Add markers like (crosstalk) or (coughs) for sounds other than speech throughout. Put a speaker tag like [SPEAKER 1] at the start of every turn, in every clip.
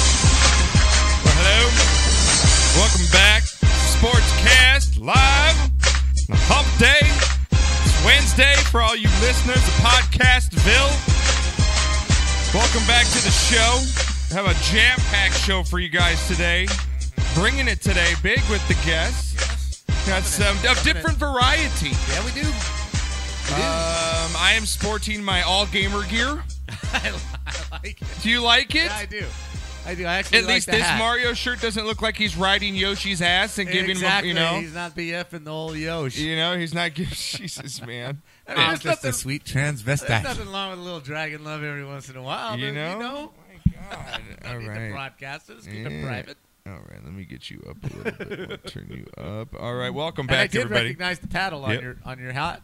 [SPEAKER 1] Well, hello. Welcome back. Sportscast live. on Hump day. It's Wednesday for all you listeners of Podcastville. Welcome back to the show. Have a jam-packed show for you guys today. Bringing it today, big with the guests. Got some a different variety.
[SPEAKER 2] Yeah, we do.
[SPEAKER 1] Um, I am sporting my all gamer gear.
[SPEAKER 2] (laughs) I, I like it.
[SPEAKER 1] Do you like it?
[SPEAKER 2] Yeah, I do. I do. I actually
[SPEAKER 1] At
[SPEAKER 2] like
[SPEAKER 1] least
[SPEAKER 2] the
[SPEAKER 1] this
[SPEAKER 2] hat.
[SPEAKER 1] Mario shirt doesn't look like he's riding Yoshi's ass and giving
[SPEAKER 2] exactly.
[SPEAKER 1] him, a- you know.
[SPEAKER 2] he's not BFing the old Yosh.
[SPEAKER 1] You know, he's not giving. (laughs) Jesus, man.
[SPEAKER 2] I mean, there's nothing,
[SPEAKER 3] sweet
[SPEAKER 2] there's
[SPEAKER 3] transvestite.
[SPEAKER 2] nothing wrong with a little dragon love every once in a while.
[SPEAKER 1] You
[SPEAKER 2] but,
[SPEAKER 1] know? Oh
[SPEAKER 2] you know,
[SPEAKER 1] All
[SPEAKER 2] need to
[SPEAKER 1] right.
[SPEAKER 2] broadcast it. Let's keep it
[SPEAKER 1] Yeah.
[SPEAKER 2] private.
[SPEAKER 1] All right. Let me get you up a little bit. We'll turn you up. All right. Welcome
[SPEAKER 2] and I
[SPEAKER 1] back,
[SPEAKER 2] did
[SPEAKER 1] everybody.
[SPEAKER 2] recognize the paddle on
[SPEAKER 1] Yep.
[SPEAKER 2] your on your hat.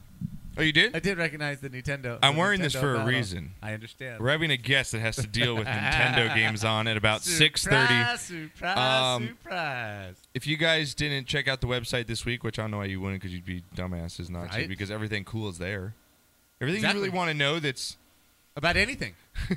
[SPEAKER 1] Oh, you
[SPEAKER 2] I
[SPEAKER 1] did?
[SPEAKER 2] did recognize the Nintendo.
[SPEAKER 1] I'm
[SPEAKER 2] the
[SPEAKER 1] wearing this
[SPEAKER 2] Nintendo
[SPEAKER 1] for a
[SPEAKER 2] paddle.
[SPEAKER 1] reason.
[SPEAKER 2] I understand.
[SPEAKER 1] We're having a guest that has to deal
[SPEAKER 2] (laughs)
[SPEAKER 1] with Nintendo games on at about six thirty.
[SPEAKER 2] Surprise, Surprise!
[SPEAKER 1] Um,
[SPEAKER 2] surprise!
[SPEAKER 1] If you guys didn't check out the website this week, which I don't know why you wouldn't, because you'd be dumbasses not to,
[SPEAKER 2] Right.
[SPEAKER 1] because everything cool is there. Everything
[SPEAKER 2] Exactly.
[SPEAKER 1] you really want to know that's
[SPEAKER 2] About anything?
[SPEAKER 1] (laughs)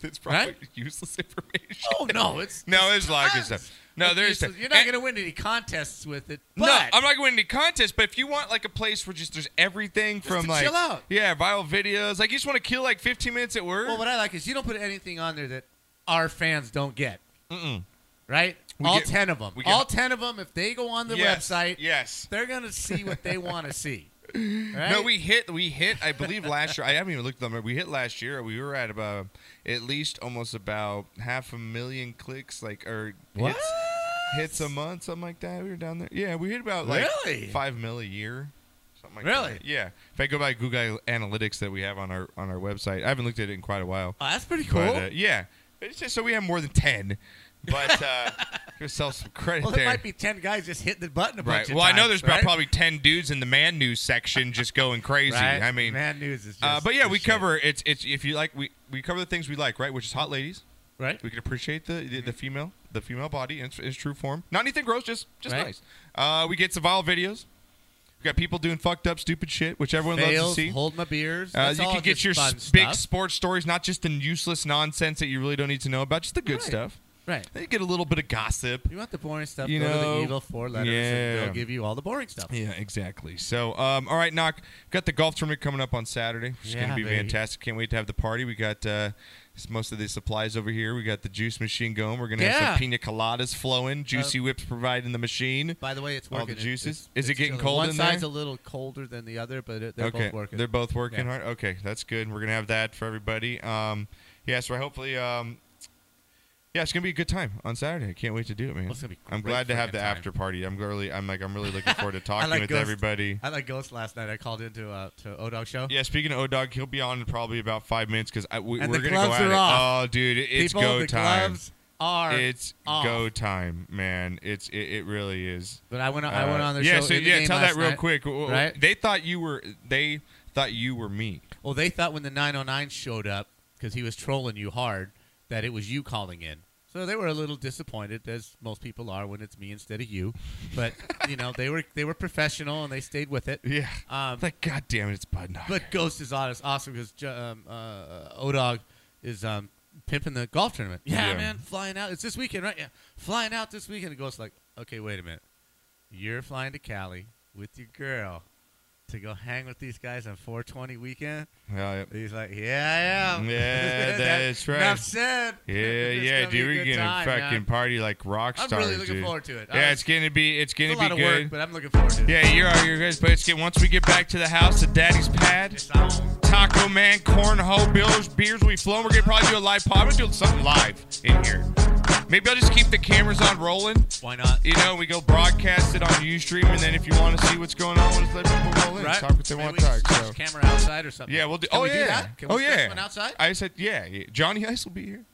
[SPEAKER 1] that's probably (laughs) useless information.
[SPEAKER 2] Oh no, it's
[SPEAKER 1] No, there's lots of stuff. No,
[SPEAKER 2] it's
[SPEAKER 1] there's
[SPEAKER 2] useless. You're not
[SPEAKER 1] and-
[SPEAKER 2] going to win any contests with it. But
[SPEAKER 1] No, I'm not going to any contests, but if you want like a place where just there's everything from
[SPEAKER 2] to
[SPEAKER 1] like
[SPEAKER 2] chill out.
[SPEAKER 1] yeah, viral videos, like you just want to kill like 15 minutes at work.
[SPEAKER 2] Well, what I like is you don't put anything on there that our fans don't get.
[SPEAKER 1] Mm-mm.
[SPEAKER 2] Right?
[SPEAKER 1] We
[SPEAKER 2] All
[SPEAKER 1] get-
[SPEAKER 2] ten of them.
[SPEAKER 1] we get-
[SPEAKER 2] All ten of them. If they go on the
[SPEAKER 1] yes,
[SPEAKER 2] website,
[SPEAKER 1] Yes.
[SPEAKER 2] they're gonna see what they want to see. Right?
[SPEAKER 1] No, we hit we hit I believe last year. I haven't even looked at them. We hit last year. We were at about at least almost about half a million clicks like or
[SPEAKER 2] What?
[SPEAKER 1] hits hits a month, something like that. We were down there. Yeah, we hit about like
[SPEAKER 2] Really?
[SPEAKER 1] 5 mil a year. Something like
[SPEAKER 2] Really?
[SPEAKER 1] that. Yeah. If I go by Google Analytics that we have on our on our website. I haven't looked at it in quite a while.
[SPEAKER 2] Oh, that's pretty cool.
[SPEAKER 1] (laughs) But, uh, yeah. It's just so we have more than 10. But
[SPEAKER 2] (laughs)
[SPEAKER 1] uh, give yourself some credit
[SPEAKER 2] well,
[SPEAKER 1] there.
[SPEAKER 2] there might be ten guys just hitting the button a
[SPEAKER 1] right.
[SPEAKER 2] bunch of
[SPEAKER 1] Well, I know
[SPEAKER 2] times,
[SPEAKER 1] there's
[SPEAKER 2] right?
[SPEAKER 1] about probably 10 dudes in the man news section just going crazy.
[SPEAKER 2] Right?
[SPEAKER 1] I mean,
[SPEAKER 2] man, news is. Just,
[SPEAKER 1] uh, but yeah,
[SPEAKER 2] just
[SPEAKER 1] we
[SPEAKER 2] shit.
[SPEAKER 1] cover it's it's if you like we we cover the things we like, right? Which is hot ladies.
[SPEAKER 2] right.
[SPEAKER 1] We can appreciate the the, the female the female body in its, in its true form. Not anything gross, just just
[SPEAKER 2] Right.
[SPEAKER 1] nice. Uh, we get some viral videos. We got people doing fucked up, stupid shit, which everyone
[SPEAKER 2] Fails,
[SPEAKER 1] loves to see.
[SPEAKER 2] hold my beers.
[SPEAKER 1] Uh,
[SPEAKER 2] That's
[SPEAKER 1] you
[SPEAKER 2] all
[SPEAKER 1] can get
[SPEAKER 2] just
[SPEAKER 1] your
[SPEAKER 2] fun
[SPEAKER 1] s- big
[SPEAKER 2] stuff.
[SPEAKER 1] sports stories, not just the useless nonsense that you really don't need to know about, just the good
[SPEAKER 2] Right.
[SPEAKER 1] stuff.
[SPEAKER 2] right.
[SPEAKER 1] Then you get a little bit of gossip.
[SPEAKER 2] You want the boring stuff?
[SPEAKER 1] You
[SPEAKER 2] go to
[SPEAKER 1] know,
[SPEAKER 2] the evil four letters,
[SPEAKER 1] yeah.
[SPEAKER 2] and they'll give you all the boring stuff.
[SPEAKER 1] Yeah, exactly. So, um, all right, knock. Got the golf tournament coming up on Saturday, which is going to
[SPEAKER 2] Yeah,
[SPEAKER 1] be
[SPEAKER 2] baby.
[SPEAKER 1] fantastic. Can't wait to have the party. We got uh, s- most of the supplies over here. We got the juice machine going. We're going to have
[SPEAKER 2] Yeah. Uh,
[SPEAKER 1] some pina coladas flowing. Juicy whips providing the machine.
[SPEAKER 2] By the way, it's
[SPEAKER 1] All
[SPEAKER 2] working.
[SPEAKER 1] the
[SPEAKER 2] It-
[SPEAKER 1] juices?
[SPEAKER 2] it's-
[SPEAKER 1] Is it
[SPEAKER 2] it's
[SPEAKER 1] getting
[SPEAKER 2] chilling.
[SPEAKER 1] cold
[SPEAKER 2] One
[SPEAKER 1] in
[SPEAKER 2] side's
[SPEAKER 1] there?
[SPEAKER 2] a little colder than the other, but it, they're
[SPEAKER 1] okay,
[SPEAKER 2] both working.
[SPEAKER 1] they're both working
[SPEAKER 2] Yeah.
[SPEAKER 1] hard. Okay, that's good. We're going to have that for everybody. Um, yeah, so hopefully, um, yeah, it's going to be a good time on Saturday. I can't wait to do it, man.
[SPEAKER 2] Well, it's gonna be
[SPEAKER 1] I'm
[SPEAKER 2] great
[SPEAKER 1] glad to have
[SPEAKER 2] freaking
[SPEAKER 1] the
[SPEAKER 2] time.
[SPEAKER 1] after party. I'm really, I'm like, I'm really looking
[SPEAKER 2] (laughs)
[SPEAKER 1] forward to talking
[SPEAKER 2] like
[SPEAKER 1] with
[SPEAKER 2] ghost-
[SPEAKER 1] everybody.
[SPEAKER 2] I like Ghost last night. I called into uh, to O Dog Show.
[SPEAKER 1] Yeah, speaking of O Dog, he'll be on in probably about five minutes because we, we're
[SPEAKER 2] And
[SPEAKER 1] going
[SPEAKER 2] the
[SPEAKER 1] to go
[SPEAKER 2] gloves
[SPEAKER 1] at
[SPEAKER 2] are
[SPEAKER 1] it.
[SPEAKER 2] off.
[SPEAKER 1] Oh, dude, it- it's
[SPEAKER 2] People,
[SPEAKER 1] go
[SPEAKER 2] the
[SPEAKER 1] time.
[SPEAKER 2] gloves are.
[SPEAKER 1] it's
[SPEAKER 2] off.
[SPEAKER 1] go time, man. It's it, it really is.
[SPEAKER 2] but I went. On, I went
[SPEAKER 1] Uh,
[SPEAKER 2] on their
[SPEAKER 1] yeah,
[SPEAKER 2] show.
[SPEAKER 1] so
[SPEAKER 2] in the
[SPEAKER 1] yeah,
[SPEAKER 2] game
[SPEAKER 1] tell that
[SPEAKER 2] last
[SPEAKER 1] real
[SPEAKER 2] night.
[SPEAKER 1] quick. W- w-
[SPEAKER 2] right?
[SPEAKER 1] They thought you were they thought you were me.
[SPEAKER 2] Well, they thought when the 909 showed up because he was trolling you hard that it was you calling in. So they were a little disappointed, as most people are when it's me instead of you. But
[SPEAKER 1] (laughs)
[SPEAKER 2] you know, they were they were professional and they stayed with it.
[SPEAKER 1] Yeah,
[SPEAKER 2] Um,
[SPEAKER 1] It's like God damn it, it's Bud Knocker.
[SPEAKER 2] But Ghost is honest, awesome because um, uh, Odog is um, pimping the golf tournament. Yeah,
[SPEAKER 1] Yeah.
[SPEAKER 2] man, flying out. It's this weekend, right? Yeah, flying out this weekend. And Ghost's like, okay, wait a minute. You're flying to Cali with your girl to go hang with these guys on 420 weekend.
[SPEAKER 1] Yeah,
[SPEAKER 2] And he's like, yeah, I am. (laughs)
[SPEAKER 1] Yeah, that's right.
[SPEAKER 2] Enough said.
[SPEAKER 1] yeah,
[SPEAKER 2] It's
[SPEAKER 1] yeah,
[SPEAKER 2] gonna be a
[SPEAKER 1] dude, we're
[SPEAKER 2] good
[SPEAKER 1] gonna
[SPEAKER 2] time,
[SPEAKER 1] fucking
[SPEAKER 2] man.
[SPEAKER 1] party like rock
[SPEAKER 2] I'm
[SPEAKER 1] stars.
[SPEAKER 2] really looking
[SPEAKER 1] dude.
[SPEAKER 2] forward to it. I
[SPEAKER 1] Yeah,
[SPEAKER 2] was-
[SPEAKER 1] it's gonna be it's gonna
[SPEAKER 2] It's a lot
[SPEAKER 1] be
[SPEAKER 2] of
[SPEAKER 1] good.
[SPEAKER 2] work, but I'm looking forward to it.
[SPEAKER 1] Yeah, you're out, you're good. But it's getting once we get back to the house, the daddy's pad, Taco Man, cornhole, beers, beers we flown. We're gonna probably do a live pod. We're gonna do something live in here. Maybe I'll just keep the cameras on rolling.
[SPEAKER 2] Why not?
[SPEAKER 1] You know, we go broadcast it on UStream, and then if you want to see what's going on, just let people roll in,
[SPEAKER 2] Right?
[SPEAKER 1] talk what they
[SPEAKER 2] Maybe
[SPEAKER 1] want
[SPEAKER 2] we
[SPEAKER 1] to
[SPEAKER 2] just
[SPEAKER 1] talk. So.
[SPEAKER 2] switch camera outside or something.
[SPEAKER 1] Yeah, we'll do.
[SPEAKER 2] Can
[SPEAKER 1] oh
[SPEAKER 2] we
[SPEAKER 1] yeah.
[SPEAKER 2] do that? Can we
[SPEAKER 1] oh
[SPEAKER 2] switch
[SPEAKER 1] yeah.
[SPEAKER 2] one outside?
[SPEAKER 1] I said yeah. yeah. Johnny Ice will be here.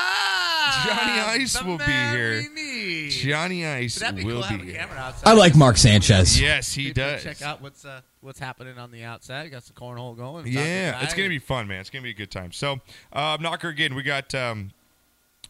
[SPEAKER 2] Ah,
[SPEAKER 1] Johnny Ice
[SPEAKER 2] the
[SPEAKER 1] will be
[SPEAKER 2] man
[SPEAKER 1] here.
[SPEAKER 2] we need.
[SPEAKER 1] Johnny Ice
[SPEAKER 2] But that'd be cool
[SPEAKER 1] will
[SPEAKER 2] to have
[SPEAKER 1] be
[SPEAKER 2] a
[SPEAKER 1] here.
[SPEAKER 2] camera outside.
[SPEAKER 3] I like Mark Sanchez.
[SPEAKER 1] Yes, he
[SPEAKER 2] People can
[SPEAKER 1] does.
[SPEAKER 2] Check out what's uh, what's happening on the outside. Got some cornhole going.
[SPEAKER 1] Yeah, it's gonna be fun, man. It's gonna be a good time. So, uh, knocker again. We got um,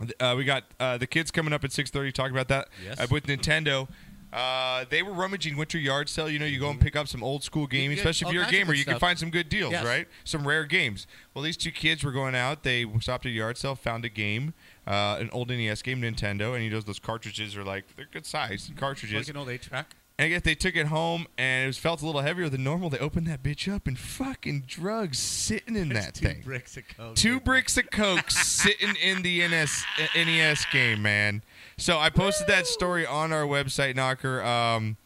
[SPEAKER 1] th- uh, we got uh, the kids coming up at six thirty. Talking about that
[SPEAKER 2] Yes.
[SPEAKER 1] uh, with Nintendo. Uh, they were rummaging winter yard sale. You know, you go and pick up some old school gaming,
[SPEAKER 2] get
[SPEAKER 1] especially
[SPEAKER 2] all
[SPEAKER 1] if you're a
[SPEAKER 2] kinds of
[SPEAKER 1] gamer.
[SPEAKER 2] good
[SPEAKER 1] You can
[SPEAKER 2] stuff.
[SPEAKER 1] find some good deals,
[SPEAKER 2] Yes.
[SPEAKER 1] right? Some rare games. Well, these two kids were going out. They stopped at a yard sale, found a game, uh, an old NES game, Nintendo, and you know those cartridges are like they're good size cartridges.
[SPEAKER 2] Like an old eight track.
[SPEAKER 1] And I guess they took it home, and it was felt a little heavier than normal. They opened that bitch up, and fucking drugs sitting in that
[SPEAKER 2] two
[SPEAKER 1] thing.
[SPEAKER 2] bricks of coke.
[SPEAKER 1] two bricks of coke sitting in the NS, uh, NES game, man. So I posted that story on our website, Knocker. Um,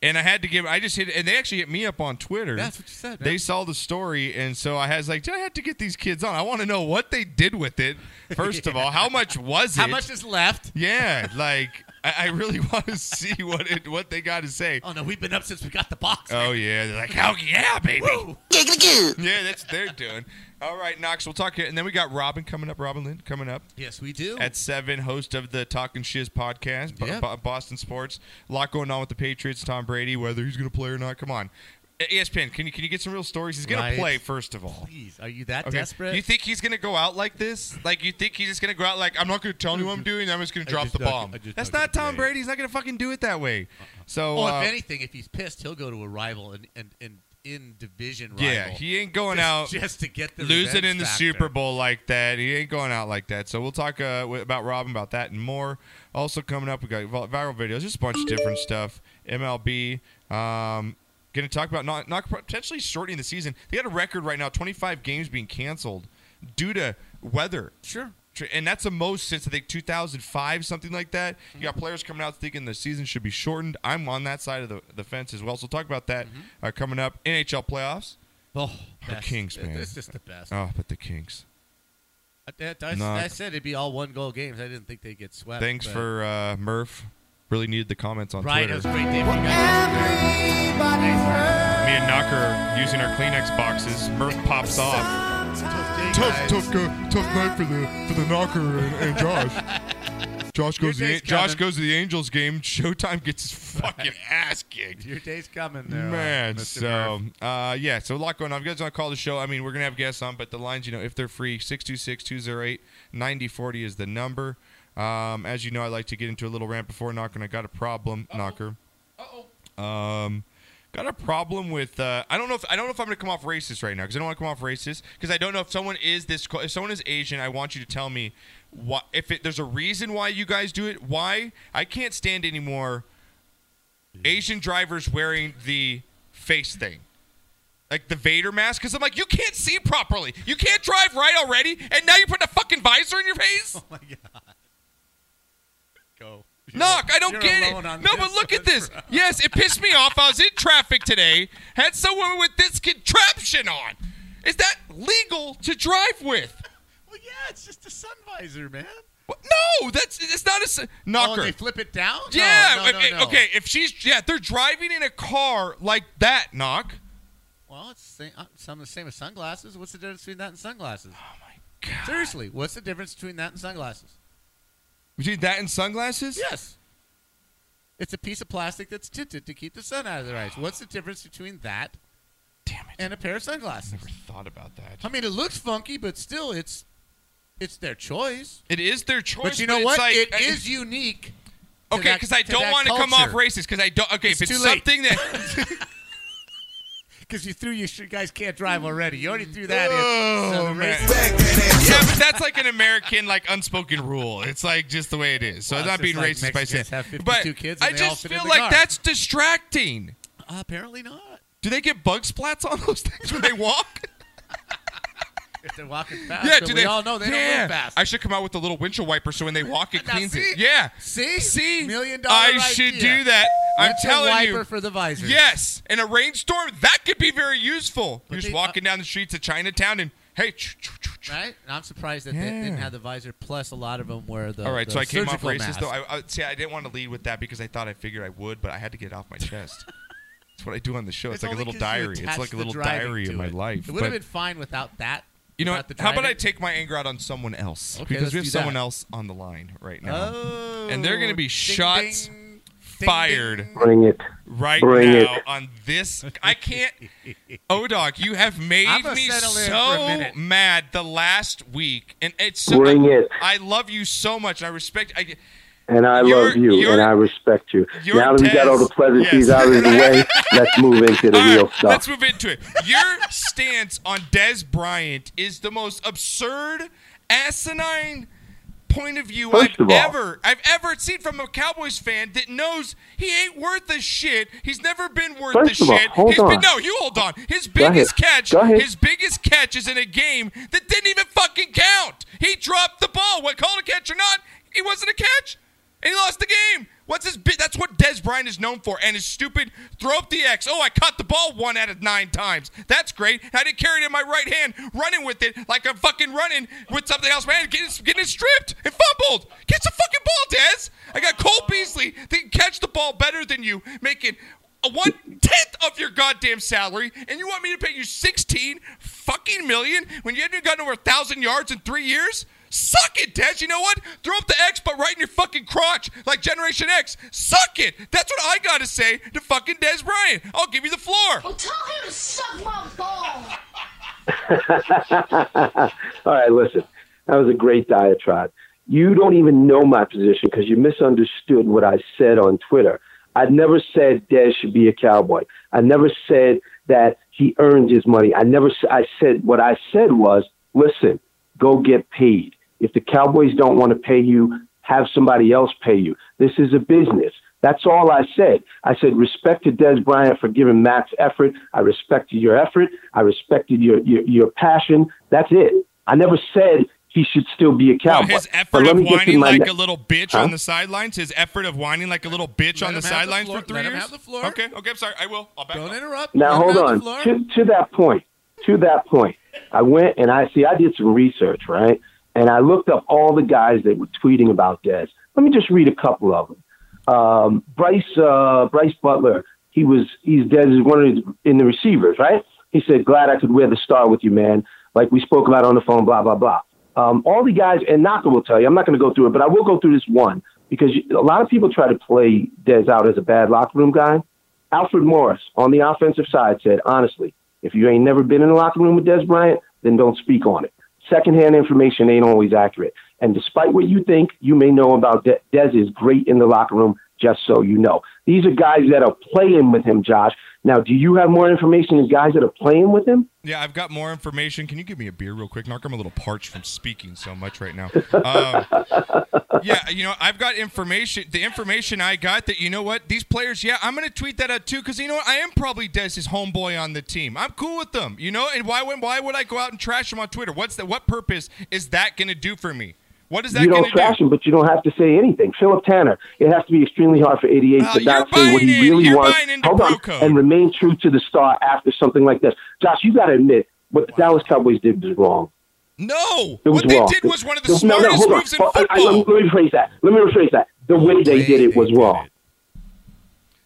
[SPEAKER 1] and I had to give. I just hit, and they actually hit me up on Twitter.
[SPEAKER 2] That's what you said, man.
[SPEAKER 1] They saw the story, and so I was like, "Did I have to get these kids on? I want to know what they did with it. First
[SPEAKER 2] (laughs)
[SPEAKER 1] of all, how much was it?
[SPEAKER 2] How much is left? (laughs)
[SPEAKER 1] Yeah, like I, I really (laughs) want to see what it, what they got to say.
[SPEAKER 2] Oh no, we've been up since we got the box.
[SPEAKER 1] Oh yeah, they're like, oh yeah, baby.
[SPEAKER 2] Woo!
[SPEAKER 1] Yeah, that's what they're doing. All right, Knox, we'll talk here, and then we got Robin coming up. Robin Lynn coming up
[SPEAKER 2] Yes, we do.
[SPEAKER 1] at seven, host of the Talking Shiz podcast, Bo-
[SPEAKER 2] Yeah.
[SPEAKER 1] Bo- Boston sports. A lot going on with the Patriots. Tom Brady, whether he's going to play or not. Come on, E-, ESPN, can you can you get some real stories? He's going
[SPEAKER 2] Right.
[SPEAKER 1] to play first of all.
[SPEAKER 2] Jeez, are you that
[SPEAKER 1] Okay.
[SPEAKER 2] desperate?
[SPEAKER 1] You think he's gonna go out like this? Like you think he's just gonna go out like I'm not gonna tell you what I'm doing. I'm just gonna
[SPEAKER 2] I
[SPEAKER 1] drop
[SPEAKER 2] just
[SPEAKER 1] the
[SPEAKER 2] don't-
[SPEAKER 1] bomb.
[SPEAKER 2] I just
[SPEAKER 1] That's
[SPEAKER 2] don't
[SPEAKER 1] not
[SPEAKER 2] get
[SPEAKER 1] Tom
[SPEAKER 2] paid.
[SPEAKER 1] Brady. He's not gonna fucking do it that way. So
[SPEAKER 2] oh,
[SPEAKER 1] uh,
[SPEAKER 2] if anything, if he's pissed, he'll go to a rival and and, and in division rival.
[SPEAKER 1] yeah, he ain't going
[SPEAKER 2] just,
[SPEAKER 1] out
[SPEAKER 2] just to get the
[SPEAKER 1] losing
[SPEAKER 2] revenge
[SPEAKER 1] in the
[SPEAKER 2] factor.
[SPEAKER 1] Super Bowl like that. He ain't going out like that. So we'll talk uh, wi- about Robin about that and more. Also coming up, we got vi- viral videos, just a bunch of different stuff. MLB. Um, going to talk about not, not potentially shortening the season. They had a record right now, 25 games being canceled due to weather.
[SPEAKER 2] Sure.
[SPEAKER 1] Tr- and that's the most since I think 2005, something like that. You
[SPEAKER 2] Mm-hmm.
[SPEAKER 1] got players coming out thinking the season should be shortened. I'm on that side of the, the fence as well. So we'll talk about that uh, coming up. NHL playoffs.
[SPEAKER 2] Mm-hmm. Oh,
[SPEAKER 1] The
[SPEAKER 2] best.
[SPEAKER 1] Kings, man.
[SPEAKER 2] It's just the best.
[SPEAKER 1] Oh, but the Kings.
[SPEAKER 2] I, that- I s-
[SPEAKER 1] Knock.
[SPEAKER 2] I said it'd be all one goal games. I didn't think they'd get swept.
[SPEAKER 1] Thanks
[SPEAKER 2] but-
[SPEAKER 1] for uh, Murph. Really needed the comments on
[SPEAKER 2] Brian, it was a
[SPEAKER 1] Twitter.
[SPEAKER 2] great day. for you guys.
[SPEAKER 1] Me and Knocker are using our Kleenex boxes. Murph pops off.
[SPEAKER 2] Tough, tough.
[SPEAKER 1] uh, tough night for the for the Knocker and, and Josh. (laughs) Josh goes
[SPEAKER 2] Your
[SPEAKER 1] to the,
[SPEAKER 2] day's
[SPEAKER 1] Josh
[SPEAKER 2] coming.
[SPEAKER 1] goes to the Angels game. (laughs) Showtime gets his
[SPEAKER 2] (laughs)
[SPEAKER 1] fucking ass kicked.
[SPEAKER 2] Your day's coming there. uh,
[SPEAKER 1] Man,
[SPEAKER 2] Mr.
[SPEAKER 1] so
[SPEAKER 2] Murph.
[SPEAKER 1] uh, yeah, so a lot going on. If you guys want to call the show, I mean, we're gonna have guests on, but the lines, you know, if they're free, 626-208-9040 is the number. Um, as you know, I like to get into a little rant before knocking. I got a problem, knocker. Um, got a problem with. Uh, I don't know if I don't know if I'm going to come off racist right now because I don't want to come off racist because I don't know if someone is this. co- If someone is Asian, I want you to tell me why. If it, there's a reason why you guys do it, why I can't stand anymore. Asian drivers wearing the face thing. Like the Vader mask, because I'm like, you can't see properly. You can't drive right already, and now you're putting a fucking visor in your face.
[SPEAKER 2] (laughs) Oh my god. Go. You're
[SPEAKER 1] Knock!
[SPEAKER 2] al-
[SPEAKER 1] I don't
[SPEAKER 2] you're
[SPEAKER 1] get it.
[SPEAKER 2] alone on
[SPEAKER 1] No, but look
[SPEAKER 2] (laughs)
[SPEAKER 1] at
[SPEAKER 2] one,
[SPEAKER 1] this.
[SPEAKER 2] bro.
[SPEAKER 1] Yes, it pissed me off. I was in traffic today. Had someone with this contraption on. Is that legal to drive with?
[SPEAKER 2] Well, yeah, it's just a sun visor, man.
[SPEAKER 1] What? No, that's it's not a s- knocker.
[SPEAKER 2] Oh, they flip it down. No,
[SPEAKER 1] yeah.
[SPEAKER 2] no, no,
[SPEAKER 1] if- if-
[SPEAKER 2] no.
[SPEAKER 1] Okay. If she's yeah, they're driving in a car like that. Knock.
[SPEAKER 2] Well, it's the same, uh, some the same as sunglasses. What's the difference between that and sunglasses?
[SPEAKER 1] Oh my god.
[SPEAKER 2] Seriously, what's the difference between that and sunglasses?
[SPEAKER 1] Between that and sunglasses.
[SPEAKER 2] Yes. It's a piece of plastic that's tinted to keep the sun out of their eyes. What's the difference between that
[SPEAKER 1] Damn it.
[SPEAKER 2] and a pair of sunglasses?
[SPEAKER 1] Never thought about that.
[SPEAKER 2] I mean, it looks funky, but still, it's it's their choice.
[SPEAKER 1] It is their choice.
[SPEAKER 2] But you know
[SPEAKER 1] it's
[SPEAKER 2] what?
[SPEAKER 1] Like,
[SPEAKER 2] it is unique. to
[SPEAKER 1] Okay,
[SPEAKER 2] that-
[SPEAKER 1] because I
[SPEAKER 2] to
[SPEAKER 1] don't
[SPEAKER 2] that
[SPEAKER 1] want to come off
[SPEAKER 2] culture.
[SPEAKER 1] racist. Because I don't. Okay,
[SPEAKER 2] It's
[SPEAKER 1] if it's
[SPEAKER 2] too late.
[SPEAKER 1] something
[SPEAKER 2] (laughs)
[SPEAKER 1] that
[SPEAKER 2] Because you threw your you guys can't drive already. You already threw that in. So the
[SPEAKER 1] man.
[SPEAKER 2] race-
[SPEAKER 1] yeah, but that's like an American like unspoken rule. It's like just the way it is. So
[SPEAKER 2] Well,
[SPEAKER 1] it's
[SPEAKER 2] it's
[SPEAKER 1] not being racist
[SPEAKER 2] just like
[SPEAKER 1] by saying.
[SPEAKER 2] Mexicans have 52
[SPEAKER 1] but
[SPEAKER 2] kids
[SPEAKER 1] I
[SPEAKER 2] and they all
[SPEAKER 1] just
[SPEAKER 2] fit in
[SPEAKER 1] feel
[SPEAKER 2] the
[SPEAKER 1] like
[SPEAKER 2] car.
[SPEAKER 1] that's distracting.
[SPEAKER 2] Uh, apparently not.
[SPEAKER 1] Do they get bug splats on those (laughs) things when they walk?
[SPEAKER 2] If they're walking fast,
[SPEAKER 1] yeah,
[SPEAKER 2] but
[SPEAKER 1] do
[SPEAKER 2] we
[SPEAKER 1] they?
[SPEAKER 2] all know they
[SPEAKER 1] yeah.
[SPEAKER 2] don't move fast.
[SPEAKER 1] I should come out with a little windshield wiper so when they walk, it
[SPEAKER 2] (laughs) Now,
[SPEAKER 1] cleans
[SPEAKER 2] see?
[SPEAKER 1] it. Yeah.
[SPEAKER 2] see,
[SPEAKER 1] See,
[SPEAKER 2] million
[SPEAKER 1] I
[SPEAKER 2] dollar.
[SPEAKER 1] should
[SPEAKER 2] idea.
[SPEAKER 1] do that. I'm
[SPEAKER 2] That's a
[SPEAKER 1] telling
[SPEAKER 2] wiper
[SPEAKER 1] you.
[SPEAKER 2] for the visor.
[SPEAKER 1] Yes, in a rainstorm, that could be very useful.
[SPEAKER 2] But
[SPEAKER 1] You're
[SPEAKER 2] they- uh,
[SPEAKER 1] just walking down the streets of Chinatown and hey. ch- ch- ch- ch-
[SPEAKER 2] Right? And I'm surprised that they
[SPEAKER 1] Yeah.
[SPEAKER 2] didn't have the visor. Plus, a lot of them were the.
[SPEAKER 1] All right,
[SPEAKER 2] the
[SPEAKER 1] so I came off
[SPEAKER 2] surgical
[SPEAKER 1] racist
[SPEAKER 2] mask.
[SPEAKER 1] though. I, I see. I didn't want to lead with that because I thought I figured I would, but I had to get it off my chest. That's what I do on the show. It's, like a
[SPEAKER 2] only
[SPEAKER 1] little
[SPEAKER 2] 'cause you
[SPEAKER 1] diary. It's
[SPEAKER 2] attached
[SPEAKER 1] like a
[SPEAKER 2] the
[SPEAKER 1] little
[SPEAKER 2] driving
[SPEAKER 1] diary of
[SPEAKER 2] to
[SPEAKER 1] my
[SPEAKER 2] it.
[SPEAKER 1] life.
[SPEAKER 2] It would have
[SPEAKER 1] but-
[SPEAKER 2] been fine without that.
[SPEAKER 1] You know,
[SPEAKER 2] Without
[SPEAKER 1] what?
[SPEAKER 2] the
[SPEAKER 1] how about
[SPEAKER 2] driving?
[SPEAKER 1] I take my anger out on someone else?
[SPEAKER 2] Okay,
[SPEAKER 1] because
[SPEAKER 2] let's
[SPEAKER 1] we have
[SPEAKER 2] do
[SPEAKER 1] someone
[SPEAKER 2] that.
[SPEAKER 1] else on the line right now,
[SPEAKER 2] Oh,
[SPEAKER 1] and they're going to be
[SPEAKER 2] ding,
[SPEAKER 1] shots
[SPEAKER 2] ding, ding,
[SPEAKER 1] fired
[SPEAKER 2] ding.
[SPEAKER 3] Bring it.
[SPEAKER 1] right
[SPEAKER 3] Bring
[SPEAKER 1] now
[SPEAKER 3] it.
[SPEAKER 1] on this. I
[SPEAKER 2] (laughs)
[SPEAKER 1] can't. Odog, you have made
[SPEAKER 2] I'm gonna
[SPEAKER 1] me
[SPEAKER 2] settle in for a
[SPEAKER 1] so
[SPEAKER 2] minute.
[SPEAKER 1] mad the last week, and it's so,
[SPEAKER 3] Bring
[SPEAKER 1] I,
[SPEAKER 3] it.
[SPEAKER 1] I love you so much. I respect. I,
[SPEAKER 3] And I
[SPEAKER 1] You're-
[SPEAKER 3] love you,
[SPEAKER 1] you're-
[SPEAKER 3] and I respect you.
[SPEAKER 1] you're
[SPEAKER 3] Now that we got all the
[SPEAKER 1] Taz.
[SPEAKER 3] pleasantries
[SPEAKER 1] Yes.
[SPEAKER 3] out of the
[SPEAKER 1] (laughs)
[SPEAKER 3] way, let's move into the
[SPEAKER 1] All
[SPEAKER 3] real
[SPEAKER 1] right, (laughs)
[SPEAKER 3] stuff.
[SPEAKER 1] Let's move into it. Your stance on Des Bryant is the most absurd, asinine point of view
[SPEAKER 3] First
[SPEAKER 1] I've
[SPEAKER 3] of all-
[SPEAKER 1] ever I've ever seen from a Cowboys fan that knows he ain't worth a shit. He's never been worth
[SPEAKER 3] First
[SPEAKER 1] a
[SPEAKER 3] of all,
[SPEAKER 1] shit.
[SPEAKER 3] hold
[SPEAKER 1] He's been-
[SPEAKER 3] on.
[SPEAKER 1] no, you hold on. His
[SPEAKER 3] ahead.
[SPEAKER 1] biggest catch
[SPEAKER 3] Go ahead.
[SPEAKER 1] his biggest catch is in a game that didn't even fucking count. He dropped the ball. What called a catch or not, he wasn't a catch. And he lost the game. What's his bit? That's what Des Bryant is known for. And his stupid throw up the X. Oh, I caught the ball one out of nine times. That's great. I didn't carry it in my right hand, running with it like I'm fucking running with something else. Man, getting, getting it stripped and fumbled. Get the fucking ball, Des. I got Cole Beasley that can catch the ball better than you, making a one tenth of your goddamn salary, and you want me to pay you sixteen fucking million when you haven't gotten over a thousand yards in three years? Suck it, Des. You know what? Throw up the X, but right in your fucking crotch, like Generation X. Suck it. That's what I gotta say to fucking Des Bryant. I'll give you the floor.
[SPEAKER 4] Well, tell him to suck my balls.
[SPEAKER 3] (laughs) All right, listen. That was a great diatribe. You don't even know my position because you misunderstood what I said on Twitter. I never said Dez should be a cowboy. I never said that he earned his money. I never. s- I said what I said was, listen, go get paid. If the Cowboys don't want to pay you, have somebody else pay you. This is a business. That's all I said. I said respect to Des Bryant for giving Max effort. I respected your effort. I respected your your, your passion. That's it. I never said he should still be a cowboy.
[SPEAKER 1] his
[SPEAKER 3] Oh, But
[SPEAKER 1] effort
[SPEAKER 3] let
[SPEAKER 1] of
[SPEAKER 3] me get to
[SPEAKER 1] whining
[SPEAKER 3] my
[SPEAKER 1] like
[SPEAKER 3] ne-
[SPEAKER 1] a little bitch
[SPEAKER 3] Huh?
[SPEAKER 1] on the sidelines. His effort of whining like a little bitch
[SPEAKER 2] Let
[SPEAKER 1] on the
[SPEAKER 2] him have the
[SPEAKER 1] sidelines
[SPEAKER 2] floor.
[SPEAKER 1] for three
[SPEAKER 2] Let him
[SPEAKER 1] years.
[SPEAKER 2] have the floor.
[SPEAKER 1] Okay, okay, I'm sorry. I will. I'll back
[SPEAKER 2] Don't
[SPEAKER 1] up.
[SPEAKER 2] interrupt.
[SPEAKER 3] Now
[SPEAKER 2] Let
[SPEAKER 3] hold
[SPEAKER 2] him have
[SPEAKER 3] on.
[SPEAKER 2] the floor.
[SPEAKER 3] To, to that point, to that point, I went and I see I did some research, right? And I looked up all the guys that were tweeting about Dez. Let me just read a couple of them. Um, Bryce uh, Bryce Butler, he was he's Dez is one of his, in the receivers, right? He said, "Glad I could wear the star with you, man." Like we spoke about on the phone, blah blah blah. Um, all the guys, and Naka will tell you. I'm not going to go through it, but I will go through this one because a lot of people try to play Dez out as a bad locker room guy. Alfred Morris on the offensive side said, honestly, if you ain't never been in the locker room with Des Bryant, then don't speak on it. Secondhand information ain't always accurate. And despite what you think you may know about De- Des is great in the locker room, just so you know. These are guys that are playing with him, Josh. Now, do you have more information than guys that are playing with him?
[SPEAKER 1] Yeah, I've got more information. Can you give me a beer real quick, Narc? I'm a little parched from speaking so much right now. Um, yeah, you know, I've got information. The information I got that, you know what, these players, yeah, I'm going to tweet that out too because, you know what, I am probably Des's homeboy on the team. I'm cool with them, you know, and why, would- why would I go out and trash him on Twitter? What's that? What purpose is that going to do for me? What is that
[SPEAKER 3] you
[SPEAKER 1] going
[SPEAKER 3] don't
[SPEAKER 1] to
[SPEAKER 3] trash
[SPEAKER 1] do?
[SPEAKER 3] him, but you don't have to say anything. Philip Tanner, it has to be extremely hard for 88
[SPEAKER 1] Well,
[SPEAKER 3] to not
[SPEAKER 1] you're
[SPEAKER 3] say what
[SPEAKER 1] buying
[SPEAKER 3] he
[SPEAKER 1] in.
[SPEAKER 3] really
[SPEAKER 1] You're
[SPEAKER 3] wants.
[SPEAKER 1] buying into
[SPEAKER 3] Hold on,
[SPEAKER 1] bro code.
[SPEAKER 3] and remain true to the star after something like this. Josh, you got to admit what the Dallas Cowboys did was wrong.
[SPEAKER 1] No.
[SPEAKER 3] It was
[SPEAKER 1] What they
[SPEAKER 3] wrong.
[SPEAKER 1] did was one of the
[SPEAKER 3] No, no,
[SPEAKER 1] smartest
[SPEAKER 3] hold on.
[SPEAKER 1] moves in
[SPEAKER 3] Oh, I- I-
[SPEAKER 1] football.
[SPEAKER 3] let me rephrase that. Let me rephrase that. The way they did it was wrong.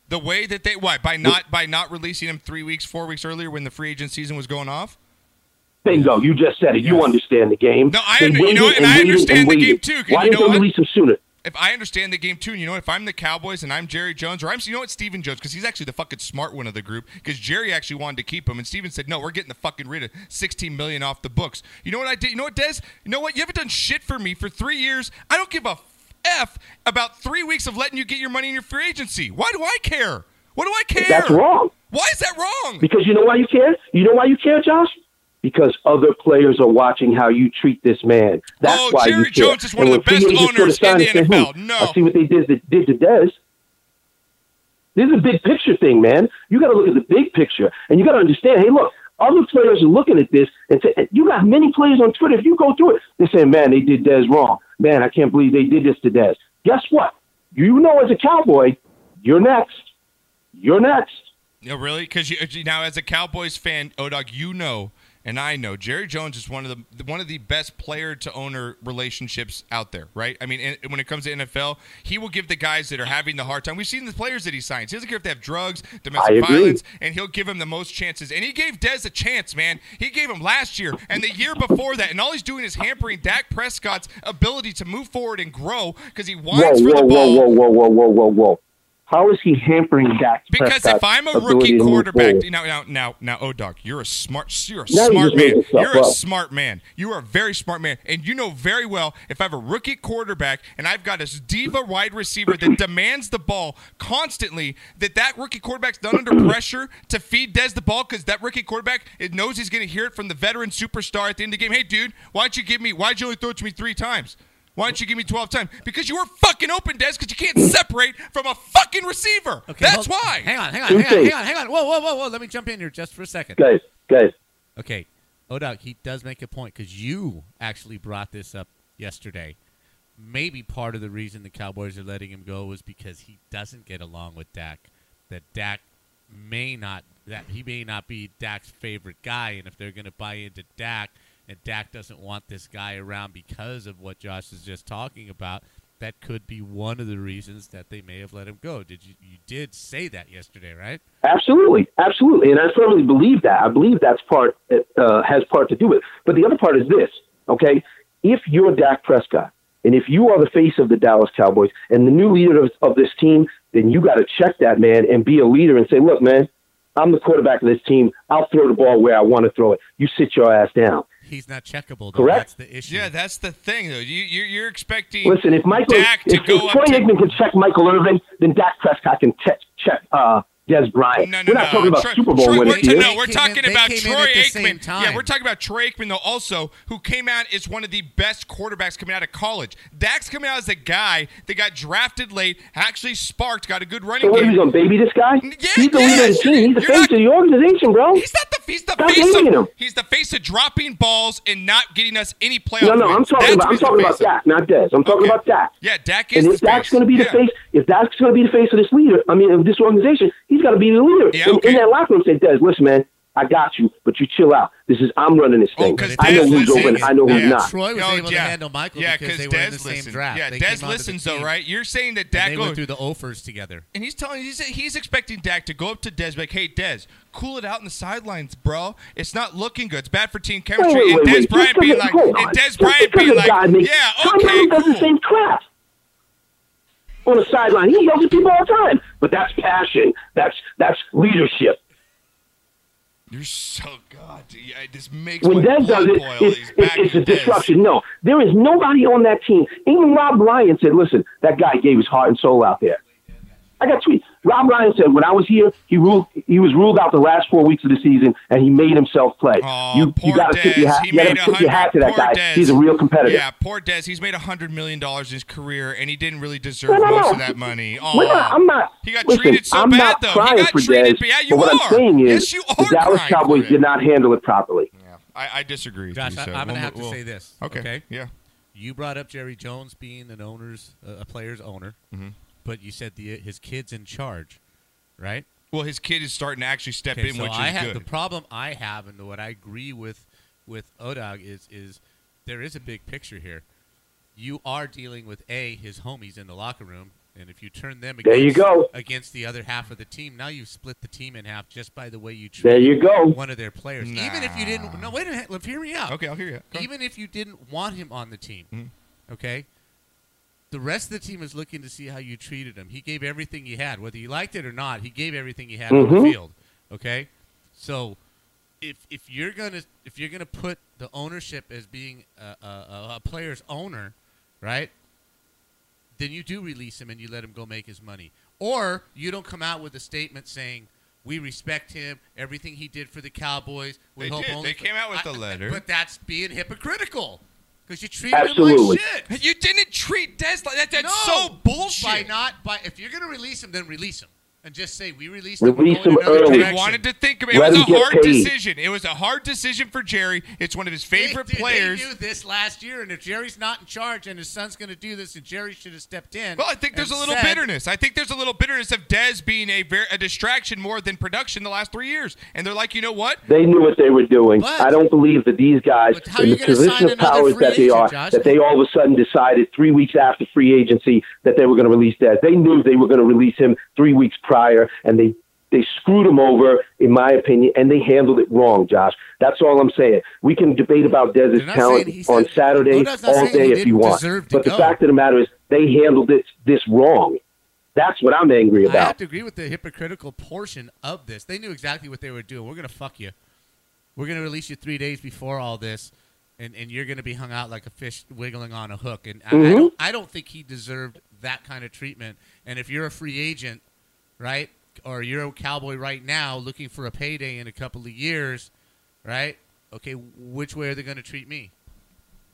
[SPEAKER 1] The way that they why by not by not releasing him three weeks, four weeks earlier when the free agent season was going off.
[SPEAKER 3] Bingo! You just said it. You understand the game.
[SPEAKER 1] No, I
[SPEAKER 3] They
[SPEAKER 1] under- you know
[SPEAKER 3] waited
[SPEAKER 1] what? And I
[SPEAKER 3] waited
[SPEAKER 1] understand the game
[SPEAKER 3] waited.
[SPEAKER 1] too, 'cause
[SPEAKER 3] Why
[SPEAKER 1] you
[SPEAKER 3] didn't
[SPEAKER 1] know
[SPEAKER 3] they
[SPEAKER 1] what?
[SPEAKER 3] release him sooner?
[SPEAKER 1] if I understand the game too, and you know, if I'm the Cowboys and I'm Jerry Jones, or I'm, you know what, Steven Jones, because he's actually the fucking smart one of the group, because Jerry actually wanted to keep him, and Steven said, no, we're getting the fucking rid of 16 million off the books. You know what I did? You know what, Des? You know what? You haven't done shit for me for three years. I don't give a f about three weeks of letting you get your money in your free agency. Why do I care? What do I care?
[SPEAKER 3] That's wrong.
[SPEAKER 1] Why is that wrong?
[SPEAKER 3] Because you know why you care? You know why you care, Josh? Because other players are watching how you treat this man. That's
[SPEAKER 1] Oh,
[SPEAKER 3] why you
[SPEAKER 1] Jerry
[SPEAKER 3] care.
[SPEAKER 1] Jones is one
[SPEAKER 3] And
[SPEAKER 1] of the
[SPEAKER 3] when E free
[SPEAKER 1] best
[SPEAKER 3] agents go to
[SPEAKER 1] owners
[SPEAKER 3] sign,
[SPEAKER 1] in the
[SPEAKER 3] they say, hmm,
[SPEAKER 1] NFL. No.
[SPEAKER 3] I see what they did, did to Dez. This is a big picture thing, man. You got to look at the big picture, and you got to understand. Hey, look, other players are looking at this, and say, you got many players on Twitter. If you go through it, they're saying, "Man, they did Dez wrong. Man, I can't believe they did this to Dez." Guess what? You know, as a Cowboy, you're next. You're next.
[SPEAKER 1] Oh, uh, No, really? Because oh, you, now, as a Cowboys fan, Odog, you know, and I know Jerry Jones is one of the one of the best player to owner relationships out there, right? I mean, in, when it comes to NFL, he will give the guys that are having the hard time. We've seen the players that he signs. He doesn't care if they have drugs, domestic
[SPEAKER 3] agree.
[SPEAKER 1] violence, and he'll give him the most chances. And he gave Dez a chance, man. He gave him last year and the year before that, and all he's doing is hampering Dak Prescott's ability to move forward and grow because he
[SPEAKER 3] Whoa,
[SPEAKER 1] wants for
[SPEAKER 3] whoa,
[SPEAKER 1] the
[SPEAKER 3] whoa,
[SPEAKER 1] ball.
[SPEAKER 3] whoa, whoa, whoa, whoa, whoa, whoa. How is he hampering Dak?
[SPEAKER 1] Because if
[SPEAKER 3] Prescott's
[SPEAKER 1] I'm a
[SPEAKER 3] ability to
[SPEAKER 1] rookie
[SPEAKER 3] move
[SPEAKER 1] quarterback,
[SPEAKER 3] forward?
[SPEAKER 1] now now now now, oh Doc, you're a smart, you're a
[SPEAKER 3] Now you
[SPEAKER 1] smart
[SPEAKER 3] just made
[SPEAKER 1] man.
[SPEAKER 3] this up.
[SPEAKER 1] You're a
[SPEAKER 3] Wow.
[SPEAKER 1] smart man. You are a very smart man, and you know very well if I have a rookie quarterback and I've got a diva wide receiver that demands the ball constantly, that that rookie quarterback's not under pressure to feed Des the ball because that rookie quarterback it knows he's going to hear it from the veteran superstar at the end of the game. Hey, dude, why'd you give me? Why'd you only throw it to me three times? Why don't you give me 12 times? Because you were fucking open, Des, because you can't separate from a fucking receiver.
[SPEAKER 2] Okay,
[SPEAKER 1] That's
[SPEAKER 2] hold-
[SPEAKER 1] why.
[SPEAKER 2] Hang on, hang on,
[SPEAKER 3] Two
[SPEAKER 2] hang on,
[SPEAKER 3] things.
[SPEAKER 2] hang on, hang on. Whoa, whoa, whoa, whoa. Let me jump in here just for a second.
[SPEAKER 3] guys, guys,
[SPEAKER 2] Okay, Odoc, he does make a point because you actually brought this up yesterday. Maybe part of the reason the Cowboys are letting him go is because he doesn't get along with Dak. That Dak may not that he may not be Dak's favorite guy, and if they're going to buy into Dak, and Dak doesn't want this guy around because of what Josh is just talking about, that could be one of the reasons that they may have let him go. Did you you did say that yesterday, right?
[SPEAKER 3] Absolutely, absolutely, and I firmly believe that. I believe that's part uh, has part to do with. It. But the other part is this: okay, if you're Dak Prescott and if you are the face of the Dallas Cowboys and the new leader of, of this team, then you got to check that man and be a leader and say, "Look, man, I'm the quarterback of this team. I'll throw the ball where I want to throw it. You sit your ass down."
[SPEAKER 2] He's not checkable. Though.
[SPEAKER 3] Correct.
[SPEAKER 2] That's the issue.
[SPEAKER 1] Yeah, that's the thing, though. You, you you're expecting
[SPEAKER 3] Listen, if Michael,
[SPEAKER 1] Dak to
[SPEAKER 3] if,
[SPEAKER 1] go
[SPEAKER 3] if
[SPEAKER 1] up
[SPEAKER 3] Troy
[SPEAKER 1] to-
[SPEAKER 3] Aikman can check Michael Irvin, then Dak Prescott can check check uh, Des Bryant.
[SPEAKER 1] No, no,
[SPEAKER 3] We're not
[SPEAKER 1] no.
[SPEAKER 3] talking about
[SPEAKER 1] Troy-
[SPEAKER 3] Super Bowl
[SPEAKER 1] Troy-
[SPEAKER 3] winners
[SPEAKER 1] we're,
[SPEAKER 3] here.
[SPEAKER 1] No, we're
[SPEAKER 2] They came
[SPEAKER 1] talking
[SPEAKER 2] in-
[SPEAKER 1] about
[SPEAKER 2] they
[SPEAKER 1] Troy
[SPEAKER 2] came in at the same
[SPEAKER 1] Aikman. Yeah,
[SPEAKER 2] time.
[SPEAKER 1] we're talking about Troy Aikman though, also who came out as one of the best quarterbacks coming out of college. Dak's coming out as a guy that got drafted late, actually sparked, got a good running
[SPEAKER 3] So what,
[SPEAKER 1] game.
[SPEAKER 3] he's gonna baby this guy?
[SPEAKER 1] Yeah,
[SPEAKER 3] he's the leader of the
[SPEAKER 1] yeah,
[SPEAKER 3] team. He's
[SPEAKER 1] you're
[SPEAKER 3] the face
[SPEAKER 1] not-
[SPEAKER 3] of the organization, bro.
[SPEAKER 1] He's not the he's the
[SPEAKER 3] Stop
[SPEAKER 1] face
[SPEAKER 3] hating
[SPEAKER 1] of
[SPEAKER 3] him.
[SPEAKER 1] he's the face of dropping balls and not getting us any playoff.
[SPEAKER 3] No, no,
[SPEAKER 1] wins.
[SPEAKER 3] I'm talking
[SPEAKER 1] That's
[SPEAKER 3] about
[SPEAKER 1] who
[SPEAKER 3] I'm
[SPEAKER 1] he's the
[SPEAKER 3] talking
[SPEAKER 1] face of.
[SPEAKER 3] about Dak, not Des. I'm talking
[SPEAKER 1] Okay.
[SPEAKER 3] about Dak.
[SPEAKER 1] Yeah, Dak is.
[SPEAKER 3] And
[SPEAKER 1] the
[SPEAKER 3] if Dak's
[SPEAKER 1] face.
[SPEAKER 3] going to be the
[SPEAKER 1] Yeah.
[SPEAKER 3] face, if Dak's going to be the face of this leader, I mean, of this organization, he's got to be the leader.
[SPEAKER 1] Yeah,
[SPEAKER 3] in,
[SPEAKER 1] okay.
[SPEAKER 3] in that locker room, say, Des, listen, man, I got you, but you chill out. This is I'm running this
[SPEAKER 1] Oh,
[SPEAKER 3] thing.
[SPEAKER 1] 'cause
[SPEAKER 3] I
[SPEAKER 1] Des
[SPEAKER 3] know who's
[SPEAKER 1] listens.
[SPEAKER 3] open. I know who's
[SPEAKER 1] Yeah.
[SPEAKER 3] not.
[SPEAKER 2] Troy was
[SPEAKER 1] Oh,
[SPEAKER 2] able
[SPEAKER 1] yeah.
[SPEAKER 2] to handle Michael
[SPEAKER 1] yeah,
[SPEAKER 2] because they were in
[SPEAKER 1] Dez
[SPEAKER 2] the
[SPEAKER 1] listens.
[SPEAKER 2] same draft.
[SPEAKER 1] Yeah,
[SPEAKER 2] they came
[SPEAKER 1] Des
[SPEAKER 2] onto the
[SPEAKER 1] listens though,
[SPEAKER 2] team,
[SPEAKER 1] right? You're saying that
[SPEAKER 2] and
[SPEAKER 1] Dak
[SPEAKER 2] they
[SPEAKER 1] goes,
[SPEAKER 2] went through the offers together.
[SPEAKER 1] and he's telling he's he's expecting Dak to go up to Dez like, hey Dez, cool it out in the sidelines, bro. It's not looking good. It's bad for team chemistry.
[SPEAKER 3] Wait,
[SPEAKER 1] and
[SPEAKER 3] wait, wait,
[SPEAKER 1] Des
[SPEAKER 3] wait.
[SPEAKER 1] Bryant
[SPEAKER 3] Just
[SPEAKER 1] being
[SPEAKER 3] because-
[SPEAKER 1] like,
[SPEAKER 3] hold on.
[SPEAKER 1] and Des
[SPEAKER 3] Just
[SPEAKER 1] Bryant
[SPEAKER 3] because
[SPEAKER 1] being
[SPEAKER 3] a guy
[SPEAKER 1] like,
[SPEAKER 3] makes-
[SPEAKER 1] yeah,
[SPEAKER 3] Tom
[SPEAKER 1] okay,
[SPEAKER 3] Brady does the
[SPEAKER 1] cool.
[SPEAKER 3] same crap on the sideline. He yells at people all the time, but that's passion. That's that's leadership.
[SPEAKER 1] You're so God. dude, I- This makes
[SPEAKER 3] when
[SPEAKER 1] my
[SPEAKER 3] Dev does
[SPEAKER 1] blood
[SPEAKER 3] it,
[SPEAKER 1] boil.
[SPEAKER 3] it's,
[SPEAKER 1] He's
[SPEAKER 3] it's,
[SPEAKER 1] back
[SPEAKER 3] it's
[SPEAKER 1] to
[SPEAKER 3] a
[SPEAKER 1] Dez.
[SPEAKER 3] disruption. No, there is nobody on that team. Even Rob Ryan said, listen, that guy gave his heart and soul out there. I got tweets. Rob Ryan said, when I was here, he ruled, he was ruled out the last four weeks of the season, and he made himself play.
[SPEAKER 1] Aw,
[SPEAKER 3] you
[SPEAKER 1] poor
[SPEAKER 3] you got to tip your
[SPEAKER 1] Dez.
[SPEAKER 3] hat,
[SPEAKER 1] He
[SPEAKER 3] you gotta
[SPEAKER 1] made a
[SPEAKER 3] tip your hat to
[SPEAKER 1] hundred-
[SPEAKER 3] that
[SPEAKER 1] poor
[SPEAKER 3] guy.
[SPEAKER 1] Dez.
[SPEAKER 3] He's a real competitor. (laughs)
[SPEAKER 1] Yeah, poor Des. He's made hundred million dollars in his career, and he didn't really deserve
[SPEAKER 3] No, no,
[SPEAKER 1] most
[SPEAKER 3] no.
[SPEAKER 1] of that money. Oh,
[SPEAKER 3] We're
[SPEAKER 1] Aw.
[SPEAKER 3] not, I'm not.
[SPEAKER 1] He got
[SPEAKER 3] listen,
[SPEAKER 1] treated so
[SPEAKER 3] I'm
[SPEAKER 1] bad,
[SPEAKER 3] not
[SPEAKER 1] though. He
[SPEAKER 3] crying
[SPEAKER 1] got
[SPEAKER 3] for
[SPEAKER 1] treated
[SPEAKER 3] Dez,
[SPEAKER 1] bad. Yeah, you
[SPEAKER 3] but what
[SPEAKER 1] are.
[SPEAKER 3] I'm saying
[SPEAKER 1] Yes,
[SPEAKER 3] is,
[SPEAKER 1] you
[SPEAKER 3] the
[SPEAKER 1] are
[SPEAKER 3] Dallas
[SPEAKER 1] crying for
[SPEAKER 3] Cowboys
[SPEAKER 1] it.
[SPEAKER 3] did not handle it properly.
[SPEAKER 1] Yeah, I, I disagree. with
[SPEAKER 2] Josh,
[SPEAKER 1] you,
[SPEAKER 2] I,
[SPEAKER 1] so
[SPEAKER 2] I'm gonna
[SPEAKER 1] we'll-
[SPEAKER 2] have to
[SPEAKER 1] we'll-
[SPEAKER 2] say this.
[SPEAKER 1] Okay.
[SPEAKER 2] Okay.
[SPEAKER 1] Yeah.
[SPEAKER 2] You brought up Jerry Jones being an owner's uh, a player's owner, but you said the his kid's in charge, right?
[SPEAKER 1] Well, his kid is starting to actually step
[SPEAKER 2] Okay,
[SPEAKER 1] in,
[SPEAKER 2] so
[SPEAKER 1] which
[SPEAKER 2] I
[SPEAKER 1] is
[SPEAKER 2] have
[SPEAKER 1] good.
[SPEAKER 2] the problem I have, and what I agree with with Odag is is there is a big picture here. You are dealing with a his homies in the locker room, and if you turn them
[SPEAKER 3] There
[SPEAKER 2] against,
[SPEAKER 3] you go.
[SPEAKER 2] against the other half of the team, now you've split the team in half just by the way you treat
[SPEAKER 3] There you go.
[SPEAKER 2] one of their players. Even if you didn't, no, wait a minute, hear me out.
[SPEAKER 1] Ah. okay, I'll hear you. Go Mm-hmm.
[SPEAKER 2] even if you didn't want him on the team, okay? The rest of the team is looking to see how you treated him. He gave everything he had, whether you liked it or not. He gave everything he had on the field, okay? So if if you're gonna if you're gonna put the ownership as being a, a- a, a player's owner, right? Then you do release him and you let him go make his money, or you don't come out with a statement saying. We respect him. Everything he did for the Cowboys. We
[SPEAKER 1] They
[SPEAKER 2] hope
[SPEAKER 1] did.
[SPEAKER 2] Only
[SPEAKER 1] They came out with
[SPEAKER 2] I-
[SPEAKER 1] the letter.
[SPEAKER 2] But that's being hypocritical because you treat him
[SPEAKER 3] Absolutely.
[SPEAKER 2] like shit.
[SPEAKER 1] ahead. You didn't treat Des like that. That's
[SPEAKER 2] No.
[SPEAKER 1] so bullshit.
[SPEAKER 2] By not by, if you're gonna release him, then release him. and just say we released them.
[SPEAKER 3] Release
[SPEAKER 2] we're
[SPEAKER 3] them
[SPEAKER 2] going another
[SPEAKER 3] early.
[SPEAKER 2] direction."
[SPEAKER 1] They wanted to think about it.
[SPEAKER 3] Let
[SPEAKER 1] was a
[SPEAKER 3] him get
[SPEAKER 1] hard
[SPEAKER 3] paid.
[SPEAKER 1] decision. It was a hard decision for Jerry. It's one of his favorite
[SPEAKER 2] They- dude,
[SPEAKER 1] players.
[SPEAKER 2] They knew this last year, and if Jerry's not in charge, and his son's going to do this, and Jerry should have stepped in.
[SPEAKER 1] Well, I think there's a
[SPEAKER 2] and
[SPEAKER 1] little
[SPEAKER 2] said-
[SPEAKER 1] bitterness. I think there's a little bitterness of Dez being a ver- a distraction more than production the last three years. And they're like, you know what?
[SPEAKER 3] They knew what they were doing.
[SPEAKER 2] But-
[SPEAKER 3] I don't believe that these guys,
[SPEAKER 2] But how
[SPEAKER 3] in
[SPEAKER 2] you
[SPEAKER 3] the
[SPEAKER 2] gonna sign
[SPEAKER 3] position of
[SPEAKER 2] another
[SPEAKER 3] powers
[SPEAKER 2] free
[SPEAKER 3] that they
[SPEAKER 2] agent,
[SPEAKER 3] are,
[SPEAKER 2] Josh?
[SPEAKER 3] that they all of a sudden decided three weeks after free agency that they were going to release Dez. They knew they were going to release him three weeks prior, and they they screwed him over, in my opinion, and they handled it wrong, Josh. That's all I'm saying. We can debate about
[SPEAKER 2] They're
[SPEAKER 3] Dez's
[SPEAKER 2] not
[SPEAKER 3] talent
[SPEAKER 2] saying he
[SPEAKER 3] on
[SPEAKER 2] said-
[SPEAKER 3] Saturday
[SPEAKER 2] Loda's not
[SPEAKER 3] all
[SPEAKER 2] saying he
[SPEAKER 3] day if you
[SPEAKER 2] didn't
[SPEAKER 3] want,
[SPEAKER 2] deserve to
[SPEAKER 3] but the
[SPEAKER 2] go.
[SPEAKER 3] fact of the matter is they handled it this wrong. That's what I'm angry
[SPEAKER 2] I have
[SPEAKER 3] about.
[SPEAKER 2] to agree with the hypocritical portion of this. They knew exactly what they were doing. We're going to fuck you. We're going to release you three days before all this, and, and you're going to be hung out like a fish wiggling on a hook. And I, I,
[SPEAKER 3] Mhm.
[SPEAKER 2] don't, I don't think he deserved that kind of treatment. And if you're a free agent, right, or you're a cowboy right now looking for a payday in a couple of years, right? Okay, which way are they going to treat me?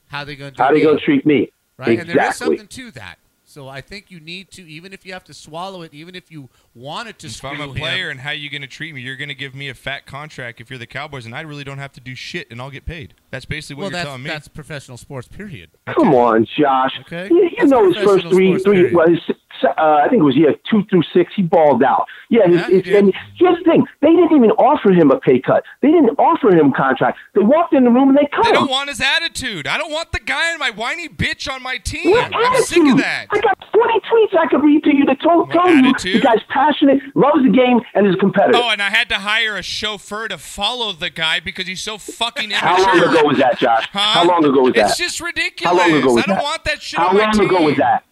[SPEAKER 2] How are they going to?
[SPEAKER 3] How are they
[SPEAKER 2] me?
[SPEAKER 3] going to treat me?
[SPEAKER 2] right? And there is
[SPEAKER 3] Exactly.
[SPEAKER 2] something to that. So I think you need to, even if you have to swallow it, even if you wanted to
[SPEAKER 1] If
[SPEAKER 2] screw
[SPEAKER 1] I'm a player
[SPEAKER 2] him,
[SPEAKER 1] and how you going to treat me, you're going to give me a fat contract if you're the Cowboys, and I really don't have to do shit, and I'll get paid. That's basically what
[SPEAKER 2] well,
[SPEAKER 1] you're
[SPEAKER 2] that's,
[SPEAKER 1] telling me.
[SPEAKER 2] that's professional sports. Period.
[SPEAKER 3] Come on, Josh.
[SPEAKER 2] Okay.
[SPEAKER 3] You, you
[SPEAKER 2] That's
[SPEAKER 3] know his first
[SPEAKER 2] professional
[SPEAKER 3] three,
[SPEAKER 2] sports
[SPEAKER 3] three.
[SPEAKER 2] period.
[SPEAKER 3] Well, his, uh, I think it was yeah, two through six. He balled out. Yeah, his,
[SPEAKER 2] Yeah, he
[SPEAKER 3] his,
[SPEAKER 2] did.
[SPEAKER 3] and here's the thing: they didn't even offer him a pay cut. They didn't offer him contract. They walked in the room and they cut
[SPEAKER 1] I
[SPEAKER 3] him.
[SPEAKER 1] don't want his attitude. I don't want the guy and my whiny bitch on my team.
[SPEAKER 3] What
[SPEAKER 1] I'm
[SPEAKER 3] attitude?
[SPEAKER 1] sick of that.
[SPEAKER 3] I got 40 tweets I could read to you that told,
[SPEAKER 1] What
[SPEAKER 3] tell you
[SPEAKER 1] attitude?
[SPEAKER 3] the guy's passionate, loves the game, and is a competitor.
[SPEAKER 1] Oh, and I had to hire a chauffeur to follow the guy because he's so fucking immature.
[SPEAKER 3] How long ago was that, Josh?
[SPEAKER 1] Huh?
[SPEAKER 3] How long ago was that?
[SPEAKER 1] It's just
[SPEAKER 3] How
[SPEAKER 1] ridiculous.
[SPEAKER 3] long ago was
[SPEAKER 1] I don't
[SPEAKER 3] that?
[SPEAKER 1] want that shit
[SPEAKER 3] How
[SPEAKER 1] on my
[SPEAKER 3] long
[SPEAKER 1] team.
[SPEAKER 3] ago was that?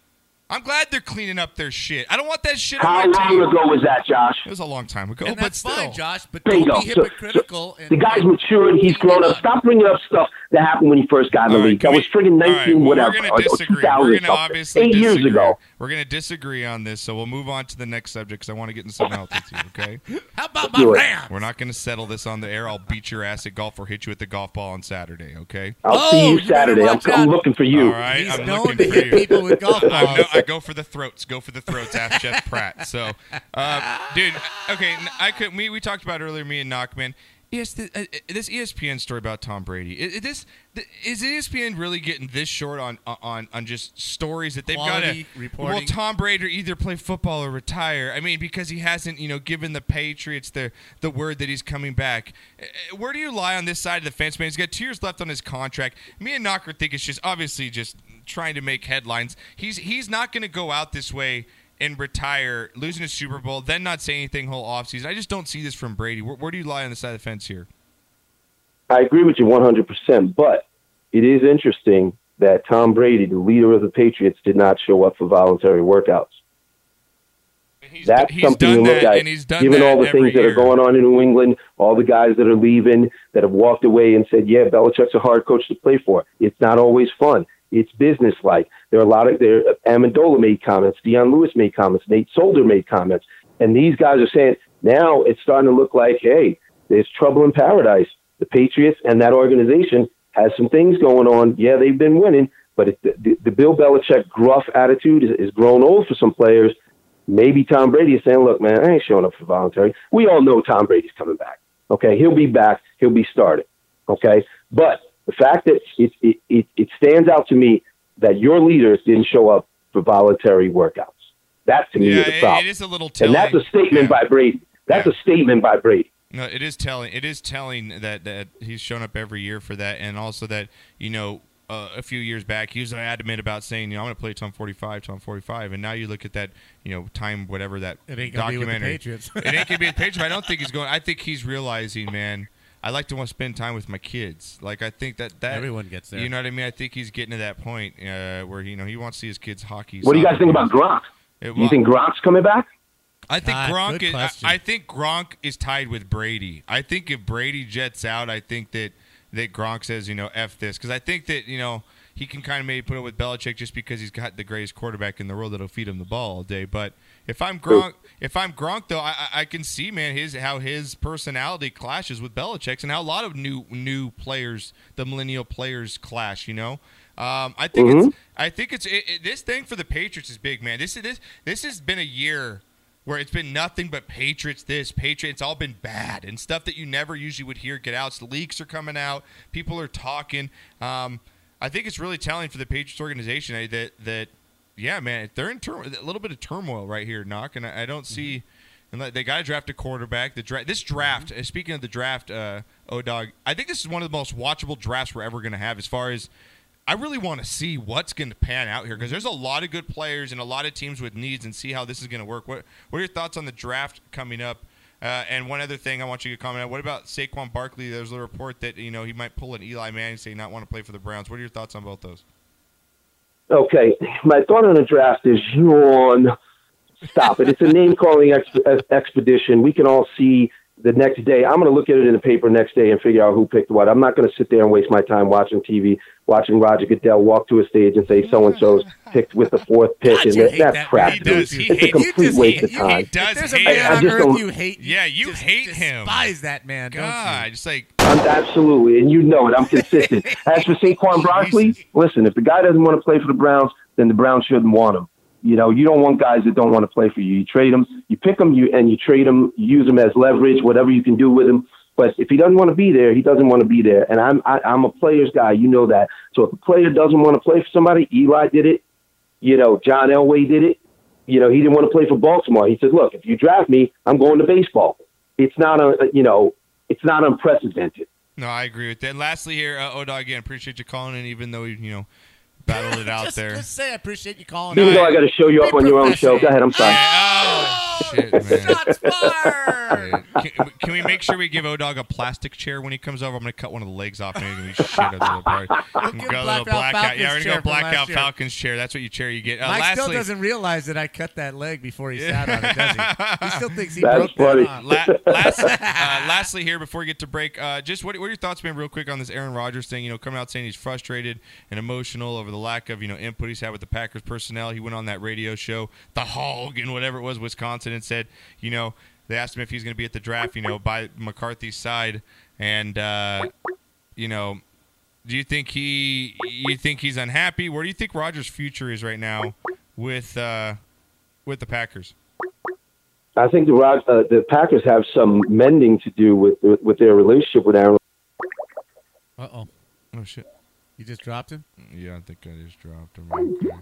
[SPEAKER 1] I'm glad they're cleaning up their shit. I don't want that shit
[SPEAKER 3] How
[SPEAKER 1] on my
[SPEAKER 3] long
[SPEAKER 1] team.
[SPEAKER 3] ago was that, Josh?
[SPEAKER 1] It was a long time ago, Oh,
[SPEAKER 2] And
[SPEAKER 1] but
[SPEAKER 2] that's
[SPEAKER 1] still.
[SPEAKER 2] fine, Josh. But
[SPEAKER 3] Bingo.
[SPEAKER 2] don't be
[SPEAKER 3] So- so
[SPEAKER 2] hypocritical. and,
[SPEAKER 3] the guy's matured. He's grown up. Stop bringing up stuff that happened when he first got in
[SPEAKER 1] All
[SPEAKER 3] the
[SPEAKER 1] right,
[SPEAKER 3] league.
[SPEAKER 1] can
[SPEAKER 3] That
[SPEAKER 1] we-
[SPEAKER 3] was friggin'
[SPEAKER 1] all
[SPEAKER 3] 19
[SPEAKER 1] right, well,
[SPEAKER 3] whatever,
[SPEAKER 1] We're gonna
[SPEAKER 3] or
[SPEAKER 1] disagree.
[SPEAKER 3] 2000
[SPEAKER 1] We're gonna
[SPEAKER 3] something,
[SPEAKER 1] obviously
[SPEAKER 3] eight
[SPEAKER 1] disagree.
[SPEAKER 3] years ago.
[SPEAKER 1] We're going to disagree on this, so we'll move on to the next subject because I want to get in something else with you, okay?
[SPEAKER 2] (laughs) How about my
[SPEAKER 3] do it.
[SPEAKER 2] Rams?
[SPEAKER 1] We're not going to settle this on the air. I'll beat your ass at golf or hit you at the golf ball on Saturday, okay?
[SPEAKER 3] I'll
[SPEAKER 2] Oh,
[SPEAKER 3] see
[SPEAKER 2] you
[SPEAKER 3] you
[SPEAKER 2] better
[SPEAKER 3] Saturday. I'm,
[SPEAKER 2] watch out.
[SPEAKER 3] I'm looking for you.
[SPEAKER 1] All right,
[SPEAKER 2] He's
[SPEAKER 1] I'm
[SPEAKER 2] known
[SPEAKER 1] looking
[SPEAKER 2] to
[SPEAKER 1] for
[SPEAKER 2] hit
[SPEAKER 1] you.
[SPEAKER 2] people with golf
[SPEAKER 1] I,
[SPEAKER 2] balls.
[SPEAKER 1] know, I go for the throats. Go for the throats. Ask Jeff Pratt. So, uh, dude, okay, n- I could. We, we talked about earlier. Me and Knockman. Yes, th- uh, uh, this ESPN story about Tom Brady. Is, is this th- is E ESPN really getting this short on on on just stories that they've got to
[SPEAKER 2] Quality reporting.
[SPEAKER 1] Well, Tom Brady either play football or retire. I mean, because he hasn't, you know, given the Patriots the the word that he's coming back. Uh, uh, Where do you lie on this side of the fence, man? He's got two years left on his contract. Me and Knocker think it's just obviously just trying to make headlines. He's he's not going to go out this way and retire, losing a Super Bowl, then not say anything whole offseason. I just don't see this from Brady. Where, where do you lie on the side of the fence here?
[SPEAKER 3] I agree with you 100%, but it is interesting that Tom Brady, the leader of the Patriots, did not show up for voluntary workouts.
[SPEAKER 1] He's,
[SPEAKER 3] That's
[SPEAKER 1] he's
[SPEAKER 3] something
[SPEAKER 1] done
[SPEAKER 3] you look
[SPEAKER 1] that,
[SPEAKER 3] at,
[SPEAKER 1] and he's done
[SPEAKER 3] given
[SPEAKER 1] that
[SPEAKER 3] all the
[SPEAKER 1] every
[SPEAKER 3] things that
[SPEAKER 1] year.
[SPEAKER 3] are going on in New England, all the guys that are leaving, that have walked away and said, "Yeah, Belichick's a hard coach to play for. It's not always fun. It's business like." There are a lot of there. Amendola made comments. Deion Lewis made comments. Nate Solder made comments, and these guys are saying now it's starting to look like, hey, there's trouble in paradise. The Patriots and that organization has some things going on. Yeah, they've been winning, but it, the, the Bill Belichick gruff attitude is, is grown old for some players maybe Tom Brady is saying, look, man, I ain't showing up for voluntary. We all know Tom Brady's coming back. Okay. He'll be back. He'll be started. Okay. But the fact that it, it, it, it stands out to me that your leaders didn't show up for voluntary workouts. That to me
[SPEAKER 1] Yeah,
[SPEAKER 3] is a
[SPEAKER 1] it-
[SPEAKER 3] problem.
[SPEAKER 1] it is a little
[SPEAKER 3] and
[SPEAKER 1] telling.
[SPEAKER 3] that's a statement
[SPEAKER 1] Yeah.
[SPEAKER 3] by Brady. That's
[SPEAKER 1] Yeah.
[SPEAKER 3] a statement by Brady.
[SPEAKER 1] No, it is telling. It is telling that, that he's shown up every year for that, and also that you know uh, a few years back he was adamant about saying, you know, I'm going to play Tom 45, Tom 45, and now you look at that, you know, time whatever that
[SPEAKER 2] It ain't gonna be with the
[SPEAKER 1] documentary.
[SPEAKER 2] Patriots.
[SPEAKER 1] (laughs) it ain't gonna be the Patriots. but I don't think he's going. I think he's realizing, man. I like to want to spend time with my kids. Like I think that that
[SPEAKER 2] Everyone gets there.
[SPEAKER 1] You know what I mean? I think he's getting to that point uh, where you know he wants to see his kids hockey.
[SPEAKER 3] What do you guys
[SPEAKER 1] soccer.
[SPEAKER 3] think about Gronk?
[SPEAKER 1] It
[SPEAKER 3] Do you
[SPEAKER 1] wa-
[SPEAKER 3] think Gronk's coming back?
[SPEAKER 1] I think
[SPEAKER 2] God,
[SPEAKER 1] Gronk.
[SPEAKER 2] Ah, good
[SPEAKER 1] Is,
[SPEAKER 2] question.
[SPEAKER 1] I, I think Gronk is tied with Brady. I think if Brady jets out, I think that that Gronk says, you know, f this, because I think that you know he can kind of maybe put it with Belichick just because he's got the greatest quarterback in the world that'll feed him the ball all day. But if I'm Gronk, if I'm Gronk though, I, I I can see man his how his personality clashes with Belichick's and how a lot of new new players, the millennial players, clash. You know, um, I think it's I think it's it, it, this thing for the Patriots is big, man. This is this this has been a year where it's been nothing but Patriots this, Patriots, it's all been bad and stuff that you never usually would hear get out. Leaks are coming out, people are talking. Um, I think it's really telling for the Patriots organization eh, that that yeah, man, they're in tur- a little bit of turmoil right here, knock, and I, I don't see. And like, they got to draft a quarterback. The draft, this draft. uh, Speaking of the draft, uh, O Dog, I think this is one of the most watchable drafts we're ever going to have. As far as I really want to see what's going to pan out here because there's a lot of good players and a lot of teams with needs, and see how this is going to work. What What are your thoughts on the draft coming up? Uh, and one other thing I want you to comment on: What about Saquon Barkley? There's a report that you know he might pull an Eli Manning, say not want to play for the Browns. What are your thoughts on both those?
[SPEAKER 3] Okay, my thought on the draft is yawn. Stop it. It's a name calling exp- ex- expedition. We can all see the next day. I'm going to look at it in the paper next day and figure out who picked what. I'm not going to sit there and waste my time watching TV, watching Roger Goodell walk to a stage and say so and so's picked with the fourth pick, and
[SPEAKER 2] you
[SPEAKER 3] that,
[SPEAKER 2] hate
[SPEAKER 3] that's
[SPEAKER 2] that.
[SPEAKER 3] crap.
[SPEAKER 2] He
[SPEAKER 3] dude.
[SPEAKER 1] does. He
[SPEAKER 3] it's a
[SPEAKER 1] hates- you
[SPEAKER 3] complete
[SPEAKER 2] just
[SPEAKER 3] waste
[SPEAKER 2] hate-
[SPEAKER 3] of
[SPEAKER 2] you
[SPEAKER 3] time.
[SPEAKER 2] hate-
[SPEAKER 1] He does
[SPEAKER 2] There's a
[SPEAKER 1] hate
[SPEAKER 3] him.
[SPEAKER 2] man
[SPEAKER 3] I
[SPEAKER 2] on
[SPEAKER 3] just
[SPEAKER 2] earth
[SPEAKER 3] don't-
[SPEAKER 2] you hate. you
[SPEAKER 1] Yeah, you
[SPEAKER 2] just
[SPEAKER 1] hate him.
[SPEAKER 2] Despise that man. don't you?
[SPEAKER 1] God, it's like
[SPEAKER 3] I'm absolutely, and you know it. I'm consistent. As for Saquon Barkley,
[SPEAKER 1] Jesus.
[SPEAKER 3] listen, if the guy doesn't want to play for the Browns, then the Browns shouldn't want him. You know, you don't want guys that don't want to play for you. You trade them, you pick them, you and you trade them, you use them as leverage, whatever you can do with him. But if he doesn't want to be there, he doesn't want to be there. And I'm I, I'm a player's guy, you know that. So if a player doesn't want to play for somebody, Eli did it. You know, John Elway did it. You know, he didn't want to play for Baltimore. He said, "Look, if you draft me, I'm going to baseball." It's not a you know, it's not unprecedented.
[SPEAKER 1] No, I agree with that. And lastly, here, uh, Oda, again, appreciate you calling in, even though we, you (laughs) know, battled it out
[SPEAKER 2] just,
[SPEAKER 1] there.
[SPEAKER 2] Just say I appreciate you calling.
[SPEAKER 3] Even
[SPEAKER 2] in.
[SPEAKER 3] though I got to show you up
[SPEAKER 2] Be
[SPEAKER 3] on your own show.
[SPEAKER 2] professional.
[SPEAKER 3] Go ahead. I'm sorry.
[SPEAKER 1] Yeah, oh, shit, man.
[SPEAKER 2] Shots fired.
[SPEAKER 1] Can, can we make sure we give Odog a plastic chair when he comes over? I'm going to cut one of the legs off and we shit out of the part.
[SPEAKER 2] give
[SPEAKER 1] We'll
[SPEAKER 2] him Blackout
[SPEAKER 1] Yeah, we're going to
[SPEAKER 2] Falcons chair
[SPEAKER 1] go
[SPEAKER 2] from
[SPEAKER 1] blackout
[SPEAKER 2] last year.
[SPEAKER 1] Falcons chair. That's what you chair you get. Uh,
[SPEAKER 2] Mike
[SPEAKER 1] lastly,
[SPEAKER 2] still doesn't realize that I cut that leg before he
[SPEAKER 1] Yeah.
[SPEAKER 2] sat on it, does he? He
[SPEAKER 1] (laughs)
[SPEAKER 2] still thinks he
[SPEAKER 3] That's
[SPEAKER 2] broke
[SPEAKER 3] funny.
[SPEAKER 2] that arm.
[SPEAKER 1] La- last,
[SPEAKER 3] (laughs)
[SPEAKER 1] uh, lastly, here before we get to break, uh, just what, what are your thoughts, man, real quick on this Aaron Rodgers thing? You know, coming out saying he's frustrated and emotional over the lack of you know input he's had with the Packers personnel. He went on that radio show, The Hog, and whatever it was, Wisconsin, and said, you know, they asked him if he's going to be at the draft, you know, by McCarthy's side, and uh, you know, do you think he, you think he's unhappy? Where do you think Rodgers' future is right now with uh, with the Packers?
[SPEAKER 3] I think the Rod, uh, the Packers have some mending to do with with, with their relationship with Aaron.
[SPEAKER 2] Uh oh.
[SPEAKER 1] Oh shit!
[SPEAKER 2] You just dropped him?
[SPEAKER 1] Yeah, I think I just dropped him. Real quick.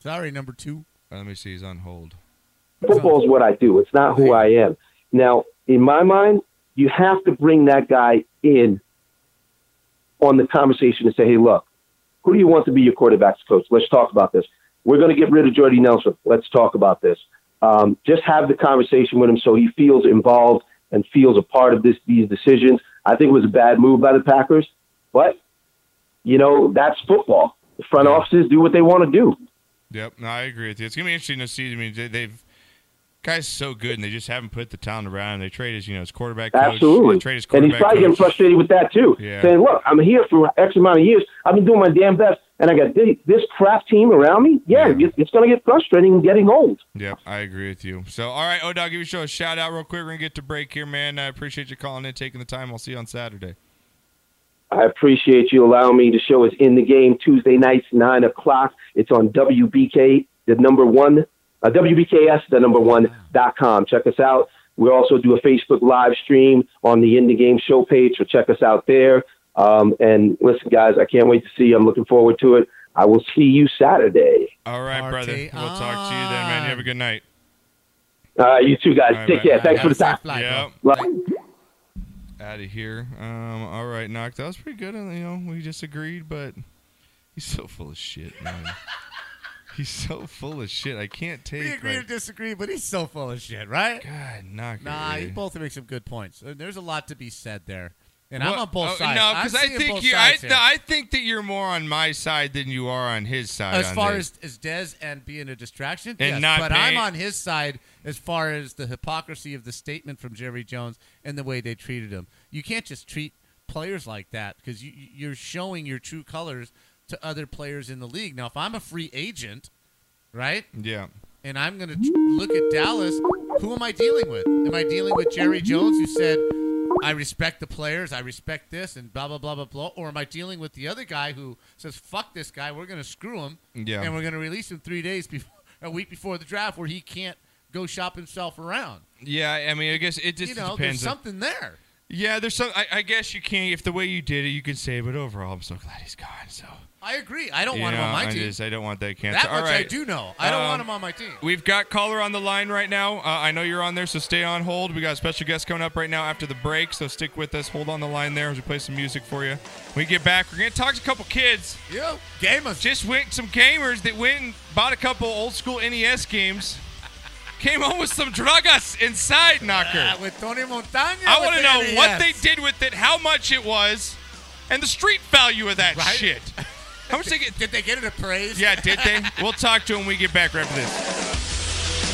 [SPEAKER 2] Sorry, number two.
[SPEAKER 1] Uh, Let me see. He's on hold.
[SPEAKER 3] Football is what I do. It's not who I am. Now, in my mind, you have to bring that guy in on the conversation and say, "Hey, look, who do you want to be your quarterbacks coach? Let's talk about this. We're going to get rid of Jordy Nelson. Let's talk about this. Um, just have the conversation with him so he feels involved and feels a part of this these decisions. I think it was a bad move by the Packers, but you know that's football. The front offices do what they want to do.
[SPEAKER 1] Yep, no, I agree with you. It's gonna be interesting to see. I mean, they, they've guys so good, and they just haven't put the talent around. They trade his, you know, his quarterback. Coach,
[SPEAKER 3] Absolutely.
[SPEAKER 1] They trade his
[SPEAKER 3] and
[SPEAKER 1] quarterback.
[SPEAKER 3] he's probably getting
[SPEAKER 1] coach.
[SPEAKER 3] frustrated with that too.
[SPEAKER 1] Yeah.
[SPEAKER 3] Saying, look, I'm here for X amount of years. I've been doing my damn best, and I got thi- this crap team around me. Yeah,
[SPEAKER 1] Yeah.
[SPEAKER 3] it's- it's going to get frustrating and getting old.
[SPEAKER 1] Yep, I agree with you. So, all right, Odell, give your show a shout out real quick. We're gonna get to break here, man. I appreciate you calling in, taking the time. I'll see you on Saturday.
[SPEAKER 3] I appreciate you allowing me to show. It's in the game Tuesday nights, 9 o'clock. It's on WBK, the number one, uh, WBKS, the number one dot com. Check us out. We also do a Facebook live stream on the In the Game show page, so check us out there. Um, and listen, guys, I can't wait to see you. I'm looking forward to it. I will see you Saturday.
[SPEAKER 1] All right,
[SPEAKER 2] Party
[SPEAKER 1] brother. We'll talk to you then, man. You have a good night.
[SPEAKER 3] All right, you two guys,
[SPEAKER 1] All right,
[SPEAKER 3] take
[SPEAKER 1] man.
[SPEAKER 3] care. Thanks for the time.
[SPEAKER 2] Safe flight,
[SPEAKER 1] yep.
[SPEAKER 2] bro.
[SPEAKER 3] Bye.
[SPEAKER 1] out of here. Um, all right, knock. That was pretty good. and, You know, we disagreed, but he's so full of shit,
[SPEAKER 2] (laughs)
[SPEAKER 1] man. he's so full of shit. I can't take.
[SPEAKER 2] We agree
[SPEAKER 1] like-
[SPEAKER 2] or disagree, but he's so full of shit, right?
[SPEAKER 1] God, knock. it,
[SPEAKER 2] Nah, you
[SPEAKER 1] dude.
[SPEAKER 2] both make some good points. Uh, There's a lot to be said there, and I'm
[SPEAKER 1] Well,
[SPEAKER 2] on both
[SPEAKER 1] oh,
[SPEAKER 2] sides.
[SPEAKER 1] No,
[SPEAKER 2] I'm
[SPEAKER 1] because I
[SPEAKER 2] seeing
[SPEAKER 1] think
[SPEAKER 2] both
[SPEAKER 1] you. I,
[SPEAKER 2] sides here.
[SPEAKER 1] no, I think that you're more on my side than you are on his side.
[SPEAKER 2] as
[SPEAKER 1] on
[SPEAKER 2] far
[SPEAKER 1] this.
[SPEAKER 2] as as Dez and being a distraction,
[SPEAKER 1] And
[SPEAKER 2] yes,
[SPEAKER 1] not
[SPEAKER 2] but
[SPEAKER 1] paying-
[SPEAKER 2] I'm on his side as far as the hypocrisy of the statement from Jerry Jones and the way they treated him. You can't just treat players like that because you, you're showing your true colors to other players in the league. Now, if I'm a free agent, right,
[SPEAKER 1] yeah,
[SPEAKER 2] and I'm going to tr- look at Dallas, who am I dealing with? Am I dealing with Jerry Jones, who said, I respect the players, I respect this, and blah, blah, blah, blah, blah? Or am I dealing with the other guy who says, fuck this guy, we're going to screw him,
[SPEAKER 1] Yeah.
[SPEAKER 2] (laughs) and we're going to release him three days before, a week before the draft where he can't go shop himself around.
[SPEAKER 1] Yeah, I mean, I guess it just
[SPEAKER 2] you know, there's
[SPEAKER 1] depends. on-
[SPEAKER 2] something there.
[SPEAKER 1] yeah, there's some. I, I guess you can't. If the way you did it, you can say. But overall, I'm so glad he's gone. So
[SPEAKER 2] I agree. I don't
[SPEAKER 1] you
[SPEAKER 2] want
[SPEAKER 1] know,
[SPEAKER 2] him on my
[SPEAKER 1] I
[SPEAKER 2] team.
[SPEAKER 1] just I don't want that cancer.
[SPEAKER 2] that
[SPEAKER 1] All
[SPEAKER 2] much I
[SPEAKER 1] right.
[SPEAKER 2] do know. I don't want
[SPEAKER 1] Um,
[SPEAKER 2] him on my team.
[SPEAKER 1] We've got caller on the line right now. Uh, I know you're on there, so stay on hold. We got a special guest coming up right now after the break, so stick with us. Hold on the line there as we play some music for you. When we get back, we're gonna talk to a couple kids.
[SPEAKER 2] Yeah, gamers.
[SPEAKER 1] Just went some gamers that went and bought a couple old school NES games. Came home with some drugas inside knocker.
[SPEAKER 2] Ah, with Tony Montana.
[SPEAKER 1] I
[SPEAKER 2] with
[SPEAKER 1] want to
[SPEAKER 2] the E
[SPEAKER 1] know what
[SPEAKER 2] NES.
[SPEAKER 1] they did with it, how much it was, and the street value of that
[SPEAKER 2] Right?
[SPEAKER 1] shit. How much they get?
[SPEAKER 2] Did they get it appraised?
[SPEAKER 1] Yeah, did they? We'll talk to them when we get back right after this.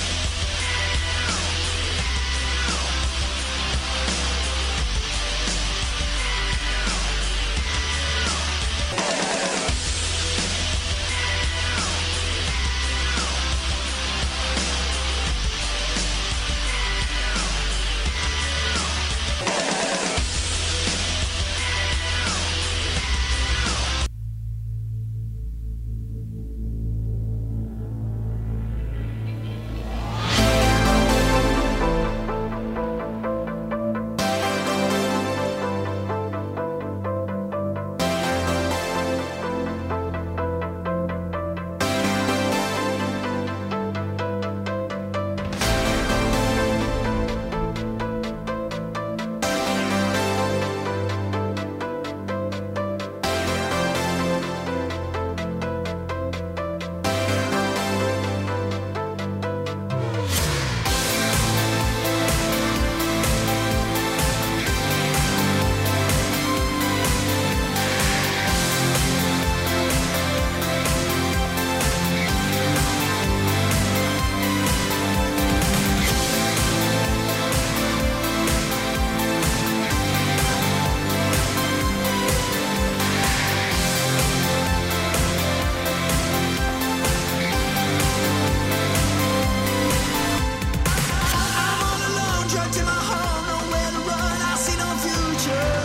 [SPEAKER 5] I'm on the road, drugged in my home, nowhere to run. I see no future.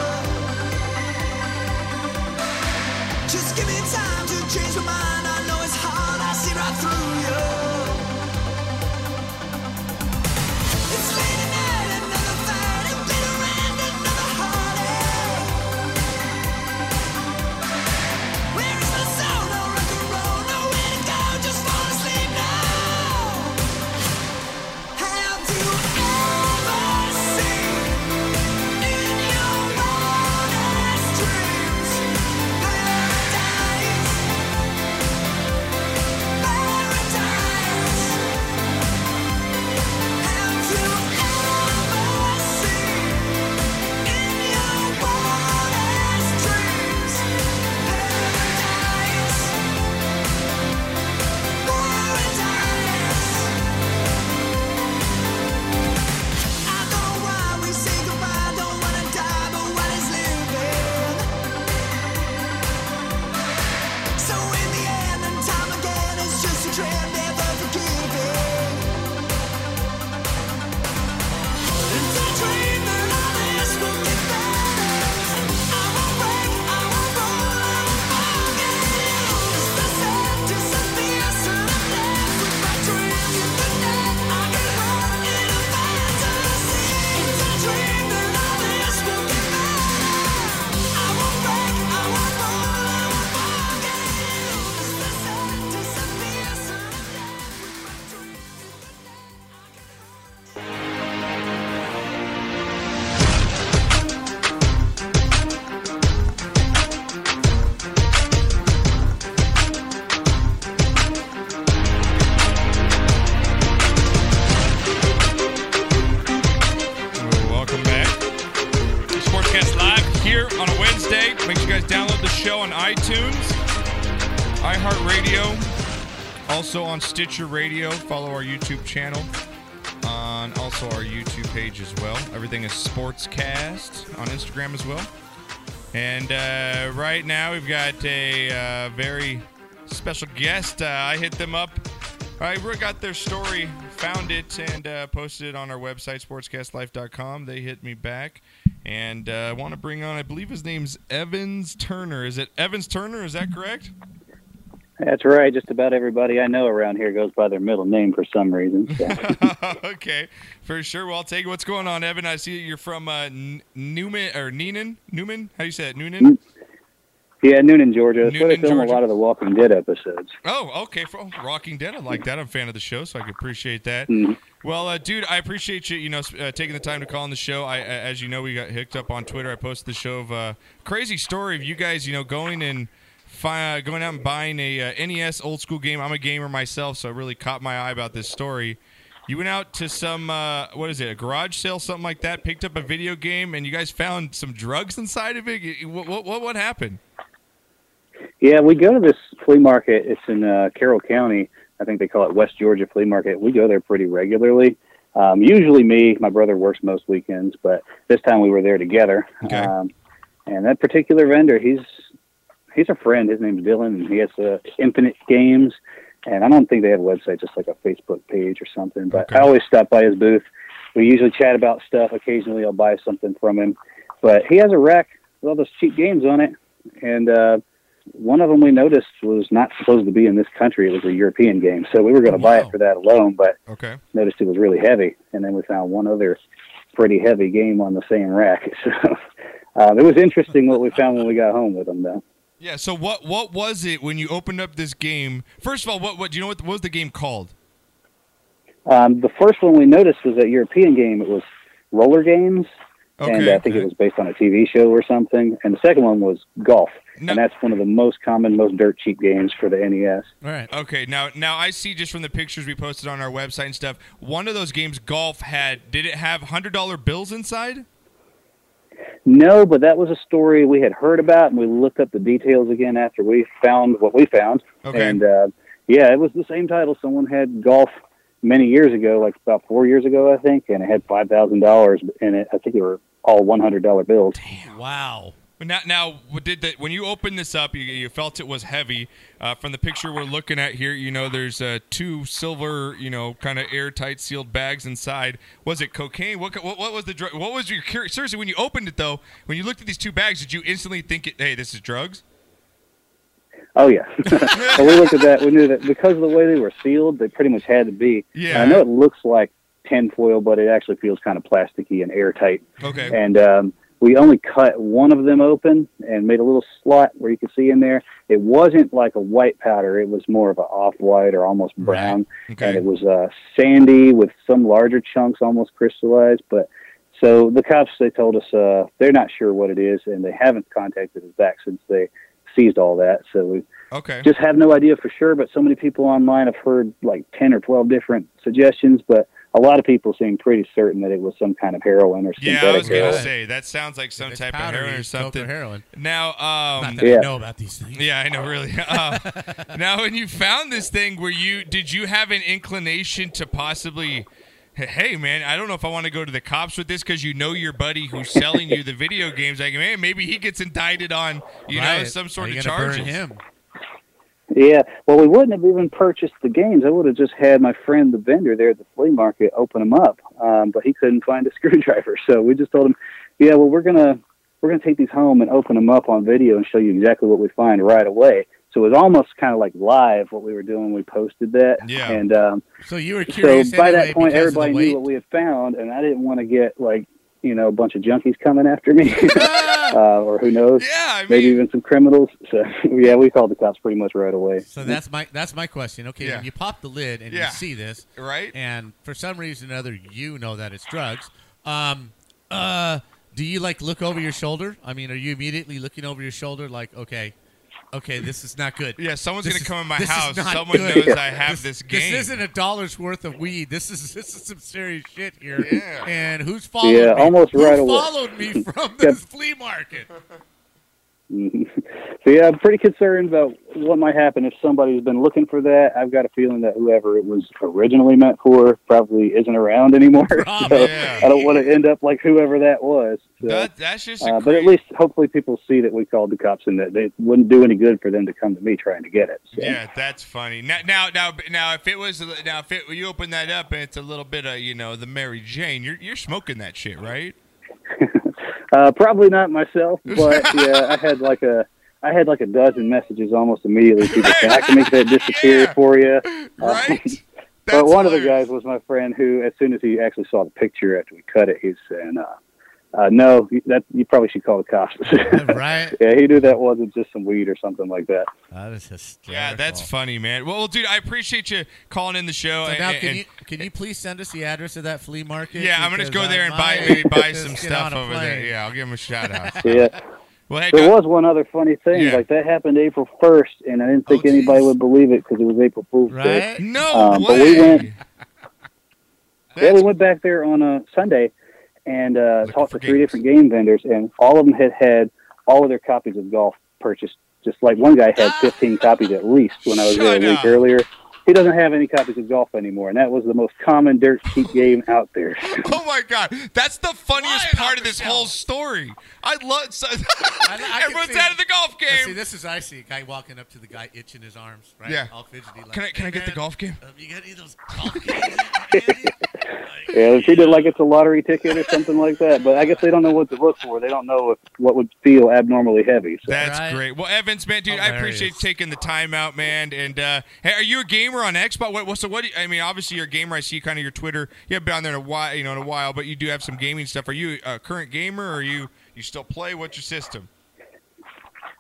[SPEAKER 5] Just give me time to change my mind. I know it's hard. I see right through you. It's late at night, another fight, a bitter end, another heartache. Where is my soul? No rock and roll, nowhere to go. Just fall asleep now. Have you ever seen in your wildest dreams paradise? Paradise. Have you ever seen in your wildest dreams paradise? Paradise. I don't know why we say goodbye. Don't wanna die, but what is living? So in the end, and time again, it's just a dream, never forgiving. It's a dream that all this will get better. I won't break, I won't roll, I won't get used. The sand disappears, and I'm left with my dreams in the night. I get lost in a fantasy. It's a dream that all this will get better. I won't break, I won't roll, I won't get used. The sand disappears, and I'm left with my dreams in the night. I get lost.
[SPEAKER 1] Well, Welcome back. Sportscast Live here on a Wednesday. Make sure you guys download the show on iTunes, iHeartRadio, also on Stitcher Radio. Follow our YouTube channel, on also our YouTube page as well. Everything is Sportscast on Instagram as well. And uh, right now we've got a uh, very special guest. Uh, I hit them up. I re- got their story, found it, and uh, posted it on our website, sportscastlife.com. They hit me back. And uh, I want to bring on, I believe his name's Evans Turner. Is it Evans Turner? Is that correct? (laughs)
[SPEAKER 6] That's right. Just about everybody I know around here goes by their middle name for some reason. So.
[SPEAKER 1] okay, for sure. Well, I'll take it. what's going on, Evan. I see you're from uh, N- Newman or Neenan. Newman, how do you say it? Noonan.
[SPEAKER 6] Yeah, Noonan, Georgia. That's where they
[SPEAKER 1] Noonan,
[SPEAKER 6] film
[SPEAKER 1] Georgia.
[SPEAKER 6] a lot of the Walking Dead episodes.
[SPEAKER 1] Oh, okay. From Rocking Dead, I like that. I'm a fan of the show, so I can appreciate that.
[SPEAKER 6] Mhm.
[SPEAKER 1] Well, uh, dude, I appreciate you. You know, sp- uh, taking the time to call on the show. I, uh, as you know, we got hooked up on Twitter. I posted the show of uh, crazy story of you guys. You know, going and fi- uh, going out and buying a uh, NES old school game. I'm a gamer myself, so it really caught my eye about this story. You went out to some uh, what is it? A garage sale, something like that. Picked up a video game, and you guys found some drugs inside of it. You- What what what, what happened?
[SPEAKER 6] Yeah, we go to this flea market. It's in uh, Carroll County. I think they call it West Georgia Flea Market. We go there pretty regularly. Um, usually me, my brother works most weekends, but this time we were there together.
[SPEAKER 1] Okay.
[SPEAKER 6] Um, and that particular vendor, he's he's a friend. His name's Dylan, and he has uh, Infinite Games. And I don't think they have a website, just like a Facebook page or something. But I
[SPEAKER 1] Okay.
[SPEAKER 6] always stop by his booth. We usually chat about stuff. Occasionally, I'll buy something from him. But he has a rack with all those cheap games on it, and uh, one of them we noticed was not supposed to be in this country. It was a European game, so we were going to buy
[SPEAKER 2] Wow.
[SPEAKER 6] it for that alone. But
[SPEAKER 1] Okay.
[SPEAKER 6] noticed it was really heavy, and then we found one other pretty heavy game on the same rack. (laughs) So uh, it was interesting what we found when we got home with them, though.
[SPEAKER 1] Yeah. So what what was it when you opened up this game? First of all, what what do you know what, what was the game called?
[SPEAKER 6] Um, the first one we noticed was that European game. It was roller games, and uh, I think it was based on a TV show or something. And the second one was golf,
[SPEAKER 1] No.
[SPEAKER 6] and that's one of the most common, most dirt cheap games for the E NES.
[SPEAKER 2] All right.
[SPEAKER 1] Okay, now now I see just from the pictures we posted on our website and stuff. One of those games, golf, had did it have hundred dollar bills inside?
[SPEAKER 6] No, but that was a story we had heard about, and we looked up the details again after we found what we found.
[SPEAKER 1] Okay.
[SPEAKER 6] And uh, yeah, it was the same title. Someone had golf many years ago, like about four years ago, I think, and it had five thousand dollars in it. I think they were all one hundred dollar bills.
[SPEAKER 2] Wow.
[SPEAKER 1] But Now, now what did that when you opened this up, you, you felt it was heavy. Uh, from the picture we're looking at here, you know, there's uh, two silver, you know, kind of airtight sealed bags inside. Was it cocaine? What co- what, what was the drug? What was your cur- seriously when you opened it though? When you looked at these two bags, did you instantly think, it, hey, this is drugs? (laughs)
[SPEAKER 6] Oh yeah. (laughs) When we looked at that. We knew that because of the way they were sealed, they pretty much had to be.
[SPEAKER 1] Yeah.
[SPEAKER 6] And I know it looks like tinfoil, but it actually feels kind of plasticky and airtight.
[SPEAKER 1] Okay.
[SPEAKER 6] and um, we only cut one of them open and made a little slot where you could see in there. It wasn't like a white powder; it was more of an off-white or almost brown,
[SPEAKER 1] Okay.
[SPEAKER 6] and it was uh, sandy with some larger chunks, almost crystallized. But so the cops they told us uh, they're not sure what it is, and they haven't contacted us back since they seized all that. So we
[SPEAKER 1] Okay.
[SPEAKER 6] just have no idea for sure. But so many people online have heard like ten or twelve different suggestions, but. A lot of people seem pretty certain that it was some kind of heroin or synthetic
[SPEAKER 1] Yeah, I was gonna
[SPEAKER 6] heroin.
[SPEAKER 1] say that sounds like some
[SPEAKER 2] If it's
[SPEAKER 1] type of
[SPEAKER 2] powder,
[SPEAKER 1] heroin
[SPEAKER 2] you
[SPEAKER 1] or
[SPEAKER 2] use coke
[SPEAKER 1] something.
[SPEAKER 2] heroin.
[SPEAKER 1] Now,
[SPEAKER 2] Not
[SPEAKER 1] um,
[SPEAKER 2] that I
[SPEAKER 6] Yeah.
[SPEAKER 2] know about these things.
[SPEAKER 1] yeah, I know,
[SPEAKER 2] (laughs)
[SPEAKER 1] really. Uh, now, when you found this thing, were you did you have an inclination to possibly? Hey man, I don't know if I want to go to the cops with this because you know your buddy who's selling you the video games. Like, man, maybe he gets indicted on you know
[SPEAKER 2] Right.
[SPEAKER 1] some
[SPEAKER 2] Are
[SPEAKER 1] sort
[SPEAKER 2] you
[SPEAKER 1] of
[SPEAKER 2] gonna burn
[SPEAKER 1] charges.
[SPEAKER 2] him?
[SPEAKER 6] Yeah, well, we wouldn't have even purchased the games. I would have just had my friend, the vendor there at the flea market, open them up. Um, but he couldn't find a (laughs) screwdriver, so we just told him, "Yeah, well, we're gonna we're gonna take these home and open them up on video and show you exactly what we find right away." So it was almost kind of like live what we were doing. when We posted that,
[SPEAKER 1] Yeah.
[SPEAKER 6] and um,
[SPEAKER 2] (laughs) So you were
[SPEAKER 6] so
[SPEAKER 2] curious
[SPEAKER 6] by
[SPEAKER 2] anyway
[SPEAKER 6] that point,
[SPEAKER 2] because of the
[SPEAKER 6] everybody
[SPEAKER 2] weight.
[SPEAKER 6] knew what we had found, and I didn't want to get like you know a bunch of junkies coming
[SPEAKER 2] (laughs)
[SPEAKER 6] after me, (laughs) uh, or who knows,
[SPEAKER 1] Yeah, I mean,
[SPEAKER 6] maybe even some criminals. So (laughs) yeah, we called the cops pretty much right away.
[SPEAKER 2] So that's my that's my question. Okay,
[SPEAKER 1] Yeah.
[SPEAKER 2] when you pop the lid and
[SPEAKER 1] Yeah.
[SPEAKER 2] you see this,
[SPEAKER 1] right?
[SPEAKER 2] and for some reason or other, you know that it's drugs. Um, uh, do you like look over your shoulder? I mean, are you immediately looking over your shoulder like, okay, okay, this is not good?
[SPEAKER 1] Yeah, someone's
[SPEAKER 2] This
[SPEAKER 1] gonna
[SPEAKER 2] is-
[SPEAKER 1] come in my
[SPEAKER 2] this is
[SPEAKER 1] house.
[SPEAKER 2] not
[SPEAKER 1] Someone
[SPEAKER 2] good. (laughs)
[SPEAKER 1] knows I have this, game.
[SPEAKER 2] This isn't a dollar's worth of weed. This is (laughs) this is some serious shit here.
[SPEAKER 1] Yeah.
[SPEAKER 2] And who's following
[SPEAKER 6] Yeah,
[SPEAKER 2] me?
[SPEAKER 6] almost
[SPEAKER 2] Who
[SPEAKER 6] right away.
[SPEAKER 2] followed
[SPEAKER 6] (laughs)
[SPEAKER 2] me from this flea market?
[SPEAKER 6] So yeah, I'm pretty concerned about what might happen if somebody's been looking for that. I've got a feeling that whoever it was originally meant for probably isn't around anymore.
[SPEAKER 2] Oh,
[SPEAKER 6] (laughs) so
[SPEAKER 1] yeah.
[SPEAKER 6] I don't want to end up like whoever that was. So,
[SPEAKER 1] That- that's just. a
[SPEAKER 6] uh, but at
[SPEAKER 1] crazy-
[SPEAKER 6] least hopefully people see that we called the cops and that they- it wouldn't do any good for them to come to me trying to get it. So.
[SPEAKER 1] Yeah, that's funny. Now, now, now, now, if it was now, if it you open that up and it's a little bit of you know the Mary Jane, you're you're smoking that shit, right?
[SPEAKER 6] Uh, probably
[SPEAKER 1] (laughs)
[SPEAKER 6] not myself, but yeah, I had like a. I had like
[SPEAKER 1] (laughs)
[SPEAKER 6] a dozen messages almost immediately. People saying, "I can make that disappear
[SPEAKER 1] Yeah.
[SPEAKER 6] for you." Uh,
[SPEAKER 1] (laughs) Right? That's
[SPEAKER 6] but one of the
[SPEAKER 1] hilarious.
[SPEAKER 6] guys was my friend who, as soon as he actually saw the picture after we cut it, he's saying, uh, uh, "No, you- that you probably should call
[SPEAKER 1] (laughs)
[SPEAKER 6] the cops." (laughs)
[SPEAKER 2] right?
[SPEAKER 6] yeah, he knew that wasn't just some weed or something like that.
[SPEAKER 2] That is hysterical.
[SPEAKER 1] Yeah, that's funny, man. Well, dude, I appreciate you calling in the show.
[SPEAKER 2] So
[SPEAKER 1] and-
[SPEAKER 2] now,
[SPEAKER 1] and-
[SPEAKER 2] can you can you please send us the address of that flea market?
[SPEAKER 1] yeah, I'm gonna
[SPEAKER 2] Because
[SPEAKER 1] go there and
[SPEAKER 2] I
[SPEAKER 1] buy
[SPEAKER 2] might
[SPEAKER 1] maybe buy
[SPEAKER 2] just
[SPEAKER 1] some
[SPEAKER 2] get
[SPEAKER 1] stuff
[SPEAKER 2] on a
[SPEAKER 1] over there.
[SPEAKER 2] plane.
[SPEAKER 1] Yeah, I'll give him a shout out.
[SPEAKER 6] Yeah.
[SPEAKER 1] (laughs) Well, hey,
[SPEAKER 6] There
[SPEAKER 1] Doc-
[SPEAKER 6] was one other funny thing.
[SPEAKER 1] Yeah.
[SPEAKER 6] Like that happened April first, and I didn't think
[SPEAKER 2] Oh,
[SPEAKER 6] anybody
[SPEAKER 2] geez.
[SPEAKER 6] would believe it because it was April Fool's Day.
[SPEAKER 2] Right?
[SPEAKER 1] no
[SPEAKER 6] Um,
[SPEAKER 1] way.
[SPEAKER 6] but we
[SPEAKER 1] (laughs)
[SPEAKER 6] went- Yeah,
[SPEAKER 1] That's-
[SPEAKER 6] we went back there on a Sunday and uh,
[SPEAKER 1] Looking
[SPEAKER 6] talked
[SPEAKER 1] for
[SPEAKER 6] to three
[SPEAKER 1] games.
[SPEAKER 6] different game vendors, and all of them had had all of their copies of golf purchased. Just like one guy
[SPEAKER 1] (laughs)
[SPEAKER 6] had 15 copies at least when I was
[SPEAKER 1] Shut
[SPEAKER 6] there a week
[SPEAKER 1] up.
[SPEAKER 6] earlier. He doesn't have any copies of golf anymore, and that was the most common dirt cheap game out
[SPEAKER 1] (laughs)
[SPEAKER 6] there.
[SPEAKER 1] Oh my god, that's the funniest
[SPEAKER 2] Lying
[SPEAKER 1] part
[SPEAKER 2] on
[SPEAKER 1] of this
[SPEAKER 2] yourself.
[SPEAKER 1] whole story. I love. So,
[SPEAKER 2] (laughs)
[SPEAKER 1] (laughs)
[SPEAKER 2] I can
[SPEAKER 1] everyone's
[SPEAKER 2] see-
[SPEAKER 1] out of the golf
[SPEAKER 2] Now, See,
[SPEAKER 1] game.
[SPEAKER 2] this is I see a guy walking up to the guy itching his arms, right?
[SPEAKER 1] Yeah.
[SPEAKER 2] All fidgety. Like,
[SPEAKER 1] Can I can I
[SPEAKER 2] "Hey,
[SPEAKER 1] get the
[SPEAKER 2] man,
[SPEAKER 1] golf game?
[SPEAKER 2] Um, you got any of those golf (laughs) games? Andy?" Like,
[SPEAKER 6] (laughs) Yeah, they treat it like it's a lottery ticket or something like that. But I guess they don't know what to look for. They don't know if, what would feel abnormally heavy. So
[SPEAKER 1] That's
[SPEAKER 2] Right.
[SPEAKER 1] great. Well, Evans, man, dude, I appreciate you
[SPEAKER 2] Hilarious.
[SPEAKER 1] taking the time out, man. And uh, hey, are you a gamer on Xbox? What, what, so what? do you- I mean, obviously you're a gamer. I see kind of your Twitter. You haven't been on there in a while, you know, in a while, but you do have some gaming stuff. Are you a current gamer? Or are you you still play? What's your system?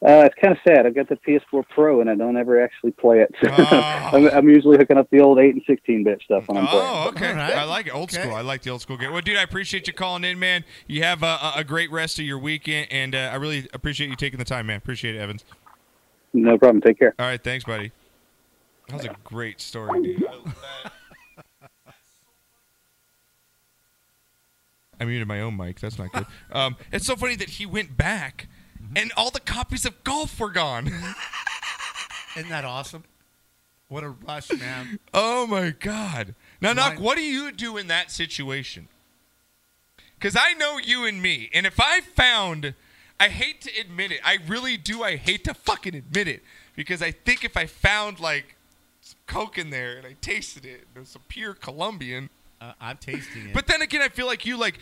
[SPEAKER 6] uh, it's kind of sad. I've got the PS4 Pro and I don't ever actually play it. (laughs)
[SPEAKER 1] Oh.
[SPEAKER 6] I'm, I'm usually hooking up the old 8 and 16 bit stuff when I'm playing.
[SPEAKER 1] Oh, okay.
[SPEAKER 2] All right.
[SPEAKER 1] I like it. Old
[SPEAKER 2] Okay.
[SPEAKER 1] school. I like the old school game. Well, dude, I appreciate you calling in, man. You have a, a- a great rest of your weekend, and uh, I really appreciate you taking the time, man. Appreciate it, Evans.
[SPEAKER 6] No problem. Take care.
[SPEAKER 1] All right, thanks, buddy. That was a great story, dude. I muted my own mic. That's not good. Um, it's so funny that he went back,
[SPEAKER 2] Mm-hmm.
[SPEAKER 1] and all the copies of golf were gone.
[SPEAKER 2] (laughs) Isn't that awesome? What a rush, man!
[SPEAKER 1] Oh my God! Now, Knock,
[SPEAKER 2] Why-
[SPEAKER 1] what do you do in that situation? Because I know you and me, and if I found, I hate to admit it. I really do. I hate to fucking admit it because I think if I found like some coke in there and I tasted it, and it was a pure Colombian.
[SPEAKER 2] Uh, I'm tasting it.
[SPEAKER 1] But then again, I feel like you like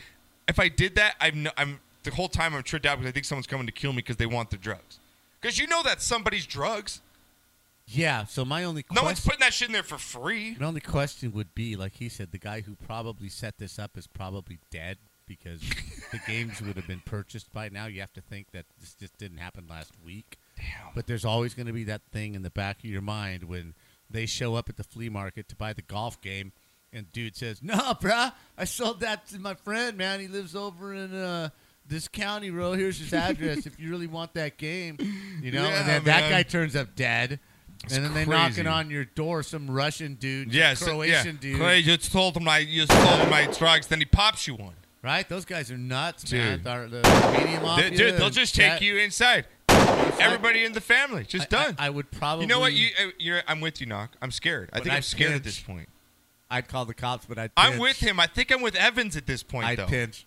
[SPEAKER 1] if I did that, I'm no, I'm the whole time I'm tripped out because I think someone's coming to kill me (laughs) because they want the drugs. Because you know that's somebody's drugs.
[SPEAKER 2] yeah. So my only
[SPEAKER 1] No one's
[SPEAKER 2] question,
[SPEAKER 1] putting that shit in there for free.
[SPEAKER 2] my only question would be, like he said, the guy who probably set this up is probably dead because
[SPEAKER 1] (laughs)
[SPEAKER 2] the games would have been purchased by now. You have to think that this just didn't happen last week.
[SPEAKER 1] Damn.
[SPEAKER 2] But there's always going to be that thing in the back of your mind when they show up at the flea market to buy the golf game, and dude says, "No, bruh, I sold (laughs) that to "Oh, my friend, man. He lives over in uh, this county, row. Here's his address. if you really want that game, you know."
[SPEAKER 1] Yeah,
[SPEAKER 2] and
[SPEAKER 1] man.
[SPEAKER 2] then that guy turns up dead, and then they knock
[SPEAKER 1] crazy.
[SPEAKER 2] it on your door. Some Russian dude, some
[SPEAKER 1] Yes,
[SPEAKER 2] Croatian
[SPEAKER 1] yeah.
[SPEAKER 2] dude,
[SPEAKER 1] Cra- you just told him I you told him my drugs, then he pops you one.
[SPEAKER 2] right? Those guys are nuts,
[SPEAKER 1] Dude.
[SPEAKER 2] man. They're- they're beating 'em off
[SPEAKER 1] They-
[SPEAKER 2] you
[SPEAKER 1] dude, they'll
[SPEAKER 2] and
[SPEAKER 1] just take
[SPEAKER 2] that-
[SPEAKER 1] you inside. Everybody in the family, just
[SPEAKER 2] I-
[SPEAKER 1] done.
[SPEAKER 2] I, I would probably.
[SPEAKER 1] you know what? You, uh, you're, I'm with you, Knock. I'm scared. I
[SPEAKER 2] But
[SPEAKER 1] think I'm
[SPEAKER 2] I'd
[SPEAKER 1] scared at
[SPEAKER 2] pinch.
[SPEAKER 1] this point.
[SPEAKER 2] I'd call the cops, but I'd.
[SPEAKER 1] I'm
[SPEAKER 2] pinch.
[SPEAKER 1] with him. I think I'm with Evans at this point,
[SPEAKER 2] I'd
[SPEAKER 1] though. (laughs)
[SPEAKER 2] pinch.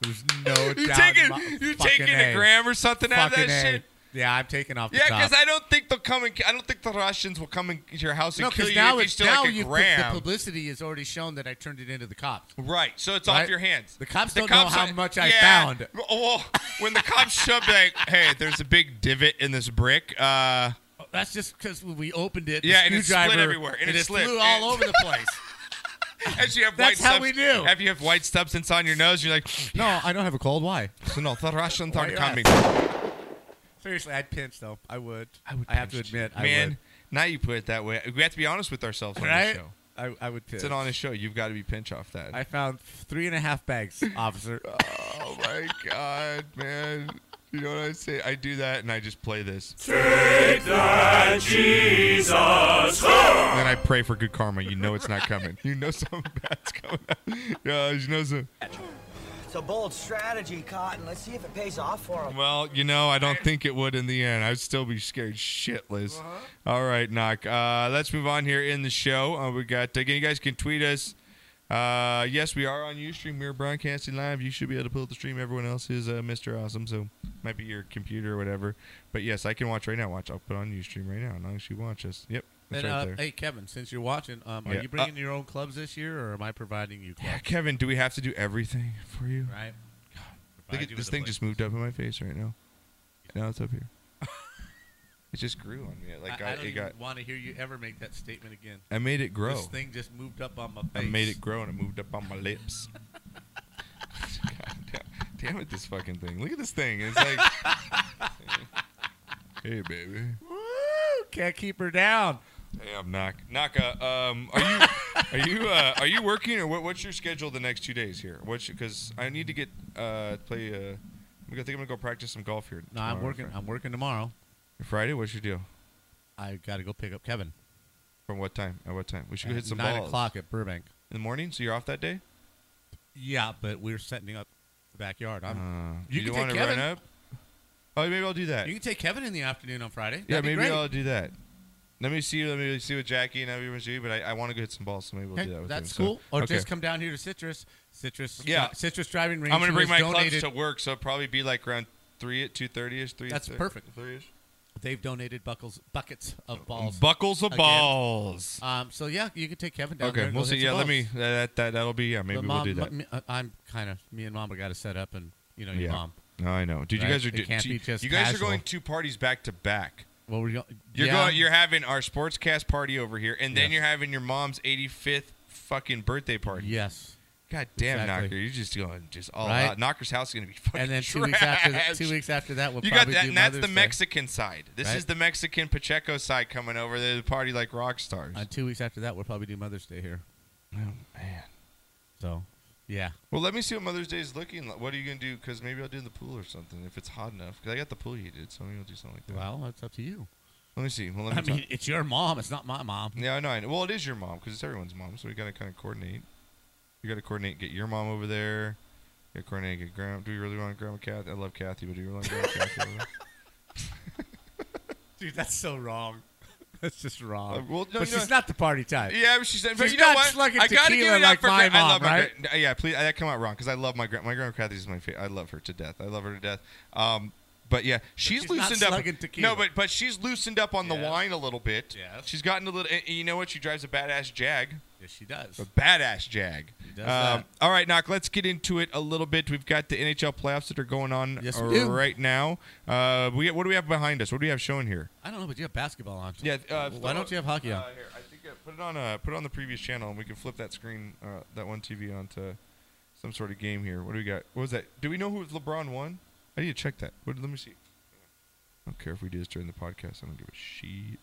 [SPEAKER 2] There's no
[SPEAKER 1] You
[SPEAKER 2] doubt.
[SPEAKER 1] taking
[SPEAKER 2] my-
[SPEAKER 1] you
[SPEAKER 2] fucking
[SPEAKER 1] taking a gram or something out of
[SPEAKER 2] Fucking
[SPEAKER 1] that
[SPEAKER 2] A.
[SPEAKER 1] shit?
[SPEAKER 2] Yeah, I'm taking off the
[SPEAKER 1] Yeah,
[SPEAKER 2] top.
[SPEAKER 1] because I don't think they'll come and I don't think the Russians will come into your house and
[SPEAKER 2] no,
[SPEAKER 1] kill
[SPEAKER 2] because
[SPEAKER 1] you
[SPEAKER 2] now
[SPEAKER 1] if you
[SPEAKER 2] it's
[SPEAKER 1] still
[SPEAKER 2] now
[SPEAKER 1] like a
[SPEAKER 2] you
[SPEAKER 1] gram.
[SPEAKER 2] the publicity has already shown that I turned it into the cops.
[SPEAKER 1] Right. So it's
[SPEAKER 2] Right?
[SPEAKER 1] off your hands.
[SPEAKER 2] The cops don't know how
[SPEAKER 1] are-
[SPEAKER 2] much I found.
[SPEAKER 1] Well, when the cops shoved like, hey, there's a big divot in this brick. Uh,
[SPEAKER 2] Oh, That's just because when we opened it,
[SPEAKER 1] Yeah,
[SPEAKER 2] the
[SPEAKER 1] and it split
[SPEAKER 2] screwdriver
[SPEAKER 1] everywhere, and it slipped,
[SPEAKER 2] flew
[SPEAKER 1] and- (laughs)
[SPEAKER 2] all over the place.
[SPEAKER 1] as you have
[SPEAKER 2] That's
[SPEAKER 1] white
[SPEAKER 2] how
[SPEAKER 1] subs-
[SPEAKER 2] we knew.
[SPEAKER 1] If you have white substance on your nose, you're like,
[SPEAKER 2] (laughs) no, I don't have a cold. Why?
[SPEAKER 1] so no, the Russians
[SPEAKER 2] Why
[SPEAKER 1] aren't
[SPEAKER 2] you
[SPEAKER 1] coming.
[SPEAKER 2] Seriously, I'd pinch though. I would. I
[SPEAKER 1] would
[SPEAKER 2] have to
[SPEAKER 1] pinch.
[SPEAKER 2] admit,
[SPEAKER 1] man. Now you put it that way. We have to be honest with ourselves
[SPEAKER 2] I
[SPEAKER 1] on
[SPEAKER 2] would.
[SPEAKER 1] this
[SPEAKER 2] Right?
[SPEAKER 1] show.
[SPEAKER 2] I, I would pinch.
[SPEAKER 1] It's an honest show. You've got to be pinch off that.
[SPEAKER 2] I found three and a half bags, (laughs) officer.
[SPEAKER 1] oh my god, man. You know what I say? I do that and I just play this. Take that, Jesus. And then I pray for good karma. You know it's not coming. You know something (laughs) bad's coming. Up. Yeah, you know some.
[SPEAKER 7] It's a bold strategy, Cotton. Let's see if it pays off for him.
[SPEAKER 1] Well, you know, I don't think it would in the end. I'd still be scared shitless.
[SPEAKER 2] Uh-huh.
[SPEAKER 1] All right, knock. Uh, let's move on here in the show. Uh, we got again. You guys can tweet us. Uh, yes, we are on UStream. We're broadcasting live. You should be able to pull up the stream. Everyone else is uh, Mr. Awesome, so might be your computer or whatever. But yes, I can watch right now. Watch. I'll put on UStream right now. As long as you watch us. Yep. That's
[SPEAKER 2] And,
[SPEAKER 1] right
[SPEAKER 2] uh,
[SPEAKER 1] there.
[SPEAKER 2] hey, Kevin, since you're watching, um,
[SPEAKER 1] Yeah.
[SPEAKER 2] are you bringing your own clubs this year, or am I providing you
[SPEAKER 1] Yeah,
[SPEAKER 2] clubs?
[SPEAKER 1] Kevin, do we have to do everything for you?
[SPEAKER 2] Right?
[SPEAKER 1] Look
[SPEAKER 2] Provide
[SPEAKER 1] at,
[SPEAKER 2] you
[SPEAKER 1] this
[SPEAKER 2] with a
[SPEAKER 1] thing
[SPEAKER 2] place. (laughs)
[SPEAKER 1] just moved up in my face right now. Now it's up here. It just grew on me. Like
[SPEAKER 2] I,
[SPEAKER 1] I,
[SPEAKER 2] I don't
[SPEAKER 1] it got.
[SPEAKER 2] want to hear you ever make that statement again.
[SPEAKER 1] I made it grow.
[SPEAKER 2] This thing just moved up on my face.
[SPEAKER 1] I made it grow and it moved up on my
[SPEAKER 2] (laughs)
[SPEAKER 1] lips. (laughs) God damn, damn it, this fucking thing. Look at this thing. It's
[SPEAKER 2] (laughs)
[SPEAKER 1] like. hey, baby.
[SPEAKER 2] Woo! Can't keep her down.
[SPEAKER 1] Hey, I'm Nak. Naka, um, are you are you uh, are you working or what, what's your schedule the next two days here? What's because I need to get uh, play. Uh, I'm gonna think I'm gonna go practice some golf here.
[SPEAKER 2] No, I'm
[SPEAKER 1] tomorrow,
[SPEAKER 2] working.
[SPEAKER 1] Fri-
[SPEAKER 2] I'm working tomorrow.
[SPEAKER 1] Friday. What's your deal?
[SPEAKER 2] I got to go pick up Kevin.
[SPEAKER 1] From what time? At what time? We should go
[SPEAKER 2] at
[SPEAKER 1] hit some
[SPEAKER 2] nine
[SPEAKER 1] balls.
[SPEAKER 2] o'clock at Burbank.
[SPEAKER 1] in the morning. So you're off that day.
[SPEAKER 2] Yeah, but we're setting up the backyard. I'm,
[SPEAKER 1] Uh,
[SPEAKER 2] you
[SPEAKER 1] do
[SPEAKER 2] can
[SPEAKER 1] want
[SPEAKER 2] take
[SPEAKER 1] to run
[SPEAKER 2] Kevin.
[SPEAKER 1] up? Oh, maybe I'll do that.
[SPEAKER 2] You can take Kevin in the afternoon on Friday.
[SPEAKER 1] yeah,
[SPEAKER 2] That'd be
[SPEAKER 1] maybe
[SPEAKER 2] great.
[SPEAKER 1] I'll do that. Let me see. Let me see what Jackie and everyone's doing. But I, I want to go hit some balls, so maybe we'll
[SPEAKER 2] Okay,
[SPEAKER 1] do that with
[SPEAKER 2] that's
[SPEAKER 1] him.
[SPEAKER 2] cool.
[SPEAKER 1] So,
[SPEAKER 2] or
[SPEAKER 1] okay.
[SPEAKER 2] just come down here to Citrus. Citrus.
[SPEAKER 1] Yeah.
[SPEAKER 2] Citrus driving range.
[SPEAKER 1] I'm gonna
[SPEAKER 2] who
[SPEAKER 1] bring my
[SPEAKER 2] has
[SPEAKER 1] clubs
[SPEAKER 2] donated,
[SPEAKER 1] to work, so it'll probably be like around three at two thirty ish. Three.
[SPEAKER 2] That's
[SPEAKER 1] thir-
[SPEAKER 2] perfect.
[SPEAKER 1] Three ish.
[SPEAKER 2] They've donated buckles, buckets of balls.
[SPEAKER 1] Uh, Buckles of
[SPEAKER 2] Again.
[SPEAKER 1] balls.
[SPEAKER 2] um. So yeah, you can take Kevin down there.
[SPEAKER 1] Okay,
[SPEAKER 2] and
[SPEAKER 1] we'll
[SPEAKER 2] go
[SPEAKER 1] see.
[SPEAKER 2] hit
[SPEAKER 1] Yeah,
[SPEAKER 2] some
[SPEAKER 1] let
[SPEAKER 2] balls.
[SPEAKER 1] me. That, that that'll be. Yeah, maybe
[SPEAKER 2] But
[SPEAKER 1] we'll
[SPEAKER 2] mom,
[SPEAKER 1] do that.
[SPEAKER 2] m- me- uh, I'm kind of me and mom. We got to set up, and you know, your
[SPEAKER 1] yeah.
[SPEAKER 2] mom.
[SPEAKER 1] No, I know, dude. You
[SPEAKER 2] Right?
[SPEAKER 1] guys are.
[SPEAKER 2] It
[SPEAKER 1] do-
[SPEAKER 2] can't
[SPEAKER 1] t-
[SPEAKER 2] be just
[SPEAKER 1] you guys
[SPEAKER 2] casual.
[SPEAKER 1] are going two parties back to back.
[SPEAKER 2] Well, we're go-
[SPEAKER 1] You're
[SPEAKER 2] yeah,
[SPEAKER 1] going. You're having our sportscast party over here, and then
[SPEAKER 2] Yes.
[SPEAKER 1] you're having your mom's 85th fucking birthday party.
[SPEAKER 2] yes.
[SPEAKER 1] God damn,
[SPEAKER 2] Exactly.
[SPEAKER 1] Knocker, you're just going just all
[SPEAKER 2] Right?
[SPEAKER 1] out. Knocker's house is gonna be fucking
[SPEAKER 2] And then two weeks
[SPEAKER 1] trash.
[SPEAKER 2] after, th- two weeks after that, we'll
[SPEAKER 1] You got
[SPEAKER 2] probably
[SPEAKER 1] that,
[SPEAKER 2] do
[SPEAKER 1] and that's the
[SPEAKER 2] Mother's Day.
[SPEAKER 1] Mexican side. This
[SPEAKER 2] Right?
[SPEAKER 1] is the Mexican Pacheco side coming over. They're the party like rock stars.
[SPEAKER 2] Uh, two weeks after that, we'll probably do Mother's Day here.
[SPEAKER 1] oh man.
[SPEAKER 2] So, yeah.
[SPEAKER 1] Well, let me see what Mother's Day is looking like. What are you gonna do? Because maybe I'll do the pool or something if it's hot enough. Because I got the pool heated, so maybe I'll do something like that.
[SPEAKER 2] Well, that's up to you.
[SPEAKER 1] Let me see. Well, let me.
[SPEAKER 2] I mean,
[SPEAKER 1] talk-
[SPEAKER 2] it's your mom. It's not my mom.
[SPEAKER 1] yeah, I know, I know. Well, it is your mom because it's everyone's mom, so we gotta kind of coordinate. We gotta coordinate. Get your mom over there. Get coordinate. Get grandma. Do we really want Grandma Kathy? I love Kathy, but do you really want Grandma Kathy? over
[SPEAKER 2] (laughs)
[SPEAKER 1] there?
[SPEAKER 2] Dude, that's so wrong. (laughs) That's just wrong.
[SPEAKER 1] Uh, well, no,
[SPEAKER 2] but
[SPEAKER 1] you know-
[SPEAKER 2] she's not the party type.
[SPEAKER 1] Yeah, but she's, but
[SPEAKER 2] She's
[SPEAKER 1] you know
[SPEAKER 2] not
[SPEAKER 1] what?
[SPEAKER 2] slugging
[SPEAKER 1] I gotta give
[SPEAKER 2] tequila
[SPEAKER 1] it up
[SPEAKER 2] like
[SPEAKER 1] for
[SPEAKER 2] my
[SPEAKER 1] Gra- I
[SPEAKER 2] mom,
[SPEAKER 1] love my
[SPEAKER 2] right?
[SPEAKER 1] gra- yeah, please, that come out wrong because I love my grand my grandma Kathy is my favorite. I love her to death. I love her to death. Um, but yeah, she's,
[SPEAKER 2] she's not
[SPEAKER 1] loosened
[SPEAKER 2] slugging
[SPEAKER 1] up.
[SPEAKER 2] tequila.
[SPEAKER 1] No, but but she's loosened up on the
[SPEAKER 2] Yes.
[SPEAKER 1] wine a little bit.
[SPEAKER 2] Yes.
[SPEAKER 1] She's gotten a little. and- and You know what? She drives a badass Jag.
[SPEAKER 2] Yes, she does.
[SPEAKER 1] A badass Jag. Um,
[SPEAKER 2] does that.
[SPEAKER 1] all right, knock. Let's get into it a little bit. We've got the NHL playoffs that are going on
[SPEAKER 2] Yes, we do.
[SPEAKER 1] right now. Uh, we what do we have behind us? What do we have showing here?
[SPEAKER 2] I don't know, but you have basketball on.
[SPEAKER 1] Yeah. Uh,
[SPEAKER 2] Why don't you have hockey on?
[SPEAKER 1] Uh, here, I think uh, put it on. Uh, put it on the previous channel, and we can flip that screen, uh, that one TV onto some sort of game here. What do we got? What was that? Do we know who LeBron won? I need to check that. What, let me see. I don't care if we do this during the podcast. I don't give a shit.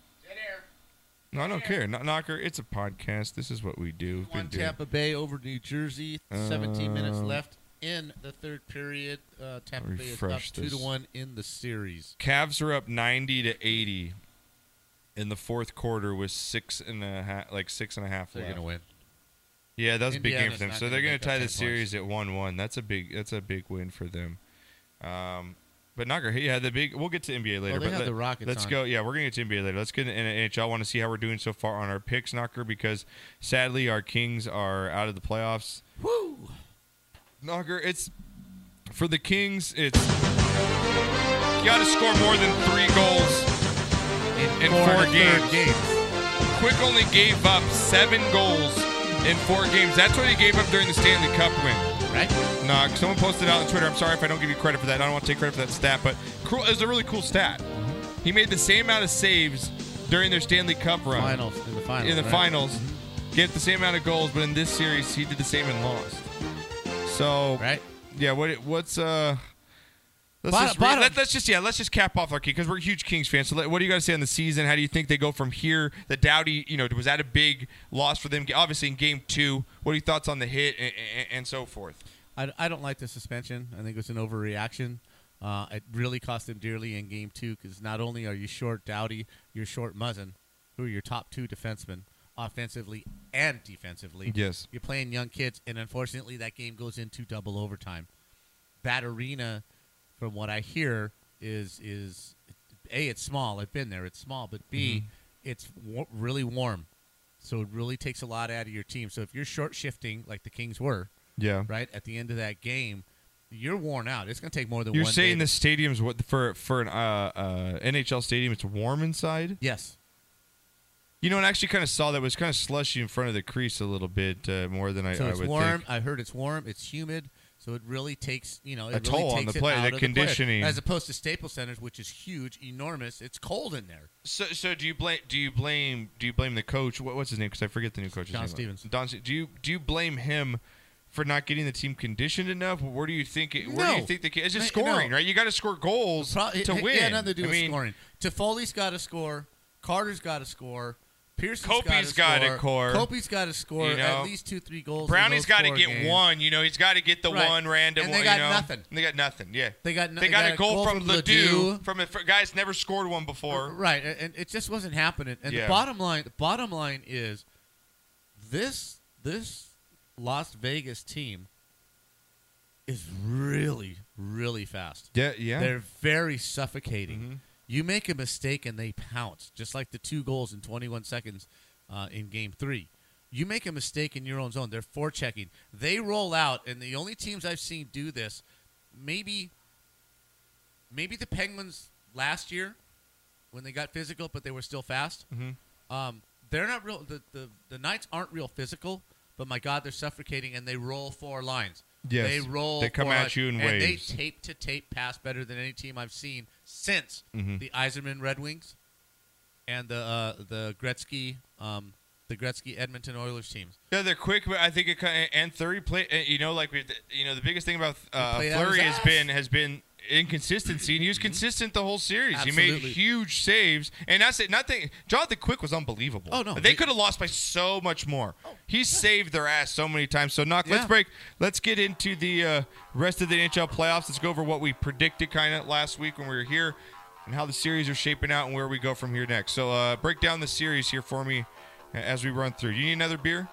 [SPEAKER 1] No, I don't care. Not knocker. It's a podcast. This is what we do. We've been
[SPEAKER 2] One
[SPEAKER 1] doing-
[SPEAKER 2] Tampa Bay over New Jersey. 17 minutes
[SPEAKER 1] Um,
[SPEAKER 2] left in the third period. Uh, Tampa Bay is up
[SPEAKER 1] refresh
[SPEAKER 2] two to
[SPEAKER 1] this.
[SPEAKER 2] one in the series.
[SPEAKER 1] Cavs are up ninety to eighty in the fourth quarter with six and a half, like six and a half
[SPEAKER 2] They're
[SPEAKER 1] left.
[SPEAKER 2] gonna win.
[SPEAKER 1] Yeah, that was a big game
[SPEAKER 2] Indiana's
[SPEAKER 1] for them.
[SPEAKER 2] not
[SPEAKER 1] So
[SPEAKER 2] gonna
[SPEAKER 1] they're going
[SPEAKER 2] make
[SPEAKER 1] to
[SPEAKER 2] up
[SPEAKER 1] tie
[SPEAKER 2] 10
[SPEAKER 1] the
[SPEAKER 2] points.
[SPEAKER 1] series at one-one. That's a big. That's a big win for them. Um, but Knocker, yeah, the big. We'll get to NBA later.
[SPEAKER 2] they
[SPEAKER 1] but
[SPEAKER 2] have the Rockets
[SPEAKER 1] Let's
[SPEAKER 2] on.
[SPEAKER 1] go. Yeah, we're going to get to NBA later. Let's get into NHL. I want to see how we're doing so far on our picks, Knocker, because sadly our Kings are out of the playoffs.
[SPEAKER 2] Woo!
[SPEAKER 1] Knocker, it's for the Kings. It's you got to score more than three goals. In
[SPEAKER 2] In,
[SPEAKER 1] four
[SPEAKER 2] four, and a third
[SPEAKER 1] games.
[SPEAKER 2] games.
[SPEAKER 1] Quick only gave up seven goals in four games. That's what he gave up during the Stanley Cup win.
[SPEAKER 2] right?
[SPEAKER 1] Nah, someone posted it out on Twitter. I'm sorry if I don't give you credit for that. I don't want to take credit for that stat, but cool, it was a really cool stat.
[SPEAKER 2] Mm-hmm.
[SPEAKER 1] He made the same amount of saves during their Stanley Cup run
[SPEAKER 2] Finals in the finals.
[SPEAKER 1] in the
[SPEAKER 2] right? Mm-hmm.
[SPEAKER 1] finals, get the same amount of goals, but in this series he did the same and lost. So
[SPEAKER 2] right?
[SPEAKER 1] yeah, what it- what's uh? Let's,
[SPEAKER 2] Bottom-
[SPEAKER 1] just re-
[SPEAKER 2] bottom-
[SPEAKER 1] let, us just yeah, let's just cap off our key because we're huge Kings fans. So let, what do you got to say on the season? How do you think they go from here? The Dowdy, you know, was that a big loss for them? Obviously in Game Two. What are your thoughts on the hit and, and, and so forth?
[SPEAKER 2] I, I don't like the suspension. I think it was an overreaction. Uh, it really cost them dearly in game two because not only are you short Dowdy, you're short Muzzin, who are your top two defensemen, offensively and defensively.
[SPEAKER 1] Yes.
[SPEAKER 2] You're playing young kids, and unfortunately, that game goes into double overtime. That arena, from what I hear, is is a it's small. I've been there. It's small, but b
[SPEAKER 1] Mm-hmm.
[SPEAKER 2] it's wa- really warm, so it really takes a lot out of your team. So if you're short shifting like the Kings were,
[SPEAKER 1] Yeah.
[SPEAKER 2] right at the end of that game, you're worn out. It's going to take more than
[SPEAKER 1] You're
[SPEAKER 2] one.
[SPEAKER 1] saying
[SPEAKER 2] day
[SPEAKER 1] the stadium's what for for an uh, uh, NHL stadium? It's warm inside.
[SPEAKER 2] Yes,
[SPEAKER 1] You know, and I actually kind of saw that it was kind of slushy in front of the crease a little bit uh, more than I,
[SPEAKER 2] so
[SPEAKER 1] I
[SPEAKER 2] it's
[SPEAKER 1] would
[SPEAKER 2] warm.
[SPEAKER 1] think.
[SPEAKER 2] I heard it's warm. It's humid, so So it really takes you know it
[SPEAKER 1] A
[SPEAKER 2] really
[SPEAKER 1] toll on
[SPEAKER 2] takes
[SPEAKER 1] the
[SPEAKER 2] it
[SPEAKER 1] play-
[SPEAKER 2] out
[SPEAKER 1] the
[SPEAKER 2] of player.
[SPEAKER 1] conditioning.
[SPEAKER 2] as opposed to Staples Centers, which is huge, enormous. It's cold in there.
[SPEAKER 1] So, so do you blame? Do you blame? Do you blame the coach? What, what's his name? Because I forget the new coach's
[SPEAKER 2] Don
[SPEAKER 1] name.
[SPEAKER 2] Stevens.
[SPEAKER 1] Don. Ste- Do you do you blame him for not getting the team conditioned enough? Where do you think? It, Where do you
[SPEAKER 2] No.
[SPEAKER 1] think the ca- it's just
[SPEAKER 2] No, no.
[SPEAKER 1] scoring, right? You got to score goals
[SPEAKER 2] Pro- it-
[SPEAKER 1] to
[SPEAKER 2] it-
[SPEAKER 1] win.
[SPEAKER 2] Yeah, nothing to do
[SPEAKER 1] I
[SPEAKER 2] with
[SPEAKER 1] mean,
[SPEAKER 2] scoring. Toffoli's got to score. Carter's got to score. Pearson's
[SPEAKER 1] Kopey's gotta
[SPEAKER 2] got to
[SPEAKER 1] score.
[SPEAKER 2] score. Kopey's got to score
[SPEAKER 1] You know,
[SPEAKER 2] at least two, three goals. in
[SPEAKER 1] Brownie's
[SPEAKER 2] those
[SPEAKER 1] got to
[SPEAKER 2] four
[SPEAKER 1] get
[SPEAKER 2] games.
[SPEAKER 1] one. You know, he's got to get the
[SPEAKER 2] Right.
[SPEAKER 1] one random.
[SPEAKER 2] And they
[SPEAKER 1] one,
[SPEAKER 2] got
[SPEAKER 1] you know?
[SPEAKER 2] nothing.
[SPEAKER 1] They got nothing. Yeah.
[SPEAKER 2] They got no-
[SPEAKER 1] they,
[SPEAKER 2] they
[SPEAKER 1] got,
[SPEAKER 2] got
[SPEAKER 1] a
[SPEAKER 2] a
[SPEAKER 1] goal,
[SPEAKER 2] goal
[SPEAKER 1] from
[SPEAKER 2] from
[SPEAKER 1] Ledoux,
[SPEAKER 2] Ledoux. Uh,
[SPEAKER 1] from a fr- guy's never scored one before.
[SPEAKER 2] Right, a- and it just wasn't happening. And
[SPEAKER 1] Yeah.
[SPEAKER 2] the bottom line, the bottom line is, this this Las Vegas team is really really fast.
[SPEAKER 1] Yeah, yeah. Mm-hmm.
[SPEAKER 2] They're very suffocating. You make a mistake and they pounce, just like the two goals in 21 seconds uh, in game three. You make a mistake in your own zone, they're forechecking. They roll out, and the only teams I've seen do this, maybe, maybe the Penguins last year when they got physical, but they were still fast.
[SPEAKER 1] Mm-hmm.
[SPEAKER 2] Um, they're not real. The, the the Knights aren't real physical, but my God, they're suffocating, and they roll four lines.
[SPEAKER 1] Yes.
[SPEAKER 2] they roll.
[SPEAKER 1] They come
[SPEAKER 2] four
[SPEAKER 1] at
[SPEAKER 2] lines,
[SPEAKER 1] you in
[SPEAKER 2] and
[SPEAKER 1] waves.
[SPEAKER 2] They tape to tape pass better than any team I've seen since
[SPEAKER 1] Mm-hmm.
[SPEAKER 2] the Eiserman Red Wings and the uh, the Gretzky um, the Gretzky Edmonton Oilers teams.
[SPEAKER 1] Yeah, they're quick, but I think it kind of, and Flurry play. uh, You know, like we, you know, the biggest thing about uh,
[SPEAKER 2] They play out of
[SPEAKER 1] Flurry
[SPEAKER 2] his
[SPEAKER 1] has
[SPEAKER 2] ass.
[SPEAKER 1] been has been inconsistency, and he was consistent the whole series. He made
[SPEAKER 2] Mm-hmm. Absolutely.
[SPEAKER 1] huge saves, and that's it. Nothing. Jonathan Quick was unbelievable.
[SPEAKER 2] Oh, no.
[SPEAKER 1] they
[SPEAKER 2] He-
[SPEAKER 1] could have lost by so much more. he saved their ass so many times. So knock. Let's
[SPEAKER 2] Yeah.
[SPEAKER 1] break. Let's get into the uh, rest of the NHL playoffs. Let's go over what we predicted kind of last week when we were here, and how the series are shaping out, and where we go from here next. So uh, break down the series here for me uh, as we run through. You need another beer?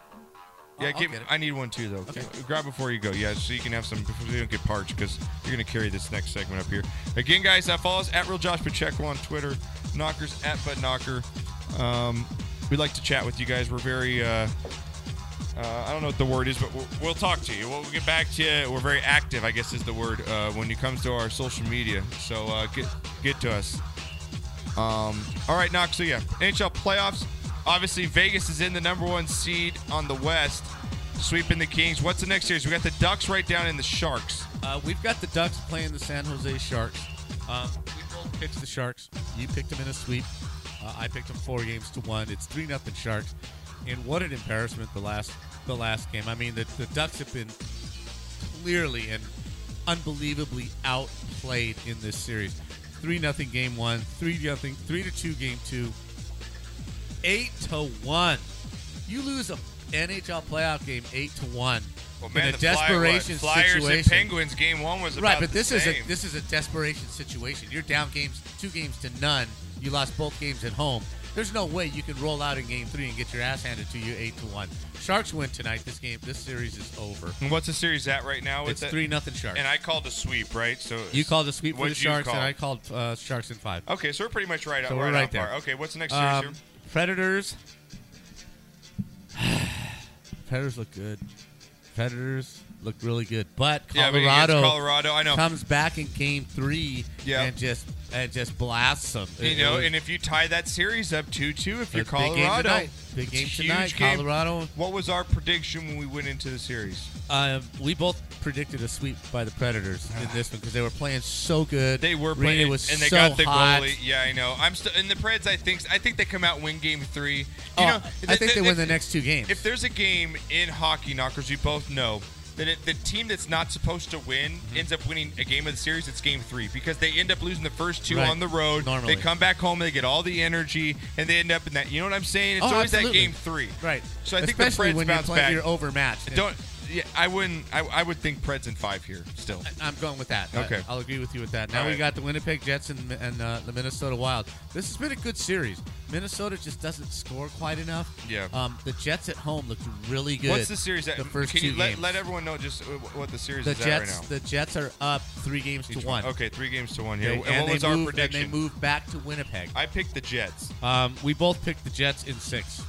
[SPEAKER 1] Yeah,
[SPEAKER 2] I'll
[SPEAKER 1] get,
[SPEAKER 2] get it.
[SPEAKER 1] I need one too, though. Grab before you go, yeah, so you can have some before you don't get parched because you're gonna carry this next segment up here. Again, guys, that follows at Real Josh Pacheco on Twitter, Knockers at Bud Knocker. Um, we like to chat with you guys. We're very, uh, uh, I don't know what the word is, but we'll, we'll talk to you. We'll get back to you. We're very active, I guess, is the word uh, when it comes to our social media. So uh, get get to us. Um, all right, Knox. So yeah, NHL playoffs. Obviously, Vegas is in the number one seed on the West, sweeping the Kings. What's the next series? We got the Ducks right down in the Sharks.
[SPEAKER 2] Uh, we've got the Ducks playing the San Jose Sharks. Um, we both picked the Sharks. You picked them in a sweep. Uh, I picked them four games to one. It's three nothing Sharks. And what an embarrassment the last the last game. I mean, the, the Ducks have been clearly and unbelievably outplayed in this series. Three nothing game one. Three nothing. Three to two game two. Eight to one. You lose a NHL playoff game eight to one. in a desperation
[SPEAKER 1] Flyers
[SPEAKER 2] situation.
[SPEAKER 1] and Penguins game one was
[SPEAKER 2] Right, but this is a this is a desperation situation. You're down games two games to none. You lost both games at home. There's no way you can roll out in game three and get your ass handed to you eight to one. Sharks win tonight. This game, this series is over.
[SPEAKER 1] and what's the series at right now? with
[SPEAKER 2] It's
[SPEAKER 1] that?
[SPEAKER 2] three nothing Sharks.
[SPEAKER 1] And I called a sweep, right? So
[SPEAKER 2] you called the sweep for the
[SPEAKER 1] What'd you
[SPEAKER 2] Sharks,
[SPEAKER 1] call?
[SPEAKER 2] and I called uh, Sharks in five.
[SPEAKER 1] Okay, so we're pretty much right.
[SPEAKER 2] So
[SPEAKER 1] out-
[SPEAKER 2] we're
[SPEAKER 1] right
[SPEAKER 2] right
[SPEAKER 1] on par.
[SPEAKER 2] there.
[SPEAKER 1] Okay, what's the next series?
[SPEAKER 2] Um,
[SPEAKER 1] here?
[SPEAKER 2] Predators. (sighs) Predators look good. Predators look really good, but
[SPEAKER 1] Yeah, but
[SPEAKER 2] Colorado,
[SPEAKER 1] against Colorado. I know.
[SPEAKER 2] comes back in game three
[SPEAKER 1] Yeah.
[SPEAKER 2] and just and just blasts them.
[SPEAKER 1] You
[SPEAKER 2] It-
[SPEAKER 1] know,
[SPEAKER 2] it was-
[SPEAKER 1] and if you tie that series up two-two, if you're
[SPEAKER 2] It's a big game
[SPEAKER 1] Colorado,
[SPEAKER 2] tonight. Big
[SPEAKER 1] it's a
[SPEAKER 2] game
[SPEAKER 1] huge
[SPEAKER 2] tonight,
[SPEAKER 1] game.
[SPEAKER 2] Colorado.
[SPEAKER 1] What was our prediction when we went into the series?
[SPEAKER 2] uh, we both predicted a sweep by the Predators
[SPEAKER 1] (sighs)
[SPEAKER 2] in this one because they were playing so good.
[SPEAKER 1] They were
[SPEAKER 2] Arena
[SPEAKER 1] playing,
[SPEAKER 2] was
[SPEAKER 1] and they
[SPEAKER 2] so
[SPEAKER 1] got the
[SPEAKER 2] hot.
[SPEAKER 1] goalie. Yeah, I know. I'm still in the Preds. I think I think they come out win game three. You
[SPEAKER 2] Oh,
[SPEAKER 1] know,
[SPEAKER 2] I
[SPEAKER 1] th-
[SPEAKER 2] think
[SPEAKER 1] th-
[SPEAKER 2] they win the
[SPEAKER 1] th-
[SPEAKER 2] next two games.
[SPEAKER 1] If there's a game in hockey, knockers, you both know that if the team that's not supposed to win
[SPEAKER 2] Mm-hmm.
[SPEAKER 1] ends up winning a game of the series, it's game three because they end up losing the first two
[SPEAKER 2] Right.
[SPEAKER 1] on the road.
[SPEAKER 2] Normally.
[SPEAKER 1] They come back home, they get all the energy, and they end up in that. You know what I'm saying? It's
[SPEAKER 2] Oh,
[SPEAKER 1] always
[SPEAKER 2] absolutely.
[SPEAKER 1] that game three.
[SPEAKER 2] right,
[SPEAKER 1] So I think the
[SPEAKER 2] especially
[SPEAKER 1] Preds
[SPEAKER 2] when
[SPEAKER 1] bounce
[SPEAKER 2] you're playing,
[SPEAKER 1] back.
[SPEAKER 2] you're overmatched. And
[SPEAKER 1] Don't. Yeah, I wouldn't. I, I would think Preds in five here still.
[SPEAKER 2] I'm going with that.
[SPEAKER 1] Okay.
[SPEAKER 2] I, will agree with you with that. Now
[SPEAKER 1] All right.
[SPEAKER 2] we got the Winnipeg Jets and, and uh, the Minnesota Wild. This has been a good series. Minnesota just doesn't score quite enough.
[SPEAKER 1] Yeah.
[SPEAKER 2] Um, the Jets at home looked really good.
[SPEAKER 1] What's the series at?
[SPEAKER 2] The first
[SPEAKER 1] Can
[SPEAKER 2] two
[SPEAKER 1] you let,
[SPEAKER 2] games.
[SPEAKER 1] let everyone know just uh, wh- what the series
[SPEAKER 2] the
[SPEAKER 1] is
[SPEAKER 2] Jets,
[SPEAKER 1] at right now?
[SPEAKER 2] the Jets are up three games
[SPEAKER 1] Each
[SPEAKER 2] to one.
[SPEAKER 1] Okay, three games to one here.
[SPEAKER 2] Okay,
[SPEAKER 1] and, what
[SPEAKER 2] they
[SPEAKER 1] was our
[SPEAKER 2] move-
[SPEAKER 1] prediction?
[SPEAKER 2] And they move back to Winnipeg.
[SPEAKER 1] I picked the Jets.
[SPEAKER 2] Um, we both picked the Jets in six.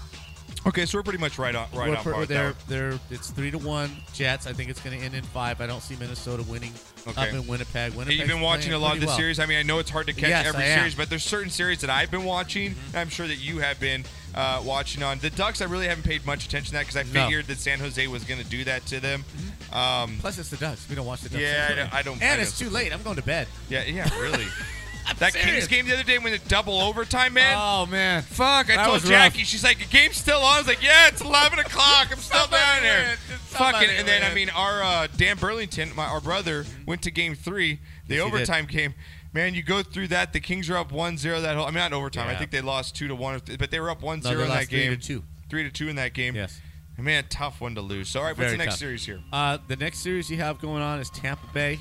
[SPEAKER 1] Okay, so we're pretty much right on right
[SPEAKER 2] We're
[SPEAKER 1] on
[SPEAKER 2] per-
[SPEAKER 1] par. with that
[SPEAKER 2] they're,
[SPEAKER 1] one.
[SPEAKER 2] they're, it's three to one Jets. I think it's going to end in five. I don't see Minnesota winning
[SPEAKER 1] Okay.
[SPEAKER 2] up in Winnipeg.
[SPEAKER 1] And
[SPEAKER 2] Winnipeg's
[SPEAKER 1] You've been watching a
[SPEAKER 2] playing
[SPEAKER 1] lot of
[SPEAKER 2] pretty
[SPEAKER 1] the
[SPEAKER 2] well.
[SPEAKER 1] series. I mean, I know it's hard to catch
[SPEAKER 2] Yes,
[SPEAKER 1] every
[SPEAKER 2] I am. Mm-hmm.
[SPEAKER 1] series, but there's certain series that I've been watching, and I'm sure that you have been uh, watching on. The Ducks, I really haven't paid much attention to that because I
[SPEAKER 2] No. Mm-hmm.
[SPEAKER 1] figured that San Jose was going to do that to them. Um,
[SPEAKER 2] Plus, it's the Ducks. We don't watch the Ducks.
[SPEAKER 1] Yeah, I don't- I don't- I
[SPEAKER 2] And it's
[SPEAKER 1] don't-
[SPEAKER 2] too late. I'm going to bed.
[SPEAKER 1] yeah,
[SPEAKER 2] (laughs)
[SPEAKER 1] yeah, really. that
[SPEAKER 2] serious.
[SPEAKER 1] Kings game the other day when the double overtime, man.
[SPEAKER 2] Oh man.
[SPEAKER 1] Fuck, I
[SPEAKER 2] That
[SPEAKER 1] told
[SPEAKER 2] was rough.
[SPEAKER 1] Jackie, she's like, the game's still on. I was like, yeah, it's 11 o'clock. I'm still
[SPEAKER 2] Somebody
[SPEAKER 1] down
[SPEAKER 2] win.
[SPEAKER 1] here.
[SPEAKER 2] Just
[SPEAKER 1] Fucking,
[SPEAKER 2] somebody
[SPEAKER 1] and then, I
[SPEAKER 2] win.
[SPEAKER 1] mean, our uh, Dan Burlington, my, our brother, went to game three, the
[SPEAKER 2] Mm-hmm. Yes, he did.
[SPEAKER 1] overtime game. Man, you go through that. The Kings are up 1 0 that whole. I mean, not overtime. I
[SPEAKER 2] Yeah.
[SPEAKER 1] think they lost 2 to 1, but they were up 1
[SPEAKER 2] No,
[SPEAKER 1] 0
[SPEAKER 2] they
[SPEAKER 1] in
[SPEAKER 2] lost
[SPEAKER 1] that
[SPEAKER 2] three
[SPEAKER 1] game.
[SPEAKER 2] to two.
[SPEAKER 1] 3 to 2 in that game.
[SPEAKER 2] Yes.
[SPEAKER 1] Man, tough one to lose. So, all right, what's the
[SPEAKER 2] Very
[SPEAKER 1] next
[SPEAKER 2] tough.
[SPEAKER 1] series here?
[SPEAKER 2] Uh, the next series you have going on is Tampa Bay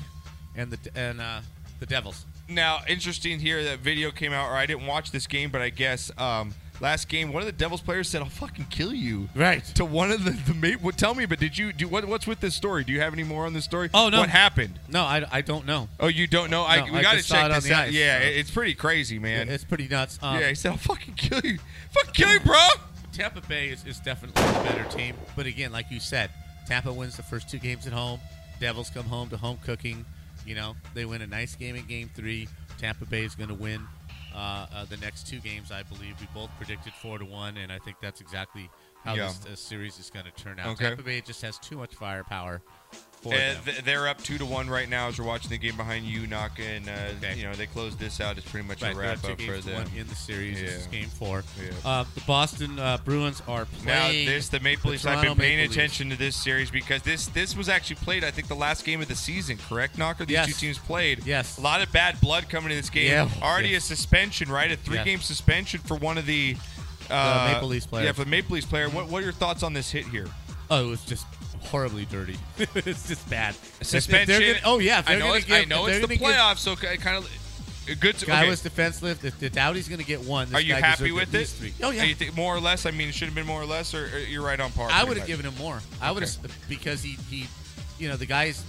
[SPEAKER 2] and the and uh, the Devils.
[SPEAKER 1] Now, interesting here that video came out, or I didn't watch this game, but I guess um, last game, one of the Devils players said, I'll fucking kill you.
[SPEAKER 2] Right.
[SPEAKER 1] to one of the, the mate. Well, tell me, but did you do what? What's with this story? Do you have any more on this story?
[SPEAKER 2] Oh, no.
[SPEAKER 1] What happened?
[SPEAKER 2] No, I, I don't know.
[SPEAKER 1] Oh, you don't know? I
[SPEAKER 2] No,
[SPEAKER 1] we
[SPEAKER 2] I
[SPEAKER 1] got to
[SPEAKER 2] just saw
[SPEAKER 1] check
[SPEAKER 2] it on
[SPEAKER 1] this
[SPEAKER 2] the
[SPEAKER 1] out.
[SPEAKER 2] ice,
[SPEAKER 1] yeah,
[SPEAKER 2] so-
[SPEAKER 1] it- it's pretty crazy, man.
[SPEAKER 2] It's pretty nuts. Um,
[SPEAKER 1] yeah, he said, "Oh, "I'll fucking kill you, fuck kill you, bro."
[SPEAKER 2] Tampa Bay is, is definitely the better team. But again, like you said, Tampa wins the first two games at home. Devils come home to home cooking. You know, they win a nice game in game three. Tampa Bay is going to win uh, uh, the next two games, I believe. We both predicted four to one, and I think that's exactly how
[SPEAKER 1] Yeah.
[SPEAKER 2] this, uh series is going to turn out.
[SPEAKER 1] Okay.
[SPEAKER 2] Tampa Bay just has too much firepower for
[SPEAKER 1] Uh,
[SPEAKER 2] them.
[SPEAKER 1] th- they're up two to one right now as you're watching the game behind you, knocking. Uh,
[SPEAKER 2] Okay.
[SPEAKER 1] You know, they closed this out. It's pretty much
[SPEAKER 2] Right,
[SPEAKER 1] a
[SPEAKER 2] they
[SPEAKER 1] wrap
[SPEAKER 2] have two
[SPEAKER 1] up for
[SPEAKER 2] games to
[SPEAKER 1] them.
[SPEAKER 2] one in the series. This is
[SPEAKER 1] Yeah.
[SPEAKER 2] game four.
[SPEAKER 1] Yeah.
[SPEAKER 2] Uh, the Boston uh, Bruins are
[SPEAKER 1] Now
[SPEAKER 2] playing.
[SPEAKER 1] this the Maple
[SPEAKER 2] the
[SPEAKER 1] Leafs. I've been
[SPEAKER 2] Toronto
[SPEAKER 1] paying
[SPEAKER 2] Maple Leafs.
[SPEAKER 1] attention to this series because this this was actually played. I think the last game of the season, correct? Knocker. These
[SPEAKER 2] Yes.
[SPEAKER 1] two teams played.
[SPEAKER 2] Yes.
[SPEAKER 1] A lot of bad blood coming in this game.
[SPEAKER 2] Yeah.
[SPEAKER 1] Already
[SPEAKER 2] Yeah.
[SPEAKER 1] a suspension, right? A three game suspension for one of the. Uh,
[SPEAKER 2] Maple Leafs players.
[SPEAKER 1] Yeah, for the Maple Leafs player. What, what are your thoughts on this hit here?
[SPEAKER 2] Oh, it was just horribly dirty. (laughs) it's just bad. If- if they're
[SPEAKER 1] Suspension.
[SPEAKER 2] gonna- oh yeah. if
[SPEAKER 1] I
[SPEAKER 2] they're
[SPEAKER 1] know.
[SPEAKER 2] gonna
[SPEAKER 1] It's, I
[SPEAKER 2] give-
[SPEAKER 1] know
[SPEAKER 2] if
[SPEAKER 1] it's the
[SPEAKER 2] they're gonna
[SPEAKER 1] playoffs,
[SPEAKER 2] give-
[SPEAKER 1] so it kind of good. To,
[SPEAKER 2] Guy
[SPEAKER 1] okay.
[SPEAKER 2] was defenseless. If the Dowdy's going to get one, this
[SPEAKER 1] are you
[SPEAKER 2] guy
[SPEAKER 1] happy
[SPEAKER 2] deserved
[SPEAKER 1] with
[SPEAKER 2] at
[SPEAKER 1] it?
[SPEAKER 2] least Three. Oh yeah.
[SPEAKER 1] Are you think more or less? I mean, it should have been more or less, or, or you're right on par.
[SPEAKER 2] I
[SPEAKER 1] pretty
[SPEAKER 2] would have
[SPEAKER 1] much?
[SPEAKER 2] given him more. I would
[SPEAKER 1] Okay.
[SPEAKER 2] have because he he, you know, the guy's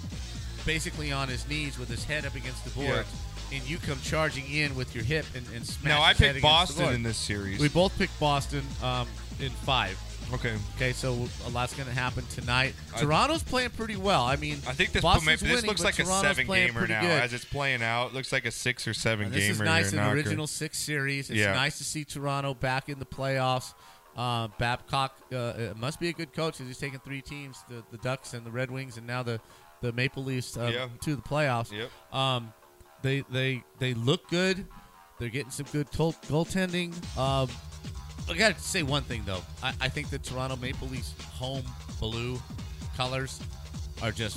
[SPEAKER 2] basically on his knees with his head up against the board, and you come charging in with your hip and and smash.
[SPEAKER 1] No, I
[SPEAKER 2] his head
[SPEAKER 1] picked
[SPEAKER 2] against the
[SPEAKER 1] Boston
[SPEAKER 2] board.
[SPEAKER 1] in this series.
[SPEAKER 2] We both picked Boston um, in five.
[SPEAKER 1] okay.
[SPEAKER 2] Okay, so a lot's going to happen tonight.
[SPEAKER 1] I-
[SPEAKER 2] Toronto's playing pretty well. I mean,
[SPEAKER 1] I think this
[SPEAKER 2] Boston's
[SPEAKER 1] this
[SPEAKER 2] winning,
[SPEAKER 1] looks
[SPEAKER 2] but
[SPEAKER 1] like
[SPEAKER 2] Toronto's
[SPEAKER 1] a seven
[SPEAKER 2] playing
[SPEAKER 1] gamer
[SPEAKER 2] pretty
[SPEAKER 1] now.
[SPEAKER 2] good.
[SPEAKER 1] As it's playing out, looks like a six or seven
[SPEAKER 2] And
[SPEAKER 1] gamer.
[SPEAKER 2] this is nice,
[SPEAKER 1] here,
[SPEAKER 2] an
[SPEAKER 1] Knocker.
[SPEAKER 2] original six series. It's
[SPEAKER 1] Yeah.
[SPEAKER 2] nice to see Toronto back in the playoffs. Uh, Babcock uh, uh, must be a good coach 'cause he's taken three teams: the, the Ducks and the Red Wings, and now the, the Maple Leafs uh,
[SPEAKER 1] Yeah.
[SPEAKER 2] to the playoffs.
[SPEAKER 1] Yep.
[SPEAKER 2] Um, they they they look good. They're getting some good tol- goaltending. Um, I got to say one thing though. I, I think the Toronto Maple Leafs home blue colors are just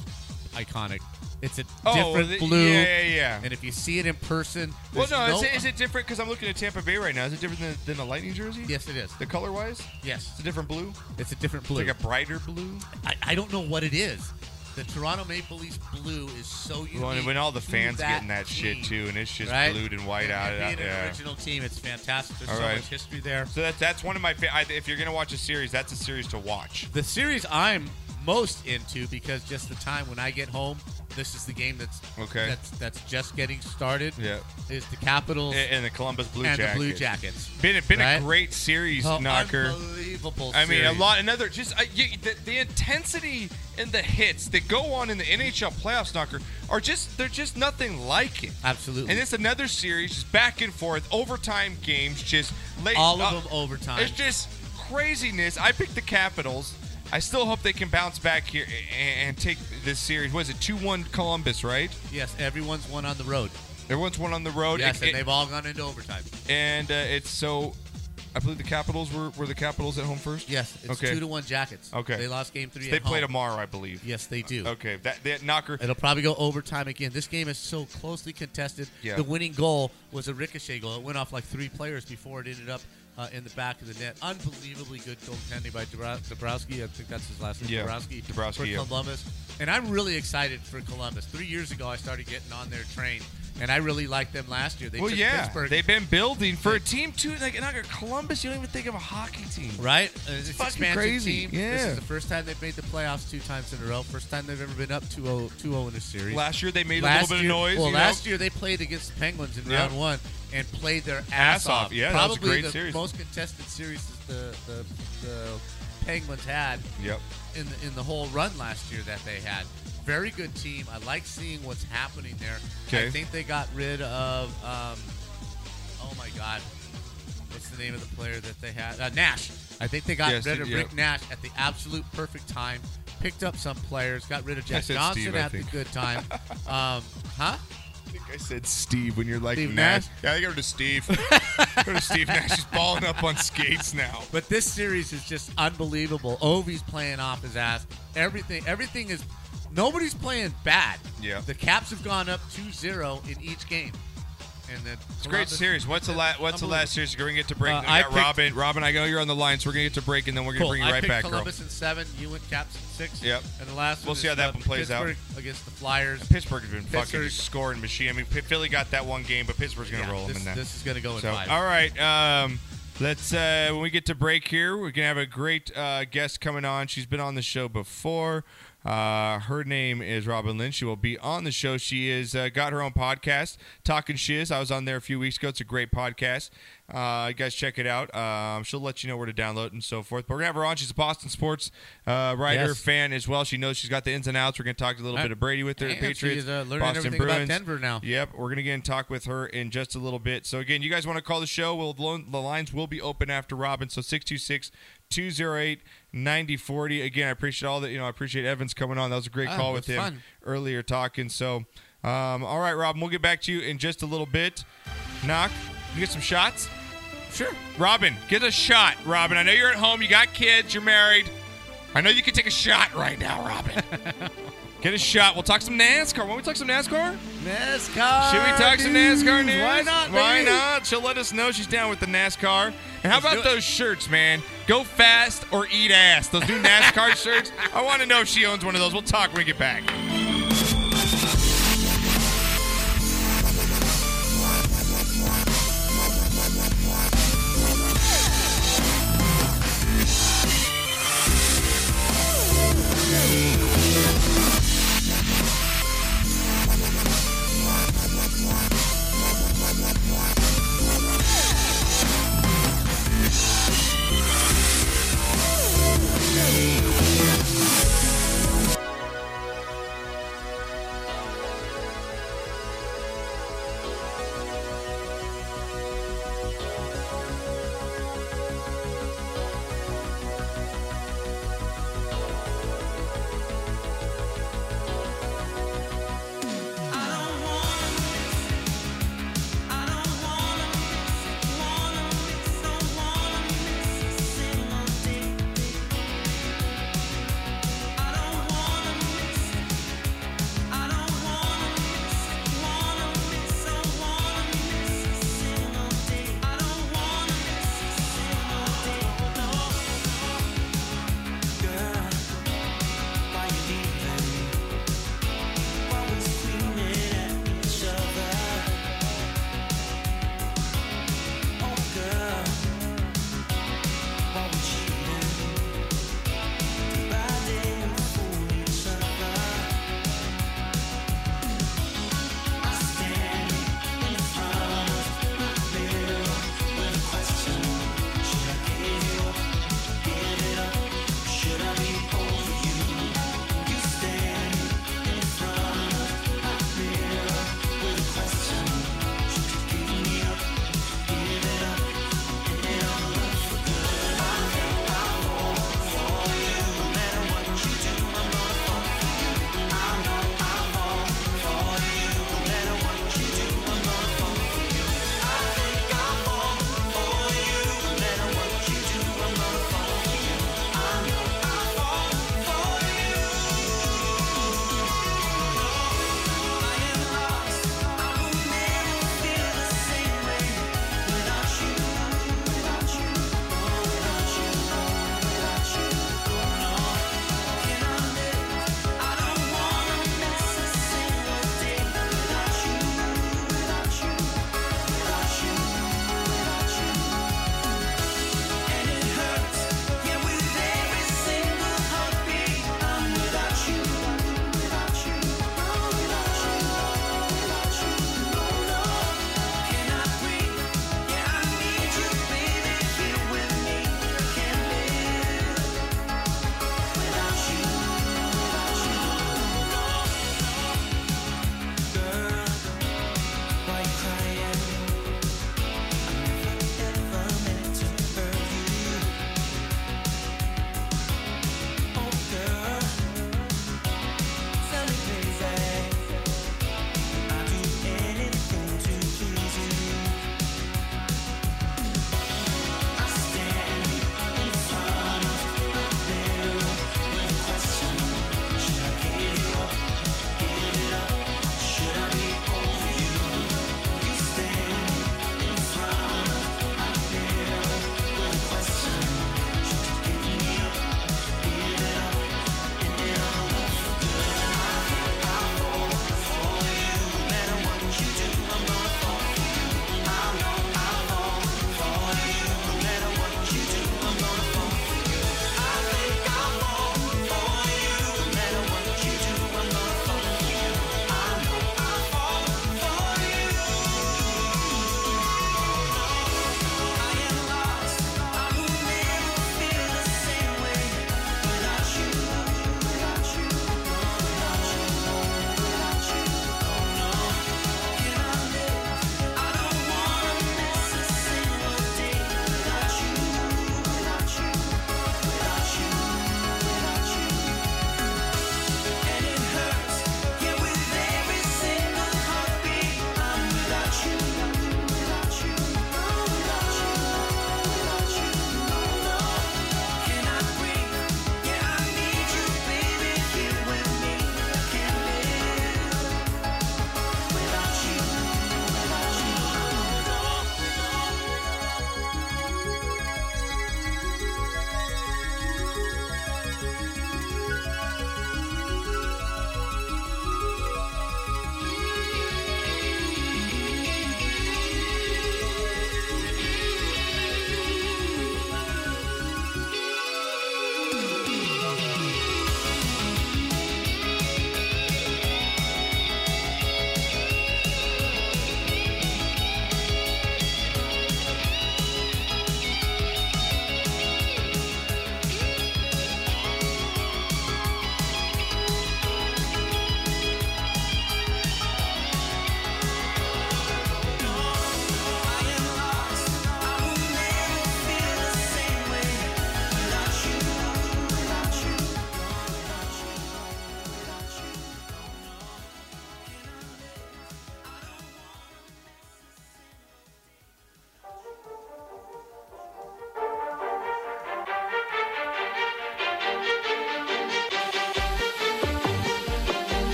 [SPEAKER 2] iconic. It's a
[SPEAKER 1] Oh,
[SPEAKER 2] different
[SPEAKER 1] the-
[SPEAKER 2] blue.
[SPEAKER 1] yeah, yeah, yeah.
[SPEAKER 2] And if you see it in person,
[SPEAKER 1] Well,
[SPEAKER 2] there's
[SPEAKER 1] no, is, it,
[SPEAKER 2] no-
[SPEAKER 1] is it different? Because I'm looking at Tampa Bay right now. Is it different than, than a Lightning jersey?
[SPEAKER 2] Yes, it is.
[SPEAKER 1] The color wise, it's
[SPEAKER 2] Yes,
[SPEAKER 1] a different blue.
[SPEAKER 2] it's a different blue.
[SPEAKER 1] It's like a brighter blue.
[SPEAKER 2] I, I don't know what it is. The Toronto Maple Leafs blue is so unique.
[SPEAKER 1] Well, and when all the
[SPEAKER 2] to
[SPEAKER 1] fans
[SPEAKER 2] that
[SPEAKER 1] getting that shit
[SPEAKER 2] team,
[SPEAKER 1] too, and it's just
[SPEAKER 2] right?
[SPEAKER 1] blued and white out.
[SPEAKER 2] Being an
[SPEAKER 1] Yeah.
[SPEAKER 2] original team, it's fantastic. There's
[SPEAKER 1] All
[SPEAKER 2] so
[SPEAKER 1] right.
[SPEAKER 2] much history there.
[SPEAKER 1] So that's that's one of my. Fa- I, if you're gonna watch a series, that's a series to watch.
[SPEAKER 2] The series I'm most into because just the time when I get home, this is the game that's
[SPEAKER 1] Okay.
[SPEAKER 2] That's that's just getting started.
[SPEAKER 1] Yeah.
[SPEAKER 2] is the Capitals
[SPEAKER 1] And, and the Columbus Blue
[SPEAKER 2] and
[SPEAKER 1] Jackets.
[SPEAKER 2] the Blue Jackets.
[SPEAKER 1] Been a- been
[SPEAKER 2] Right?
[SPEAKER 1] a great series,
[SPEAKER 2] Oh,
[SPEAKER 1] knocker.
[SPEAKER 2] Unbelievable.
[SPEAKER 1] I mean, a
[SPEAKER 2] series.
[SPEAKER 1] lot. Another just uh, you, the, the intensity and the hits that go on in the NHL playoffs, knocker, are just they're just nothing like it.
[SPEAKER 2] Absolutely.
[SPEAKER 1] And it's another series, just back and forth, overtime games, just late.
[SPEAKER 2] all
[SPEAKER 1] uh,
[SPEAKER 2] of them overtime.
[SPEAKER 1] It's just craziness. I picked the Capitals. I still hope they can bounce back here a- and, and take this series. Was it two one Columbus, right?
[SPEAKER 2] Yes, everyone's one on the road.
[SPEAKER 1] Everyone's one on the road.
[SPEAKER 2] Yes,
[SPEAKER 1] It-
[SPEAKER 2] and
[SPEAKER 1] it-
[SPEAKER 2] they've all gone into overtime.
[SPEAKER 1] and, uh, it's so. I believe the Capitals were were the Capitals at home first.
[SPEAKER 2] Yes, it's
[SPEAKER 1] okay.
[SPEAKER 2] two to one Jackets.
[SPEAKER 1] Okay.
[SPEAKER 2] they lost game three.
[SPEAKER 1] They
[SPEAKER 2] at
[SPEAKER 1] play
[SPEAKER 2] home.
[SPEAKER 1] tomorrow, I believe.
[SPEAKER 2] Yes, they do.
[SPEAKER 1] Okay, that, that knocker.
[SPEAKER 2] (laughs) It'll probably go overtime again. This game is so closely contested.
[SPEAKER 1] Yeah.
[SPEAKER 2] The winning goal was a ricochet goal. It went off like three players before it ended up uh, in the back of the net. Unbelievably good goaltending by Dubra- Dabrowski. I think that's his last name.
[SPEAKER 1] Yeah,
[SPEAKER 2] Dabrowski.
[SPEAKER 1] Dabrowski,
[SPEAKER 2] for
[SPEAKER 1] yeah.
[SPEAKER 2] Columbus. And I'm really excited for Columbus. Three years ago, I started getting on their train, and I really liked them last year. They
[SPEAKER 1] Well,
[SPEAKER 2] took
[SPEAKER 1] yeah,
[SPEAKER 2] Pittsburgh,
[SPEAKER 1] they've been building for a team too. Like knocker, Columbus, you don't even think of a hockey team.
[SPEAKER 2] right? Uh, It's,
[SPEAKER 1] fucking
[SPEAKER 2] expansion
[SPEAKER 1] crazy.
[SPEAKER 2] Team. This
[SPEAKER 1] Yeah.
[SPEAKER 2] is the first time they've made the playoffs two times in a row. First time they've ever been up 2-0, 2-0 in a series.
[SPEAKER 1] Last year they made
[SPEAKER 2] last
[SPEAKER 1] a little bit
[SPEAKER 2] year,
[SPEAKER 1] of noise.
[SPEAKER 2] Well,
[SPEAKER 1] you know?
[SPEAKER 2] last year they played against the Penguins in
[SPEAKER 1] Yeah.
[SPEAKER 2] round one and played their ass,
[SPEAKER 1] Ass off.
[SPEAKER 2] off.
[SPEAKER 1] Yeah, that was
[SPEAKER 2] probably
[SPEAKER 1] a great
[SPEAKER 2] the
[SPEAKER 1] series.
[SPEAKER 2] most contested series that the the, the Penguins had
[SPEAKER 1] Yep.
[SPEAKER 2] in the, in the whole run last year that they had. Very good team. I like seeing what's happening there.
[SPEAKER 1] Okay.
[SPEAKER 2] I think they got rid of. Um, oh my God, what's the name of the player that they had? Uh, Nash. I think they got
[SPEAKER 1] Yes,
[SPEAKER 2] rid
[SPEAKER 1] they-
[SPEAKER 2] of
[SPEAKER 1] yeah.
[SPEAKER 2] Rick Nash at the absolute perfect time. picked up some players, got rid of
[SPEAKER 1] I
[SPEAKER 2] Jack
[SPEAKER 1] said
[SPEAKER 2] Johnson
[SPEAKER 1] Steve, I
[SPEAKER 2] at the
[SPEAKER 1] think.
[SPEAKER 2] good time.
[SPEAKER 1] (laughs)
[SPEAKER 2] Um, huh?
[SPEAKER 1] I think I said Steve when you're like
[SPEAKER 2] Steve
[SPEAKER 1] Nash.
[SPEAKER 2] Nash?
[SPEAKER 1] Yeah, I go to
[SPEAKER 2] (laughs)
[SPEAKER 1] Steve. go to Steve Nash. He's balling up on skates now.
[SPEAKER 2] But this series is just unbelievable. Ovi's playing off his ass. Everything everything is nobody's playing bad.
[SPEAKER 1] Yeah.
[SPEAKER 2] The Caps have gone up 2-0 in each game. And then
[SPEAKER 1] It's a great series. What's the last? What's the last series? We're gonna get to break.
[SPEAKER 2] Uh,
[SPEAKER 1] we
[SPEAKER 2] I
[SPEAKER 1] got
[SPEAKER 2] picked-
[SPEAKER 1] Robin. Robin, I know you're on the line, so we're gonna get to break, and then we're gonna bring you
[SPEAKER 2] I
[SPEAKER 1] right
[SPEAKER 2] picked
[SPEAKER 1] back,
[SPEAKER 2] Columbus in seven, you and Caps in six.
[SPEAKER 1] Yep.
[SPEAKER 2] And the last
[SPEAKER 1] We'll
[SPEAKER 2] one
[SPEAKER 1] see
[SPEAKER 2] is,
[SPEAKER 1] how that
[SPEAKER 2] uh,
[SPEAKER 1] one plays out.
[SPEAKER 2] Pittsburgh against the Flyers.
[SPEAKER 1] girl. Pittsburgh has been fucking
[SPEAKER 2] Pittsburgh.
[SPEAKER 1] just scoring machine. I mean, P- Philly got that one game, but Pittsburgh's gonna
[SPEAKER 2] Yeah,
[SPEAKER 1] roll them
[SPEAKER 2] this,
[SPEAKER 1] in that.
[SPEAKER 2] this is going to go in
[SPEAKER 1] So,
[SPEAKER 2] five.
[SPEAKER 1] all right. Um, let's. Uh, when we get to break here, we're gonna have a great uh, guest coming on. She's been on the show before. Uh, her name is Robin Lynn. She will be on the show. She is uh, got her own podcast, Talking Shiz. I was on there a few weeks ago. It's a great podcast. Uh, you guys check it out. Um, she'll let you know where to download it and so forth. But we're gonna have her on. She's a Boston sports uh, writer
[SPEAKER 2] Yes.
[SPEAKER 1] fan as well. She knows she's got the ins and outs. We're gonna talk a little
[SPEAKER 2] Uh,
[SPEAKER 1] bit of Brady with her, the
[SPEAKER 2] and she
[SPEAKER 1] Patriots,
[SPEAKER 2] is, uh, learning
[SPEAKER 1] Boston
[SPEAKER 2] everything about
[SPEAKER 1] Bruins.
[SPEAKER 2] Denver now.
[SPEAKER 1] Yep, we're gonna get in talk with her in just a little bit. So again, you guys want to call the show? Well, the lo- the lines will be open after Robin. So 626-208-9040. Again, I appreciate all that. You know, I appreciate Evans coming on. That was a great
[SPEAKER 2] Ah,
[SPEAKER 1] call
[SPEAKER 2] it
[SPEAKER 1] with
[SPEAKER 2] was
[SPEAKER 1] him
[SPEAKER 2] fun.
[SPEAKER 1] earlier talking. So, um, all right, Robin, we'll get back to you in just a little bit. Knock, you get some shots. Sure, Robin, get a shot. Robin, I know you're at home. You got kids. You're married. I know you can take a shot right now, Robin. Get a shot. We'll talk some NASCAR. Won't we talk some NASCAR?
[SPEAKER 2] NASCAR.
[SPEAKER 1] Should we talk some NASCAR news?
[SPEAKER 2] Why not?
[SPEAKER 1] Why
[SPEAKER 2] baby?
[SPEAKER 1] not? She'll let us know she's down with the NASCAR. And how
[SPEAKER 2] Let's
[SPEAKER 1] about
[SPEAKER 2] do it.
[SPEAKER 1] those shirts, man? Go fast or eat ass. Those
[SPEAKER 2] (laughs)
[SPEAKER 1] new NASCAR shirts. I want to know if she owns one of those. We'll talk when we get back.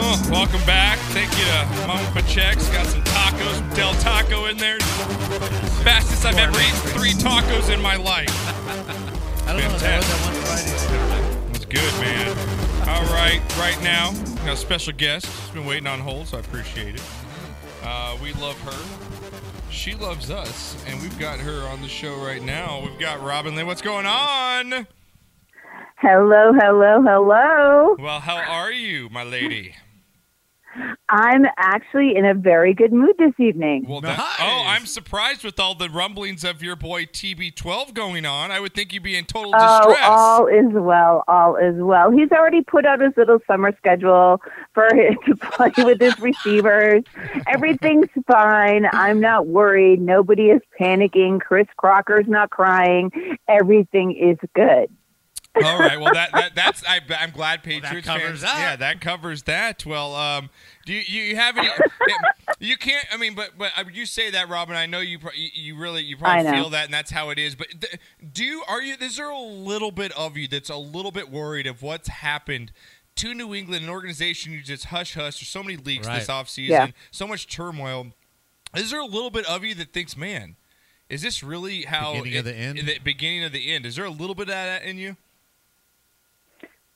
[SPEAKER 1] Oh, welcome back. Thank you to Mama Pachex. Got some tacos from Del Taco in there. Fastest I've ever eaten three tacos in my life.
[SPEAKER 2] I don't know if that was that one Friday.
[SPEAKER 1] That's good, man. All right, right now, we got a special guest. She's been waiting on hold, so I appreciate it. Uh, we love her. She loves us, and we've got her on the show right now. We've got Robin Lee. What's going on?
[SPEAKER 8] Hello, hello, hello.
[SPEAKER 1] Well, how are you, my lady?
[SPEAKER 8] I'm actually in a very good mood this evening.
[SPEAKER 1] Well, that,
[SPEAKER 2] Nice.
[SPEAKER 1] oh, I'm surprised with all the rumblings of your boy TB12 going on. I would think you'd be in total
[SPEAKER 8] Oh,
[SPEAKER 1] distress.
[SPEAKER 8] all is well. All is well. He's already put out his little summer schedule for him to (laughs) play with his receivers. Everything's fine. I'm not worried. Nobody is panicking. Chris Crocker's not crying. Everything is good.
[SPEAKER 1] All right. Well, that, that that's I, I'm glad
[SPEAKER 2] that
[SPEAKER 1] Patriots
[SPEAKER 2] covers
[SPEAKER 1] fans.
[SPEAKER 2] that.
[SPEAKER 1] Yeah, that covers that. Well, um, do you, you have any? you can't. I mean, but but uh, you say that, Robin. I know you. pro- you- You really you probably
[SPEAKER 8] I know.
[SPEAKER 1] feel that, and that's how it is. But th- do you, are you? Is there a little bit of you that's a little bit worried of what's happened? To New England, an organization you just hush hush. There's so many leaks
[SPEAKER 2] Right.
[SPEAKER 1] this offseason,
[SPEAKER 8] Yeah.
[SPEAKER 1] so much turmoil. Is there a little bit of you that thinks, man, is this really how
[SPEAKER 2] Beginning of the end?
[SPEAKER 1] The beginning of the end. Is there a little bit of that in you?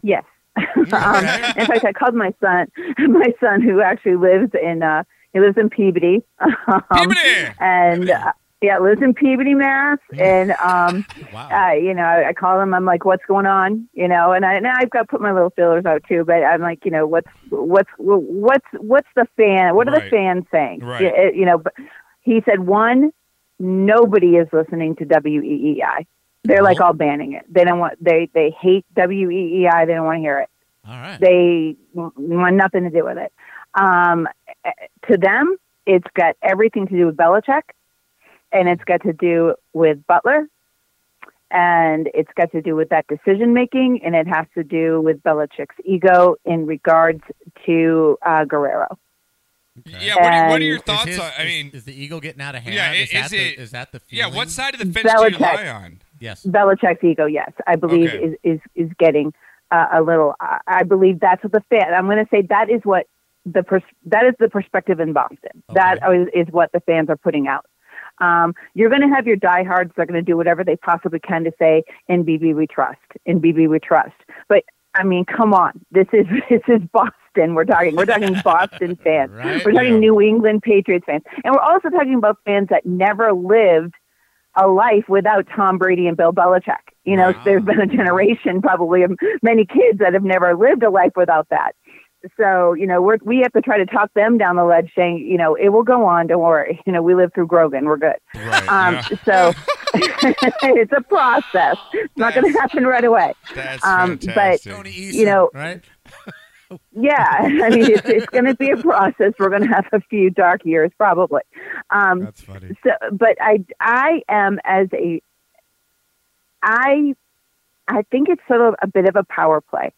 [SPEAKER 8] Yes. (laughs) um, in fact, I called my son, (laughs) my son who actually lives in uh, he lives in Peabody, (laughs) um,
[SPEAKER 1] Peabody! Hmm.
[SPEAKER 8] and uh, yeah, lives in Peabody, Mass. And
[SPEAKER 1] (laughs)
[SPEAKER 8] um,
[SPEAKER 2] Wow.
[SPEAKER 8] uh, you know, I, I call him. I'm like, "What's going on?" You know, and I now I've got to put my little feelers out too. But I'm like, you know, what's what's what's what's the fan? What are
[SPEAKER 1] Right.
[SPEAKER 8] the fans saying?
[SPEAKER 1] Right.
[SPEAKER 8] You, it- you know, but he said one, nobody is listening to WEEI. They're like all banning it. They don't want. They they hate WEEI. They don't want to hear it
[SPEAKER 2] All right.
[SPEAKER 8] they w- want nothing to do with it. Um, eh, to them, it's got everything to do with Belichick, and it's got to do with Butler, and it's got to do with that decision making, and it has to do with Belichick's ego in regards to uh, Guerrero.
[SPEAKER 2] Okay.
[SPEAKER 1] Yeah. What are, what are your
[SPEAKER 8] And-
[SPEAKER 1] thoughts
[SPEAKER 2] Is his-
[SPEAKER 1] on? I
[SPEAKER 2] is-
[SPEAKER 1] mean,
[SPEAKER 2] is, the ego getting out of hand?
[SPEAKER 1] Yeah, i-
[SPEAKER 2] is, that
[SPEAKER 1] is
[SPEAKER 2] the,
[SPEAKER 1] it-
[SPEAKER 2] is that the
[SPEAKER 1] yeah.
[SPEAKER 2] feeling?
[SPEAKER 1] What side of the fence do you
[SPEAKER 8] Belichick.
[SPEAKER 1] lie on?
[SPEAKER 2] Yes.
[SPEAKER 8] Belichick's ego, yes, I believe
[SPEAKER 1] Okay.
[SPEAKER 8] is, is is getting uh, a little. I, I believe that's what the fan. I'm going to say that is what the pers- that is the perspective in Boston. That is, is what the fans are putting out. Um, you're going to have your diehards. They're going to do whatever they possibly can to say, "In BB we trust. In BB we trust." But I mean, come on, this is (laughs) this is Boston. We're talking. We're talking Boston fans.
[SPEAKER 2] Right,
[SPEAKER 8] we're talking
[SPEAKER 1] yeah.
[SPEAKER 8] New England Patriots fans, and we're also talking about fans that never lived a life without Tom Brady and Bill Belichick. You know, there's been a generation probably of many kids that have never lived a life without that. So, you know, we're, we have to try to talk them down the ledge saying, you know, it will go on. Don't worry. You know, we live through Grogan. We're good.
[SPEAKER 1] Right.
[SPEAKER 8] Um, So (laughs) it's a process. It's not going to happen right away.
[SPEAKER 1] That's
[SPEAKER 8] um, but-
[SPEAKER 1] fantastic.
[SPEAKER 2] Tony Eason,
[SPEAKER 8] You know-
[SPEAKER 2] right?
[SPEAKER 8] Yeah, (laughs) I mean, it's, it's going to be a process. We're going to have a few dark years probably. Um,
[SPEAKER 1] That's funny.
[SPEAKER 8] so but i i am as a i i think it's sort of a bit of a power play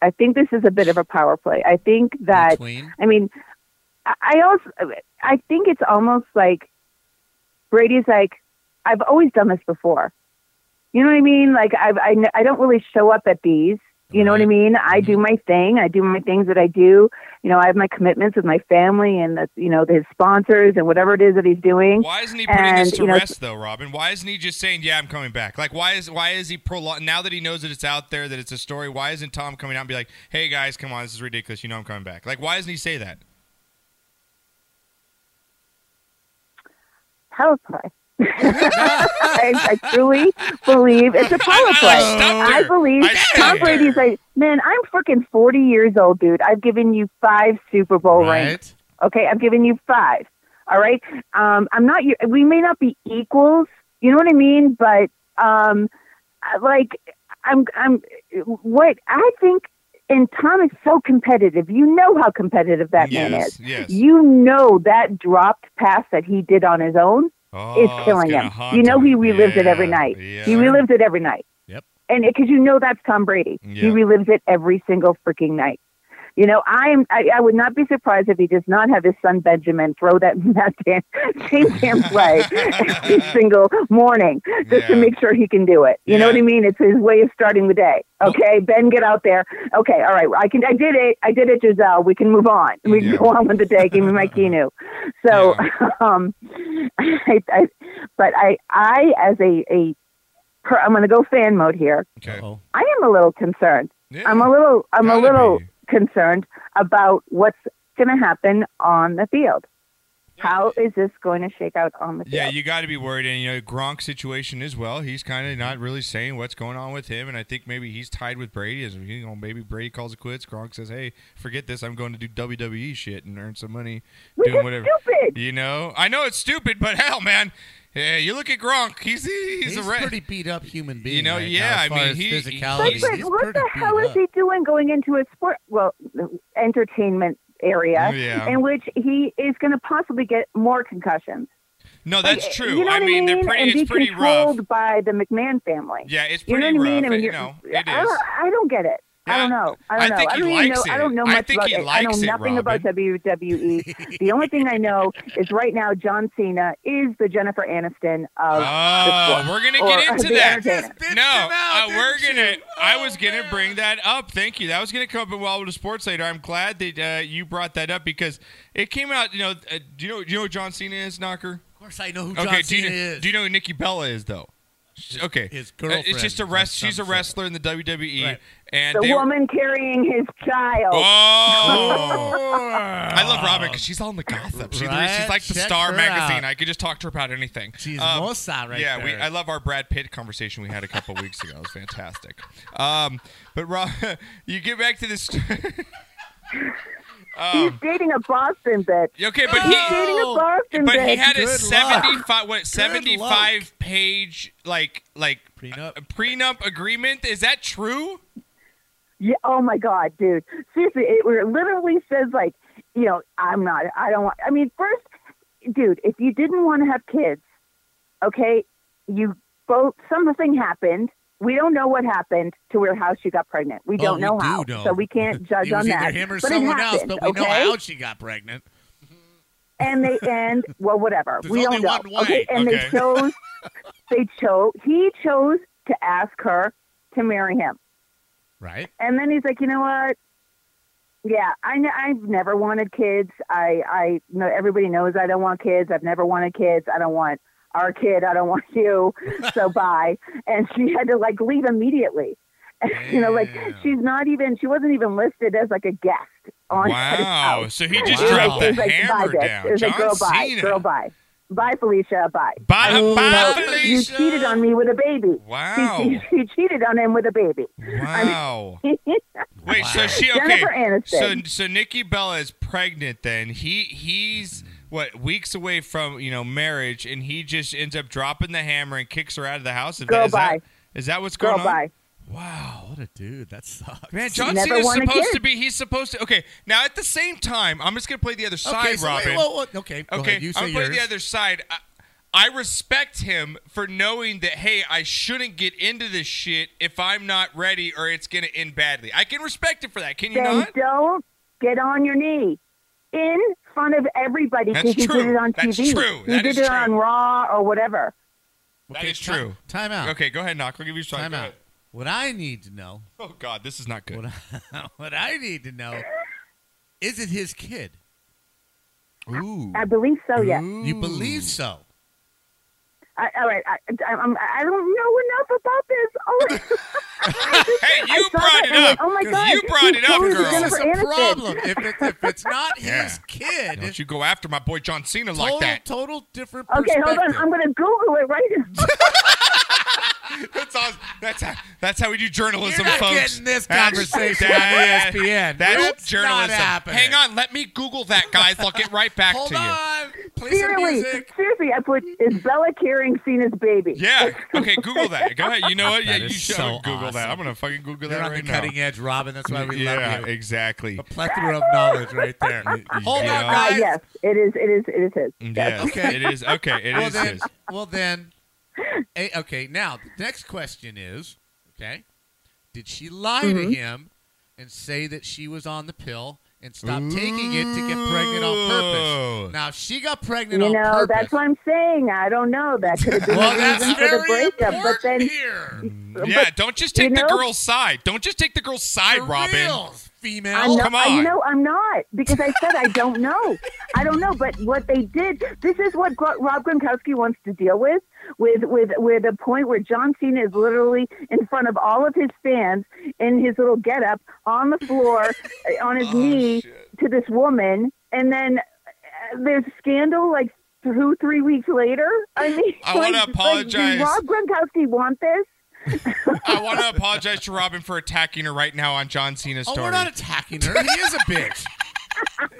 [SPEAKER 8] i think this is a bit of a power play i think that
[SPEAKER 2] Between.
[SPEAKER 8] i mean i I also i think it's almost like brady's like i've always done this before you know what i mean like I've, i n- i don't really show up at these you know what I mean? I do
[SPEAKER 1] Mm-hmm.
[SPEAKER 8] my thing. I do my things that I do. You know, I have my commitments with my family and, the, you know, his sponsors and whatever it is that he's doing.
[SPEAKER 1] Why isn't he putting this
[SPEAKER 8] and,
[SPEAKER 1] to
[SPEAKER 8] you know,
[SPEAKER 1] rest though, Robin? Why isn't he just saying, "Yeah, I'm coming back"? Like, why is why is he prolong? Now that he knows that it's out there, that it's a story, why isn't Tom coming out and be like, "Hey guys, come on, this is ridiculous. You know I'm coming back." Like, why doesn't he say that?
[SPEAKER 8] power play. (laughs) I, I truly believe it's a
[SPEAKER 1] I-
[SPEAKER 8] power
[SPEAKER 1] I
[SPEAKER 8] play.
[SPEAKER 1] stumped her.
[SPEAKER 8] I believe
[SPEAKER 1] I stumped
[SPEAKER 8] Tom
[SPEAKER 1] her.
[SPEAKER 8] Brady's like, man, I'm freaking 40 years old, dude. I've given you five Super Bowl rings.
[SPEAKER 2] Right.
[SPEAKER 8] Okay, I've given you five. All right, um, I'm not. your- We may not be equals. You know what I mean? But um, I- like, I'm. I'm. What I think, and Tom is so competitive. You know how competitive that man
[SPEAKER 1] yes,
[SPEAKER 8] is.
[SPEAKER 1] yes.
[SPEAKER 8] You know that dropped pass that he did on his own
[SPEAKER 1] oh,
[SPEAKER 8] is
[SPEAKER 1] it's
[SPEAKER 8] killing
[SPEAKER 1] gonna
[SPEAKER 8] him.
[SPEAKER 1] haunt
[SPEAKER 8] You know he relives it
[SPEAKER 1] Yeah,
[SPEAKER 8] every night.
[SPEAKER 1] Yeah.
[SPEAKER 8] He relives it every night.
[SPEAKER 2] Yep.
[SPEAKER 8] uh, And because you know that's Tom Brady, he
[SPEAKER 1] Yeah.
[SPEAKER 8] relives it every single freaking night. You know, I'm I, I would not be surprised if he does not have his son Benjamin throw that (laughs) that damn same damn play
[SPEAKER 1] (laughs)
[SPEAKER 8] every single morning just to
[SPEAKER 1] Yeah.
[SPEAKER 8] make sure he can do it. You know
[SPEAKER 1] Yeah.
[SPEAKER 8] what I mean? It's his way of starting the day. Okay, Ben, get out there. Okay, all right, I can I did it. I did it, Giselle. We can move on. We can
[SPEAKER 1] Yeah.
[SPEAKER 8] go on with the day. Give me
[SPEAKER 1] (laughs)
[SPEAKER 8] my Kinu. So, (laughs) um, I, I, but I I as a a per, I'm going to go fan mode here.
[SPEAKER 1] Okay.
[SPEAKER 2] Uh-oh.
[SPEAKER 8] I am a little concerned.
[SPEAKER 1] Yeah.
[SPEAKER 8] I'm a little I'm a
[SPEAKER 1] Gotta
[SPEAKER 8] little
[SPEAKER 1] be.
[SPEAKER 8] concerned about what's going to happen on the field. How is this going to shake out on the field?
[SPEAKER 1] Yeah, you got to be worried. And, you know, Gronk situation as well. He's kind of not really saying what's going on with him. And I think maybe he's tied with Brady. As, you know, maybe Brady calls it quits. Gronk says, hey, forget this. I'm going to do WWE shit and earn some money
[SPEAKER 8] Which
[SPEAKER 1] doing
[SPEAKER 8] is
[SPEAKER 1] whatever.
[SPEAKER 8] stupid.
[SPEAKER 1] You know, I know it's stupid, but hell, man. Yeah, you look at Gronk. He's he's,
[SPEAKER 2] He's,
[SPEAKER 1] a
[SPEAKER 2] a
[SPEAKER 1] re-
[SPEAKER 2] pretty beat up human being.
[SPEAKER 1] know,
[SPEAKER 2] right
[SPEAKER 1] yeah,
[SPEAKER 2] now, as
[SPEAKER 1] I
[SPEAKER 2] far
[SPEAKER 1] mean,
[SPEAKER 2] as
[SPEAKER 1] he-
[SPEAKER 8] But,
[SPEAKER 2] physicality,
[SPEAKER 1] he's
[SPEAKER 8] but
[SPEAKER 2] he's
[SPEAKER 8] what
[SPEAKER 2] pretty
[SPEAKER 8] the
[SPEAKER 2] beat
[SPEAKER 8] hell is
[SPEAKER 2] up.
[SPEAKER 8] he doing going into a sport, well, entertainment area
[SPEAKER 1] Yeah.
[SPEAKER 8] in which he is going to possibly get more concussions?
[SPEAKER 1] no,
[SPEAKER 8] Like,
[SPEAKER 1] that's true.
[SPEAKER 8] You know
[SPEAKER 1] I
[SPEAKER 8] what
[SPEAKER 1] mean, they're pretty.
[SPEAKER 8] and be
[SPEAKER 1] it's pretty rough.
[SPEAKER 8] controlled by the McMahon family.
[SPEAKER 1] Yeah, it's
[SPEAKER 8] You
[SPEAKER 1] pretty
[SPEAKER 8] know what I mean?
[SPEAKER 1] rough.
[SPEAKER 8] I mean,
[SPEAKER 1] It-
[SPEAKER 8] you're-
[SPEAKER 1] no, it
[SPEAKER 8] I
[SPEAKER 1] is.
[SPEAKER 8] don't, I don't get it. I don't
[SPEAKER 1] Yeah,
[SPEAKER 8] know. I don't
[SPEAKER 1] I
[SPEAKER 8] know.
[SPEAKER 1] think
[SPEAKER 8] I
[SPEAKER 1] he
[SPEAKER 8] don't even
[SPEAKER 1] likes
[SPEAKER 8] know. I don't
[SPEAKER 1] it.
[SPEAKER 8] know
[SPEAKER 1] I
[SPEAKER 8] much
[SPEAKER 1] think
[SPEAKER 8] about
[SPEAKER 1] he
[SPEAKER 8] it. I
[SPEAKER 1] likes
[SPEAKER 8] know
[SPEAKER 1] it,
[SPEAKER 8] nothing about
[SPEAKER 1] (laughs)
[SPEAKER 8] WWE. the only thing I know is right now John Cena is the Jennifer Aniston of
[SPEAKER 1] Oh, we're gonna get
[SPEAKER 8] or
[SPEAKER 1] into
[SPEAKER 8] the
[SPEAKER 1] that.
[SPEAKER 8] entertainer.
[SPEAKER 1] No, uh, we're gonna. I
[SPEAKER 2] Oh,
[SPEAKER 1] was gonna bring that up. Thank you. That was gonna come up in Wild with Sports later. I'm glad that uh, you brought that up because it came out. You know, uh, do you know? Do you know who John Cena is, Knocker?
[SPEAKER 2] Of course, I know who John
[SPEAKER 1] Okay. do you
[SPEAKER 2] Cena
[SPEAKER 1] know,
[SPEAKER 2] is.
[SPEAKER 1] Do you know who Nikki Bella is though? She- Okay.
[SPEAKER 2] his
[SPEAKER 1] Uh,
[SPEAKER 2] girlfriend
[SPEAKER 1] It's just a
[SPEAKER 2] on
[SPEAKER 1] rest. She's a
[SPEAKER 2] some show.
[SPEAKER 1] wrestler in the WWE,
[SPEAKER 2] Right.
[SPEAKER 1] and
[SPEAKER 8] the
[SPEAKER 1] they were-
[SPEAKER 8] woman carrying his child.
[SPEAKER 2] (laughs)
[SPEAKER 1] Oh. I love Robin because she's all in the Gotham. She- She's
[SPEAKER 2] Right?
[SPEAKER 1] like the
[SPEAKER 2] Check
[SPEAKER 1] Star
[SPEAKER 2] her
[SPEAKER 1] magazine.
[SPEAKER 2] out.
[SPEAKER 1] I could just talk to her about anything.
[SPEAKER 2] She's
[SPEAKER 1] Um,
[SPEAKER 2] Mosa right
[SPEAKER 1] yeah, we,
[SPEAKER 2] there.
[SPEAKER 1] I love our Brad Pitt conversation we had a couple weeks ago. It was fantastic. Um, but Rob, (laughs) you get back to (laughs) this.
[SPEAKER 8] (laughs) He's dating a Boston bitch.
[SPEAKER 1] okay, but
[SPEAKER 8] He's dating a
[SPEAKER 1] he.
[SPEAKER 8] Boston
[SPEAKER 1] But
[SPEAKER 8] bitch.
[SPEAKER 1] he had a
[SPEAKER 2] Good luck.
[SPEAKER 1] seventy-five, what seventy-five page like like
[SPEAKER 2] Prenup.
[SPEAKER 1] a prenup agreement. Is that true?
[SPEAKER 8] Yeah. Oh my God, dude. Seriously, it where it literally says like, you know, I'm not. I don't want. I mean, first, dude, if you didn't want to have kids, okay, you both something happened. We don't know what happened to where how she got pregnant. We don't
[SPEAKER 2] we
[SPEAKER 8] know
[SPEAKER 2] do
[SPEAKER 8] how,
[SPEAKER 2] know.
[SPEAKER 8] so we
[SPEAKER 2] (laughs)
[SPEAKER 8] can't judge
[SPEAKER 2] it was
[SPEAKER 8] on
[SPEAKER 2] either
[SPEAKER 8] that.
[SPEAKER 2] him or
[SPEAKER 8] but it
[SPEAKER 2] someone else,
[SPEAKER 8] happened,
[SPEAKER 2] but we
[SPEAKER 8] okay?
[SPEAKER 2] know how she got pregnant.
[SPEAKER 8] and
[SPEAKER 2] (laughs)
[SPEAKER 8] they and well whatever
[SPEAKER 2] There's
[SPEAKER 8] we
[SPEAKER 2] only
[SPEAKER 8] don't know
[SPEAKER 2] one way,
[SPEAKER 8] okay and
[SPEAKER 1] okay.
[SPEAKER 8] they chose
[SPEAKER 2] (laughs)
[SPEAKER 8] they chose he chose to ask her to marry him
[SPEAKER 2] Right?
[SPEAKER 8] and then he's like you know what yeah i n- i've never wanted kids i i know everybody knows i don't want kids i've never wanted kids i don't want our kid i don't (laughs) want you
[SPEAKER 1] (laughs)
[SPEAKER 8] so bye and she had to like leave immediately (laughs) you know like
[SPEAKER 1] Damn.
[SPEAKER 8] she's not even she wasn't even listed as like a guest on his
[SPEAKER 1] Wow!
[SPEAKER 8] house (laughs)
[SPEAKER 1] So he
[SPEAKER 8] it
[SPEAKER 1] just
[SPEAKER 8] was
[SPEAKER 1] dropped
[SPEAKER 8] like, it
[SPEAKER 1] the
[SPEAKER 8] was like,
[SPEAKER 1] hammer
[SPEAKER 8] bye, bitch.
[SPEAKER 1] down.
[SPEAKER 8] It was
[SPEAKER 1] John
[SPEAKER 8] like, girl, bye,
[SPEAKER 1] Cena.
[SPEAKER 8] girl, bye. Bye, Felicia, bye.
[SPEAKER 1] Bye,
[SPEAKER 8] I mean,
[SPEAKER 1] bye,
[SPEAKER 8] you know,
[SPEAKER 1] Felicia.
[SPEAKER 8] You cheated on me with a baby.
[SPEAKER 1] Wow.
[SPEAKER 8] She, she, she cheated on him with a baby. (laughs)
[SPEAKER 1] Wow. Wait, so
[SPEAKER 2] Wow.
[SPEAKER 1] she okay?
[SPEAKER 8] Jennifer Aniston.
[SPEAKER 1] So so Nikki Bella is pregnant. Then he he's what weeks away from you know marriage, and he just ends up dropping the hammer and kicks her out of the house. Is
[SPEAKER 8] Girl,
[SPEAKER 1] that, is that-
[SPEAKER 8] bye.
[SPEAKER 1] is that what's
[SPEAKER 8] Girl,
[SPEAKER 1] going on?
[SPEAKER 8] bye.
[SPEAKER 1] Wow.
[SPEAKER 2] Oh, What a dude. That sucks.
[SPEAKER 1] Man, John
[SPEAKER 8] never
[SPEAKER 1] Cena's
[SPEAKER 8] won a
[SPEAKER 1] supposed
[SPEAKER 8] kid.
[SPEAKER 1] to be. He's supposed to. Okay, now at the same time, I'm just gonna play the other side,
[SPEAKER 2] okay, so wait,
[SPEAKER 1] Robin.
[SPEAKER 2] whoa, whoa, okay, go
[SPEAKER 1] Okay,
[SPEAKER 2] ahead, you say
[SPEAKER 1] I'm gonna play the
[SPEAKER 2] yours.
[SPEAKER 1] other side. I, I respect him for knowing that hey, I shouldn't get into this shit if I'm not ready or it's gonna end badly. I can respect it for that. Can you
[SPEAKER 8] Then
[SPEAKER 1] not?
[SPEAKER 8] don't get on your knee in front of everybody
[SPEAKER 1] That's
[SPEAKER 8] because you did
[SPEAKER 1] true.
[SPEAKER 8] it on
[SPEAKER 1] That's
[SPEAKER 8] TV.
[SPEAKER 1] true.
[SPEAKER 8] You
[SPEAKER 1] That
[SPEAKER 8] did
[SPEAKER 1] is
[SPEAKER 8] it
[SPEAKER 1] true.
[SPEAKER 8] on Raw or whatever.
[SPEAKER 1] That is
[SPEAKER 2] ti-
[SPEAKER 1] true.
[SPEAKER 2] Time out.
[SPEAKER 1] Okay, go ahead, knock. I'll give you a shot.
[SPEAKER 2] Time
[SPEAKER 1] Go
[SPEAKER 2] out.
[SPEAKER 1] ahead.
[SPEAKER 2] What I need to know,
[SPEAKER 1] Oh God, this is not good.
[SPEAKER 2] what I, (laughs) what I need to know, is it his kid?
[SPEAKER 1] Ooh.
[SPEAKER 8] I believe so, yes.
[SPEAKER 2] You believe so?
[SPEAKER 8] I, all right. I, I, I'm, I don't know enough about this. Oh, (laughs)
[SPEAKER 1] (laughs) Hey,
[SPEAKER 8] I
[SPEAKER 1] you
[SPEAKER 8] saw
[SPEAKER 1] brought
[SPEAKER 8] that
[SPEAKER 1] it
[SPEAKER 8] and went,
[SPEAKER 1] up.
[SPEAKER 8] oh my God.
[SPEAKER 1] You brought
[SPEAKER 8] he
[SPEAKER 1] it up,
[SPEAKER 8] chose
[SPEAKER 1] girl.
[SPEAKER 8] Jennifer
[SPEAKER 2] This is a
[SPEAKER 8] Aniston.
[SPEAKER 2] problem. If, it, if it's not
[SPEAKER 1] Yeah.
[SPEAKER 2] his kid,
[SPEAKER 1] Don't you go after my boy John Cena
[SPEAKER 2] total,
[SPEAKER 1] like that.
[SPEAKER 2] total different.
[SPEAKER 8] Okay, hold on.
[SPEAKER 2] perspective.
[SPEAKER 8] I'm going to Google it right now.
[SPEAKER 1] (laughs) That's awesome. That's how, that's how we do journalism,
[SPEAKER 2] You're not
[SPEAKER 1] folks.
[SPEAKER 2] getting this
[SPEAKER 1] That's-
[SPEAKER 2] conversation
[SPEAKER 1] that-
[SPEAKER 2] on E ESPN.
[SPEAKER 1] That's
[SPEAKER 2] It's not
[SPEAKER 1] journalism.
[SPEAKER 2] happening.
[SPEAKER 1] Hang on, let me Google that, guys. I'll get right back
[SPEAKER 2] Hold
[SPEAKER 1] to you.
[SPEAKER 2] on. Play some
[SPEAKER 8] Seriously,
[SPEAKER 2] music.
[SPEAKER 8] seriously, I put is Bella carrying Cena's baby?
[SPEAKER 1] Yeah. Okay, Google that. Go ahead. You know what? Yeah,
[SPEAKER 2] (laughs) That
[SPEAKER 1] you
[SPEAKER 2] is
[SPEAKER 1] should
[SPEAKER 2] so
[SPEAKER 1] Google that.
[SPEAKER 2] awesome.
[SPEAKER 1] I'm gonna fucking Google
[SPEAKER 2] You're
[SPEAKER 1] that
[SPEAKER 2] on
[SPEAKER 1] right
[SPEAKER 2] the cutting edge, Robin. That's why
[SPEAKER 1] now.
[SPEAKER 2] we
[SPEAKER 1] yeah,
[SPEAKER 2] love you.
[SPEAKER 1] exactly.
[SPEAKER 2] A plethora of knowledge right there. Hold
[SPEAKER 1] Yeah.
[SPEAKER 2] on,
[SPEAKER 8] Uh,
[SPEAKER 2] guys.
[SPEAKER 8] yes, it is. It is. It is his.
[SPEAKER 1] Yes,
[SPEAKER 2] Okay.
[SPEAKER 1] it is. Okay, it is.
[SPEAKER 2] well, then,
[SPEAKER 1] his.
[SPEAKER 2] well then, eh, okay. Now the next question is, okay, did she lie to him and say that she was on the pill and stop taking it to get pregnant on purpose. Now, if she got
[SPEAKER 8] You
[SPEAKER 2] pregnant on
[SPEAKER 8] know,
[SPEAKER 2] purpose.
[SPEAKER 8] that's what I'm saying. I don't know. That could have been
[SPEAKER 2] well,
[SPEAKER 8] the
[SPEAKER 2] that's
[SPEAKER 8] reason for the
[SPEAKER 2] very
[SPEAKER 8] breakup. But
[SPEAKER 2] important
[SPEAKER 8] then,
[SPEAKER 2] here.
[SPEAKER 1] yeah, don't just take
[SPEAKER 8] you
[SPEAKER 1] the
[SPEAKER 8] know-
[SPEAKER 1] girl's side. Don't just take the girl's side,
[SPEAKER 2] For
[SPEAKER 1] Robin.
[SPEAKER 2] reals, female.
[SPEAKER 8] I'm not,
[SPEAKER 1] Oh, come
[SPEAKER 8] I-
[SPEAKER 1] on.
[SPEAKER 8] you know, I'm not because I said I don't know. I don't know. But what they did, this is what Gro- Rob Gronkowski wants to deal with, with with with a point where John Cena is literally in front of all of his fans in his little getup on the floor uh,
[SPEAKER 1] (laughs)
[SPEAKER 8] on his
[SPEAKER 1] Oh,
[SPEAKER 8] knee to this woman, and then uh, there's a scandal like two three weeks later. I mean,
[SPEAKER 1] (laughs) I wanna
[SPEAKER 8] (laughs) like- like,
[SPEAKER 1] apologize.
[SPEAKER 8] does Rob Gronkowski want this?
[SPEAKER 1] I want to apologize to Robin for attacking her right now on John Cena's
[SPEAKER 2] Oh,
[SPEAKER 1] story.
[SPEAKER 2] we're not attacking her. He is a bitch.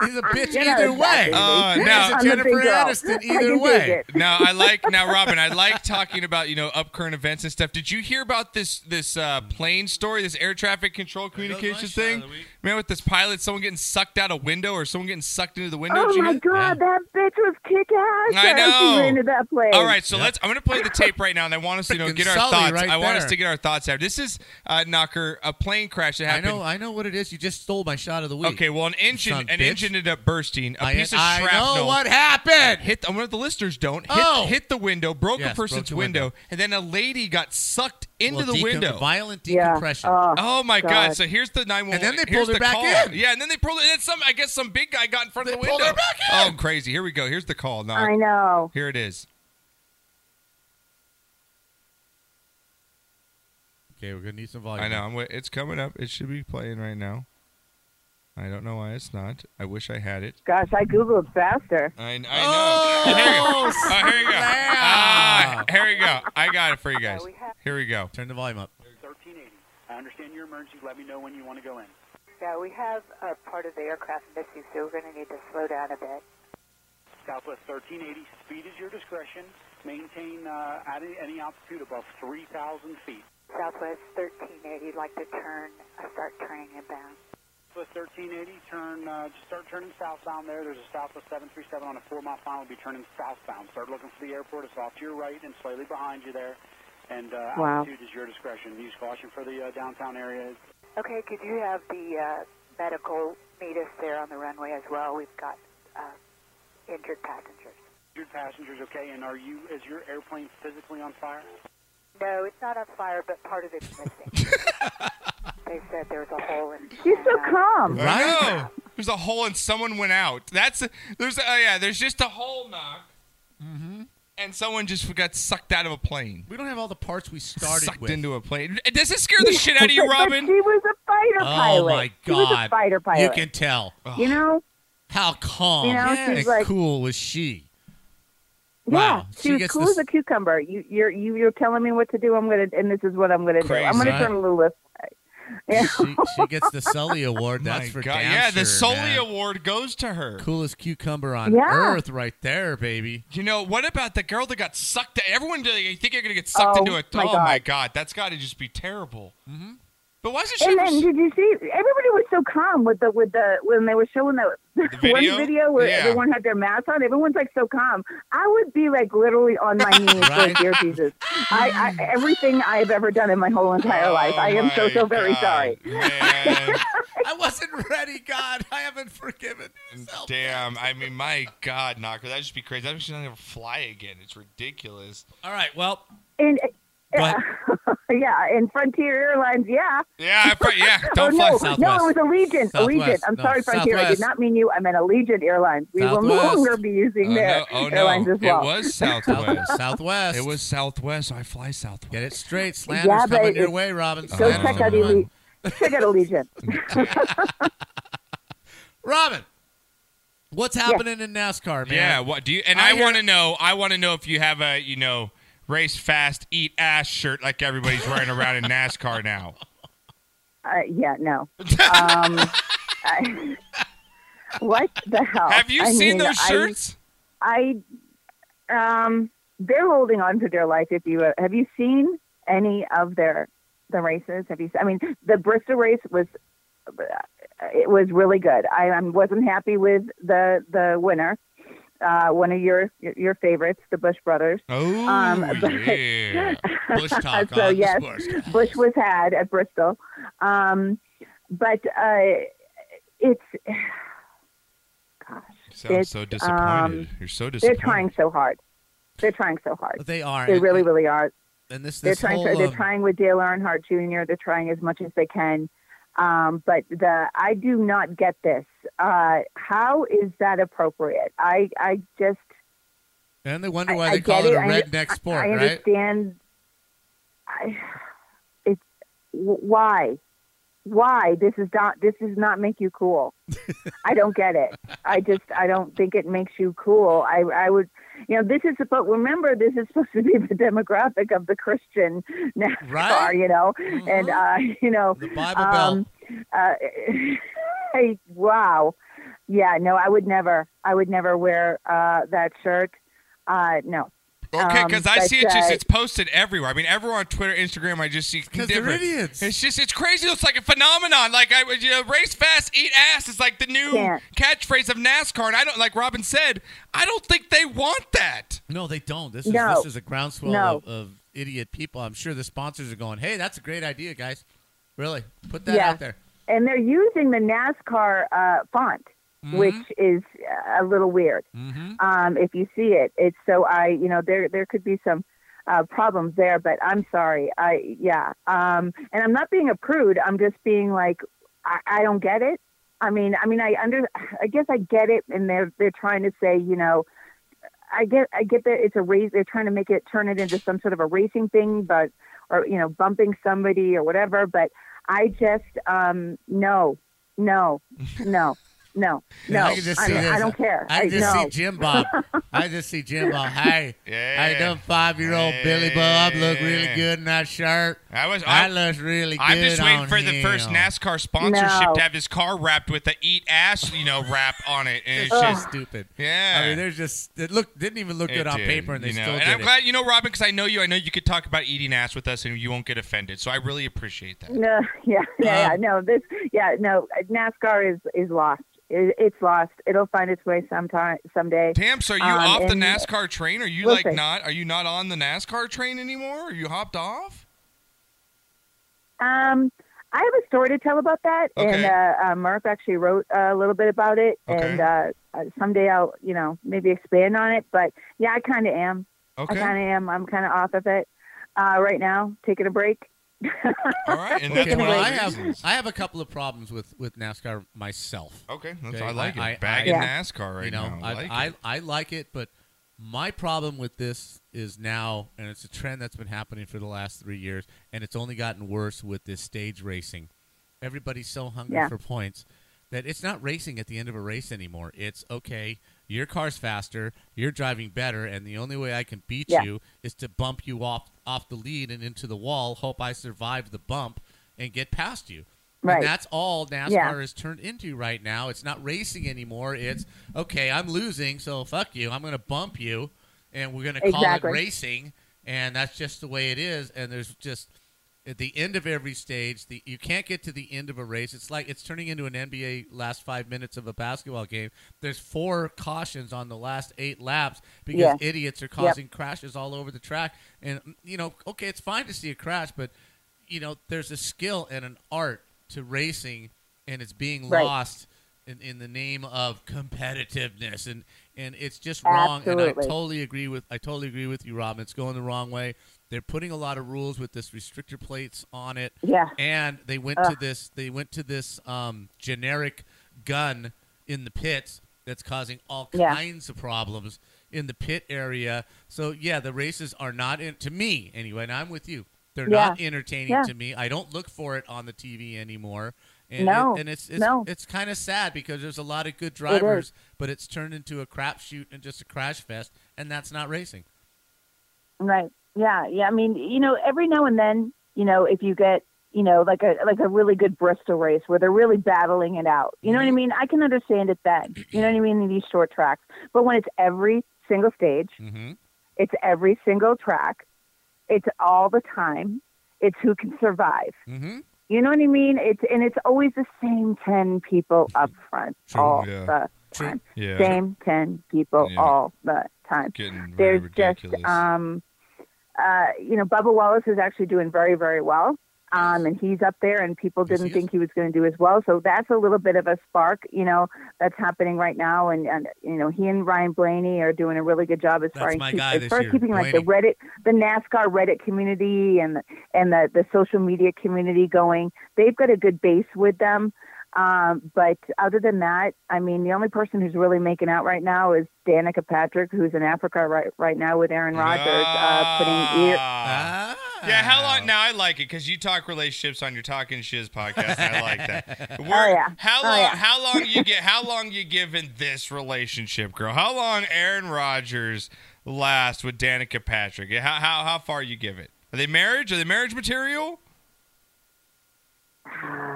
[SPEAKER 2] He's a bitch
[SPEAKER 8] You're not
[SPEAKER 2] either way.
[SPEAKER 8] attacking
[SPEAKER 1] Uh,
[SPEAKER 8] me.
[SPEAKER 1] now-
[SPEAKER 8] I'm a
[SPEAKER 2] Jennifer
[SPEAKER 8] big girl.
[SPEAKER 2] Aniston
[SPEAKER 8] I
[SPEAKER 2] either
[SPEAKER 8] can
[SPEAKER 2] way.
[SPEAKER 8] take it.
[SPEAKER 1] now I like now Robin. I like talking about you know up current events and stuff. Did you hear about this this uh, plane story, this air traffic control communications
[SPEAKER 2] shot of
[SPEAKER 1] thing?
[SPEAKER 2] the week.
[SPEAKER 1] Man, with this pilot, someone getting sucked out a window or someone getting sucked into the window. Did
[SPEAKER 8] Oh
[SPEAKER 1] you
[SPEAKER 8] my
[SPEAKER 1] hear-
[SPEAKER 8] god, that bitch was kick ass.
[SPEAKER 1] I know.
[SPEAKER 8] She ran into that place.
[SPEAKER 1] All right, so let's. I'm going to play the tape right now, and I want us to you know,
[SPEAKER 2] Frickin'
[SPEAKER 1] get our
[SPEAKER 2] Sully
[SPEAKER 1] thoughts.
[SPEAKER 2] right
[SPEAKER 1] I want us
[SPEAKER 2] there.
[SPEAKER 1] to get our thoughts out. This is uh, Knocker, a plane crash that
[SPEAKER 2] I
[SPEAKER 1] happened.
[SPEAKER 2] know, I know what it is. You just stole my shot of the week.
[SPEAKER 1] Okay, well, an engine,
[SPEAKER 2] son of
[SPEAKER 1] an
[SPEAKER 2] bitch.
[SPEAKER 1] engine ended up bursting. A
[SPEAKER 2] I,
[SPEAKER 1] piece of
[SPEAKER 2] I
[SPEAKER 1] shrapnel.
[SPEAKER 2] know what happened.
[SPEAKER 1] hit I'm one of the listeners don't hit,
[SPEAKER 2] Oh.
[SPEAKER 1] hit the window broke
[SPEAKER 2] Yes,
[SPEAKER 1] a
[SPEAKER 2] broke
[SPEAKER 1] person's
[SPEAKER 2] the
[SPEAKER 1] window,
[SPEAKER 2] window.
[SPEAKER 1] and then a lady got sucked into
[SPEAKER 2] Well,
[SPEAKER 1] the
[SPEAKER 2] decom-
[SPEAKER 1] window
[SPEAKER 2] Violent
[SPEAKER 8] Yeah.
[SPEAKER 2] decompression.
[SPEAKER 8] Oh,
[SPEAKER 1] oh my god.
[SPEAKER 8] God.
[SPEAKER 1] so here's the 911
[SPEAKER 2] And then they
[SPEAKER 1] here's
[SPEAKER 2] pulled her
[SPEAKER 1] the
[SPEAKER 2] back
[SPEAKER 1] call.
[SPEAKER 2] in.
[SPEAKER 1] yeah and then they pulled it and some I guess some big guy got in front of the
[SPEAKER 2] They
[SPEAKER 1] window
[SPEAKER 2] pulled her back
[SPEAKER 1] oh crazy here we go here's the call now
[SPEAKER 8] I know.
[SPEAKER 1] here it is
[SPEAKER 2] okay, we're gonna need some volume.
[SPEAKER 1] I know I'm, wa- it's coming up it should be playing right now I don't know why it's not I wish I had it
[SPEAKER 8] Gosh, I googled faster.
[SPEAKER 1] I, I know here you go oh, here you go ah, here you go I got it for you guys here we go
[SPEAKER 2] Turn the volume up.
[SPEAKER 9] 1380. I understand your emergency. Let me know when you want to go in.
[SPEAKER 10] Yeah, we have a part of the aircraft missing, so we're going to need to slow down a bit.
[SPEAKER 9] Southwest 1380. Speed is your discretion. Maintain uh, at any altitude above 3,000 feet.
[SPEAKER 10] Southwest 1380, like to turn, uh, start turning inbound.
[SPEAKER 9] Southwest 1380. Turn. Uh, just start turning southbound there. There's a Southwest 737 on a four-mile final. We'll be turning southbound. Start looking for the airport. It's off to your right and slightly behind you there. And uh,
[SPEAKER 8] Wow.
[SPEAKER 9] altitude is your discretion. Use caution for the uh, downtown area.
[SPEAKER 10] Okay, could you have the uh, medical meet us there on the runway as well? Oh, We've got uh, injured passengers.
[SPEAKER 9] Your passengers, okay? And are you? Is your airplane physically on fire?
[SPEAKER 10] No, it's not on fire, but part of it's missing.
[SPEAKER 2] (laughs)
[SPEAKER 10] they said there was a hole in.
[SPEAKER 8] She's so
[SPEAKER 10] and, uh,
[SPEAKER 8] calm.
[SPEAKER 1] I
[SPEAKER 2] (laughs)
[SPEAKER 1] know. There's a hole and someone went out. That's there's oh yeah. There's just a hole knock,
[SPEAKER 2] Mm-hmm.
[SPEAKER 1] and someone just got sucked out of a plane.
[SPEAKER 2] We don't have all the parts we started
[SPEAKER 1] sucked
[SPEAKER 2] with.
[SPEAKER 1] into a plane. Does this scare the shit out of you,
[SPEAKER 8] (laughs) But- but
[SPEAKER 1] Robin?
[SPEAKER 8] she was a fighter
[SPEAKER 2] oh
[SPEAKER 8] pilot.
[SPEAKER 2] my
[SPEAKER 8] She was
[SPEAKER 2] god.
[SPEAKER 8] a fighter pilot.
[SPEAKER 2] You can tell
[SPEAKER 1] Oh.
[SPEAKER 8] You know?
[SPEAKER 2] Oh. how calm
[SPEAKER 8] You know,
[SPEAKER 2] and
[SPEAKER 8] she's like-
[SPEAKER 2] cool was she.
[SPEAKER 8] Yeah,
[SPEAKER 2] Wow,
[SPEAKER 8] she,
[SPEAKER 2] she
[SPEAKER 8] was
[SPEAKER 2] gets
[SPEAKER 8] cool
[SPEAKER 2] this-
[SPEAKER 8] as a cucumber. You, you're you, you're telling me what to do. I'm gonna, and this is what I'm gonna do. I'm
[SPEAKER 1] Crazy.
[SPEAKER 8] gonna turn a little left. Yeah.
[SPEAKER 2] She, she gets
[SPEAKER 8] (laughs)
[SPEAKER 2] the Sully Award. That's
[SPEAKER 1] My
[SPEAKER 2] for
[SPEAKER 1] God.
[SPEAKER 2] damn
[SPEAKER 1] yeah, the
[SPEAKER 2] sure,
[SPEAKER 1] Sully
[SPEAKER 2] man.
[SPEAKER 1] Award goes to her.
[SPEAKER 2] Coolest cucumber on
[SPEAKER 8] Yeah.
[SPEAKER 2] earth, right there, baby.
[SPEAKER 1] You know what about the girl that got sucked? Everyone, you think you're gonna get sucked
[SPEAKER 8] Oh,
[SPEAKER 1] into a?
[SPEAKER 8] my
[SPEAKER 1] oh
[SPEAKER 8] God.
[SPEAKER 1] my God, that's got to just be terrible. Mm-hmm. But why is it she?
[SPEAKER 8] And then
[SPEAKER 1] ever-
[SPEAKER 8] did you see everybody was so calm with the with the (laughs) when they were showing that
[SPEAKER 1] video?
[SPEAKER 8] one video where
[SPEAKER 1] Yeah.
[SPEAKER 8] everyone had their masks on. Everyone's like so calm. I would be like literally on
[SPEAKER 1] (laughs)
[SPEAKER 8] my knees
[SPEAKER 2] Right.
[SPEAKER 8] like dear Jesus. I, I everything I've ever done in my whole entire life.
[SPEAKER 1] Oh
[SPEAKER 8] I am so
[SPEAKER 1] my
[SPEAKER 8] so very
[SPEAKER 1] God, (laughs)
[SPEAKER 8] sorry.
[SPEAKER 2] (laughs)
[SPEAKER 1] man. (laughs)
[SPEAKER 2] I wasn't ready, God. I haven't forgiven yourself.
[SPEAKER 1] Damn, I mean, my God, Knocker, that'd just be crazy. That'd just never fly again. It's ridiculous.
[SPEAKER 2] All right, well,
[SPEAKER 8] (laughs) And
[SPEAKER 2] go ahead.
[SPEAKER 8] (laughs) yeah, and Frontier Airlines, yeah.
[SPEAKER 1] Yeah, I pro- yeah,
[SPEAKER 8] (laughs)
[SPEAKER 1] don't
[SPEAKER 8] oh,
[SPEAKER 1] fly
[SPEAKER 8] no,
[SPEAKER 1] Southwest.
[SPEAKER 8] no, it was Allegiant. Allegiant.
[SPEAKER 2] Southwest.
[SPEAKER 8] I'm
[SPEAKER 2] No,
[SPEAKER 8] sorry, Frontier. I
[SPEAKER 2] Southwest.
[SPEAKER 8] did not mean you. I meant Allegiant Airlines. We will no
[SPEAKER 2] Southwest.
[SPEAKER 8] longer be using
[SPEAKER 1] Oh,
[SPEAKER 8] their
[SPEAKER 1] no, oh, no.
[SPEAKER 8] airlines as well. (laughs)
[SPEAKER 1] It was
[SPEAKER 2] Southwest.
[SPEAKER 1] Southwest.
[SPEAKER 2] Southwest.
[SPEAKER 1] it was Southwest, so I fly Southwest.
[SPEAKER 2] Get it straight. Slander's
[SPEAKER 8] Yeah, but
[SPEAKER 2] coming your
[SPEAKER 8] it-
[SPEAKER 2] way, Robin.
[SPEAKER 8] Go
[SPEAKER 1] Oh.
[SPEAKER 2] Slander's
[SPEAKER 8] check out
[SPEAKER 2] coming your way.
[SPEAKER 8] Allegiant. check out Allegiant.
[SPEAKER 2] Robin, what's happening in NASCAR, man?
[SPEAKER 1] Yeah, what do you? And
[SPEAKER 2] I
[SPEAKER 1] I,
[SPEAKER 2] hear-
[SPEAKER 1] want to know. I want to know if you have a, you know, race fast, eat ass shirt like everybody's wearing around in NASCAR now.
[SPEAKER 8] Uh, yeah,
[SPEAKER 1] (laughs)
[SPEAKER 8] no. Um, I, what the hell?
[SPEAKER 1] Have you
[SPEAKER 8] I mean,
[SPEAKER 1] seen those
[SPEAKER 8] I-
[SPEAKER 1] shirts?
[SPEAKER 8] I, um, they're holding on for dear life. If you have you seen any of their the races? Have you? I mean, the Bristol race was uh, it was really good. I um, wasn't happy with the the winner. Uh, one of your your favorites, the Bush brothers.
[SPEAKER 1] oh,
[SPEAKER 8] um, (laughs) but-
[SPEAKER 1] yeah.
[SPEAKER 2] Bush talk
[SPEAKER 8] (laughs) so
[SPEAKER 2] on (laughs)
[SPEAKER 8] yes,
[SPEAKER 2] the sports.
[SPEAKER 8] Bush was had at Bristol, um, but uh, it's (sighs)
[SPEAKER 1] You sound
[SPEAKER 8] It's,
[SPEAKER 1] so disappointed.
[SPEAKER 8] um,
[SPEAKER 1] You're so
[SPEAKER 8] they're
[SPEAKER 1] disappointed.
[SPEAKER 8] trying so hard. They're trying so hard.
[SPEAKER 2] They are.
[SPEAKER 8] They
[SPEAKER 2] and-
[SPEAKER 8] really, really are.
[SPEAKER 2] And this,
[SPEAKER 8] they're
[SPEAKER 2] this
[SPEAKER 8] trying.
[SPEAKER 2] whole,
[SPEAKER 8] so they're
[SPEAKER 2] um,
[SPEAKER 8] trying with Dale Earnhardt Jr. They're trying as much as they can. Um, but the I do not get this. Uh, how is that appropriate? I I just
[SPEAKER 2] and they wonder why
[SPEAKER 8] I
[SPEAKER 2] they
[SPEAKER 8] get
[SPEAKER 2] call it,
[SPEAKER 8] it.
[SPEAKER 2] a
[SPEAKER 8] I-
[SPEAKER 2] redneck sport,
[SPEAKER 8] I
[SPEAKER 2] right?
[SPEAKER 8] understand. I, it's wh- why, why this is not this does not make you
[SPEAKER 2] (laughs)
[SPEAKER 8] cool. I don't get it. I just I don't think it makes you cool. I I would, you know, this is supposed. Remember, this is supposed to be the demographic of the Christian (laughs) NASCAR.
[SPEAKER 5] Right.
[SPEAKER 8] You know, and uh, you know,
[SPEAKER 5] The
[SPEAKER 2] Mm-hmm. Bible
[SPEAKER 8] um, Uh, (laughs) I, wow. Yeah, no, I would never. I would never wear uh, that shirt. Uh, no.
[SPEAKER 1] Okay,
[SPEAKER 8] Um,
[SPEAKER 1] because I
[SPEAKER 8] but,
[SPEAKER 1] see it just
[SPEAKER 8] uh,
[SPEAKER 1] it's posted everywhere. I mean, everywhere on Twitter, Instagram, I just see because
[SPEAKER 2] they're idiots.
[SPEAKER 1] It's just it's crazy. It's like a phenomenon. Like I, you know, race fast, eat ass is like the new
[SPEAKER 2] Can't.
[SPEAKER 1] catchphrase of NASCAR. And I don't like Robin said. I don't think they want that.
[SPEAKER 2] No, they don't. This is
[SPEAKER 1] No.
[SPEAKER 2] this is a groundswell
[SPEAKER 1] No.
[SPEAKER 2] of, of idiot people. I'm sure the sponsors are going, "Hey, that's a great idea, guys. Really, put that
[SPEAKER 8] Yeah.
[SPEAKER 2] out there."
[SPEAKER 8] and they're using the NASCAR uh, font,
[SPEAKER 1] Mm-hmm.
[SPEAKER 8] which is uh, a little weird. Um, if you see it, it's so I, you know, there there could be some uh, problems there, but I'm sorry. I yeah, um, and I'm not being a prude. I'm just being like, I, I don't get it. I mean, I mean, I under, I guess I get it, and they're they're trying to say, you know. I get, I get that it's a race. They're trying to make it turn it into some sort of a racing thing, but or you know, bumping somebody or whatever. But I just um no,
[SPEAKER 2] (laughs)
[SPEAKER 8] no, no, no, no.
[SPEAKER 2] I can just see
[SPEAKER 8] I'm-
[SPEAKER 2] this.
[SPEAKER 8] I don't care.
[SPEAKER 2] I can just
[SPEAKER 8] no. (laughs)
[SPEAKER 2] see Jim Bob. I just see Jim Bob. Hey, I done five year old Billy Bob look really good in that shirt.
[SPEAKER 1] I was.
[SPEAKER 2] I, looked really good.
[SPEAKER 1] I'm just waiting
[SPEAKER 2] on
[SPEAKER 1] for the first
[SPEAKER 2] him.
[SPEAKER 1] NASCAR sponsorship
[SPEAKER 2] No.
[SPEAKER 1] to have his car wrapped with the eat ass, you know, wrap on it. And it's
[SPEAKER 2] It's
[SPEAKER 1] just
[SPEAKER 2] just stupid.
[SPEAKER 1] Yeah.
[SPEAKER 2] I mean, they're just it looked didn't even look
[SPEAKER 1] It
[SPEAKER 2] good on
[SPEAKER 1] did,
[SPEAKER 2] paper, and they
[SPEAKER 1] you know.
[SPEAKER 2] still
[SPEAKER 1] And
[SPEAKER 2] did
[SPEAKER 1] I'm
[SPEAKER 2] it.
[SPEAKER 1] glad you know, Robin, because I know you. I know you could talk about eating ass with us, and you won't get offended. So I really appreciate that.
[SPEAKER 8] No, yeah, yeah,
[SPEAKER 2] Um,
[SPEAKER 8] yeah. No, this, yeah, no. NASCAR is is lost. It, it's lost. It'll find its way sometime someday.
[SPEAKER 1] Tam, So are you off the NASCAR train? Are you like
[SPEAKER 8] Um, listen.
[SPEAKER 1] not? Are you not on the NASCAR train anymore? Are you hopped off?
[SPEAKER 8] Um, I have a story to tell about that, and
[SPEAKER 1] Okay.
[SPEAKER 8] uh, uh, Mark actually wrote a little bit about it,
[SPEAKER 1] Okay.
[SPEAKER 8] and uh, uh, someday I'll, you know, maybe expand on it. But yeah, I kind of am.
[SPEAKER 1] Okay.
[SPEAKER 8] I kind of am. I'm kind of off of it uh, right now, taking a break. (laughs)
[SPEAKER 1] All right, and that's
[SPEAKER 2] Okay,
[SPEAKER 1] one
[SPEAKER 2] well,
[SPEAKER 1] of
[SPEAKER 2] I
[SPEAKER 1] the
[SPEAKER 2] have
[SPEAKER 1] reasons.
[SPEAKER 2] I have a couple of problems with with NASCAR myself.
[SPEAKER 1] Okay, that's- I like it. Bagging NASCAR right
[SPEAKER 2] you know,
[SPEAKER 1] now. I
[SPEAKER 2] I,
[SPEAKER 1] like
[SPEAKER 2] I, I like it, but my problem with this is now, and it's a trend that's been happening for the last three years, and it's only gotten worse with this stage racing. Everybody's so hungry
[SPEAKER 11] Yeah.
[SPEAKER 2] for points that it's not racing at the end of a race anymore. It's okay. Your car's faster. You're driving better, and the only way I can beat
[SPEAKER 11] Yeah.
[SPEAKER 2] you is to bump you off off the lead and into the wall. Hope I survive the bump and get past you.
[SPEAKER 11] Right.
[SPEAKER 2] And that's all NASCAR
[SPEAKER 11] Yeah.
[SPEAKER 2] is turned into right now. It's not racing anymore. It's okay. I'm losing, so fuck you. I'm going to bump you, and we're going to call
[SPEAKER 11] Exactly.
[SPEAKER 2] it racing. And that's just the way it is. And there's just at the end of every stage, the you can't get to the end of a race. It's like it's turning into an NBA last five minutes of a basketball game. There's four cautions on the last eight laps because
[SPEAKER 11] Yeah.
[SPEAKER 2] idiots are
[SPEAKER 11] Yep.
[SPEAKER 2] causing crashes all over the track. And you know, okay, it's fine to see a crash, but you know, there's a skill and an art to racing, and it's being
[SPEAKER 11] Right.
[SPEAKER 2] lost in, in the name of competitiveness, and and it's just wrong. And I
[SPEAKER 11] Absolutely.
[SPEAKER 2] totally agree with I totally agree with you, Robin. It's going the wrong way. They're putting a lot of rules with this restrictor plates on it.
[SPEAKER 11] Yeah.
[SPEAKER 2] and they went to
[SPEAKER 11] Ugh.
[SPEAKER 2] this they went to this um, generic gun in the pits that's causing all
[SPEAKER 11] Yeah.
[SPEAKER 2] kinds of problems in the pit area. So yeah, the races are not in, to me anyway, and I'm with you. They're
[SPEAKER 11] Yeah.
[SPEAKER 2] not entertaining
[SPEAKER 11] Yeah.
[SPEAKER 2] to me. I don't look for it on the TV anymore. And
[SPEAKER 11] No.
[SPEAKER 2] it, and it's it's,
[SPEAKER 11] No.
[SPEAKER 2] it's kind of sad because there's a lot of good drivers,
[SPEAKER 11] is.
[SPEAKER 2] but it's turned into a crapshoot and just a crash fest, and that's not racing.
[SPEAKER 8] Right. Yeah. Yeah. I mean, you know, every now and then, you know, if you get, you know, like a like a really good Bristol race where they're really battling it out. You know
[SPEAKER 1] Mm-hmm.
[SPEAKER 8] what I mean? I can understand it then. You know what I mean? In these short tracks. But when it's every single stage,
[SPEAKER 2] Mm-hmm.
[SPEAKER 8] it's every single track, it's all the time, it's who can survive.
[SPEAKER 2] Mm-hmm.
[SPEAKER 8] You know what I mean? It's and it's always the same ten people up front all
[SPEAKER 5] yeah.
[SPEAKER 8] the
[SPEAKER 5] True.
[SPEAKER 8] time.
[SPEAKER 5] Yeah.
[SPEAKER 8] Same ten people
[SPEAKER 5] Yeah.
[SPEAKER 8] all the time.
[SPEAKER 5] Getting very
[SPEAKER 8] There's just uh,
[SPEAKER 5] ridiculous.
[SPEAKER 8] um, uh, you know, Bubba Wallace is actually doing very very well. Um, and he's up there, and people didn't think he was going to do as well. So that's a little bit of a spark, you know, that's happening right now. And, and you know, he and Ryan Blaney are doing a really good job as far
[SPEAKER 11] my
[SPEAKER 8] keep-
[SPEAKER 11] guy
[SPEAKER 8] as
[SPEAKER 11] this
[SPEAKER 8] far as
[SPEAKER 11] year,
[SPEAKER 8] keeping like the Reddit, the NASCAR Reddit community, and the, and the the social media community going. They've got a good base with them. Um, but other than that, I mean, the only person who's really making out right now is Danica Patrick, who's in Africa right right now with Aaron Rodgers, uh, putting ear.
[SPEAKER 2] Ah.
[SPEAKER 1] Yeah, how long? Now I like it because you talk relationships on your Talking Shiz podcast. And I like
[SPEAKER 2] (laughs)
[SPEAKER 1] that.
[SPEAKER 8] Oh,
[SPEAKER 1] We're-
[SPEAKER 8] yeah.
[SPEAKER 1] How
[SPEAKER 8] Oh,
[SPEAKER 1] long?
[SPEAKER 8] yeah.
[SPEAKER 1] How long you get? How long you given this relationship, girl? How long Aaron Rodgers last with Danica Patrick? How how how far you give it? Are they marriage? Are they marriage material?
[SPEAKER 8] (sighs)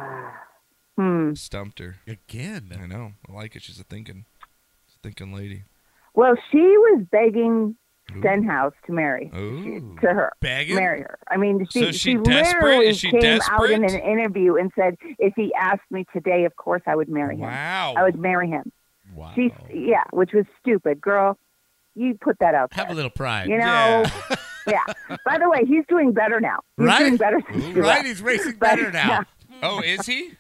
[SPEAKER 8] Hmm.
[SPEAKER 1] Stumped her
[SPEAKER 2] again.
[SPEAKER 1] I know. I like it. She's a thinking, she's a thinking lady.
[SPEAKER 8] Well, she was begging Stenhouse to marry
[SPEAKER 1] Ooh.
[SPEAKER 8] to her,
[SPEAKER 1] Begging?
[SPEAKER 8] marry her. I mean, she
[SPEAKER 1] So is she desperate?
[SPEAKER 8] literally
[SPEAKER 1] Is she
[SPEAKER 8] came out in an
[SPEAKER 1] desperate?
[SPEAKER 8] interview and said, "If he asked me today, of course I would marry him.
[SPEAKER 1] Wow.
[SPEAKER 8] I would marry him."
[SPEAKER 2] Wow.
[SPEAKER 8] She's yeah, which was stupid, girl. You put that out there.
[SPEAKER 2] Have a little pride.
[SPEAKER 8] You know, yeah. By the way, he's doing better now. He's
[SPEAKER 1] Right?
[SPEAKER 8] doing better. since she
[SPEAKER 1] Right,
[SPEAKER 8] left.
[SPEAKER 1] he's racing
[SPEAKER 8] But-
[SPEAKER 1] better now. Oh, is he?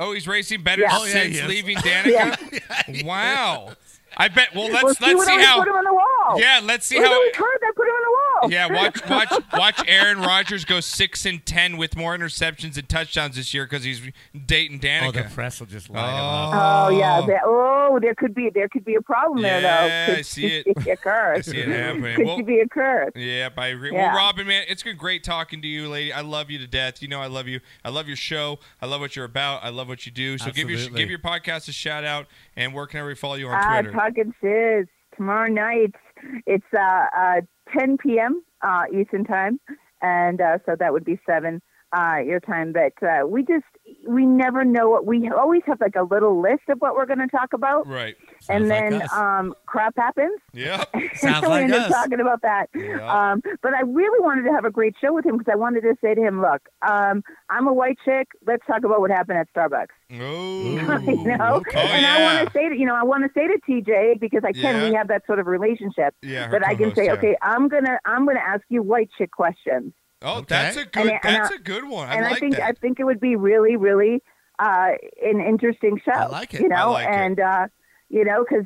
[SPEAKER 1] Oh, he's racing better
[SPEAKER 8] Yeah. Oh,
[SPEAKER 1] since
[SPEAKER 8] (laughs) yeah, he is.
[SPEAKER 1] leaving Danica. Wow. I bet. Well, let's
[SPEAKER 8] well, she
[SPEAKER 1] let's
[SPEAKER 8] would
[SPEAKER 1] see
[SPEAKER 8] always
[SPEAKER 1] how.
[SPEAKER 8] put him on the wall.
[SPEAKER 1] Yeah, let's see
[SPEAKER 8] It was
[SPEAKER 1] how-
[SPEAKER 8] always her that put him on the wall.
[SPEAKER 1] Yeah, watch watch watch Aaron Rodgers go six and ten with more interceptions and touchdowns this year because he's dating Danica.
[SPEAKER 2] Oh, the press will just line him up.
[SPEAKER 8] Oh, yeah. There, oh, there could be there could be a problem
[SPEAKER 1] Yeah,
[SPEAKER 8] there though.
[SPEAKER 1] I
[SPEAKER 8] Could
[SPEAKER 1] see
[SPEAKER 8] she (laughs)
[SPEAKER 1] it.
[SPEAKER 8] be a curse?
[SPEAKER 1] (laughs) I see it happening.
[SPEAKER 8] Could
[SPEAKER 1] Well-
[SPEAKER 8] she be a curse?
[SPEAKER 1] Yep, I agree.
[SPEAKER 8] Yeah.
[SPEAKER 1] Well, Robin, man, it's been great talking to you, lady. I love you to death. You know, I love you. I love your show. I love what you're about. I love what you do. So give your
[SPEAKER 8] Absolutely.
[SPEAKER 1] give your podcast a shout out. And where can everybody follow you on
[SPEAKER 8] Ah,
[SPEAKER 1] Twitter?
[SPEAKER 8] talking shiz tomorrow night. It's uh, uh, 10 p.m. Uh, Eastern time, and uh, so that would be seven uh, your time. But uh, we just we never know what we always have like a little list of what we're going to talk about,
[SPEAKER 1] right.
[SPEAKER 8] and
[SPEAKER 5] Sounds like
[SPEAKER 8] then
[SPEAKER 5] us.
[SPEAKER 8] um, crap happens. (laughs)
[SPEAKER 1] Yep.
[SPEAKER 5] (laughs)
[SPEAKER 8] so we ended up talking about that.
[SPEAKER 5] Yeah.
[SPEAKER 8] Um, but I really wanted to have a great show with him because I wanted to say to him, "Look, um, I'm a white chick. Let's talk about what happened at Starbucks." (laughs) you know,
[SPEAKER 5] Oh,
[SPEAKER 8] and I want to say to you know I want to say to TJ because I can.
[SPEAKER 5] Yeah.
[SPEAKER 8] We have that sort of relationship
[SPEAKER 5] Yeah, her
[SPEAKER 8] that I can
[SPEAKER 5] co-host,
[SPEAKER 8] say,
[SPEAKER 5] yeah.
[SPEAKER 8] "Okay, I'm gonna I'm gonna ask you white chick questions."
[SPEAKER 1] Oh, that's a good.
[SPEAKER 8] And I- and
[SPEAKER 1] that's
[SPEAKER 8] I-
[SPEAKER 1] a good one. I
[SPEAKER 8] and
[SPEAKER 1] like
[SPEAKER 8] I think
[SPEAKER 1] that.
[SPEAKER 8] I think it would be really, really uh, an interesting show. I
[SPEAKER 1] like it.
[SPEAKER 8] You
[SPEAKER 1] I
[SPEAKER 8] know,
[SPEAKER 1] like it.
[SPEAKER 8] and uh, you know, because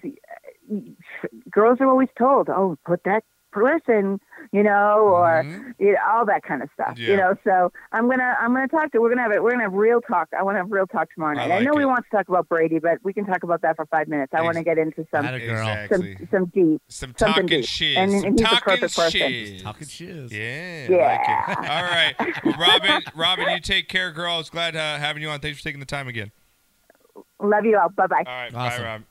[SPEAKER 8] girls are always told, "Oh, put that person," you know, or
[SPEAKER 1] Mm-hmm.
[SPEAKER 8] you know, all that kind of stuff.
[SPEAKER 5] Yeah.
[SPEAKER 8] You know, so I'm gonna I'm gonna talk to. We're gonna have it. We're gonna have real talk. I want to have real talk tomorrow night. I,
[SPEAKER 5] like
[SPEAKER 8] know we want to talk about Brady, but we can talk about that for five minutes. I want to get into some
[SPEAKER 1] Atta girl. Exactly.
[SPEAKER 8] some some deep
[SPEAKER 1] Some
[SPEAKER 8] something
[SPEAKER 1] talking
[SPEAKER 8] deep.
[SPEAKER 1] shiz.
[SPEAKER 8] and,
[SPEAKER 1] Some
[SPEAKER 8] and he's the
[SPEAKER 1] talking
[SPEAKER 8] perfect person.
[SPEAKER 1] shiz. Talking
[SPEAKER 2] shiz.
[SPEAKER 1] Yeah. I
[SPEAKER 8] Yeah.
[SPEAKER 1] like it. All right. Well,
[SPEAKER 8] (laughs)
[SPEAKER 1] Robin, Robin, you take care, girl. I was glad uh, having you on. Thanks for taking the time again.
[SPEAKER 8] Love you all. Bye bye.
[SPEAKER 1] All right. Bye, Rob.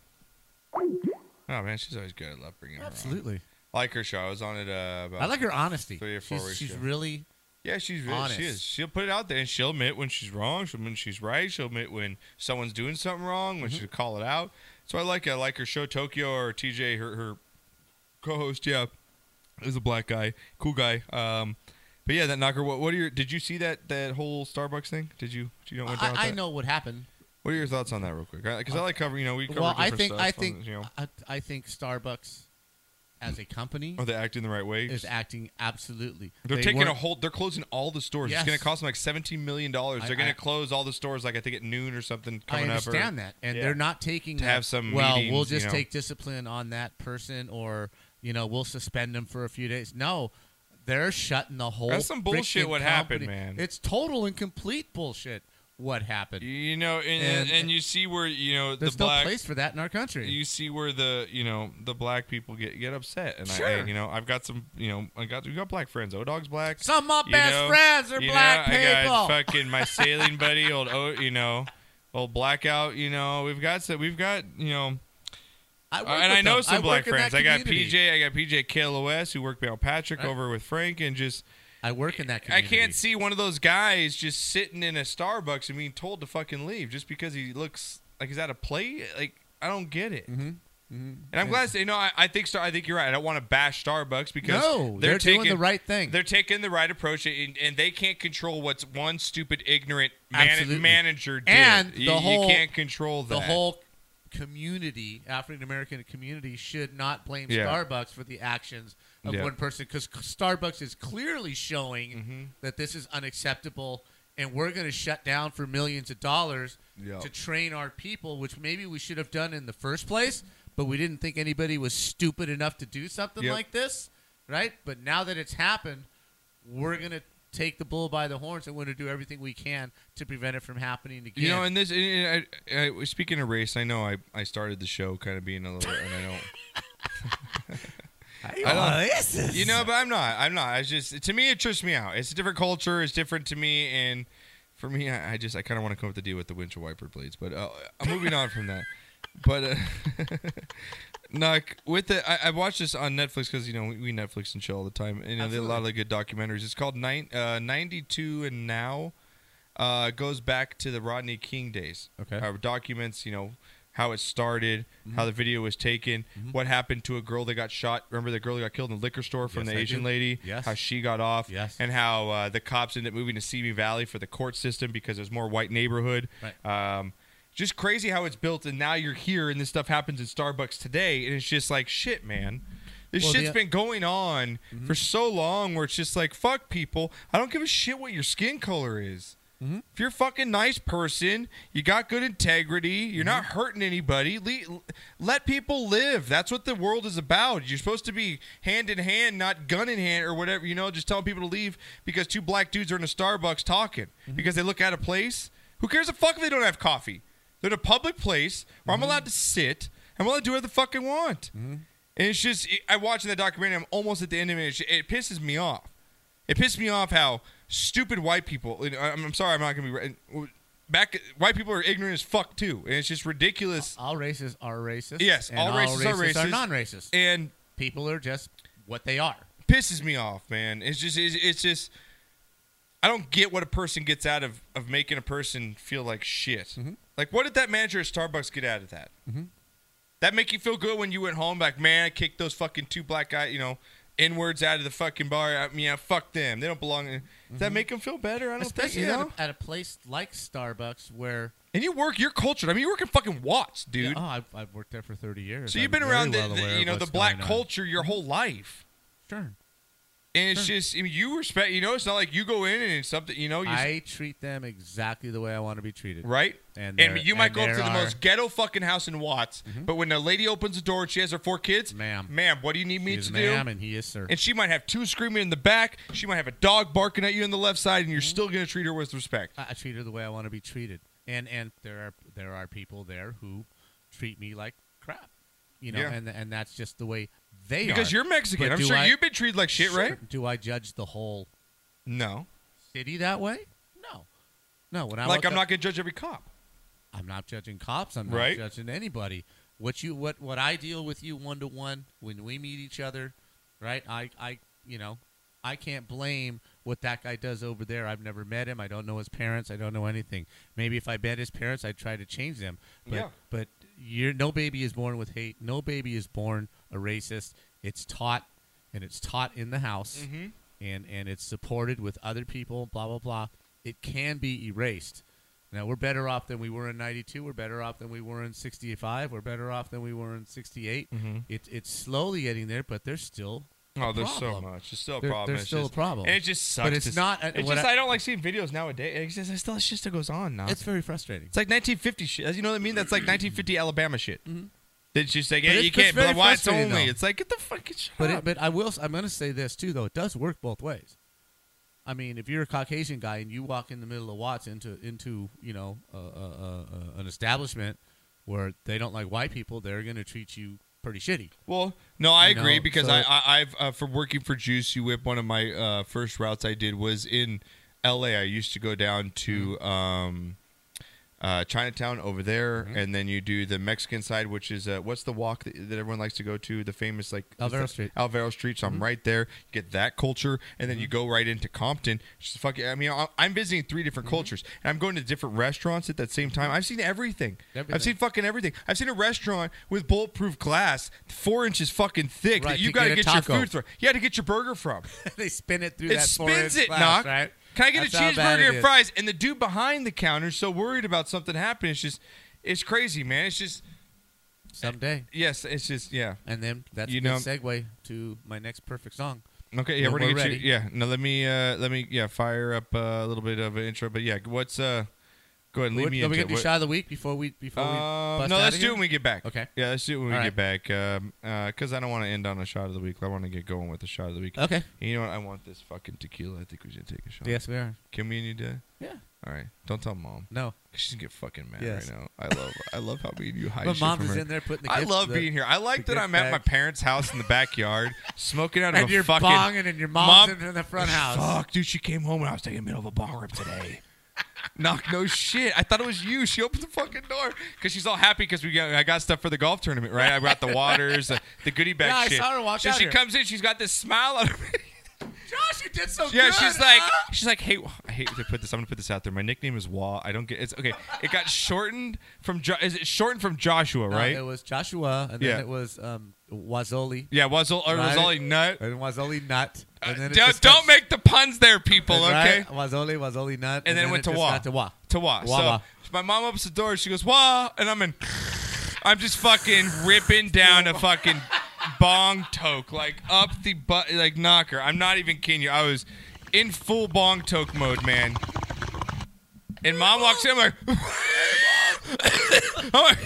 [SPEAKER 1] Oh, man, she's always good. I love bringing her
[SPEAKER 2] Absolutely.
[SPEAKER 1] on. I like her show. I was on it uh, about
[SPEAKER 2] I like her honesty.
[SPEAKER 1] Three or four
[SPEAKER 2] She's-
[SPEAKER 1] weeks
[SPEAKER 2] she's
[SPEAKER 1] ago.
[SPEAKER 2] really
[SPEAKER 1] Yeah, she's really,
[SPEAKER 2] honest.
[SPEAKER 1] She is. She'll put it out there and she'll admit when she's wrong. She'll admit when she's right. She'll admit when someone's doing something wrong.
[SPEAKER 2] Mm-hmm.
[SPEAKER 1] When she'll call it out. So I like it. I like her show Tokyo or TJ, her her co-host. Yeah, is a black guy, cool guy. Um, but yeah, that knocker. What what are your? Did you see that that whole Starbucks thing? Did you? Do you know what went down? with
[SPEAKER 2] I, I
[SPEAKER 1] that?
[SPEAKER 2] know what happened. Uh,
[SPEAKER 1] What are your thoughts on that, real quick? Because I like covering. You know, we cover
[SPEAKER 2] well, I
[SPEAKER 1] different
[SPEAKER 2] think
[SPEAKER 1] stuff
[SPEAKER 2] I
[SPEAKER 1] on,
[SPEAKER 2] think
[SPEAKER 1] you know,
[SPEAKER 2] I, I think Starbucks as a company
[SPEAKER 1] are they acting the right way?
[SPEAKER 2] is acting absolutely.
[SPEAKER 1] They're
[SPEAKER 2] They
[SPEAKER 1] taking a
[SPEAKER 2] weren't-
[SPEAKER 1] whole. They're closing all the stores.
[SPEAKER 2] Yes.
[SPEAKER 1] It's going to cost them like seventeen million dollars.
[SPEAKER 2] I-
[SPEAKER 1] They're going
[SPEAKER 2] I-
[SPEAKER 1] to close all the stores, like I think at noon or something.
[SPEAKER 2] I
[SPEAKER 1] Coming up,
[SPEAKER 2] understand
[SPEAKER 1] or-
[SPEAKER 2] that, and
[SPEAKER 1] Yeah.
[SPEAKER 2] they're not taking
[SPEAKER 1] to
[SPEAKER 2] a,
[SPEAKER 1] have some.
[SPEAKER 2] Well,
[SPEAKER 1] meetings,
[SPEAKER 2] we'll
[SPEAKER 1] you
[SPEAKER 2] just
[SPEAKER 1] know.
[SPEAKER 2] take discipline on that person, or you know, we'll suspend them for a few days. No, they're shutting the whole.
[SPEAKER 1] That's some bullshit
[SPEAKER 2] frickin'
[SPEAKER 1] what happened,
[SPEAKER 2] company.
[SPEAKER 1] man.
[SPEAKER 2] It's total and complete bullshit. What happened?
[SPEAKER 1] You know, and, and, you see where you know the
[SPEAKER 2] there's
[SPEAKER 1] black.
[SPEAKER 2] no place for that in our country.
[SPEAKER 1] You see where the you know the black people get get upset, and I, I
[SPEAKER 2] Sure.
[SPEAKER 1] you know I've got some you know I got we got black friends. O Dog's black.
[SPEAKER 2] Some of my
[SPEAKER 1] you
[SPEAKER 2] best
[SPEAKER 1] know,
[SPEAKER 2] friends are
[SPEAKER 1] you know,
[SPEAKER 2] black
[SPEAKER 1] I got
[SPEAKER 2] people. (laughs)
[SPEAKER 1] fucking my sailing buddy, old O, you know, old blackout. You know, we've got so we've got you know.
[SPEAKER 2] I work
[SPEAKER 1] and
[SPEAKER 2] with
[SPEAKER 1] I know
[SPEAKER 2] them.
[SPEAKER 1] some
[SPEAKER 2] I work
[SPEAKER 1] black
[SPEAKER 2] in that
[SPEAKER 1] friends. I got
[SPEAKER 2] community.
[SPEAKER 1] PJ. I got PJ KLOS who worked with Patrick
[SPEAKER 2] Right.
[SPEAKER 1] over with Frank, and just
[SPEAKER 2] I work in that.
[SPEAKER 1] I
[SPEAKER 2] Community.
[SPEAKER 1] can't see one of those guys just sitting in a Starbucks and being told to fucking leave just because he looks like he's out of play. Like I don't get it. Mm-hmm. And I'm glad. You know, I, I think Star, I think you're right. I don't want to bash Starbucks because
[SPEAKER 2] No,
[SPEAKER 1] they're,
[SPEAKER 2] they're doing
[SPEAKER 1] taking
[SPEAKER 2] the right thing.
[SPEAKER 1] They're taking the right approach, and, and they can't control what's one stupid ignorant man,
[SPEAKER 2] Absolutely.
[SPEAKER 1] manager did.
[SPEAKER 2] And
[SPEAKER 1] you,
[SPEAKER 2] the
[SPEAKER 1] you
[SPEAKER 2] whole
[SPEAKER 1] can't control that.
[SPEAKER 2] The whole community, African American community, should not blame
[SPEAKER 1] Yeah.
[SPEAKER 2] Starbucks for the actions of
[SPEAKER 1] Yeah. Mm-hmm.
[SPEAKER 2] one person because Starbucks is clearly showing that this is unacceptable and we're going to shut down for millions of dollars
[SPEAKER 1] Yeah.
[SPEAKER 2] to train our people, which maybe we should have done in the first place, but we didn't think anybody was stupid enough to do something
[SPEAKER 1] Yep.
[SPEAKER 2] like this, right? But now that it's happened, we're going to take the bull by the horns and we're going to do everything we can to prevent it from happening again.
[SPEAKER 1] You know, and this, and I, I, speaking of race, I know I, I started the show kind of being a little, and I
[SPEAKER 2] (laughs)
[SPEAKER 1] don't. (laughs)
[SPEAKER 2] you all racist?
[SPEAKER 1] You know, but I'm not. I'm not. I just to me, it trips me out. It's a different culture. It's different to me, and for me, I, I just I kind of want to come up with a deal with the windshield wiper blades. But uh, I'm moving on from that. But uh, (laughs) Nuck, with the I, I watched this on Netflix because you know we, we Netflix and chill all the time. And, you know, there's a lot of good documentaries. It's called nine, uh, '92 and Now. Uh, goes back to the Rodney King days.
[SPEAKER 2] Okay.
[SPEAKER 1] Uh, documents, you know, how it started, how the video was taken, what happened to a girl that got shot. Remember the girl that got killed in the liquor store from
[SPEAKER 2] Yes,
[SPEAKER 1] the
[SPEAKER 2] I
[SPEAKER 1] Asian
[SPEAKER 2] do.
[SPEAKER 1] lady?
[SPEAKER 2] Yes.
[SPEAKER 1] How she got off. Yes. And how uh, the cops ended up moving to Simi Valley for the court system because there's more white neighborhood. Right. Um, just crazy how it's built, and now you're here, and this stuff happens in Starbucks today, and it's just like shit, man. This
[SPEAKER 2] Well,
[SPEAKER 1] shit's
[SPEAKER 2] the- Mm-hmm.
[SPEAKER 1] been going on for so long, where it's just like fuck people. I don't give a shit what your skin color is. If you're a fucking nice person, you got good integrity, you're not hurting anybody, le- let people live. That's what the world is about. You're supposed to be hand in hand, not gun in hand or whatever, you know, just telling people to leave because two black dudes are in a Starbucks talking because they look out of place. Who cares a fuck if they don't have coffee? They're in a public place where
[SPEAKER 2] Mm-hmm.
[SPEAKER 1] I'm allowed to sit, I'm allowed to do whatever the fuck I want. And it's just, I watch that documentary, I'm almost at the end of it, it it pisses me off. It pissed me off how stupid white people. and I- I'm, I'm sorry, I'm not gonna be right. back. White people are ignorant as fuck too, and it's just ridiculous.
[SPEAKER 2] all races are racist.
[SPEAKER 1] Yes,
[SPEAKER 2] and
[SPEAKER 1] all races are racist.
[SPEAKER 2] non-racist.
[SPEAKER 1] And
[SPEAKER 2] people are just what they are.
[SPEAKER 1] Pisses me off, man. It's just, it's, it's just. I don't get what a person gets out of of making a person feel like shit.
[SPEAKER 2] Mm-hmm.
[SPEAKER 1] Like, what did that manager at Starbucks get out of that? That make you feel good when you went home, like, man, I kicked those fucking two black guys, you know, inwards out of the fucking bar. I mean, yeah, fuck them. They don't belong. in Does that make them feel better? I don't
[SPEAKER 2] Mm-hmm. Especially
[SPEAKER 1] think, you know?
[SPEAKER 2] at, a, at a place like Starbucks where
[SPEAKER 1] And you work, you're cultured. I mean, you work in fucking Watts, dude.
[SPEAKER 2] oh, I've, I've worked there for 30 years.
[SPEAKER 1] so you've
[SPEAKER 2] I'm
[SPEAKER 1] been
[SPEAKER 2] very
[SPEAKER 1] around the,
[SPEAKER 2] well
[SPEAKER 1] the-
[SPEAKER 2] aware of
[SPEAKER 1] you know the
[SPEAKER 2] what's
[SPEAKER 1] black
[SPEAKER 2] going on.
[SPEAKER 1] culture your whole life.
[SPEAKER 2] Sure.
[SPEAKER 1] And it's just I mean, you respect. You know, it's not like you go in and it's something. You know, you
[SPEAKER 2] I treat them exactly the way I want to be treated.
[SPEAKER 1] right.
[SPEAKER 2] And,
[SPEAKER 1] And
[SPEAKER 2] there-
[SPEAKER 1] you might
[SPEAKER 2] and
[SPEAKER 1] go up to
[SPEAKER 2] there
[SPEAKER 1] the
[SPEAKER 2] are- Mm-hmm.
[SPEAKER 1] most ghetto fucking house in Watts, but when the lady opens the door and she has her four kids, ma'am, ma'am, what do you need me
[SPEAKER 2] She is
[SPEAKER 1] to
[SPEAKER 2] ma'am
[SPEAKER 1] do?
[SPEAKER 2] and he is sir.
[SPEAKER 1] And she might have two screaming in the back. She might have a dog barking at you on the left side, and you're
[SPEAKER 2] Mm-hmm.
[SPEAKER 1] still gonna treat her with respect.
[SPEAKER 2] I, I treat her the way I want to be treated. And and there are there are people there who treat me like crap. You know,
[SPEAKER 1] Yeah.
[SPEAKER 2] and and that's just the way they are.
[SPEAKER 1] Because you're Mexican.
[SPEAKER 2] But
[SPEAKER 1] I'm
[SPEAKER 2] do
[SPEAKER 1] sure
[SPEAKER 2] I-
[SPEAKER 1] you've been treated like shit,
[SPEAKER 2] Sure.
[SPEAKER 1] right?
[SPEAKER 2] Do I judge the whole
[SPEAKER 1] No.
[SPEAKER 2] city that way? No. No, when I
[SPEAKER 1] like
[SPEAKER 2] walk
[SPEAKER 1] I'm
[SPEAKER 2] up-
[SPEAKER 1] not gonna judge every cop.
[SPEAKER 2] I'm not judging cops. I'm not
[SPEAKER 1] Right.
[SPEAKER 2] judging anybody. What you what what I deal with you one to one when we meet each other, right? I I you know, I can't blame what that guy does over there. I've never met him. I don't know his parents. I don't know anything. Maybe if I met his parents, I'd try to change them. But
[SPEAKER 1] Yeah.
[SPEAKER 2] but you're no baby is born with hate. No baby is born a racist. It's taught and it's taught in the house
[SPEAKER 1] Mhm.
[SPEAKER 2] and and it's supported with other people, blah blah blah. It can be erased. Now we're better off than we were in '92. We're better off than we were in '65. We're better off than we were in '68.
[SPEAKER 1] Mhm.
[SPEAKER 2] It, it's slowly getting there, but there's still a
[SPEAKER 1] Oh, there's so
[SPEAKER 2] problem.
[SPEAKER 1] much. There's still a
[SPEAKER 2] There-
[SPEAKER 1] problem.
[SPEAKER 2] There's
[SPEAKER 1] It's
[SPEAKER 2] still
[SPEAKER 1] just-
[SPEAKER 2] a problem,
[SPEAKER 1] And it just sucks.
[SPEAKER 2] But it's
[SPEAKER 1] to s-
[SPEAKER 2] not. uh,
[SPEAKER 1] It's
[SPEAKER 2] what
[SPEAKER 1] just
[SPEAKER 2] I-
[SPEAKER 1] I, don't like seeing videos nowadays. It's just it's still it's just it goes on now.
[SPEAKER 2] It's very frustrating.
[SPEAKER 1] It's like 1950 shit. You know what I mean? That's like 1950 Alabama shit. That's just like
[SPEAKER 2] But
[SPEAKER 1] yeah,
[SPEAKER 2] it's-
[SPEAKER 1] you
[SPEAKER 2] but it's
[SPEAKER 1] can't. But
[SPEAKER 2] very
[SPEAKER 1] why it's
[SPEAKER 2] frustrating,
[SPEAKER 1] only?
[SPEAKER 2] though.
[SPEAKER 1] It's like get the fucking shut
[SPEAKER 2] But
[SPEAKER 1] up.
[SPEAKER 2] it, but I will. s- I'm going to say this too, though. It does work both ways. I mean, if you're a Caucasian guy and you walk in the middle of Watts into into you know uh, uh, uh, an establishment where they don't like white people, they're going to treat you pretty shitty.
[SPEAKER 1] Well, no, I
[SPEAKER 2] You know,
[SPEAKER 1] agree because
[SPEAKER 2] so
[SPEAKER 1] I,
[SPEAKER 2] it-
[SPEAKER 1] I I've uh, for working for Juice You Whip. One of my uh, first routes I did was in L.A. I used to go down to
[SPEAKER 2] Mm-hmm.
[SPEAKER 1] um, uh, Chinatown over there,
[SPEAKER 2] Mm-hmm.
[SPEAKER 1] and then you do the Mexican side, which is uh, what's the walk that, that everyone likes to go to? The famous like what's
[SPEAKER 2] Alvaro
[SPEAKER 1] that?
[SPEAKER 2] Street. Mm-hmm.
[SPEAKER 1] Alvaro Street. So I'm right there. You get that culture, and then you go right into Compton. Just fucking. I mean, I- I'm visiting three different
[SPEAKER 2] Mm-hmm.
[SPEAKER 1] cultures, and I'm going to different restaurants at that same time. I've seen everything. I've
[SPEAKER 2] Everything.
[SPEAKER 1] seen fucking everything. I've seen a restaurant with bulletproof glass, four inches fucking thick
[SPEAKER 2] Right,
[SPEAKER 1] that you
[SPEAKER 2] to
[SPEAKER 1] got to
[SPEAKER 2] get a
[SPEAKER 1] get, your
[SPEAKER 2] taco.
[SPEAKER 1] food from. You got to get your burger from.
[SPEAKER 2] (laughs) they spin it through
[SPEAKER 1] it
[SPEAKER 2] that
[SPEAKER 1] spins
[SPEAKER 2] four-inch
[SPEAKER 1] it,
[SPEAKER 2] glass,
[SPEAKER 1] knock.
[SPEAKER 2] right?
[SPEAKER 1] Can I get
[SPEAKER 2] That's
[SPEAKER 1] a
[SPEAKER 2] how bad
[SPEAKER 1] cheeseburger
[SPEAKER 2] it
[SPEAKER 1] and
[SPEAKER 2] is.
[SPEAKER 1] fries? And the dude behind the counter is so worried about something happening. It's just, it's crazy, man. It's just,
[SPEAKER 2] someday?
[SPEAKER 1] yes, it's just, yeah.
[SPEAKER 2] And then that's
[SPEAKER 1] You
[SPEAKER 2] a good
[SPEAKER 1] know-
[SPEAKER 2] segue to my next perfect song.
[SPEAKER 1] Okay, yeah,
[SPEAKER 2] When
[SPEAKER 1] we're gonna
[SPEAKER 2] we're
[SPEAKER 1] get you.
[SPEAKER 2] ready.
[SPEAKER 1] Yeah, no, let me, uh, let me, yeah, fire up uh, a little bit of an intro. But yeah, what's, uh, go ahead, and lead
[SPEAKER 2] What-
[SPEAKER 1] me
[SPEAKER 2] are we
[SPEAKER 1] into
[SPEAKER 2] gonna do
[SPEAKER 1] it. What-
[SPEAKER 2] shot of the week before we before we
[SPEAKER 1] Uh,
[SPEAKER 2] bust
[SPEAKER 1] no,
[SPEAKER 2] out
[SPEAKER 1] let's
[SPEAKER 2] of
[SPEAKER 1] do
[SPEAKER 2] here?
[SPEAKER 1] it when we get back.
[SPEAKER 2] Okay.
[SPEAKER 1] Yeah, let's do it when we
[SPEAKER 2] All
[SPEAKER 1] get back. Um, uh, cause I don't want to end on a shot of the week. I want to get going with the shot of the week.
[SPEAKER 2] Okay.
[SPEAKER 1] You know what? I want this fucking tequila. I think we should take a shot.
[SPEAKER 2] Yes, we are.
[SPEAKER 1] Can we and you do? it?
[SPEAKER 2] Yeah.
[SPEAKER 1] All right. Don't tell mom.
[SPEAKER 2] No.
[SPEAKER 1] 'Cause she's gonna get fucking mad
[SPEAKER 2] Yes.
[SPEAKER 1] right now. I love, I love how me and you hide.
[SPEAKER 2] But
[SPEAKER 1] shit
[SPEAKER 2] mom
[SPEAKER 1] from
[SPEAKER 2] is
[SPEAKER 1] her.
[SPEAKER 2] in there putting the
[SPEAKER 1] I
[SPEAKER 2] gift-
[SPEAKER 1] love
[SPEAKER 2] the-
[SPEAKER 1] being here. I like
[SPEAKER 2] the
[SPEAKER 1] that
[SPEAKER 2] gift
[SPEAKER 1] I'm at my
[SPEAKER 2] bag.
[SPEAKER 1] parents' house in the
[SPEAKER 2] (laughs)
[SPEAKER 1] backyard, smoking out of
[SPEAKER 2] And
[SPEAKER 1] a
[SPEAKER 2] you're
[SPEAKER 1] fucking
[SPEAKER 2] bonging and your mom's in the front house.
[SPEAKER 1] Fuck, dude. She came home and I was taking a middle of a bong rip
[SPEAKER 2] (laughs)
[SPEAKER 1] today. Knock no shit. I thought it was you. She opened the fucking door because she's all happy because we got I got stuff for the golf tournament, right? I got the waters, uh, the goodie bag.
[SPEAKER 5] Yeah, I
[SPEAKER 1] shit.
[SPEAKER 5] saw her walk
[SPEAKER 1] so
[SPEAKER 5] out
[SPEAKER 1] she
[SPEAKER 5] here.
[SPEAKER 1] comes in. She's got this smile on her
[SPEAKER 2] Josh, you did so
[SPEAKER 1] yeah, she's like, she's like, hey, I hate to put this. I'm gonna put this out there. My nickname is Wall. I don't get. It's okay. It got shortened from. Jo- is it shortened from Joshua?
[SPEAKER 2] No,
[SPEAKER 1] Right.
[SPEAKER 2] Uh, it was Joshua, and then
[SPEAKER 1] Yeah.
[SPEAKER 2] it was um, Wazoli.
[SPEAKER 1] yeah. Wazol or
[SPEAKER 2] Right?
[SPEAKER 1] Wazoli Nut. Uh,
[SPEAKER 2] And Wazoli Nut. And then it
[SPEAKER 1] Don't,
[SPEAKER 2] just
[SPEAKER 1] don't make the puns there, people.
[SPEAKER 2] got-
[SPEAKER 1] Okay.
[SPEAKER 2] right? Wazoli, Wazoli Nut.
[SPEAKER 1] And, then, it went to
[SPEAKER 2] just
[SPEAKER 1] Wah.
[SPEAKER 2] got to Wah.
[SPEAKER 1] To Wah.
[SPEAKER 2] Wah,
[SPEAKER 1] so
[SPEAKER 2] Wah.
[SPEAKER 1] my mom opens the door. She goes Wah, and I'm in. I'm just fucking ripping down a fucking bong toke, like up the butt, like knocker. I'm not even kidding you. I was in full bong toke mode, man. And mom walks in, I'm like, (laughs) I'm like-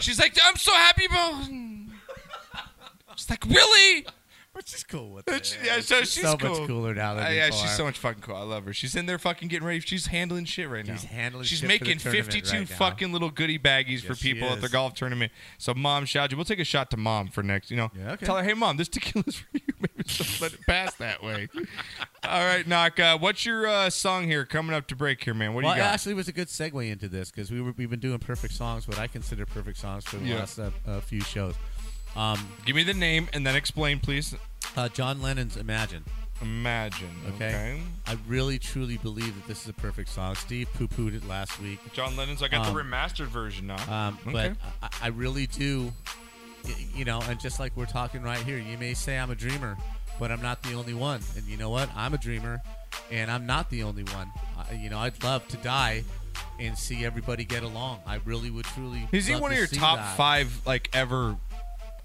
[SPEAKER 1] she's like, I'm so happy about. She's like, really?
[SPEAKER 2] But she's cool with
[SPEAKER 1] it. (laughs) Yeah, so she's,
[SPEAKER 2] She's so
[SPEAKER 1] cool.
[SPEAKER 2] much cooler now than
[SPEAKER 1] Uh, yeah,
[SPEAKER 2] before.
[SPEAKER 1] she's so much fucking cool. I love her. She's in there fucking getting ready. She's handling shit right now.
[SPEAKER 2] She's handling
[SPEAKER 1] She's
[SPEAKER 2] shit for the
[SPEAKER 1] making
[SPEAKER 2] tournament
[SPEAKER 1] 52
[SPEAKER 2] right now.
[SPEAKER 1] fucking little goodie baggies for
[SPEAKER 2] Yes, she
[SPEAKER 1] people at the
[SPEAKER 2] is.
[SPEAKER 1] golf tournament. So mom, shout out to you. We'll take a shot to mom for next. You know, yeah,
[SPEAKER 2] okay.
[SPEAKER 1] tell her, hey mom, this tequila's for you. Maybe just let it pass that way. (laughs) All right, knock. Uh, what's your uh, song here coming up to break here, man? What do
[SPEAKER 2] well,
[SPEAKER 1] you
[SPEAKER 2] it
[SPEAKER 1] got?
[SPEAKER 2] actually was a good segue into this because we were, we've been doing perfect songs, what I consider perfect songs for the
[SPEAKER 1] Yeah.
[SPEAKER 2] last uh, uh, few shows. Um,
[SPEAKER 1] Give me the name and then explain, please.
[SPEAKER 2] Uh, John Lennon's Imagine.
[SPEAKER 1] Imagine.
[SPEAKER 2] Okay.
[SPEAKER 1] okay.
[SPEAKER 2] I really, truly believe that this is a perfect song. Steve poo pooed it last week.
[SPEAKER 1] John Lennon's. I got
[SPEAKER 2] Um,
[SPEAKER 1] the remastered version now.
[SPEAKER 2] Um, But I, I really do, y- you know, and just like we're talking right here, you may say I'm a dreamer, but I'm not the only one. And you know what? I'm a dreamer, and I'm not the only one. I, you know, I'd love to die and see everybody get along. I really would truly.
[SPEAKER 1] Is he
[SPEAKER 2] love
[SPEAKER 1] one of
[SPEAKER 2] to
[SPEAKER 1] your
[SPEAKER 2] see
[SPEAKER 1] top
[SPEAKER 2] that.
[SPEAKER 1] five like ever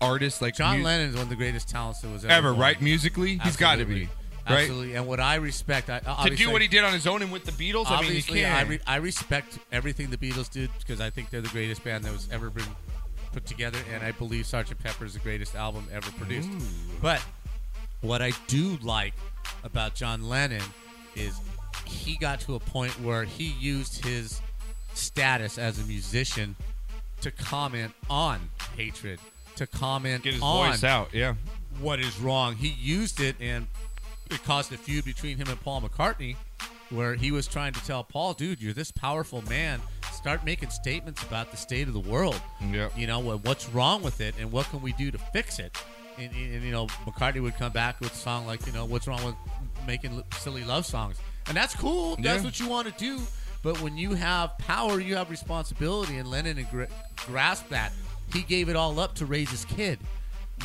[SPEAKER 1] artists? Like
[SPEAKER 2] John
[SPEAKER 1] mu-
[SPEAKER 2] Lennon's one of the greatest talents that was ever,
[SPEAKER 1] ever,
[SPEAKER 2] born.
[SPEAKER 1] right? Musically, he's got to be right.
[SPEAKER 2] Absolutely. And what I respect, I,
[SPEAKER 1] To do what he did on his own and with the Beatles, I mean, you
[SPEAKER 2] Obviously, I,
[SPEAKER 1] can't.
[SPEAKER 2] re- I respect everything the Beatles did because I think they're the greatest band that was ever been put together, and I believe Sgt. Pepper is the greatest album ever produced.
[SPEAKER 5] Ooh.
[SPEAKER 2] But what I do like about John Lennon is he got to a point where he used his status as a musician to comment on hatred, to comment
[SPEAKER 1] Get his
[SPEAKER 2] on
[SPEAKER 1] voice out, yeah.
[SPEAKER 2] what is wrong. He used it and it caused a feud between him and Paul McCartney where he was trying to tell Paul, dude, you're this powerful man. Start making statements about the state of the world.
[SPEAKER 1] Yep.
[SPEAKER 2] You know, what- what's wrong with it and what can we do to fix it? And, and, and, you know, McCartney would come back with a song like, you know, what's wrong with making li- silly love songs? And that's cool. That's
[SPEAKER 1] Yeah.
[SPEAKER 2] what you want to do. But when you have power, you have responsibility. And Lennon gra- grasped that. He gave it all up to raise his kid.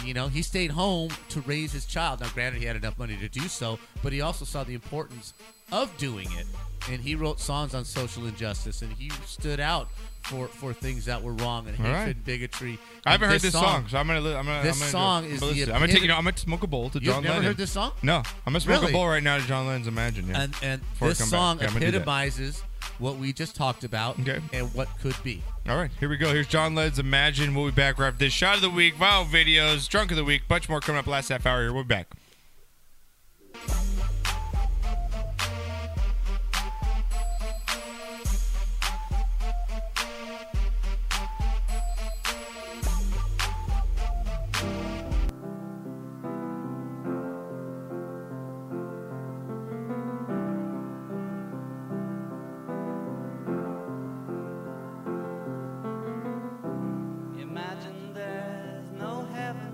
[SPEAKER 2] You know, he stayed home to raise his child. Now, granted, he had enough money to do so, but he also saw the importance of doing it. And he wrote songs on social injustice, and he stood out for, for things that were wrong and
[SPEAKER 1] All
[SPEAKER 2] hatred,
[SPEAKER 1] right.
[SPEAKER 2] and bigotry.
[SPEAKER 1] I haven't
[SPEAKER 2] And
[SPEAKER 1] heard this song, so I'm gonna li- I'm gonna-
[SPEAKER 2] This
[SPEAKER 1] I'm gonna do it.
[SPEAKER 2] song
[SPEAKER 1] I'm
[SPEAKER 2] is
[SPEAKER 1] gonna
[SPEAKER 2] the.
[SPEAKER 1] listen to it. I'm gonna take- you know, I'm
[SPEAKER 2] epitome-
[SPEAKER 1] gonna smoke a bowl to
[SPEAKER 2] You've
[SPEAKER 1] John
[SPEAKER 2] never
[SPEAKER 1] Lennon.
[SPEAKER 2] heard this song?
[SPEAKER 1] No, I'm gonna smoke
[SPEAKER 2] Really?
[SPEAKER 1] a bowl right now to John Lennon's Imagine. Yeah.
[SPEAKER 2] And and
[SPEAKER 1] Before I
[SPEAKER 2] this
[SPEAKER 1] come back.
[SPEAKER 2] song
[SPEAKER 1] Yeah, I'm gonna do that.
[SPEAKER 2] epitomizes what we just talked about and what could be.
[SPEAKER 1] All right, here we go. Here's John Lennon's Imagine. We'll be back right after this. Shot of the week, viral videos, drunk of the week, bunch more coming up last half hour here. We'll be back.
[SPEAKER 11] Imagine there's no heaven.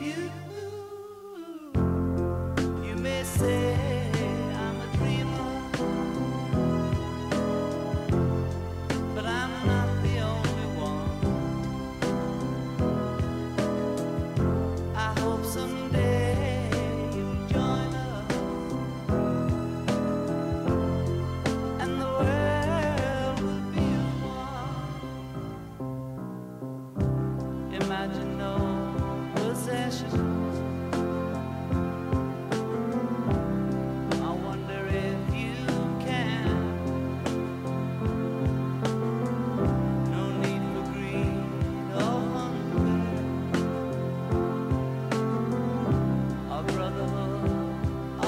[SPEAKER 5] you. You may say I'm a dreamer, but I'm not the only one. I hope someday you'll join us, and the world will be one. Imagine no possessions. I wonder if you can. No need for greed or hunger, or brotherhood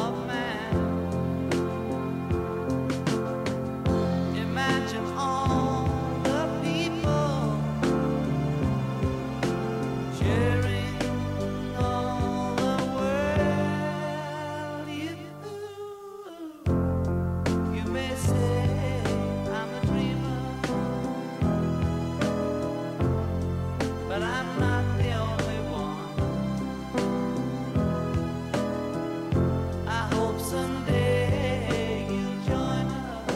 [SPEAKER 5] of man. Imagine all the people sharing all the world. You, you may say I'm a dreamer, but I'm not the only one. I hope someday you'll join us,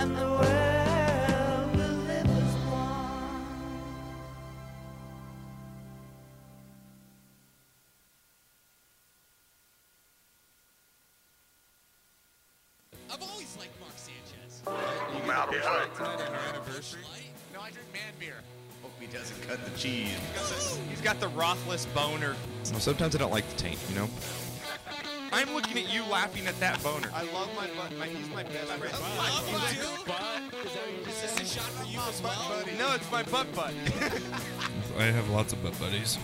[SPEAKER 5] and the world will live as one.
[SPEAKER 12] I've always liked Mark Sanchez.
[SPEAKER 2] No, I drink man beer.
[SPEAKER 13] Hope he doesn't cut the cheese.
[SPEAKER 12] He's got the Rothless boner.
[SPEAKER 13] Well, sometimes I don't like the taint, you know?
[SPEAKER 14] I'm looking at you laughing at that boner.
[SPEAKER 12] I love my butt. My, he's my best friend. I love you, dude. Is this a shot for you as well?
[SPEAKER 14] No, it's my butt
[SPEAKER 1] (laughs)
[SPEAKER 14] butt.
[SPEAKER 1] I have lots of butt
[SPEAKER 2] (laughs)
[SPEAKER 1] buddies.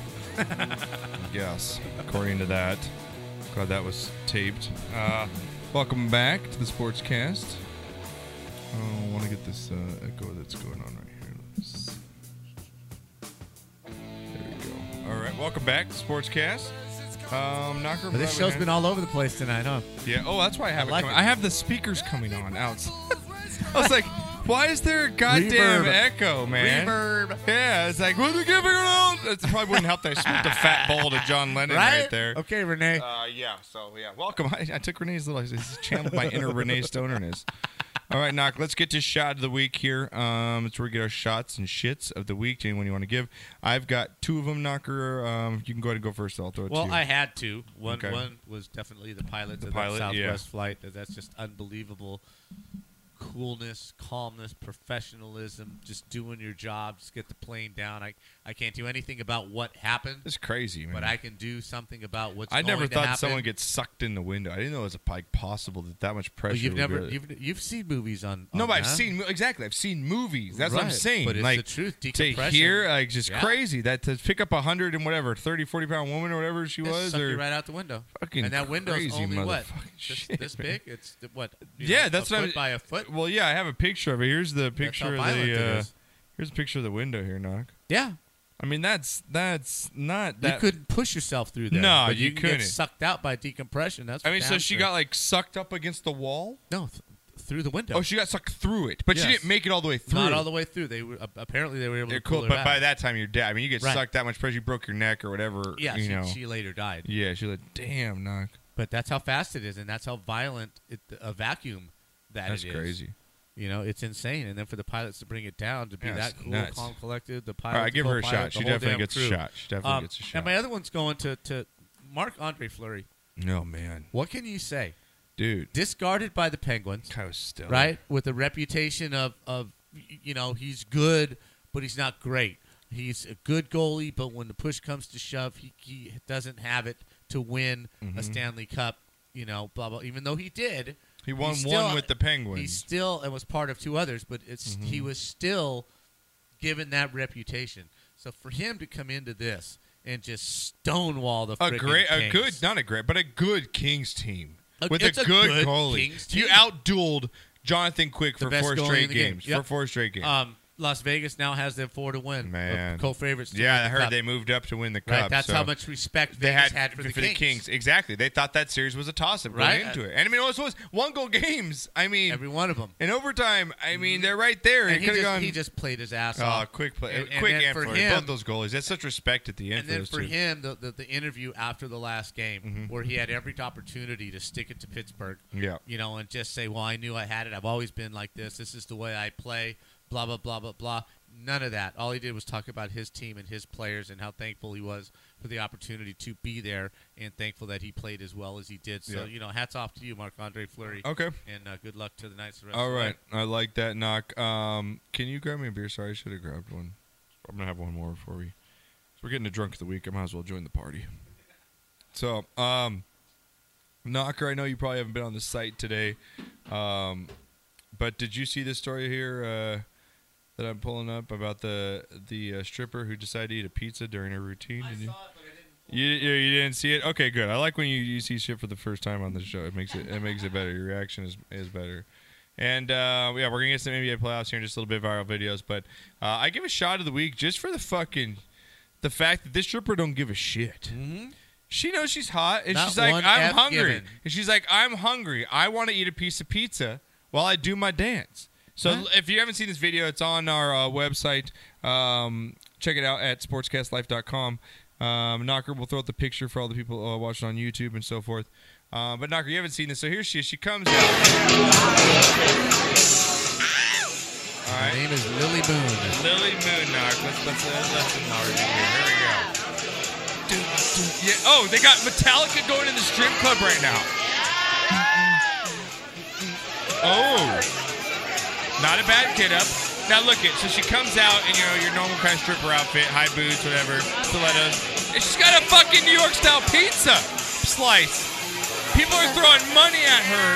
[SPEAKER 1] yes, according to that. God, that was taped. Uh, welcome back to the Sportscast. Oh, I want to get this uh, echo that's going on right here. Let's see. There we go. All right, welcome back to Sportscast. Um, knocker.
[SPEAKER 2] But this show's been all over the place tonight, huh?
[SPEAKER 1] Yeah. Oh, that's why I have
[SPEAKER 2] I like
[SPEAKER 1] it. Coming.
[SPEAKER 2] it.
[SPEAKER 1] I have the speakers coming on outside. I was like, why is there a goddamn
[SPEAKER 14] Reverb.
[SPEAKER 1] echo, man?
[SPEAKER 14] Reverb.
[SPEAKER 1] Yeah, it's like, what are we giving out? It probably wouldn't help that I smoked a fat bowl to John Lennon right,
[SPEAKER 2] Right?
[SPEAKER 1] there.
[SPEAKER 2] (laughs) Okay, Renee.
[SPEAKER 1] Uh, yeah. So yeah, welcome. I, I took Renee's little. I just channeled my inner Renee Stonerness. All right, knock. Let's get to shot of the week here. Um, it's where we get our shots and shits of the week. To anyone you want to give, I've got two of them. Knocker, um, you can go ahead and go first. I'll throw it
[SPEAKER 2] Well,
[SPEAKER 1] to you.
[SPEAKER 2] I had to. One
[SPEAKER 1] Okay.
[SPEAKER 2] one was definitely the pilot
[SPEAKER 1] The
[SPEAKER 2] of
[SPEAKER 1] pilot,
[SPEAKER 2] that
[SPEAKER 1] yeah.
[SPEAKER 2] Southwest flight. That- That's just unbelievable. Coolness, calmness, professionalism, just doing your job, just get the plane down. I, I can't do anything about what happened.
[SPEAKER 1] It's crazy, man.
[SPEAKER 2] But I can do something about what's
[SPEAKER 1] I
[SPEAKER 2] going
[SPEAKER 1] never
[SPEAKER 2] to
[SPEAKER 1] thought
[SPEAKER 2] happen.
[SPEAKER 1] someone gets sucked in the window. I didn't know it was like possible that that much
[SPEAKER 2] Well,
[SPEAKER 1] pressure.
[SPEAKER 2] you've
[SPEAKER 1] would
[SPEAKER 2] never
[SPEAKER 1] really-
[SPEAKER 2] you've, you've seen movies on,
[SPEAKER 1] No,
[SPEAKER 2] on
[SPEAKER 1] but I've
[SPEAKER 2] that.
[SPEAKER 1] seen exactly. I've seen movies. That's what I'm
[SPEAKER 2] Right,
[SPEAKER 1] saying.
[SPEAKER 2] but it's
[SPEAKER 1] like
[SPEAKER 2] the truth,
[SPEAKER 1] to
[SPEAKER 2] decompression.
[SPEAKER 1] hear like just
[SPEAKER 2] Yeah.
[SPEAKER 1] crazy that to pick up a hundred and whatever 30, 40 pound woman or whatever she
[SPEAKER 2] Just
[SPEAKER 1] was,
[SPEAKER 2] suck
[SPEAKER 1] or
[SPEAKER 2] you right out the window.
[SPEAKER 1] Fucking
[SPEAKER 2] and that window's
[SPEAKER 1] crazy
[SPEAKER 2] only what
[SPEAKER 1] motherfucking (laughs)
[SPEAKER 2] this,
[SPEAKER 1] shit,
[SPEAKER 2] this
[SPEAKER 1] man.
[SPEAKER 2] big. It's th- what you
[SPEAKER 1] yeah,
[SPEAKER 2] know,
[SPEAKER 1] that's
[SPEAKER 2] a
[SPEAKER 1] what
[SPEAKER 2] foot
[SPEAKER 1] I'm,
[SPEAKER 2] by a foot.
[SPEAKER 1] Well, yeah, I have a picture of it. Here's the picture of
[SPEAKER 2] violent it
[SPEAKER 1] the. Uh,
[SPEAKER 2] is.
[SPEAKER 1] here's a picture of the window here, knock.
[SPEAKER 2] Yeah.
[SPEAKER 1] I mean that's that's not that.
[SPEAKER 2] you couldn't push yourself through that.
[SPEAKER 1] No,
[SPEAKER 2] but you,
[SPEAKER 1] you
[SPEAKER 2] can
[SPEAKER 1] couldn't.
[SPEAKER 2] Get sucked out by decompression. That's.
[SPEAKER 1] I
[SPEAKER 2] for
[SPEAKER 1] mean, so
[SPEAKER 2] damn
[SPEAKER 1] she
[SPEAKER 2] sure.
[SPEAKER 1] got like sucked up against the wall.
[SPEAKER 2] No, th- through the window.
[SPEAKER 1] Oh, she got sucked through it, but she
[SPEAKER 2] Yes.
[SPEAKER 1] didn't make it all the way through.
[SPEAKER 2] Not all the way through. They were ap- apparently they were able
[SPEAKER 1] They're
[SPEAKER 2] to pull
[SPEAKER 1] cool,
[SPEAKER 2] her
[SPEAKER 1] but
[SPEAKER 2] out.
[SPEAKER 1] by that time you're dead. I mean, you get
[SPEAKER 2] Right.
[SPEAKER 1] sucked that much pressure, you broke your neck or whatever.
[SPEAKER 2] yeah,
[SPEAKER 1] you
[SPEAKER 2] she,
[SPEAKER 1] know.
[SPEAKER 2] she later died.
[SPEAKER 1] Yeah, she like, damn, knock.
[SPEAKER 2] But that's how fast it is, and that's how violent it, a vacuum that
[SPEAKER 1] That's
[SPEAKER 2] it is.
[SPEAKER 1] crazy.
[SPEAKER 2] You know, it's insane. And then for the pilots to bring it down to be
[SPEAKER 1] Yeah,
[SPEAKER 2] that
[SPEAKER 1] it's
[SPEAKER 2] cool,
[SPEAKER 1] nuts.
[SPEAKER 2] calm, collected, the
[SPEAKER 1] All
[SPEAKER 2] pilot.
[SPEAKER 1] right, give her a
[SPEAKER 2] co-pilot,
[SPEAKER 1] shot.
[SPEAKER 2] the
[SPEAKER 1] She
[SPEAKER 2] whole
[SPEAKER 1] definitely
[SPEAKER 2] damn
[SPEAKER 1] gets a
[SPEAKER 2] crew.
[SPEAKER 1] shot. She definitely
[SPEAKER 2] Um,
[SPEAKER 1] gets a shot.
[SPEAKER 2] And my other one's going to to Mark Andre Fleury.
[SPEAKER 1] No man,
[SPEAKER 2] What can you say?
[SPEAKER 1] dude.
[SPEAKER 2] Discarded by the Penguins.
[SPEAKER 1] I was still
[SPEAKER 2] Right? With a reputation of, of y- you know, he's good, but he's not great. He's a good goalie, but when the push comes to shove, he, he doesn't have it to win a
[SPEAKER 1] Mhm.
[SPEAKER 2] Stanley Cup, you know, blah, blah. Even though he did.
[SPEAKER 1] He won
[SPEAKER 2] he's
[SPEAKER 1] one with the Penguins. Mm-hmm.
[SPEAKER 2] He's still, and was part of two others, but it's he was still given that reputation. So for him to come into this and just stonewall the
[SPEAKER 1] A
[SPEAKER 2] frickin'
[SPEAKER 1] great, a
[SPEAKER 2] Kings.
[SPEAKER 1] good, not a great, but a good Kings team
[SPEAKER 2] A-
[SPEAKER 1] with a
[SPEAKER 2] it's
[SPEAKER 1] good,
[SPEAKER 2] a good
[SPEAKER 1] goalie.
[SPEAKER 2] Kings
[SPEAKER 1] You
[SPEAKER 2] team.
[SPEAKER 1] outdueled Jonathan Quick
[SPEAKER 2] The
[SPEAKER 1] for
[SPEAKER 2] best
[SPEAKER 1] four
[SPEAKER 2] goalie
[SPEAKER 1] straight
[SPEAKER 2] in the game.
[SPEAKER 1] games.
[SPEAKER 2] Yep.
[SPEAKER 1] For four straight games.
[SPEAKER 2] Um, Las Vegas now has them four to win. of
[SPEAKER 1] Man.
[SPEAKER 2] co-favorites. to
[SPEAKER 1] Yeah,
[SPEAKER 2] win
[SPEAKER 1] I
[SPEAKER 2] the
[SPEAKER 1] heard
[SPEAKER 2] Cup.
[SPEAKER 1] they moved up to win the
[SPEAKER 2] Right,
[SPEAKER 1] cup.
[SPEAKER 2] that's
[SPEAKER 1] so
[SPEAKER 2] how much respect
[SPEAKER 1] they
[SPEAKER 2] Vegas
[SPEAKER 1] had,
[SPEAKER 2] had for the Kings.
[SPEAKER 1] Exactly. They thought that series was a toss-up
[SPEAKER 2] Right.
[SPEAKER 1] going into it, and I mean, it was, one goal games. I mean, every
[SPEAKER 2] one of them
[SPEAKER 1] in overtime. I mean, they're right there.
[SPEAKER 2] And
[SPEAKER 1] it
[SPEAKER 2] he
[SPEAKER 1] could have
[SPEAKER 2] just-
[SPEAKER 1] gone.
[SPEAKER 2] he just played his ass
[SPEAKER 1] oh,
[SPEAKER 2] off.
[SPEAKER 1] quick play,
[SPEAKER 2] And- and
[SPEAKER 1] quick
[SPEAKER 2] then
[SPEAKER 1] end
[SPEAKER 2] for
[SPEAKER 1] for
[SPEAKER 2] him-
[SPEAKER 1] both those goalies. That's such respect at the end
[SPEAKER 2] And then
[SPEAKER 1] those
[SPEAKER 2] for
[SPEAKER 1] two. Mm-hmm.
[SPEAKER 2] him, the, the, the interview after the last game, where he had every opportunity to stick it to Pittsburgh,
[SPEAKER 1] Yeah.
[SPEAKER 2] you know, and just say, "Well, I knew I had it. I've always been like this. This is the way I play." Blah blah blah blah blah. None of that. All he did was talk about his team and his players and how thankful he was for the opportunity to be there and thankful that he played as well as he did. So
[SPEAKER 1] Yeah.
[SPEAKER 2] you know, hats off to you, Marc Andre Fleury.
[SPEAKER 1] Okay.
[SPEAKER 2] and uh, good luck to the Knights. The rest
[SPEAKER 1] All
[SPEAKER 2] of the way.
[SPEAKER 1] right, I like that knock. Um, can you grab me a beer? Sorry, I should have grabbed one. I'm gonna have one more before we. So we're getting a drunk of the week. I might as well join the party. So, um, knocker, I know you probably haven't been on the site today, um, but did you see this story here uh, that I'm pulling up about the the uh, stripper who decided to eat a pizza during her routine? Did you? You, you you didn't see it? Okay, good. I like when you, you see shit for the first time on the show. It makes it it makes it better. Your reaction is is better. And uh, yeah, we're gonna get some NBA playoffs here in just a little bit viral videos. But uh, I give a shot of the week just for the fucking the fact that this stripper don't give a shit. Mm-hmm. She knows she's hot, and
[SPEAKER 15] Not
[SPEAKER 1] she's like,
[SPEAKER 15] one
[SPEAKER 1] "I'm
[SPEAKER 15] F
[SPEAKER 1] hungry,"
[SPEAKER 15] given.
[SPEAKER 1] and she's like, "I'm hungry. I want to eat a piece of pizza while I do my dance." So if you haven't seen this video, it's on our uh, website. Um, check it out at sportscastlife.com. Um, Knocker, we'll throw out the picture for all the people uh, watching on YouTube and so forth. Uh, but Knocker, you haven't seen this, so here she is. She comes out. All right.
[SPEAKER 2] Her name is Lily Moon.
[SPEAKER 1] Lily Moon Knock. Let's let's let's, let's enlarge it here. Here we go. Dun, dun, Yeah. Oh, they got Metallica going in the strip club right now. Oh, not a bad get up. Now look it. So she comes out in you know your normal kind of stripper outfit, high boots, whatever, stilettos, and she's got a fucking New York style pizza slice. People are throwing money at her,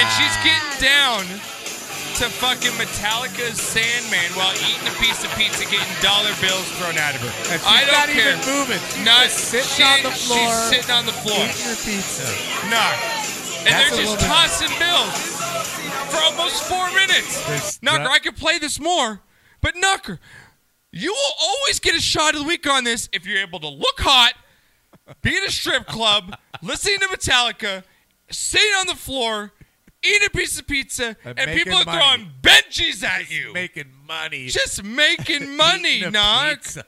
[SPEAKER 1] and she's getting down to fucking Metallica's Sandman while eating a piece of pizza, getting dollar bills thrown at her.
[SPEAKER 15] And she's
[SPEAKER 1] I don't
[SPEAKER 15] not
[SPEAKER 1] care.
[SPEAKER 15] even moving. She's
[SPEAKER 1] Not
[SPEAKER 15] just sitting on
[SPEAKER 1] shit.
[SPEAKER 15] the floor,
[SPEAKER 1] She's sitting on the floor.
[SPEAKER 15] eating her
[SPEAKER 1] pizza. Nah. And
[SPEAKER 15] That's a
[SPEAKER 1] they're
[SPEAKER 15] little
[SPEAKER 1] just
[SPEAKER 15] bit-
[SPEAKER 1] tossing bills for almost four minutes.
[SPEAKER 15] This-
[SPEAKER 1] Knocker,
[SPEAKER 15] that-
[SPEAKER 1] I could play this more, but Knocker, you will always get a shot of the week on this if you're able to look hot, be at a
[SPEAKER 15] (laughs)
[SPEAKER 1] strip club, listening to Metallica, sitting on the floor, eating a piece of pizza,
[SPEAKER 15] And
[SPEAKER 1] and people are
[SPEAKER 15] making
[SPEAKER 1] throwing Benjis at you.
[SPEAKER 2] Making money.
[SPEAKER 1] (laughs) Just
[SPEAKER 15] (laughs)
[SPEAKER 1] making money,
[SPEAKER 15] Eating a
[SPEAKER 1] Knock.
[SPEAKER 15] pizza.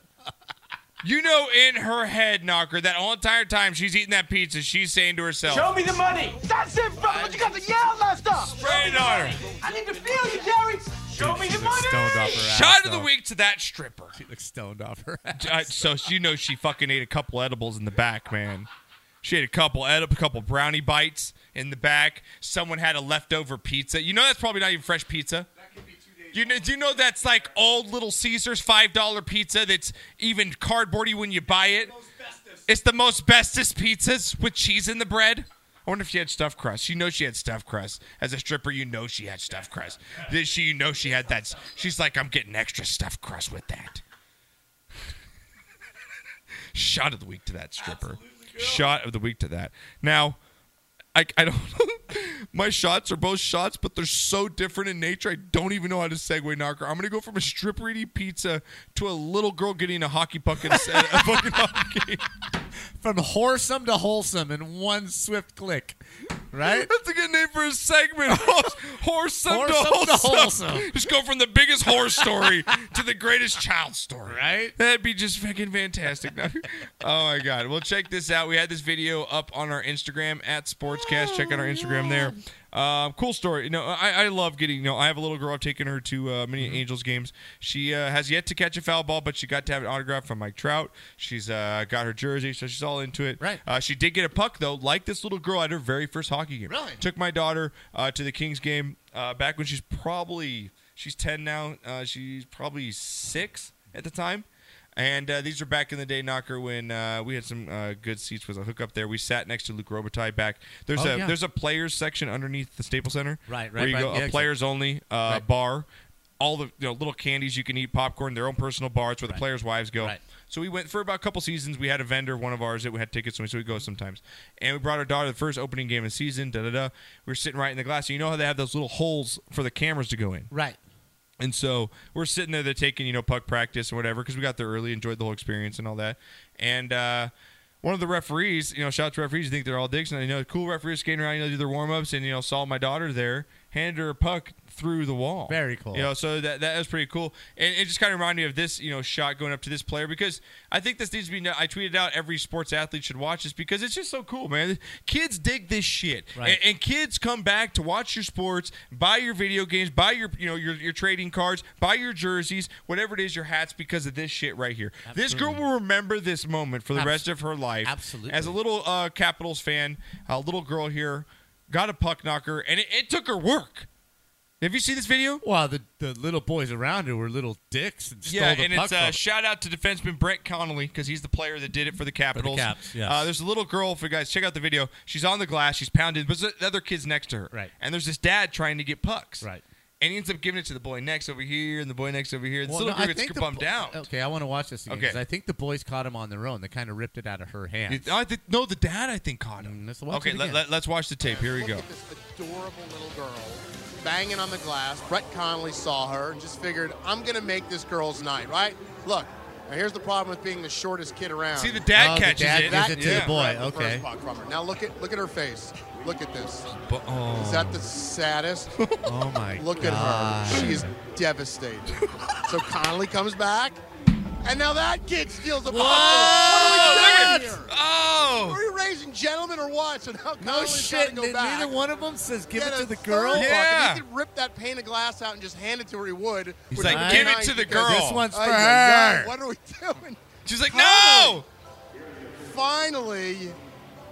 [SPEAKER 1] You know, in her head, Knocker, that whole entire time she's eating that pizza, she's saying to herself,
[SPEAKER 15] Show me the money.
[SPEAKER 5] That's it, brother. But you got to yell that stuff.
[SPEAKER 1] Straight on her.
[SPEAKER 5] I need to feel you, Jerry. Show me the money.
[SPEAKER 1] Shot of the week to that stripper.
[SPEAKER 2] She looks stoned off her
[SPEAKER 1] (laughs) Uh, so you know she fucking ate a couple edibles in the back, man. She ate a couple edib- a couple brownie bites in the back. Someone had a leftover pizza. You know that's probably not even fresh pizza. You know, do you know that's like old Little Caesars five dollar pizza that's even cardboardy when you buy it. It's the most bestest pizzas with cheese in the bread. I wonder if she had stuffed crust. You know she had stuffed crust. As a stripper, you know she had stuffed crust. Did she? You know she had that. s- She's like, I'm getting extra stuffed crust with that. Shot of the week to that stripper. Shot of the week to that. Now, I, I don't. (laughs) my shots are both shots, but they're so different in nature. I don't even know how to segue knocker. I'm gonna go from a stripper eating pizza to a little girl getting a hockey puck and a fucking hockey. game.
[SPEAKER 2] From whoresome to wholesome in one swift click, right?
[SPEAKER 1] That's a good name for a segment. (laughs) Horse, whoresome to
[SPEAKER 15] Whoresome to
[SPEAKER 1] wholesome.
[SPEAKER 15] wholesome.
[SPEAKER 1] Just go from the biggest horse story to the greatest child story.
[SPEAKER 2] Right?
[SPEAKER 1] That'd be just fucking fantastic. (laughs) No. oh my god. Well, check this out. We had this video up on our Instagram at Sportscast. Check out our Instagram there. Um, cool story. You know, I, I love getting. You know, I have a little girl. I've taken her to uh, many Angels games. She uh, has yet to catch a foul ball, but she got to have an autograph from Mike Trout. She's uh, got her jersey, so she's all into it. Right. Uh, she did get a puck though, like this little girl at her very first hockey game. Really. Took my daughter uh, to the Kings game uh, back when she's probably she's ten now. Uh, she's probably six at the time. And uh, these were back in the day, Knocker, when uh, we had some uh, good seats with a hookup there. We sat next to Luke Robitaille back. There's
[SPEAKER 15] Oh,
[SPEAKER 1] a
[SPEAKER 15] yeah.
[SPEAKER 1] there's a players section underneath the Staples Center.
[SPEAKER 15] Right,
[SPEAKER 1] Where
[SPEAKER 15] right,
[SPEAKER 1] you
[SPEAKER 15] right.
[SPEAKER 1] go,
[SPEAKER 15] Yeah,
[SPEAKER 1] a
[SPEAKER 15] exactly.
[SPEAKER 1] players only uh,
[SPEAKER 15] Right.
[SPEAKER 1] bar. All the you know, little candies you can eat, popcorn, their own personal bar. It's where the players' wives go. So we went for about a couple seasons. We had a vendor, one of ours, that we had tickets, so we- so we go sometimes. And we brought our daughter to the first opening game of the season. Da da da. We were sitting right in the glass. You know how they have those little holes for the cameras to go in.
[SPEAKER 2] Right.
[SPEAKER 1] And so we're sitting there, they're taking, you know, puck practice and whatever, because we got there early, enjoyed the whole experience and all that. And uh, one of the referees, you know, shout out to referees, you think they're all dicks. And, you know, cool referees skating around, you know, do their warm ups and, you know, saw my daughter there, handed her a puck through the wall.
[SPEAKER 2] Very cool.
[SPEAKER 1] You know, so that that was pretty cool, and it just kind of reminded me of this, you know, shot going up to this player because I think this needs to be. I tweeted out every sports athlete should watch this because it's just so cool, man. Kids dig this shit,
[SPEAKER 15] Right.
[SPEAKER 1] and, and kids come back to watch your sports, buy your video games, buy your you know your your trading cards, buy your jerseys, whatever it is, your hats because of this shit right here. This girl will remember this moment for the
[SPEAKER 15] Abs-
[SPEAKER 1] rest of her life. Absolutely, as a little uh, Capitals fan, a little girl here got a puck knocker, and it, it took her work. Have you seen this video?
[SPEAKER 2] Well, the, the little boys around her were little dicks and stole
[SPEAKER 1] Yeah,
[SPEAKER 2] the
[SPEAKER 1] and
[SPEAKER 2] puck
[SPEAKER 1] it's uh,
[SPEAKER 2] from-
[SPEAKER 1] shout out to defenseman Brett Connolly because he's the player that did it for the Capitals.
[SPEAKER 2] Caps, yes.
[SPEAKER 1] uh, there's a little girl. If you guys check out the video, she's on the glass, she's pounded, but the other kid's next to her. Right. And there's this dad trying to get pucks. Right. And he ends up giving it to the boy next over here and the boy next over here. This
[SPEAKER 2] Well,
[SPEAKER 1] little
[SPEAKER 2] no, I
[SPEAKER 1] girl gets
[SPEAKER 2] think the
[SPEAKER 1] bummed
[SPEAKER 2] bo-
[SPEAKER 1] out.
[SPEAKER 2] Okay, I want to watch this again.
[SPEAKER 1] Okay.
[SPEAKER 2] 'cause I think the boys caught him on their own. They kind of ripped it out of her hand.
[SPEAKER 1] I think, no, the dad I think caught
[SPEAKER 2] him. Mm, let's watch
[SPEAKER 1] Okay,
[SPEAKER 2] it
[SPEAKER 1] let,
[SPEAKER 2] again.
[SPEAKER 1] let, us watch the tape. Here we go.
[SPEAKER 16] adorable little girl banging on the glass. Brett Connolly saw her and just figured, I'm going to make this girl's night, right? Look, now here's the problem with being the shortest kid around.
[SPEAKER 1] See, the dad Oh, the catches dad it. gives
[SPEAKER 16] That
[SPEAKER 1] it to
[SPEAKER 16] kid
[SPEAKER 1] the boy,
[SPEAKER 16] grabbed the first
[SPEAKER 1] okay.
[SPEAKER 16] puck from her. Now look at look at her face. Look at this.
[SPEAKER 1] But,
[SPEAKER 14] um,
[SPEAKER 1] oh.
[SPEAKER 16] Is that the saddest?
[SPEAKER 2] (laughs) Oh my
[SPEAKER 16] Look at her. She is devastated. so Connolly comes back, and now that kid steals the puck. What are we doing here?
[SPEAKER 1] Oh!
[SPEAKER 16] Are we raising gentlemen or what? So now
[SPEAKER 2] No
[SPEAKER 16] Connolly's trying
[SPEAKER 2] shit.
[SPEAKER 16] to go
[SPEAKER 2] Neither
[SPEAKER 16] back.
[SPEAKER 2] one of them says give
[SPEAKER 16] Get
[SPEAKER 2] it
[SPEAKER 16] a
[SPEAKER 2] to the
[SPEAKER 16] third
[SPEAKER 2] girl.
[SPEAKER 16] puck. If he could rip that pane of glass out and just hand it to her, he would.
[SPEAKER 2] He's
[SPEAKER 16] which
[SPEAKER 2] like,
[SPEAKER 16] would be
[SPEAKER 2] "Give it
[SPEAKER 16] nice
[SPEAKER 1] to the
[SPEAKER 16] because-
[SPEAKER 1] girl." This one's for
[SPEAKER 16] Ay, ay, ay,
[SPEAKER 1] her.
[SPEAKER 16] What are we (laughs) doing?
[SPEAKER 1] She's like,
[SPEAKER 16] no. Finally,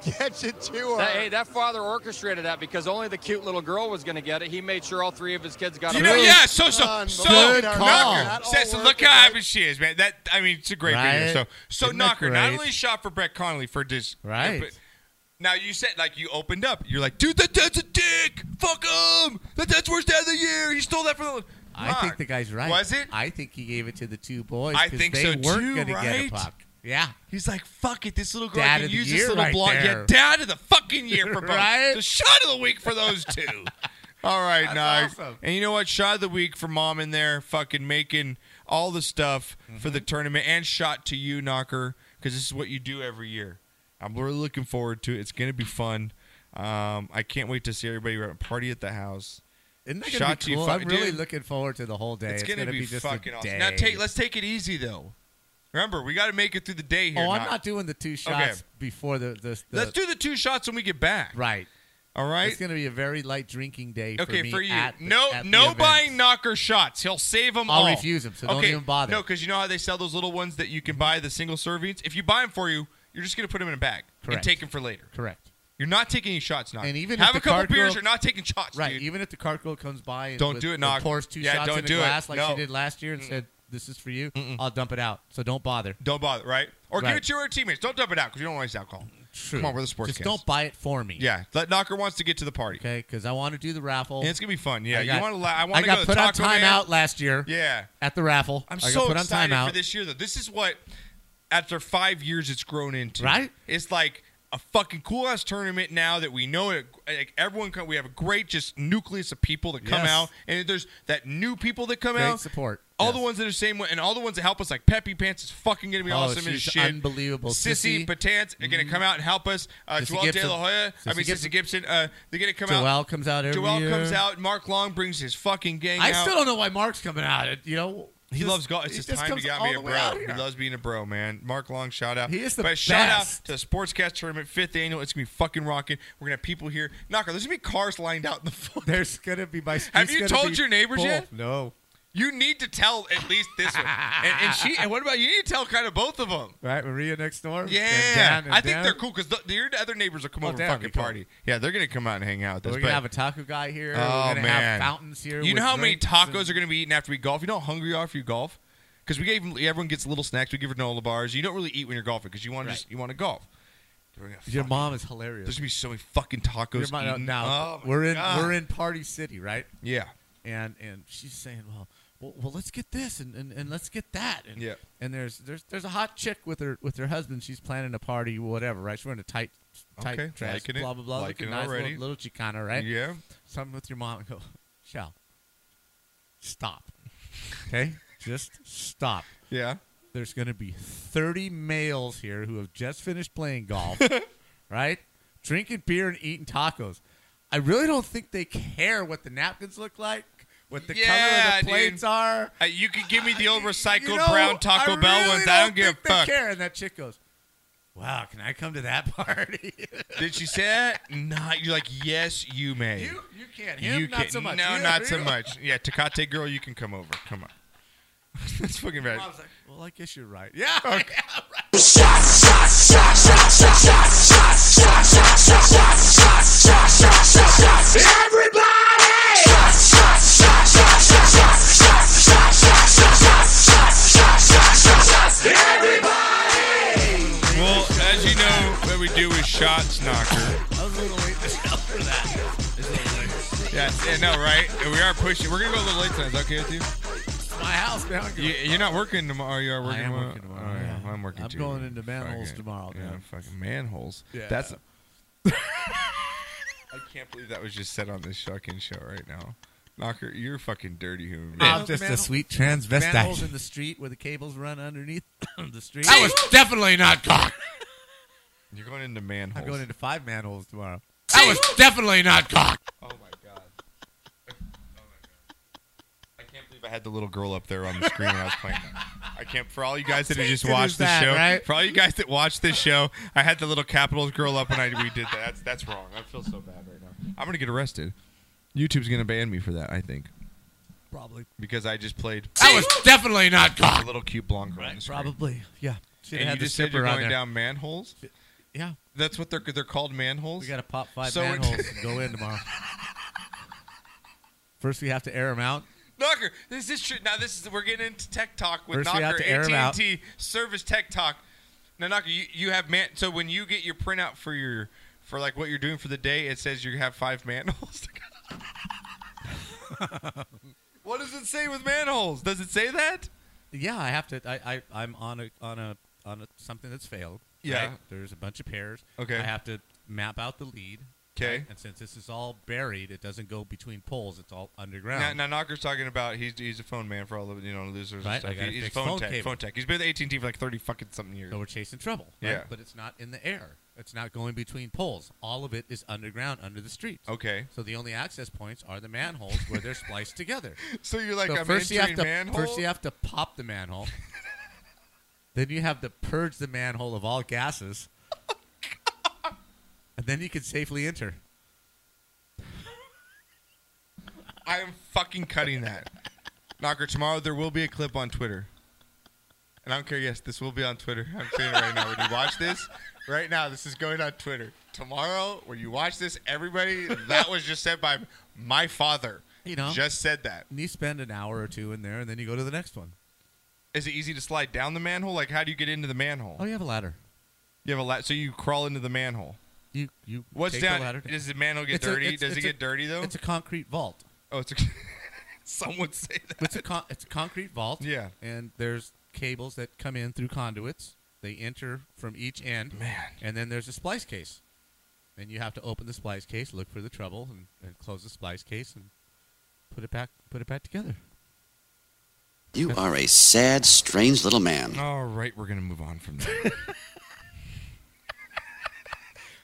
[SPEAKER 16] gets it to her.
[SPEAKER 17] That- hey, that father orchestrated that because only the cute little girl was going to get it. He made sure all three of his kids got
[SPEAKER 1] You
[SPEAKER 17] it.
[SPEAKER 1] know, yeah, so so
[SPEAKER 17] Unbelievable.
[SPEAKER 1] so
[SPEAKER 17] Good
[SPEAKER 1] knocker.
[SPEAKER 17] call.
[SPEAKER 1] Says, look how happy she is, man. That I mean, it's a great
[SPEAKER 15] Right?
[SPEAKER 1] video. So so
[SPEAKER 15] Isn't that
[SPEAKER 1] knocker not
[SPEAKER 15] great?
[SPEAKER 1] only shot for Brett Connolly for just
[SPEAKER 15] Right.
[SPEAKER 1] but- now you said like you opened up. You're like, dude, that dad's a dick. Fuck him. That dad's worst dad of the year. He stole that from the.
[SPEAKER 2] I think the guy's right.
[SPEAKER 1] Was it?
[SPEAKER 2] I think he gave it to the two boys.
[SPEAKER 1] I
[SPEAKER 2] 'cause
[SPEAKER 1] think
[SPEAKER 2] they
[SPEAKER 1] so
[SPEAKER 2] weren't
[SPEAKER 1] too.
[SPEAKER 2] gonna get a
[SPEAKER 1] right?
[SPEAKER 2] puck. Yeah.
[SPEAKER 1] He's like, fuck it. This little girl
[SPEAKER 2] Dad
[SPEAKER 1] can
[SPEAKER 2] of the
[SPEAKER 1] use
[SPEAKER 2] year
[SPEAKER 1] this little
[SPEAKER 2] right
[SPEAKER 1] blog.
[SPEAKER 2] there.
[SPEAKER 1] Yeah, dad of the fucking
[SPEAKER 2] (laughs)
[SPEAKER 1] year for both.
[SPEAKER 2] Right?
[SPEAKER 1] The shot of the week for those (laughs) two. All right, Nog. And you know what? Shot of the week for mom in there, fucking making all the stuff
[SPEAKER 2] Mm-hmm.
[SPEAKER 1] for the tournament, and shot to you, Knocker, because this is what you do every year. I'm really looking forward to it. It's gonna be fun. Um, I can't wait to see everybody. We're at a party at the house.
[SPEAKER 2] Isn't that
[SPEAKER 1] Shot
[SPEAKER 2] gonna
[SPEAKER 1] to
[SPEAKER 2] be
[SPEAKER 1] you,
[SPEAKER 2] cool?
[SPEAKER 1] fu-
[SPEAKER 2] I'm really
[SPEAKER 1] dude.
[SPEAKER 2] looking forward to the whole day.
[SPEAKER 1] It's, gonna, be,
[SPEAKER 2] just
[SPEAKER 1] fucking
[SPEAKER 2] a
[SPEAKER 1] awesome.
[SPEAKER 2] Day.
[SPEAKER 1] Now take, let's take it easy though. Remember, we got to make it through the day here.
[SPEAKER 2] oh, I'm
[SPEAKER 1] Knock.
[SPEAKER 2] not doing the two
[SPEAKER 1] Okay.
[SPEAKER 2] shots before the, the, the
[SPEAKER 1] Let's do the two shots when we get back.
[SPEAKER 2] Right.
[SPEAKER 1] All right.
[SPEAKER 2] It's going to be a very light drinking day for
[SPEAKER 1] Okay,
[SPEAKER 2] me
[SPEAKER 1] for you.
[SPEAKER 2] at the-
[SPEAKER 1] no,
[SPEAKER 2] at the
[SPEAKER 1] no
[SPEAKER 2] event.
[SPEAKER 1] buying knocker shots. He'll save them
[SPEAKER 2] I'll
[SPEAKER 1] all.
[SPEAKER 2] refuse 'em, so don't even bother.
[SPEAKER 1] No, because you know how they sell those little ones that you can buy the single servings. If you buy them for you, you're just gonna put them in a bag and
[SPEAKER 2] Correct.
[SPEAKER 1] take them for later.
[SPEAKER 2] Correct.
[SPEAKER 1] You're not taking any shots now.
[SPEAKER 2] And even
[SPEAKER 1] have
[SPEAKER 2] if
[SPEAKER 1] a
[SPEAKER 2] the
[SPEAKER 1] couple
[SPEAKER 2] cart
[SPEAKER 1] beers.
[SPEAKER 2] girl-
[SPEAKER 1] You're not taking shots,
[SPEAKER 2] Right.
[SPEAKER 1] dude.
[SPEAKER 2] Even if the cart girl comes by and
[SPEAKER 1] Don't
[SPEAKER 2] with-
[SPEAKER 1] do it,
[SPEAKER 2] with
[SPEAKER 1] Nog.
[SPEAKER 2] pours two
[SPEAKER 1] Yeah,
[SPEAKER 2] shots
[SPEAKER 1] don't
[SPEAKER 2] in a
[SPEAKER 1] do it.
[SPEAKER 2] glass like
[SPEAKER 1] No.
[SPEAKER 2] she did last year and said, "This is for you." I'll dump it out. So don't bother.
[SPEAKER 1] Don't bother. Right. Or give
[SPEAKER 2] Right.
[SPEAKER 1] it to your teammates. Don't dump it out because you don't want to waste alcohol.
[SPEAKER 2] True.
[SPEAKER 1] Come on, we're the sports.
[SPEAKER 2] Just don't buy it for me.
[SPEAKER 1] Yeah. Let knocker wants to get to the party.
[SPEAKER 2] Okay. Because I want to do the raffle.
[SPEAKER 1] And it's gonna be fun. Yeah.
[SPEAKER 2] I got-
[SPEAKER 1] you want to? La- I
[SPEAKER 2] I
[SPEAKER 1] want to
[SPEAKER 2] got
[SPEAKER 1] go to
[SPEAKER 2] put on
[SPEAKER 1] Taco Man.
[SPEAKER 2] timeout last year.
[SPEAKER 1] Yeah.
[SPEAKER 2] At the raffle.
[SPEAKER 1] I'm
[SPEAKER 2] I got
[SPEAKER 1] so
[SPEAKER 2] put on
[SPEAKER 1] excited
[SPEAKER 2] timeout.
[SPEAKER 1] for this year, though. This is what, after five years, it's grown into.
[SPEAKER 2] Right?
[SPEAKER 1] It's like a fucking cool ass tournament now that we know it. Like everyone, co- we have a great just nucleus of people that come
[SPEAKER 15] Yes.
[SPEAKER 1] out, and there's that new people that come
[SPEAKER 2] Great
[SPEAKER 1] out.
[SPEAKER 2] support.
[SPEAKER 1] All the ones that are same way, and all the ones that help us, like Peppy Pants, is fucking gonna be
[SPEAKER 2] Oh,
[SPEAKER 1] awesome as
[SPEAKER 2] she's
[SPEAKER 1] shit.
[SPEAKER 2] unbelievable.
[SPEAKER 1] Sissy,
[SPEAKER 2] Sissy. Mm-hmm.
[SPEAKER 1] Patans are gonna come out and help us. Uh,
[SPEAKER 2] Sissy
[SPEAKER 1] Joel De
[SPEAKER 2] Gibson.
[SPEAKER 1] La Hoya, I
[SPEAKER 2] Sissy
[SPEAKER 1] mean Sissy Gibson, uh, they're gonna come
[SPEAKER 2] Joelle
[SPEAKER 1] out.
[SPEAKER 2] comes out every
[SPEAKER 1] Joel
[SPEAKER 2] year.
[SPEAKER 1] comes out. Mark Long brings his fucking gang.
[SPEAKER 2] I
[SPEAKER 1] out.
[SPEAKER 2] still don't know why Mark's coming out. It- You know,
[SPEAKER 1] He
[SPEAKER 2] just-
[SPEAKER 1] loves golf. It's
[SPEAKER 2] he
[SPEAKER 1] his
[SPEAKER 2] just
[SPEAKER 1] time to
[SPEAKER 2] comes
[SPEAKER 1] get
[SPEAKER 2] all
[SPEAKER 1] me a
[SPEAKER 2] the way out
[SPEAKER 1] bro. He
[SPEAKER 2] here.
[SPEAKER 1] loves being a bro, man. Mark Long, shout out.
[SPEAKER 2] He is the
[SPEAKER 1] but shout out
[SPEAKER 2] best.
[SPEAKER 1] to the Sportscast Tournament fifth annual. It's gonna be fucking rocking. We're gonna have people here. Knocker, there's gonna be cars lined out in the front.
[SPEAKER 2] There's gonna be my.
[SPEAKER 1] (laughs) Have
[SPEAKER 2] it's
[SPEAKER 1] you
[SPEAKER 2] gonna
[SPEAKER 1] told
[SPEAKER 2] be
[SPEAKER 1] your neighbors
[SPEAKER 2] full.
[SPEAKER 1] yet?
[SPEAKER 2] No.
[SPEAKER 1] You need to tell at least this one. and, and she. And what about you? Need to tell kind of both of them.
[SPEAKER 2] Right, Maria next door. and
[SPEAKER 1] Yeah,
[SPEAKER 2] Dan and
[SPEAKER 1] I think
[SPEAKER 2] Dan.
[SPEAKER 1] they're cool because your other neighbors will come
[SPEAKER 2] Oh,
[SPEAKER 1] over
[SPEAKER 2] Dan
[SPEAKER 1] and
[SPEAKER 2] will
[SPEAKER 1] fucking
[SPEAKER 2] be cool.
[SPEAKER 1] party. Yeah, they're gonna come out and hang out with us.
[SPEAKER 2] We're gonna
[SPEAKER 1] but-
[SPEAKER 2] have a taco guy here.
[SPEAKER 1] Oh
[SPEAKER 2] We're gonna
[SPEAKER 1] man,
[SPEAKER 2] have fountains here.
[SPEAKER 1] You know
[SPEAKER 2] with
[SPEAKER 1] how many
[SPEAKER 2] drinks
[SPEAKER 1] tacos
[SPEAKER 2] and-
[SPEAKER 1] are going to be eaten after we golf? You know how hungry you are after you golf? Because we gave everyone gets little snacks. We give granola bars. You don't really eat when you're golfing because you want
[SPEAKER 2] Right.
[SPEAKER 1] to you want to golf.
[SPEAKER 2] Your mom is hilarious.
[SPEAKER 1] There's gonna be so many fucking tacos.
[SPEAKER 2] Your mom-
[SPEAKER 1] eaten.
[SPEAKER 2] now
[SPEAKER 1] Oh, my
[SPEAKER 2] we're in
[SPEAKER 1] God.
[SPEAKER 2] we're in Party City, right?
[SPEAKER 1] Yeah.
[SPEAKER 2] And and she's saying, well, well, well let's get this and, and, and let's get that. And,
[SPEAKER 1] Yeah.
[SPEAKER 2] And there's there's there's a hot chick with her with her husband. She's planning a party, whatever, right? She's wearing a tight tight
[SPEAKER 1] Okay,
[SPEAKER 2] dress,
[SPEAKER 1] liking it,
[SPEAKER 2] blah blah blah,
[SPEAKER 1] liking
[SPEAKER 2] looking
[SPEAKER 1] it
[SPEAKER 2] nice,
[SPEAKER 1] already.
[SPEAKER 2] little, little Chicana, right?
[SPEAKER 1] Yeah.
[SPEAKER 2] (laughs) Something with your mom. I go, shall stop. Okay, just stop.
[SPEAKER 18] Yeah.
[SPEAKER 2] There's going to be 30 males here who have just finished
[SPEAKER 1] (laughs)
[SPEAKER 2] playing golf, right? Drinking beer and eating tacos. I really don't think they care what the napkins look like, what the color
[SPEAKER 1] Yeah,
[SPEAKER 2] of the
[SPEAKER 1] dude.
[SPEAKER 2] plates are.
[SPEAKER 1] Uh, you could give me the old recycled
[SPEAKER 2] (laughs) You know,
[SPEAKER 1] brown Taco
[SPEAKER 2] I
[SPEAKER 1] Bell
[SPEAKER 2] really
[SPEAKER 1] ones.
[SPEAKER 2] Don't
[SPEAKER 1] I don't give
[SPEAKER 2] think
[SPEAKER 1] a fuck.
[SPEAKER 2] They care. And that chick goes, "Wow, can I come to that (laughs) party?"
[SPEAKER 1] Did she say that? Not. You're like, yes, you may.
[SPEAKER 2] You- you can't. Him, not so much.
[SPEAKER 1] No,
[SPEAKER 2] You-
[SPEAKER 1] not so
[SPEAKER 2] you-
[SPEAKER 1] much. Yeah, Takate girl, you can come over. Come on. (laughs) That's fucking bad.
[SPEAKER 2] I was like, "Well, I guess you're right." (laughs) Yeah. yeah, right.
[SPEAKER 1] Well, as you know, what we do is shots knocker.
[SPEAKER 2] I was a little late to tell for that. It's a little late.
[SPEAKER 1] Yeah, yeah, no, right? And We are pushing. We're gonna go a little late tonight. Is that okay with you?
[SPEAKER 2] My house, man. I'm
[SPEAKER 1] you you're not working tomorrow. Oh, You are working
[SPEAKER 2] I am
[SPEAKER 1] tomorrow.
[SPEAKER 2] working tomorrow,
[SPEAKER 1] Oh, yeah.
[SPEAKER 2] yeah.
[SPEAKER 1] I'm working
[SPEAKER 2] I'm
[SPEAKER 1] too.
[SPEAKER 2] going into manholes
[SPEAKER 1] Fucking-
[SPEAKER 2] tomorrow,
[SPEAKER 1] Yeah,
[SPEAKER 2] man.
[SPEAKER 1] fucking manholes.
[SPEAKER 2] Yeah.
[SPEAKER 1] That's. I can't believe that was just said on this fucking show right now. Knocker, you're a fucking dirty human. being.
[SPEAKER 2] Manhole- manhole- Manholes in the street where the cables run underneath (coughs) the street.
[SPEAKER 1] That was
[SPEAKER 2] definitely not cock.
[SPEAKER 1] You're going into manholes.
[SPEAKER 2] I'm going into five manholes tomorrow.
[SPEAKER 1] That was definitely not cock. Oh my god. I can't believe I had the little girl up there on the screen when I was playing that. I can't. For all you guys that have just
[SPEAKER 18] tainted is
[SPEAKER 1] watched this
[SPEAKER 18] that,
[SPEAKER 1] show,
[SPEAKER 18] right?
[SPEAKER 1] for all you guys that watched this show, I had the little capitals girl up when I we did that. That's that's wrong. I feel so bad right now. I'm gonna get arrested. YouTube's gonna ban me for that. I think
[SPEAKER 2] Probably.
[SPEAKER 1] because I just played. That was definitely not cock. A little cute blonde girl. on the screen.
[SPEAKER 2] Probably. Yeah. Should've
[SPEAKER 1] and
[SPEAKER 2] had
[SPEAKER 1] you
[SPEAKER 2] the
[SPEAKER 1] just said you're
[SPEAKER 2] zipper on
[SPEAKER 1] going
[SPEAKER 2] there.
[SPEAKER 1] down manholes.
[SPEAKER 2] Yeah.
[SPEAKER 1] That's what they're they're called manholes.
[SPEAKER 2] We gotta pop five
[SPEAKER 1] So it-
[SPEAKER 2] manholes and go
[SPEAKER 1] (laughs)
[SPEAKER 2] in tomorrow. First, we have to air them out.
[SPEAKER 1] Knocker, this is true. Now this is we're getting into tech talk with
[SPEAKER 2] First we have
[SPEAKER 1] Knocker
[SPEAKER 2] to air 'em
[SPEAKER 1] AT and T service tech talk. Now Knocker, you, you have man. So when you get your printout for your for like what you're doing for the day, it says you have five manholes. to go. what does it say with manholes? Does it say that?
[SPEAKER 2] Yeah, I have to. I, I I'm on a on a on a, something that's failed.
[SPEAKER 1] Yeah.
[SPEAKER 2] right? There's a bunch of pairs.
[SPEAKER 1] Okay.
[SPEAKER 2] I have to map out the lead.
[SPEAKER 1] 'Kay.
[SPEAKER 2] right? And since this is all buried, it doesn't go between poles. It's all underground.
[SPEAKER 1] Now, now Knocker's talking about he's he's a phone man for all the you know losers
[SPEAKER 2] Right, I
[SPEAKER 1] and stuff.
[SPEAKER 2] gotta
[SPEAKER 1] He- he's a
[SPEAKER 2] fix
[SPEAKER 1] phone,
[SPEAKER 2] phone
[SPEAKER 1] tech.
[SPEAKER 2] cable.
[SPEAKER 1] Phone tech. He's been with AT and T for like thirty fucking something years.
[SPEAKER 2] So we're chasing trouble. right?
[SPEAKER 1] Yeah.
[SPEAKER 2] But it's not in the air. It's not going between poles. All of it is underground under the street.
[SPEAKER 1] Okay.
[SPEAKER 2] So the only access points are the manholes where they're spliced together.
[SPEAKER 1] (laughs) So you're like, I'm
[SPEAKER 2] first you have to
[SPEAKER 1] entering manhole?
[SPEAKER 2] first you have to pop
[SPEAKER 1] (laughs)
[SPEAKER 2] the manhole. then you have to purge the manhole of
[SPEAKER 1] (laughs)
[SPEAKER 2] all gases. and then you can safely enter.
[SPEAKER 1] I am fucking cutting
[SPEAKER 2] (laughs)
[SPEAKER 1] that. Knocker, tomorrow there will be a clip on Twitter. And I don't care, yes, this will be on Twitter. I'm saying it right now. When you watch this, right now, this is going on Twitter. Tomorrow, when you watch this, everybody, that was just said by my father.
[SPEAKER 2] You know.
[SPEAKER 1] Just said that.
[SPEAKER 2] And you spend an hour or two in there and then you go to the next one.
[SPEAKER 1] Is it easy to slide down the manhole? Like, how do you get into the manhole?
[SPEAKER 2] Oh, you have a ladder.
[SPEAKER 1] You have a ladder. So you crawl into the manhole.
[SPEAKER 2] You you
[SPEAKER 1] What's
[SPEAKER 2] take
[SPEAKER 1] down?
[SPEAKER 2] The ladder down.
[SPEAKER 1] Does the manhole get
[SPEAKER 2] It's a-
[SPEAKER 1] dirty?
[SPEAKER 2] it's-
[SPEAKER 1] Does
[SPEAKER 2] it's
[SPEAKER 1] it
[SPEAKER 2] a-
[SPEAKER 1] get dirty, though?
[SPEAKER 2] It's a concrete vault.
[SPEAKER 1] Oh, it's a. (laughs) Some would say that.
[SPEAKER 2] It's a con- it's a concrete vault.
[SPEAKER 1] Yeah.
[SPEAKER 2] And there's cables that come in through conduits. They enter from each end. Man. And then there's a splice case. And you have to open the splice case, look for the trouble, and, and close the splice case and put it back put it back together.
[SPEAKER 19] You are a sad, strange little man.
[SPEAKER 1] All right, we're going to move on (laughs) from that.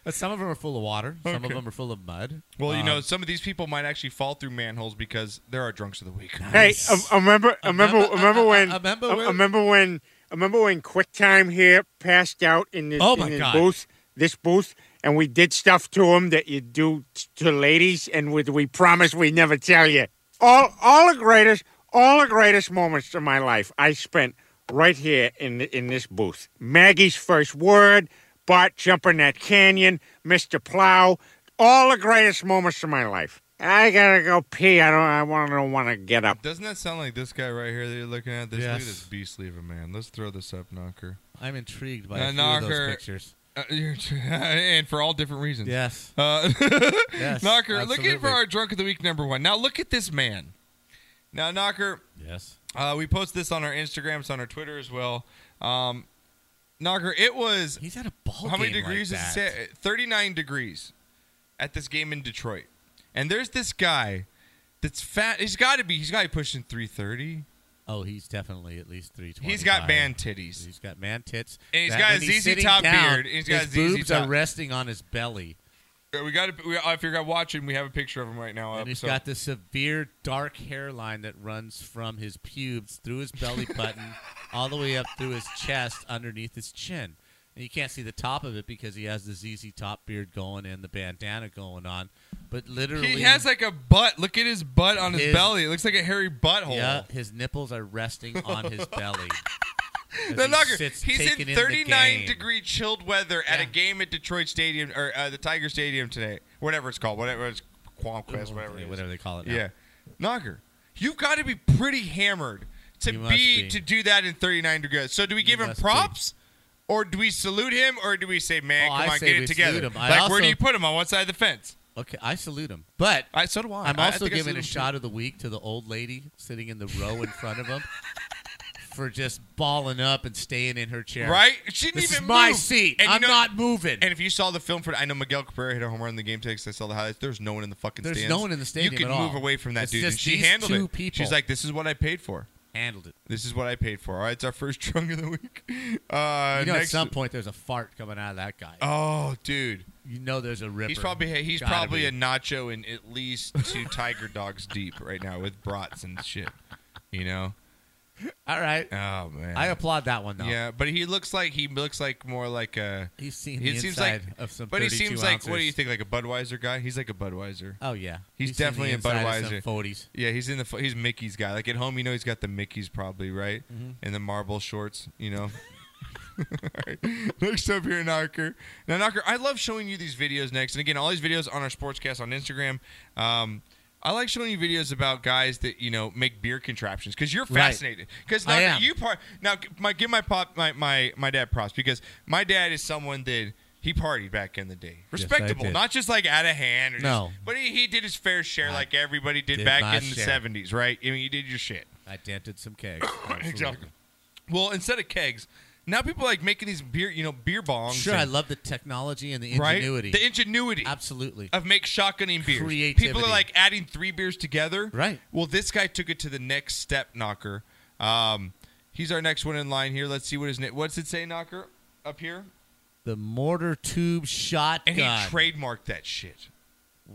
[SPEAKER 2] But some of them are full of water. Some of
[SPEAKER 1] Okay.
[SPEAKER 2] them are full of mud.
[SPEAKER 1] Well, you
[SPEAKER 2] Um,
[SPEAKER 1] know, some of these people might actually fall through manholes because there are drunks of the week.
[SPEAKER 15] Hey, I, I remember, I remember,
[SPEAKER 2] Remember-
[SPEAKER 15] I remember when,
[SPEAKER 2] I- I- I remember
[SPEAKER 15] I- I
[SPEAKER 2] when-
[SPEAKER 15] remember when, I remember when QuickTime here passed out in this,
[SPEAKER 2] Oh,
[SPEAKER 15] in
[SPEAKER 2] my
[SPEAKER 15] this
[SPEAKER 2] God.
[SPEAKER 15] booth, this booth, and we did stuff to them that you do t- to ladies, and we, we promise we never tell you. All, all the greatest, all the greatest moments of my life I spent right here in the, in this booth. Maggie's first word, Bart jumping that canyon, Mister Plow, all the greatest moments of my life. I gotta go pee. I don't. I want to want to get up.
[SPEAKER 1] Doesn't that sound like this guy right here that you're looking at? This look at
[SPEAKER 2] Yes.
[SPEAKER 1] this beastly of a man. Let's throw this up, Knocker.
[SPEAKER 2] I'm intrigued by
[SPEAKER 1] Uh,
[SPEAKER 2] a few of
[SPEAKER 1] Knocker.
[SPEAKER 2] those pictures.
[SPEAKER 1] Uh,
[SPEAKER 17] (laughs)
[SPEAKER 1] you're (laughs) tr- and for all different reasons.
[SPEAKER 2] Yes.
[SPEAKER 1] Uh, (laughs)
[SPEAKER 2] Yes,
[SPEAKER 1] Knocker, looking for
[SPEAKER 2] absolutely.
[SPEAKER 1] our drunk of the week number one. Now look at this man. Now Knocker.
[SPEAKER 2] Yes.
[SPEAKER 1] Uh, we post this on our Instagram, it's on our Twitter as well. Um, Knocker, it was.
[SPEAKER 2] He's at a ball.
[SPEAKER 1] How many
[SPEAKER 2] game like
[SPEAKER 1] degrees is
[SPEAKER 2] that.
[SPEAKER 1] it? say? Thirty-nine degrees at this game in Detroit, and there's this guy that's fat. He's got to be. He's got to be pushing three thirty.
[SPEAKER 2] Oh, he's definitely at least 320.
[SPEAKER 1] He's got man titties.
[SPEAKER 2] He's got man tits.
[SPEAKER 1] And he's
[SPEAKER 2] that
[SPEAKER 1] got
[SPEAKER 2] when
[SPEAKER 1] a
[SPEAKER 2] he's
[SPEAKER 1] ZZ
[SPEAKER 2] sitting
[SPEAKER 1] Top
[SPEAKER 2] down,
[SPEAKER 1] beard. He's got
[SPEAKER 2] his
[SPEAKER 1] a ZZ
[SPEAKER 2] boobs
[SPEAKER 1] Top.
[SPEAKER 2] are resting on his belly.
[SPEAKER 1] We got. We, if you're watching, we have a picture of him right now.
[SPEAKER 2] And
[SPEAKER 1] up,
[SPEAKER 2] he's
[SPEAKER 1] Oh, so-
[SPEAKER 2] got the severe dark hairline that runs from his pubes through
[SPEAKER 1] (laughs)
[SPEAKER 2] his belly button all the way up through his chest underneath his chin. And you can't see the top of it because he has the ZZ Top beard going and the bandana going on. But literally,
[SPEAKER 1] He has like a butt. Look at his butt on his,
[SPEAKER 2] His-
[SPEAKER 1] belly. It looks like a hairy butthole.
[SPEAKER 2] Yeah, his nipples are
[SPEAKER 1] (laughs)
[SPEAKER 2] resting on his belly. As
[SPEAKER 1] The
[SPEAKER 2] he
[SPEAKER 1] Lugger,
[SPEAKER 2] sits
[SPEAKER 1] he's
[SPEAKER 2] taking
[SPEAKER 1] in
[SPEAKER 2] the
[SPEAKER 1] 39
[SPEAKER 2] game.
[SPEAKER 1] degree chilled weather at a game at Detroit Stadium or uh, the Tiger Stadium today, whatever it's called, whatever it's Quamquest, whatever, it is.
[SPEAKER 2] Oh, whatever they call it now.
[SPEAKER 1] Yeah, Lugger, you've got to be pretty hammered to
[SPEAKER 2] You
[SPEAKER 1] be,
[SPEAKER 2] must be.
[SPEAKER 1] to do that in 39 degrees. So do we give him
[SPEAKER 2] must be.
[SPEAKER 1] props? Or do we salute him, or do we say, "Man,
[SPEAKER 2] Oh,
[SPEAKER 1] come
[SPEAKER 2] I
[SPEAKER 1] on,
[SPEAKER 2] say
[SPEAKER 1] get
[SPEAKER 2] we
[SPEAKER 1] it together"?
[SPEAKER 2] salute him. I
[SPEAKER 1] Like, where
[SPEAKER 2] also-
[SPEAKER 1] do you put him on what side of the fence?
[SPEAKER 2] Okay, I salute him, but
[SPEAKER 1] I so do I.
[SPEAKER 2] I'm
[SPEAKER 1] I- I
[SPEAKER 2] also
[SPEAKER 1] think I
[SPEAKER 2] giving
[SPEAKER 1] salute
[SPEAKER 2] a
[SPEAKER 1] him,
[SPEAKER 2] shot of the week to the old lady sitting in the row in
[SPEAKER 1] (laughs)
[SPEAKER 2] front of him for just balling up and staying in her chair.
[SPEAKER 1] Right? She didn't
[SPEAKER 2] This
[SPEAKER 1] even
[SPEAKER 2] is my
[SPEAKER 1] move.
[SPEAKER 2] seat.
[SPEAKER 1] And you
[SPEAKER 2] I'm
[SPEAKER 1] know-
[SPEAKER 2] not moving.
[SPEAKER 1] And if you saw the film for, I know Miguel Cabrera hit a home run in the game today 'cause I saw the highlights. There's no one in the fucking
[SPEAKER 2] There's
[SPEAKER 1] stands.
[SPEAKER 2] no one in the stadium
[SPEAKER 1] You could
[SPEAKER 2] at all.
[SPEAKER 1] move away from that
[SPEAKER 2] It's
[SPEAKER 1] dude.
[SPEAKER 2] just
[SPEAKER 1] and she
[SPEAKER 2] these
[SPEAKER 1] handled
[SPEAKER 2] two
[SPEAKER 1] it.
[SPEAKER 2] people.
[SPEAKER 1] She's like, "This is what I paid for.
[SPEAKER 2] Handled it.
[SPEAKER 1] This is what I paid for." All right, it's our first (laughs) drunk of the week. Uh,
[SPEAKER 2] you know, at
[SPEAKER 1] next,
[SPEAKER 2] some point there's a fart coming out of that guy.
[SPEAKER 1] Oh, dude.
[SPEAKER 2] You know there's a ripper.
[SPEAKER 1] he's probably he's
[SPEAKER 2] Gotta
[SPEAKER 1] probably
[SPEAKER 2] be.
[SPEAKER 1] a nacho and at least
[SPEAKER 2] (laughs)
[SPEAKER 1] two tiger dogs deep right now with brats and shit. You know.
[SPEAKER 2] All right.
[SPEAKER 1] Oh man.
[SPEAKER 2] I applaud that one though.
[SPEAKER 1] Yeah, but he looks like he looks like more like a.
[SPEAKER 2] He's seen
[SPEAKER 1] He
[SPEAKER 2] the
[SPEAKER 1] seems
[SPEAKER 2] inside
[SPEAKER 1] like,
[SPEAKER 2] of some
[SPEAKER 1] But he
[SPEAKER 2] 32
[SPEAKER 1] seems like what do
[SPEAKER 2] ounces.
[SPEAKER 1] you think? Like a Budweiser guy? He's like a Budweiser.
[SPEAKER 2] Oh, yeah.
[SPEAKER 1] he's,
[SPEAKER 2] He's seen the
[SPEAKER 1] definitely a
[SPEAKER 2] inside of some
[SPEAKER 1] Budweiser.
[SPEAKER 2] 40s.
[SPEAKER 1] Yeah, he's in the fo- he's Mickey's guy. Like at home, you know, he's got the Mickey's probably right,
[SPEAKER 2] Mhm.
[SPEAKER 1] and the marble shorts. You know. (laughs) Alright. Next up here, Knocker. Now, Knocker, I love showing you these videos next. And again, all these videos on our sportscast on Instagram. Um, I like showing you videos about guys that you know make beer contraptions because you're
[SPEAKER 2] Right.
[SPEAKER 1] fascinated. Because
[SPEAKER 2] I
[SPEAKER 1] now
[SPEAKER 2] am.
[SPEAKER 1] you part now g- my give my pop my, my my dad props because my dad is someone that he partied back in the day,
[SPEAKER 2] Yes, I
[SPEAKER 1] respectable,
[SPEAKER 2] did.
[SPEAKER 1] not just like out of hand. Or
[SPEAKER 2] No.
[SPEAKER 1] just, but he, he did his fair share like
[SPEAKER 2] (laughs)
[SPEAKER 1] everybody did,
[SPEAKER 2] did my
[SPEAKER 1] back in the
[SPEAKER 2] share.
[SPEAKER 1] seventies, right? I mean, you did your shit.
[SPEAKER 2] I dented
[SPEAKER 1] (laughs)
[SPEAKER 2] some kegs.
[SPEAKER 1] exactly. Well, instead of kegs, now people like making these beer, you know, beer bombs.
[SPEAKER 2] Sure,
[SPEAKER 1] and-
[SPEAKER 2] I love the technology and the
[SPEAKER 1] Right?
[SPEAKER 2] ingenuity.
[SPEAKER 1] The ingenuity. Uh,
[SPEAKER 2] Absolutely.
[SPEAKER 1] of make shotgunning beers. People
[SPEAKER 2] Creativity.
[SPEAKER 1] are like adding three beers together.
[SPEAKER 2] Right.
[SPEAKER 1] Well, this guy took it to the next step, Knocker. Um, he's our next one in line here. Let's see what his name. What's it say, Knocker? Up here.
[SPEAKER 2] The mortar tube
[SPEAKER 1] And
[SPEAKER 2] shotgun.
[SPEAKER 1] he trademarked that shit.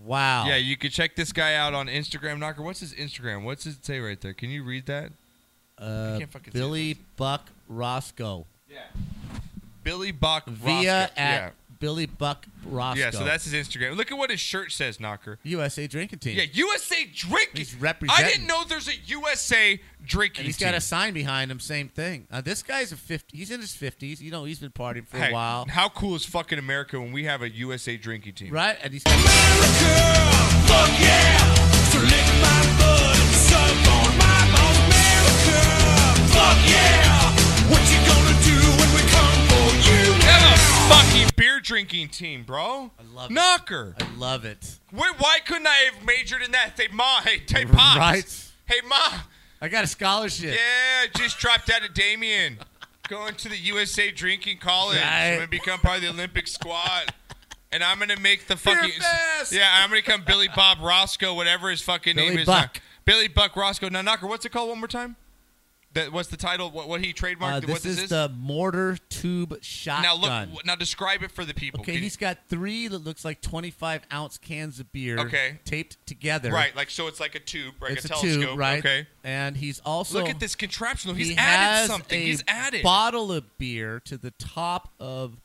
[SPEAKER 2] wow.
[SPEAKER 1] Yeah, you could check this guy out on Instagram, Knocker. What's his Instagram? What's it say right there? Can you read that?
[SPEAKER 2] Uh,
[SPEAKER 1] can't fucking see it.
[SPEAKER 2] Billy Buck Roscoe.
[SPEAKER 1] Billy Buck
[SPEAKER 2] Via
[SPEAKER 1] Roscoe.
[SPEAKER 2] at
[SPEAKER 1] yeah.
[SPEAKER 2] Billy Buck Roscoe.
[SPEAKER 1] Yeah, so that's his Instagram. Look at what his shirt says, Knocker.
[SPEAKER 2] USA Drinking Team.
[SPEAKER 1] Yeah, USA Drink.
[SPEAKER 2] He's
[SPEAKER 1] I
[SPEAKER 2] representing.
[SPEAKER 1] didn't know there's a USA drinking
[SPEAKER 2] And he's
[SPEAKER 1] team.
[SPEAKER 2] got a sign behind him, same thing. Uh, this guy's a 50. He's in his 50s. You know, he's been partying for
[SPEAKER 1] Hey,
[SPEAKER 2] a while.
[SPEAKER 1] How cool is fucking America when we have a USA drinking team?
[SPEAKER 2] Right? And he's
[SPEAKER 5] Fuck yeah! So lick my butt and suck on my balls, America. Fuck yeah! What you gonna do when we come for you?
[SPEAKER 1] Have a fucking beer drinking team, bro. I
[SPEAKER 2] love
[SPEAKER 1] Knocker.
[SPEAKER 2] I love it.
[SPEAKER 1] Wait, why couldn't I have majored in that? Hey, ma. Hey, hey, pops.
[SPEAKER 2] (laughs) Right?
[SPEAKER 1] Hey, ma.
[SPEAKER 2] I got a scholarship.
[SPEAKER 1] Yeah, just dropped out of Damien. Going to the USA Drinking College.
[SPEAKER 2] Right.
[SPEAKER 1] I'm gonna become part of the Olympic squad. And I'm gonna make the fucking
[SPEAKER 2] fest.
[SPEAKER 1] yeah. I'm gonna become Billy Bob Roscoe, whatever his fucking
[SPEAKER 2] Billy
[SPEAKER 1] name is.
[SPEAKER 2] Buck.
[SPEAKER 1] now. Billy Buck Roscoe. Now, Knocker, what's it called? One more time. That what's the title? What, what he trademarked?
[SPEAKER 2] Uh,
[SPEAKER 1] what
[SPEAKER 2] this is the mortar tube shotgun.
[SPEAKER 1] now look. w- Now describe it for the people.
[SPEAKER 2] Okay,
[SPEAKER 1] Can you-
[SPEAKER 2] he's got three that looks like 25 ounce cans of beer
[SPEAKER 1] Okay.
[SPEAKER 2] taped together.
[SPEAKER 1] right. Like so, it's like a tube, like
[SPEAKER 2] it's
[SPEAKER 1] a
[SPEAKER 2] a,
[SPEAKER 1] telescope.
[SPEAKER 2] tube, right?
[SPEAKER 1] Okay.
[SPEAKER 2] And he's also
[SPEAKER 1] look at this contraption. though. He's
[SPEAKER 2] he
[SPEAKER 1] added
[SPEAKER 2] has
[SPEAKER 1] something.
[SPEAKER 2] a
[SPEAKER 1] He's added.
[SPEAKER 2] bottle of beer to the top of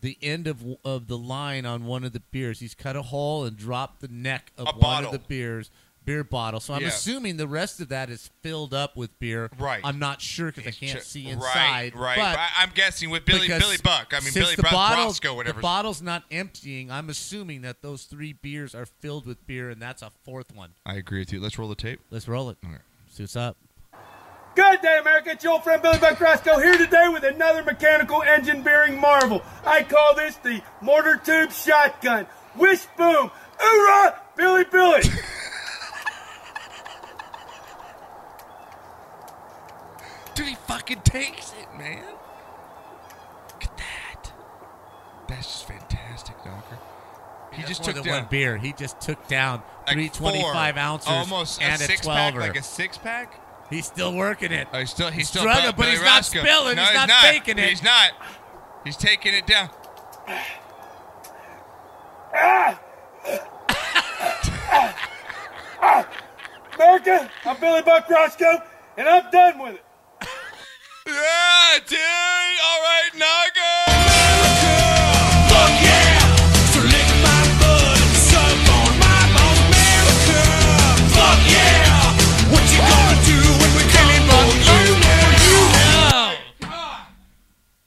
[SPEAKER 2] the end of of the line on one of the beers. He's cut a hole and dropped the neck of
[SPEAKER 1] A
[SPEAKER 2] one
[SPEAKER 1] bottle.
[SPEAKER 2] of the beers. Beer bottle. So I'm
[SPEAKER 1] Yeah.
[SPEAKER 2] assuming the rest of that is filled up with beer.
[SPEAKER 1] Right.
[SPEAKER 2] I'm not sure because I can't
[SPEAKER 1] Ch-
[SPEAKER 2] see
[SPEAKER 1] right,
[SPEAKER 2] inside.
[SPEAKER 1] Right.
[SPEAKER 2] but-
[SPEAKER 1] I, I'm guessing with Billy
[SPEAKER 2] because
[SPEAKER 1] Billy Buck. I mean
[SPEAKER 2] since
[SPEAKER 1] Billy
[SPEAKER 2] the
[SPEAKER 1] Buck
[SPEAKER 2] bottle-
[SPEAKER 1] Roscoe, whatever.
[SPEAKER 2] The bottle's not emptying. I'm assuming that those three beers are filled with beer, and that's a fourth one.
[SPEAKER 1] I agree with you. Let's roll the tape.
[SPEAKER 2] Let's roll it. All
[SPEAKER 1] right.
[SPEAKER 2] Suits up.
[SPEAKER 20] Good day, America. It's your old friend Billy Buck Roscoe here today with another mechanical engine bearing marvel. I call this the mortar tube shotgun. Wish boom. Hoorah! Billy Billy.
[SPEAKER 1] Dude, he fucking takes it, man. Look at that. That's just fantastic, Knocker. He just
[SPEAKER 2] More
[SPEAKER 1] took
[SPEAKER 2] than
[SPEAKER 1] down
[SPEAKER 2] one beer. He just took down
[SPEAKER 1] like
[SPEAKER 2] three
[SPEAKER 1] four,
[SPEAKER 2] twenty-five ounces
[SPEAKER 1] almost
[SPEAKER 2] and
[SPEAKER 1] a six
[SPEAKER 2] twelve.
[SPEAKER 1] pack, like a six pack.
[SPEAKER 2] He's still working it.
[SPEAKER 1] He's still he's still
[SPEAKER 2] struggling,
[SPEAKER 1] Bill-
[SPEAKER 2] but
[SPEAKER 1] Billy
[SPEAKER 2] he's not
[SPEAKER 1] Roscoe.
[SPEAKER 2] spilling.
[SPEAKER 1] No,
[SPEAKER 2] he's, not, faking it.
[SPEAKER 1] He's not. He's taking it down.
[SPEAKER 20] America, I'm Billy Buck Roscoe, and I'm done with it.
[SPEAKER 1] (laughs) Yeah, dude. All right, Naga.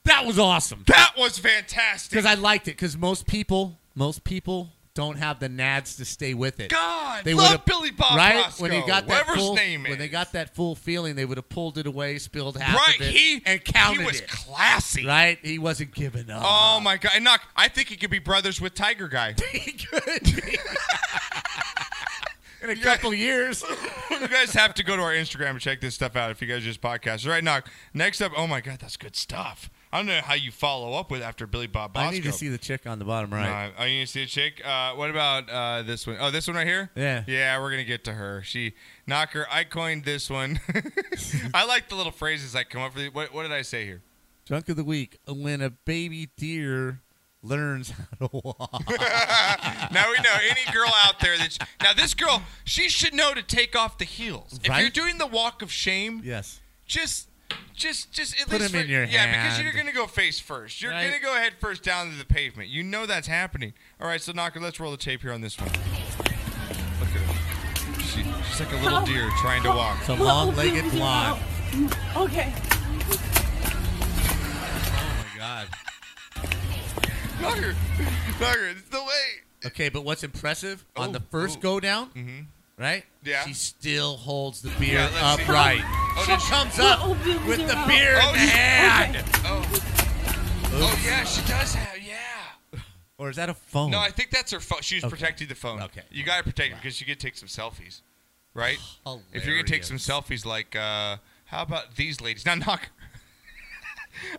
[SPEAKER 2] That was awesome.
[SPEAKER 1] That was fantastic.
[SPEAKER 2] Because I liked it. Because most people, most people don't have the nads to stay with it.
[SPEAKER 1] God, love
[SPEAKER 2] would've-
[SPEAKER 1] Billy Bob
[SPEAKER 2] right
[SPEAKER 1] Roscoe,
[SPEAKER 2] when he got that
[SPEAKER 1] whatever his
[SPEAKER 2] full,
[SPEAKER 1] name
[SPEAKER 2] when they got that full feeling, they would have pulled it away, spilled half
[SPEAKER 1] Right,
[SPEAKER 2] of it,
[SPEAKER 1] he-
[SPEAKER 2] and counted
[SPEAKER 1] he was
[SPEAKER 2] it.
[SPEAKER 1] classy.
[SPEAKER 2] Right, he wasn't giving up.
[SPEAKER 1] Oh my god! And knock. I think he could be brothers with Tiger Guy.
[SPEAKER 2] he could. Be. (laughs) In a couple years.
[SPEAKER 1] (laughs) you guys have to go to our Instagram and check this stuff out if you guys just podcast. All right, knock. Next up. Oh my god, that's good stuff. I don't know how you follow up with after Billy Bob Bosco.
[SPEAKER 2] I need to see the chick on the bottom right.
[SPEAKER 1] Uh, oh, you need to see a chick. Uh, what about uh, this one? Oh, this one right here.
[SPEAKER 2] Yeah.
[SPEAKER 1] yeah. We're gonna get to her. She knocker. I coined this one. (laughs) I like the little phrases that come up. For the, what, what did I say here? (laughs)
[SPEAKER 2] Drunk of the week: when a baby deer learns how to
[SPEAKER 1] (laughs)
[SPEAKER 2] walk.
[SPEAKER 1] now we know any girl out there that now this girl she should know to take off the heels. If you're
[SPEAKER 2] Right?
[SPEAKER 1] doing the walk of shame,
[SPEAKER 2] yes,
[SPEAKER 1] just just just at
[SPEAKER 2] Put
[SPEAKER 1] least
[SPEAKER 2] them
[SPEAKER 1] for-
[SPEAKER 2] in your
[SPEAKER 1] yeah, because
[SPEAKER 2] hand.
[SPEAKER 1] you're gonna go face first. You're
[SPEAKER 2] Right.
[SPEAKER 1] gonna go head first down to the pavement. You know that's happening. All right, so knocker, let's roll the tape here on this one. Look at her. She, she's like a little deer trying to walk.
[SPEAKER 2] It's a long-legged blonde.
[SPEAKER 5] Okay.
[SPEAKER 2] Oh my god.
[SPEAKER 1] Knocker, knocker, it's the way.
[SPEAKER 2] Okay, but
[SPEAKER 1] (laughs)
[SPEAKER 2] what's impressive on the first go down, right?
[SPEAKER 1] Oh, Mm-hmm. Yeah.
[SPEAKER 2] She still holds the beer
[SPEAKER 1] Yeah, let's see.
[SPEAKER 2] upright.
[SPEAKER 1] Oh,
[SPEAKER 2] she
[SPEAKER 1] did she-
[SPEAKER 2] comes up
[SPEAKER 1] Oh, oh,
[SPEAKER 2] with the
[SPEAKER 1] oh,
[SPEAKER 2] beer
[SPEAKER 1] oh,
[SPEAKER 2] in the
[SPEAKER 1] she-
[SPEAKER 2] hand.
[SPEAKER 1] okay. Oh. Oh yeah, she does have yeah.
[SPEAKER 2] Or is that a
[SPEAKER 5] Oh.
[SPEAKER 2] phone?
[SPEAKER 1] No, I think that's her phone. She was
[SPEAKER 2] Okay.
[SPEAKER 1] protecting the phone. Okay. You gotta protect it because you could take some selfies,
[SPEAKER 5] (sighs)
[SPEAKER 1] right? If you're gonna take some selfies, like uh, how about these ladies?
[SPEAKER 5] (laughs)
[SPEAKER 1] Now knock.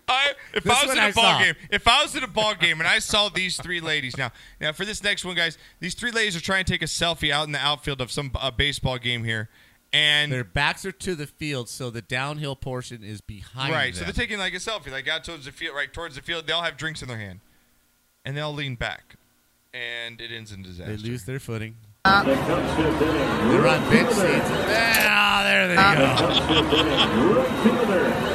[SPEAKER 1] I if
[SPEAKER 5] This
[SPEAKER 1] I was
[SPEAKER 5] one
[SPEAKER 1] in a
[SPEAKER 5] I
[SPEAKER 1] ball
[SPEAKER 5] saw.
[SPEAKER 1] game, if I was in a ball game and I saw these three ladies now, now for this next one, guys, these three ladies are trying to take a selfie out in the outfield of some uh, baseball game here, and
[SPEAKER 2] Their backs are to the field, so the downhill portion is behind
[SPEAKER 1] right, so
[SPEAKER 2] them.
[SPEAKER 1] they're taking like a selfie, like out towards the field, right towards the field. They all have drinks in their hand, and they all lean back, and it ends in disaster.
[SPEAKER 2] they lose their footing. They're on bench seats. Ah, there they go.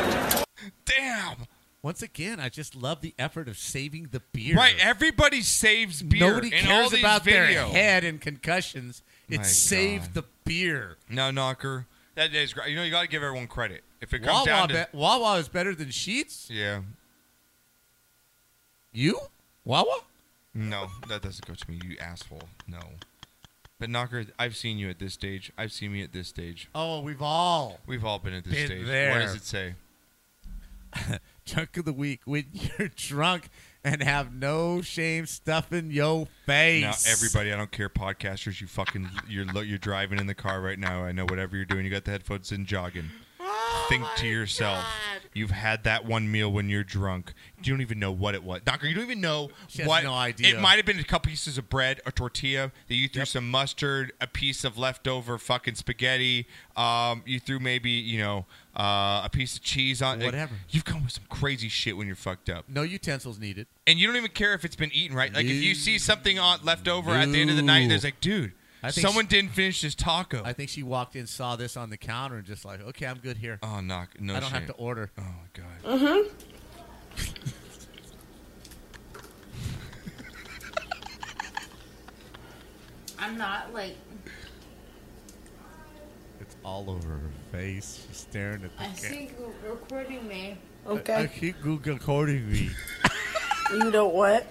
[SPEAKER 1] Damn.
[SPEAKER 2] Once again, I just love the effort of saving the beer.
[SPEAKER 1] Right, everybody saves beer.
[SPEAKER 2] Nobody
[SPEAKER 1] in all
[SPEAKER 2] cares
[SPEAKER 1] these
[SPEAKER 2] about their
[SPEAKER 1] videos.
[SPEAKER 2] head and concussions. It
[SPEAKER 1] My
[SPEAKER 2] saved the beer.
[SPEAKER 1] No knocker. That is great. You know, you got to give everyone credit. If it comes
[SPEAKER 2] Wawa,
[SPEAKER 1] down to
[SPEAKER 2] be- Wawa is better than Sheets.
[SPEAKER 1] yeah,
[SPEAKER 2] You? Wawa?
[SPEAKER 1] no, that doesn't go to me. You asshole. No. But knocker, I've seen you at this stage. I've seen me at this stage.
[SPEAKER 2] Oh, we've all.
[SPEAKER 1] We've all been at this
[SPEAKER 2] Been
[SPEAKER 1] stage. What
[SPEAKER 2] there.
[SPEAKER 1] does it say?
[SPEAKER 2] Chunk of the week when (laughs) you're drunk and have no shame stuffing your face.
[SPEAKER 1] Now, everybody, I don't care, podcasters, you fucking, you're lo- you're driving in the car right now. I know whatever you're doing. You got the headphones in, jogging.
[SPEAKER 2] Oh
[SPEAKER 1] Think to yourself, you've had that one meal when you're drunk. You don't even know what it was, Doctor. You don't even know
[SPEAKER 2] She has
[SPEAKER 1] what.
[SPEAKER 2] no idea.
[SPEAKER 1] It might have been a couple pieces of bread, a tortilla that you threw some mustard, a piece of leftover fucking spaghetti. Um, you threw maybe you know uh, a piece of cheese on. like,
[SPEAKER 2] Whatever.
[SPEAKER 1] you've come with some crazy shit when you're fucked up.
[SPEAKER 2] No utensils needed.
[SPEAKER 1] And you don't even care if it's been eaten, right? Like if you see something on left over at the end of the night, there's like, dude, someone didn't finish this taco.
[SPEAKER 2] I think she walked in, saw this on the counter, and just like, okay, I'm good here.
[SPEAKER 1] Oh, knock! No,
[SPEAKER 2] I don't have
[SPEAKER 1] shame.
[SPEAKER 2] to order.
[SPEAKER 1] Oh my god.
[SPEAKER 5] Mm-hmm.
[SPEAKER 15] I'm not late.
[SPEAKER 2] It's all over her face. She's staring at the
[SPEAKER 15] I
[SPEAKER 2] ca-
[SPEAKER 15] think you're recording me.
[SPEAKER 2] I, I keep Google recording me.
[SPEAKER 15] You know what?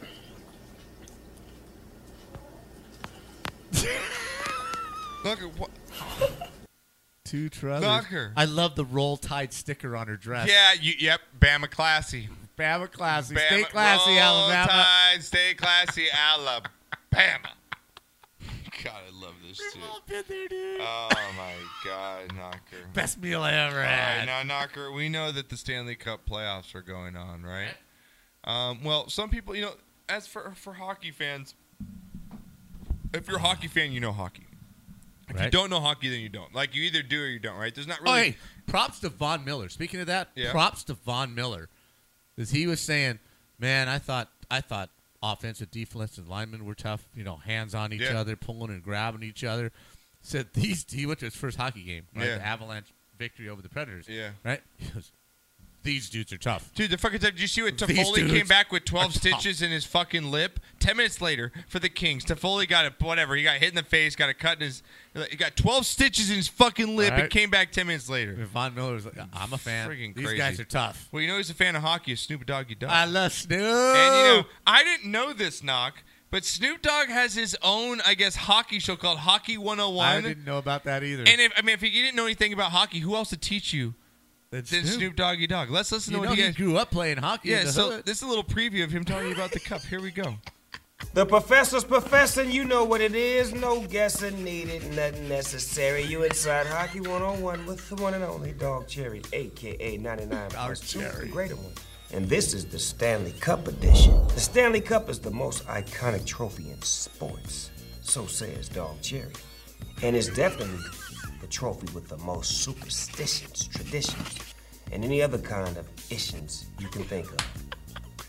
[SPEAKER 1] (laughs) Look at
[SPEAKER 2] (laughs)
[SPEAKER 1] what.
[SPEAKER 2] Two trousers.
[SPEAKER 1] Knocker.
[SPEAKER 2] I love the roll tide sticker on her dress.
[SPEAKER 1] Yeah, you, yep, Bama classy.
[SPEAKER 2] Bama classy.
[SPEAKER 1] Bama,
[SPEAKER 2] Stay classy,
[SPEAKER 1] roll
[SPEAKER 2] Alabama.
[SPEAKER 1] Tide, stay
[SPEAKER 2] (laughs)
[SPEAKER 1] classy, Alabama. God, I love this shit. Oh my God, Knocker!
[SPEAKER 2] Best meal I ever
[SPEAKER 1] All right,
[SPEAKER 2] had.
[SPEAKER 1] now, Knocker, we know that the Stanley Cup playoffs are going on, right? Um, well, some people, you know, as for for hockey fans, if you're a hockey fan, you know hockey. If you
[SPEAKER 2] Right.
[SPEAKER 1] don't know hockey, then you don't. Like you either do or you don't. Right? There's not
[SPEAKER 2] Oh,
[SPEAKER 1] really.
[SPEAKER 2] hey, props to Von Miller. Speaking of that,
[SPEAKER 1] Yeah.
[SPEAKER 2] props to Von Miller, because he was saying, "Man, I thought I thought offensive, defensive linemen were tough. You know, hands on each
[SPEAKER 1] Yeah.
[SPEAKER 2] other, pulling and grabbing each other." Said these. He went to his first hockey game, right?
[SPEAKER 1] Yeah.
[SPEAKER 2] The Avalanche victory over the Predators.
[SPEAKER 1] Yeah.
[SPEAKER 2] Right. (laughs) He goes, these dudes are tough.
[SPEAKER 1] Dude, the fucking. Did you see what
[SPEAKER 2] These
[SPEAKER 1] Toffoli came
[SPEAKER 2] dudes
[SPEAKER 1] back with
[SPEAKER 2] are
[SPEAKER 1] 12
[SPEAKER 2] tough.
[SPEAKER 1] stitches in his fucking lip? Ten minutes later for the Kings, Toffoli got a whatever. He got hit in the face, got a cut in his. He got 12 stitches in his fucking lip.
[SPEAKER 2] All
[SPEAKER 1] It
[SPEAKER 2] right.
[SPEAKER 1] came back 10 minutes later.
[SPEAKER 2] Von Miller was like, "I'm a fan.
[SPEAKER 1] Freaking
[SPEAKER 2] these
[SPEAKER 1] crazy.
[SPEAKER 2] guys are tough."
[SPEAKER 1] Well, you know he's a fan of hockey. Is Snoop Doggy Dogg.
[SPEAKER 2] I love Snoop.
[SPEAKER 1] And you know, I didn't know this, knock, but Snoop Dogg has his own, I guess, hockey show called Hockey 101.
[SPEAKER 2] I didn't know about that either.
[SPEAKER 1] and if I mean, if you didn't know anything about hockey, who else to teach you than Snoop, Doggy Dog? Let's listen
[SPEAKER 2] you
[SPEAKER 1] to
[SPEAKER 2] know,
[SPEAKER 1] what
[SPEAKER 2] he
[SPEAKER 1] he guys.
[SPEAKER 2] grew up playing hockey.
[SPEAKER 1] Yeah,
[SPEAKER 2] in the
[SPEAKER 1] so
[SPEAKER 2] hood.
[SPEAKER 1] this is a little preview of him talking about the cup. Here we
[SPEAKER 2] (laughs)
[SPEAKER 1] go.
[SPEAKER 21] The professor's professing, you know what it is. No guessing needed, nothing necessary. You inside Hockey 101 with the one and only Dog Cherry, aka 99 plus 2, the greater one. And this is the Stanley Cup edition. The Stanley Cup is the most iconic trophy in sports. So says Dog Cherry. And it's definitely the trophy with the most superstitions, traditions, and any other kind of issues you can think of.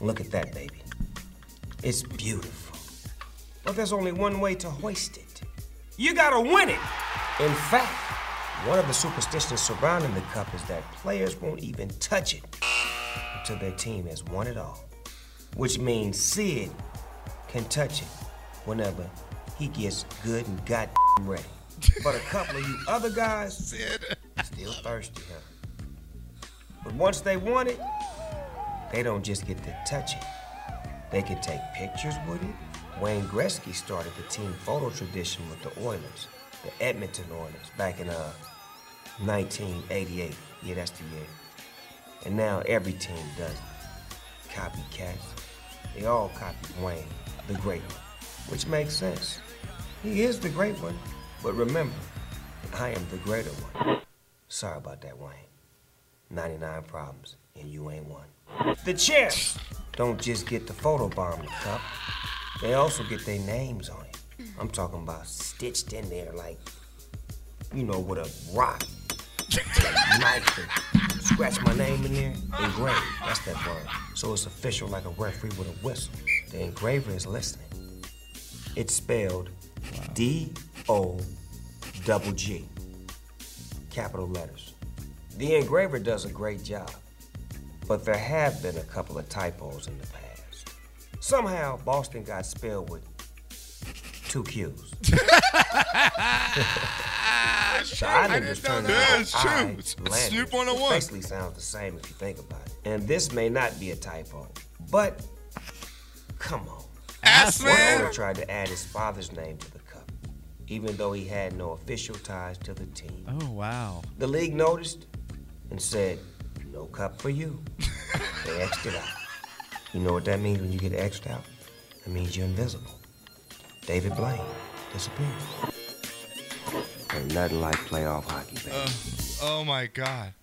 [SPEAKER 21] Look at that, baby. It's beautiful. But there's only one way to hoist it. You gotta win it! In fact, one of the superstitions surrounding the cup is that players won't even touch it until their team has won it all. Which means Sid can touch it whenever he gets good and goddamn ready. But a couple of you other guys, Sid, still thirsty, huh? But once they want it, they don't just get to touch it. They can take pictures with it. Wayne Gretzky started the team photo tradition with the Oilers, the Edmonton Oilers, back in uh, 1988. Yeah, that's the year. And now every team does it. Copycats. They all copied Wayne, the great one, which makes sense. He is the great one. But remember, I am the greater one. Sorry about that, Wayne. 99 problems, and you ain't one. The champs don't just get the photobomb the cup, they also get their names on it. I'm talking about stitched in there like, you know, with a rock. Like knife and scratch my name in there, engraved. That's that word. So it's official like a referee with a whistle. The engraver is listening. It's spelled D O double G. Capital letters. The engraver does a great job, but there have been a couple of typos in the past. Somehow, Boston got spelled with two Q's. (laughs) so I
[SPEAKER 1] I
[SPEAKER 21] didn't just
[SPEAKER 1] didn't
[SPEAKER 21] turn
[SPEAKER 1] know that.
[SPEAKER 21] out
[SPEAKER 1] It's true.
[SPEAKER 21] I
[SPEAKER 1] It's
[SPEAKER 21] landed,
[SPEAKER 1] Snoop
[SPEAKER 21] which
[SPEAKER 1] 101.
[SPEAKER 21] Basically, sounds the same if you think about it. And this may not be a typo, but come on. Ass man. tried to add his father's name to the cup, even though he had no official ties to the team.
[SPEAKER 2] Oh wow.
[SPEAKER 21] The league noticed and said, "No cup for (laughs) you." they xed it out. You know what that means when you get xed out? That means you're invisible. David Blaine disappeared. Ain't nothing like playoff hockey, baby.
[SPEAKER 1] Uh, oh my God,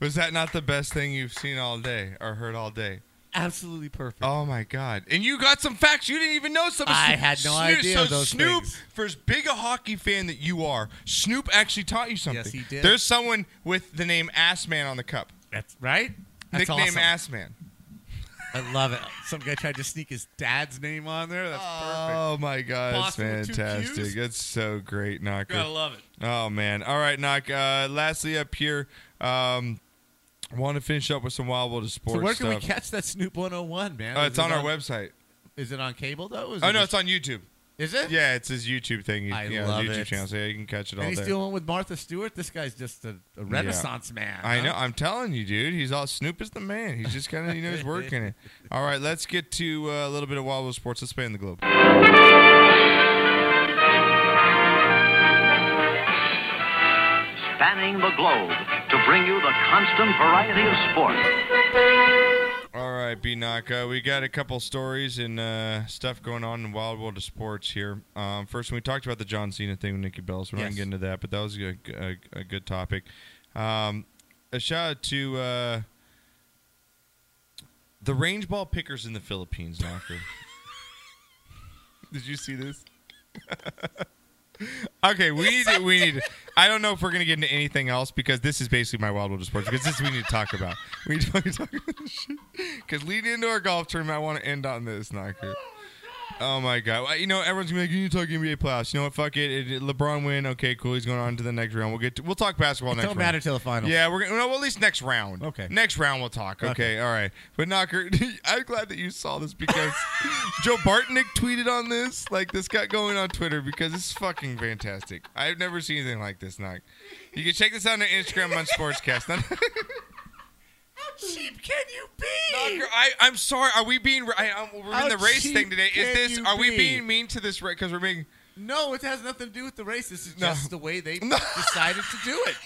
[SPEAKER 1] was that not the best thing you've seen all day or heard all day?
[SPEAKER 2] Absolutely perfect.
[SPEAKER 1] Oh my God! And you got some facts you didn't even know. Some
[SPEAKER 2] I had no idea
[SPEAKER 1] So
[SPEAKER 2] those
[SPEAKER 1] Snoop,
[SPEAKER 2] things.
[SPEAKER 1] for as big a hockey fan that you are, Snoop actually taught you something.
[SPEAKER 2] Yes, he did.
[SPEAKER 1] There's someone with the name Ass Man on the cup.
[SPEAKER 2] That's right. That's
[SPEAKER 1] Nickname
[SPEAKER 2] awesome.
[SPEAKER 1] Ass Man.
[SPEAKER 2] I love it. Some guy tried to sneak his dad's name on there. That's
[SPEAKER 1] Oh my God,
[SPEAKER 2] Boston
[SPEAKER 1] that's
[SPEAKER 2] with two
[SPEAKER 1] fantastic!
[SPEAKER 2] Qs?
[SPEAKER 1] That's so great, Knocker.
[SPEAKER 2] Gotta love it.
[SPEAKER 1] Oh man! All right, Knock. Uh, lastly, up here, um, want to finish up with some Wild World of Sports.
[SPEAKER 2] perfect. So where can we
[SPEAKER 1] stuff.
[SPEAKER 2] catch that Snoop 101, man?
[SPEAKER 1] Uh,
[SPEAKER 2] Is
[SPEAKER 1] it's
[SPEAKER 2] it
[SPEAKER 1] on our website.
[SPEAKER 2] Is it on cable though? Is
[SPEAKER 1] oh
[SPEAKER 2] it
[SPEAKER 1] no, it's
[SPEAKER 2] just-
[SPEAKER 1] on YouTube.
[SPEAKER 2] Is it?
[SPEAKER 1] Yeah, it's his YouTube thing. You-
[SPEAKER 2] I
[SPEAKER 1] yeah, his
[SPEAKER 2] love
[SPEAKER 1] YouTube
[SPEAKER 2] it.
[SPEAKER 1] channel. So yeah, you can catch it all
[SPEAKER 2] And he's
[SPEAKER 1] there.
[SPEAKER 2] doing with Martha Stewart. This guy's just a, a renaissance
[SPEAKER 1] Yeah.
[SPEAKER 2] man.
[SPEAKER 1] I
[SPEAKER 2] huh?
[SPEAKER 1] know. I'm telling you, dude. He's all Snoop is the man. He's just kind of you know he's working
[SPEAKER 2] (laughs)
[SPEAKER 1] it. All right, let's get to uh, a little bit of Wild Wild Sports. Let's span the globe.
[SPEAKER 5] Spanning the globe to bring you the constant variety of sport.
[SPEAKER 1] All right, B Knock. Uh, we got a couple stories and uh, stuff going on in Wild World of Sports here. Um, first, we talked about the John Cena thing with Nikki Bella, so we're not
[SPEAKER 22] Yes.
[SPEAKER 1] getting into that, but that was a, a, a good topic. Um, a shout out to uh, the range ball pickers in the Philippines, Knocker. Did you see this? (laughs) Okay, we need to, we need. to- I don't know if we're gonna get into anything else because this is basically my Wild World of Sports because this we need to talk about. We need to fucking talk about this shit because leading into our golf tournament, I want to end on this knocker. Oh my god! Well, You know everyone's gonna be like, "You talk NBA playoffs." You know what? Fuck it. It- it- LeBron win. Okay, cool. He's going on to the next round. We'll get. To, we'll talk basketball
[SPEAKER 2] It
[SPEAKER 1] next.
[SPEAKER 2] don't
[SPEAKER 1] round.
[SPEAKER 2] matter till the finals.
[SPEAKER 1] Yeah, we're gonna. No, well, at least next round. Okay. Next round we'll talk. Okay.
[SPEAKER 2] Okay.
[SPEAKER 1] All right. But knocker, (laughs) I'm glad that you saw this (laughs) because Joe Bartnick tweeted on this. Like this got going on Twitter because it's fucking fantastic. I've never seen anything like this. Knock. You can check this out on Instagram on Sportscast. (laughs)
[SPEAKER 5] cheap can you
[SPEAKER 1] Knocker, I, I'm sorry. Are we being? I, I'm, we're
[SPEAKER 5] How
[SPEAKER 1] in the race
[SPEAKER 5] cheap
[SPEAKER 1] thing today. Is
[SPEAKER 5] can
[SPEAKER 1] this?
[SPEAKER 5] you
[SPEAKER 1] Are we
[SPEAKER 5] be?
[SPEAKER 1] being mean to this? Because we're being.
[SPEAKER 2] No, it has nothing to do with the race. This
[SPEAKER 1] (laughs)
[SPEAKER 2] is
[SPEAKER 1] No.
[SPEAKER 2] just the way they decided to do it.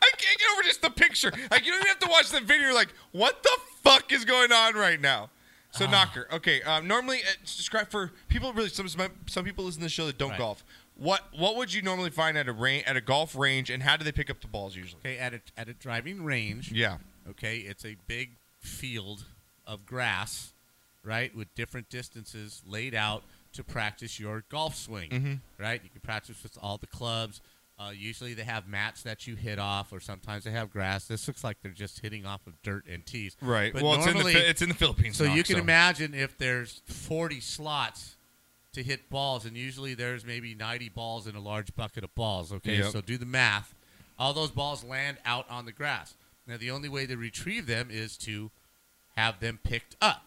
[SPEAKER 1] I can't get over just the picture. Like you don't even have to watch the video. You're like, what the fuck is going on right now? So knocker. Okay. Um, normally, uh, describe for people really some some some people listen to the show that don't golf. What what would you normally find at a range at a golf range, and how do they pick up the balls usually?
[SPEAKER 2] Okay, at a at a driving range.
[SPEAKER 1] Yeah.
[SPEAKER 2] Okay, it's a big field of grass, right, with different distances laid out to practice your golf swing.
[SPEAKER 1] Mhm.
[SPEAKER 2] Right, you can practice with all the clubs. Uh, usually they have mats that you hit off, or sometimes they have grass. This looks like they're just hitting off of dirt and tees.
[SPEAKER 1] Right.
[SPEAKER 2] But
[SPEAKER 1] Well, it's in the
[SPEAKER 2] normally,
[SPEAKER 1] Phi- it's in the Philippines,
[SPEAKER 2] So you
[SPEAKER 1] Knox,
[SPEAKER 2] can
[SPEAKER 1] so-
[SPEAKER 2] imagine if there's 40 slots to hit balls, and usually there's maybe 90 balls in a large bucket of balls. Okay,
[SPEAKER 1] Yep.
[SPEAKER 2] so do the math. All those balls land out on the grass. Now, the only way to retrieve them is to have them picked up.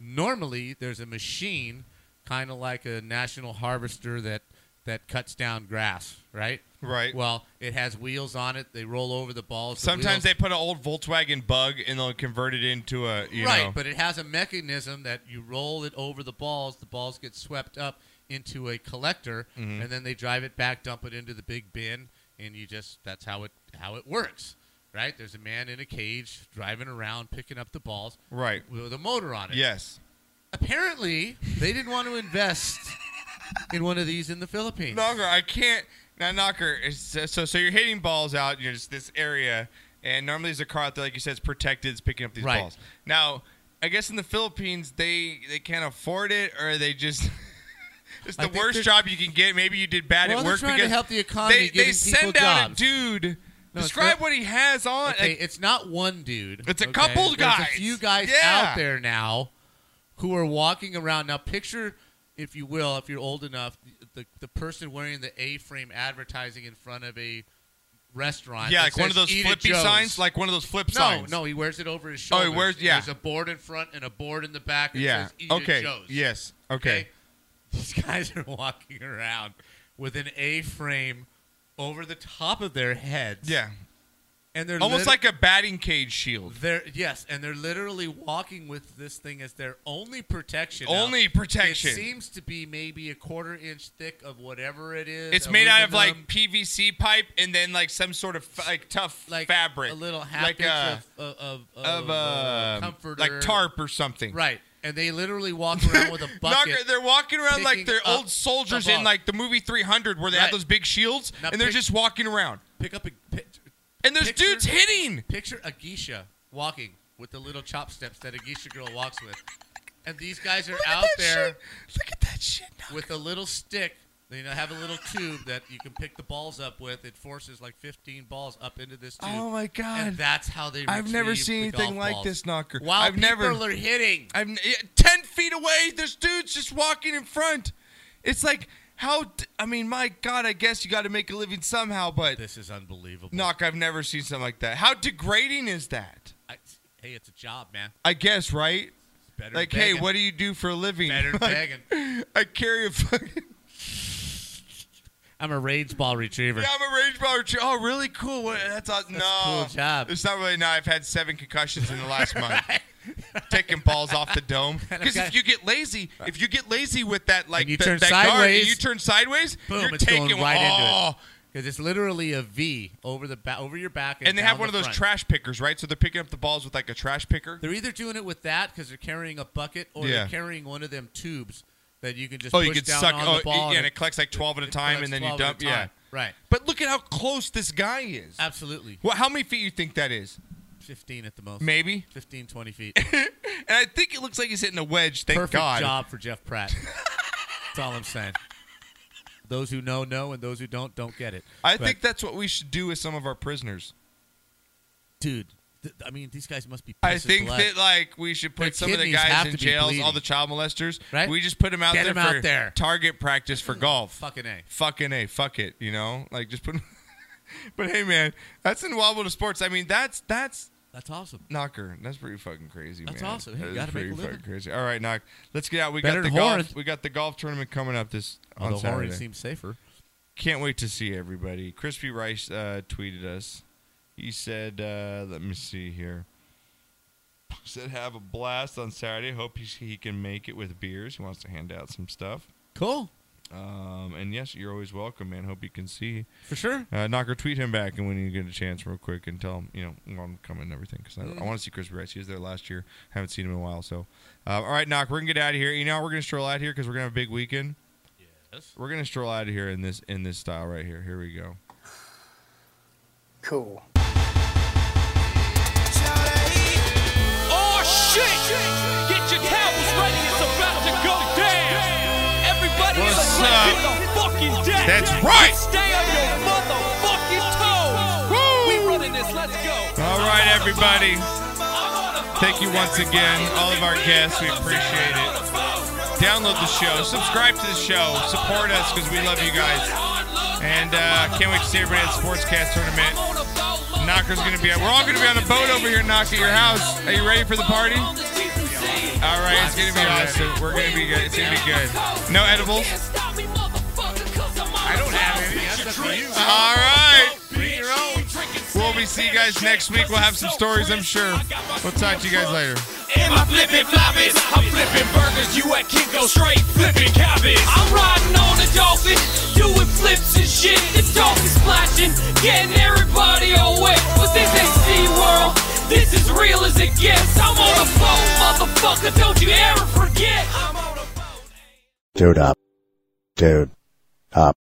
[SPEAKER 2] Normally, there's a machine, kind of like a national harvester that that cuts down grass, right?
[SPEAKER 1] Right.
[SPEAKER 2] Well, it has wheels on it. They roll over the balls. The
[SPEAKER 1] Sometimes
[SPEAKER 2] wheels-
[SPEAKER 1] they put an old Volkswagen Bug and they'll convert it into a you
[SPEAKER 2] right,
[SPEAKER 1] know.
[SPEAKER 2] but it has a mechanism that you roll it over the balls, the balls get swept up into a collector,
[SPEAKER 1] Mhm.
[SPEAKER 2] and then they drive it back, dump it into the big bin, and you just that's how it how it works. Right? There's a man in a cage driving around picking up the balls
[SPEAKER 1] Right.
[SPEAKER 2] with a motor on it.
[SPEAKER 1] Yes.
[SPEAKER 2] Apparently they didn't want to invest in one of these in the Philippines.
[SPEAKER 1] Knocker, I can't. Now, knocker. it's- So, so you're hitting balls out. You're just this area, and normally there's a car out there, like you said, it's protected. It's picking up these
[SPEAKER 2] Right.
[SPEAKER 1] balls. Now, I guess in the Philippines, they they can't afford it, or they just. (laughs) It's
[SPEAKER 2] I
[SPEAKER 1] the
[SPEAKER 2] think
[SPEAKER 1] worst
[SPEAKER 2] they're-
[SPEAKER 1] job you can get. Maybe you did bad
[SPEAKER 2] Well,
[SPEAKER 1] at
[SPEAKER 2] they're
[SPEAKER 1] work
[SPEAKER 2] trying to
[SPEAKER 1] because
[SPEAKER 2] help the economy,
[SPEAKER 1] They,
[SPEAKER 2] giving
[SPEAKER 1] they send
[SPEAKER 2] people
[SPEAKER 1] out a
[SPEAKER 2] jobs.
[SPEAKER 1] dude.
[SPEAKER 2] No, it's
[SPEAKER 1] describe
[SPEAKER 2] not-
[SPEAKER 1] what he has on.
[SPEAKER 2] Okay,
[SPEAKER 1] like-
[SPEAKER 2] it's not one dude.
[SPEAKER 1] It's a
[SPEAKER 2] okay?
[SPEAKER 1] couple
[SPEAKER 2] There's
[SPEAKER 1] guys.
[SPEAKER 2] a few guys
[SPEAKER 1] Yeah.
[SPEAKER 2] out there now who are walking around. Now, picture, if you will, if you're old enough, the, the person wearing the A-frame advertising in front of a restaurant.
[SPEAKER 1] yeah,
[SPEAKER 2] that
[SPEAKER 1] like one of
[SPEAKER 2] says,
[SPEAKER 1] those
[SPEAKER 2] "Eat at
[SPEAKER 1] flippy
[SPEAKER 2] Joe's."
[SPEAKER 1] signs, like one of those flip
[SPEAKER 2] no,
[SPEAKER 1] signs.
[SPEAKER 2] No, he wears it over his
[SPEAKER 1] Oh, he
[SPEAKER 2] shoulder.
[SPEAKER 1] wears- yeah.
[SPEAKER 2] There's a board in front and a board in the back. That
[SPEAKER 1] Yeah.
[SPEAKER 2] Says, Eat at
[SPEAKER 1] Okay.
[SPEAKER 2] Joe's.
[SPEAKER 1] Yes. Okay.
[SPEAKER 2] (laughs) These guys are walking around with an A-frame over the top of their heads.
[SPEAKER 1] Yeah.
[SPEAKER 2] And they're
[SPEAKER 1] Almost
[SPEAKER 2] lit-
[SPEAKER 1] like a batting cage shield.
[SPEAKER 2] they're yes, and they're literally walking with this thing as their only protection.
[SPEAKER 1] Only protection.
[SPEAKER 2] It seems to be maybe a quarter inch thick of whatever it is.
[SPEAKER 1] It's made out of
[SPEAKER 2] aluminum,
[SPEAKER 1] like PVC pipe and then like some sort of fa- like tough fabric,
[SPEAKER 2] a little half
[SPEAKER 1] like uh,
[SPEAKER 2] inch
[SPEAKER 1] a-
[SPEAKER 2] of of, of,
[SPEAKER 1] of
[SPEAKER 2] uh,
[SPEAKER 1] a
[SPEAKER 2] comforter,
[SPEAKER 1] like tarp or something.
[SPEAKER 2] right? And they literally walk around
[SPEAKER 1] (laughs)
[SPEAKER 2] with a bucket.
[SPEAKER 1] Knocker, they're walking around like
[SPEAKER 2] picking
[SPEAKER 1] they're
[SPEAKER 2] up
[SPEAKER 1] old soldiers
[SPEAKER 2] the
[SPEAKER 1] in
[SPEAKER 2] ball.
[SPEAKER 1] like the movie 300 where they have
[SPEAKER 2] Right.
[SPEAKER 1] those big shields
[SPEAKER 2] Now
[SPEAKER 1] and they're
[SPEAKER 2] pic-
[SPEAKER 1] just walking around.
[SPEAKER 2] Pick up a picture.
[SPEAKER 1] And there's dudes hitting.
[SPEAKER 2] Picture a geisha walking with the little chop steps that a geisha girl walks with. And these guys are out there.
[SPEAKER 1] Look at that shit.
[SPEAKER 2] With a little stick. They know, have a little tube that you can pick the balls up with. It forces like 15 balls up into this tube.
[SPEAKER 1] Oh my god!
[SPEAKER 2] And that's how they.
[SPEAKER 1] I've never
[SPEAKER 2] retrieve
[SPEAKER 1] seen
[SPEAKER 2] the golf
[SPEAKER 1] anything like
[SPEAKER 2] balls.
[SPEAKER 1] this, Knocker.
[SPEAKER 2] While
[SPEAKER 1] I've
[SPEAKER 2] people
[SPEAKER 1] never
[SPEAKER 2] are hitting.
[SPEAKER 1] I've n- yeah, ten feet away. There's dudes just walking in front. It's like how? d- I mean, my God. I guess you got to make a living somehow. But
[SPEAKER 2] this is unbelievable.
[SPEAKER 1] Knock. I've never seen something like that. How degrading is that?
[SPEAKER 2] I, hey, it's a job, man.
[SPEAKER 1] I guess right.
[SPEAKER 2] Better
[SPEAKER 1] like,
[SPEAKER 2] than
[SPEAKER 1] hey,
[SPEAKER 2] begging.
[SPEAKER 1] what do you do for a living?
[SPEAKER 2] Better than
[SPEAKER 1] (laughs) Like, I carry a fucking.
[SPEAKER 2] I'm a rage ball retriever.
[SPEAKER 1] Yeah, I'm a range ball. tr- Oh, really cool. What, that's awesome. No,
[SPEAKER 2] cool job.
[SPEAKER 1] It's not really. No, I've had seven concussions in the
[SPEAKER 2] (laughs)
[SPEAKER 1] last month. Taking balls off the dome
[SPEAKER 2] And I've
[SPEAKER 1] because if
[SPEAKER 2] got-
[SPEAKER 1] you get lazy, if you get lazy with that, like
[SPEAKER 2] And you
[SPEAKER 1] the-
[SPEAKER 2] turn
[SPEAKER 1] that guard, and
[SPEAKER 2] sideways,
[SPEAKER 1] you turn sideways,
[SPEAKER 2] Boom!
[SPEAKER 1] you're
[SPEAKER 2] it's
[SPEAKER 1] taking
[SPEAKER 2] going right
[SPEAKER 1] oh,
[SPEAKER 2] into it. Because it's literally a V over the ba- over your back. And,
[SPEAKER 1] And they
[SPEAKER 2] down
[SPEAKER 1] have one of
[SPEAKER 2] the
[SPEAKER 1] those
[SPEAKER 2] front.
[SPEAKER 1] trash pickers, right? So they're picking up the balls with like a trash picker.
[SPEAKER 2] They're either doing it with that because they're carrying a bucket, or
[SPEAKER 1] Yeah.
[SPEAKER 2] they're carrying one of them tubes that you can just
[SPEAKER 1] oh,
[SPEAKER 2] push
[SPEAKER 1] you can
[SPEAKER 2] down
[SPEAKER 1] suck.
[SPEAKER 2] on
[SPEAKER 1] oh,
[SPEAKER 2] the ball,
[SPEAKER 1] yeah, and it collects like twelve at a time, and then you
[SPEAKER 2] collects
[SPEAKER 1] dump.
[SPEAKER 2] 12 at a
[SPEAKER 1] Yeah,
[SPEAKER 2] time. Right.
[SPEAKER 1] But look at how close this guy is.
[SPEAKER 2] Absolutely.
[SPEAKER 1] Well, how many feet you think that is?
[SPEAKER 2] 15 at the most.
[SPEAKER 23] Maybe.
[SPEAKER 2] 15, 20 feet.
[SPEAKER 23] And I think it looks like he's hitting a wedge. Thank
[SPEAKER 2] Perfect
[SPEAKER 23] God.
[SPEAKER 2] job for Jeff Pratt. That's all I'm saying. Those who know, know, and those who don't, don't get it.
[SPEAKER 1] I
[SPEAKER 2] But,
[SPEAKER 1] think that's what we should do with some of our prisoners.
[SPEAKER 2] Dude, th- I mean, these guys must be.
[SPEAKER 1] I
[SPEAKER 2] pissing
[SPEAKER 1] think
[SPEAKER 2] blood.
[SPEAKER 1] that like we should
[SPEAKER 2] Their
[SPEAKER 1] put some of the
[SPEAKER 2] kidneys have
[SPEAKER 1] guys
[SPEAKER 2] to
[SPEAKER 1] in
[SPEAKER 2] be
[SPEAKER 1] jails, all
[SPEAKER 2] bleeding.
[SPEAKER 1] the child molesters.
[SPEAKER 2] Right?
[SPEAKER 1] We just put them out
[SPEAKER 2] Get
[SPEAKER 1] there
[SPEAKER 2] 'em
[SPEAKER 1] for
[SPEAKER 2] out there.
[SPEAKER 1] target practice for golf.
[SPEAKER 2] Fucking a.
[SPEAKER 1] Fucking a. Fuck it. You know, like just put. 'em- (laughs) but hey, man, that's in Wobble to Sports. I mean, that's that's
[SPEAKER 2] that's awesome.
[SPEAKER 1] Knocker, that's pretty fucking crazy.
[SPEAKER 2] That's
[SPEAKER 1] man.
[SPEAKER 2] awesome. Hey,
[SPEAKER 1] That
[SPEAKER 2] you
[SPEAKER 1] is
[SPEAKER 2] gotta make a
[SPEAKER 1] pretty
[SPEAKER 2] living.
[SPEAKER 1] fucking crazy. All right, Knock. Let's get out. We
[SPEAKER 2] Better
[SPEAKER 1] got the
[SPEAKER 2] than
[SPEAKER 1] golf.
[SPEAKER 2] horrid.
[SPEAKER 1] We got the golf tournament coming up this on
[SPEAKER 2] Although horrid
[SPEAKER 1] Saturday.
[SPEAKER 2] seems safer.
[SPEAKER 1] Can't wait to see everybody. Crispy Rice uh, tweeted us. He said, uh, "Let me see here." Said, "Have a blast on Saturday. Hope he, he can make it with beers. He wants to hand out some stuff."
[SPEAKER 2] Cool.
[SPEAKER 1] Um, and yes, you're always welcome, man. Hope you can see
[SPEAKER 2] for sure.
[SPEAKER 1] Uh, Knocker, tweet him back, and when you get a chance, real quick, and tell him you know I'm gonna come and everything because I,
[SPEAKER 24] Mhm.
[SPEAKER 1] I want to see Chris Rice. He was there last year. haven't seen him in a while. So, uh, all right, Knock, we're gonna get out of here. You know, we're gonna stroll out of here because we're gonna have a big weekend. Yes. We're gonna stroll out of here in this in this style right here. Here we go.
[SPEAKER 16] Cool.
[SPEAKER 5] Oh shit! Get your towels ready, it's about to go down. Everybody in the
[SPEAKER 1] What's
[SPEAKER 5] place,
[SPEAKER 1] up?
[SPEAKER 5] hit the fucking deck.
[SPEAKER 1] That's right.
[SPEAKER 5] Stay on your motherfucking toes. We running this. Let's go.
[SPEAKER 1] All right, everybody. Thank you once again, all of our guests. We appreciate it. Download the show, subscribe to the show, support us because we love you guys. And uh, can't wait to see everybody at the Sportscast tournament. Knocker's gonna be. We're all gonna be on a boat over here. Knock at your house. Are you ready for the party? All right, it's gonna be awesome. We're gonna be good. It's gonna be good. No edibles.
[SPEAKER 5] I don't have any. That's up to you.
[SPEAKER 1] All right. We'll be see you guys next week. We'll have some stories, I'm sure. We'll talk to you guys later.
[SPEAKER 5] Am I flipping floppies? I'm flipping burgers. You at Kinko straight flipping cabbage. I'm riding on a dolphin, doing flips and shit. The dolphin splashing, getting everybody all wet. But this ain't SeaWorld. This is real as it gets. I'm on a boat, motherfucker. Don't you ever forget.
[SPEAKER 25] Dude up. Dude up.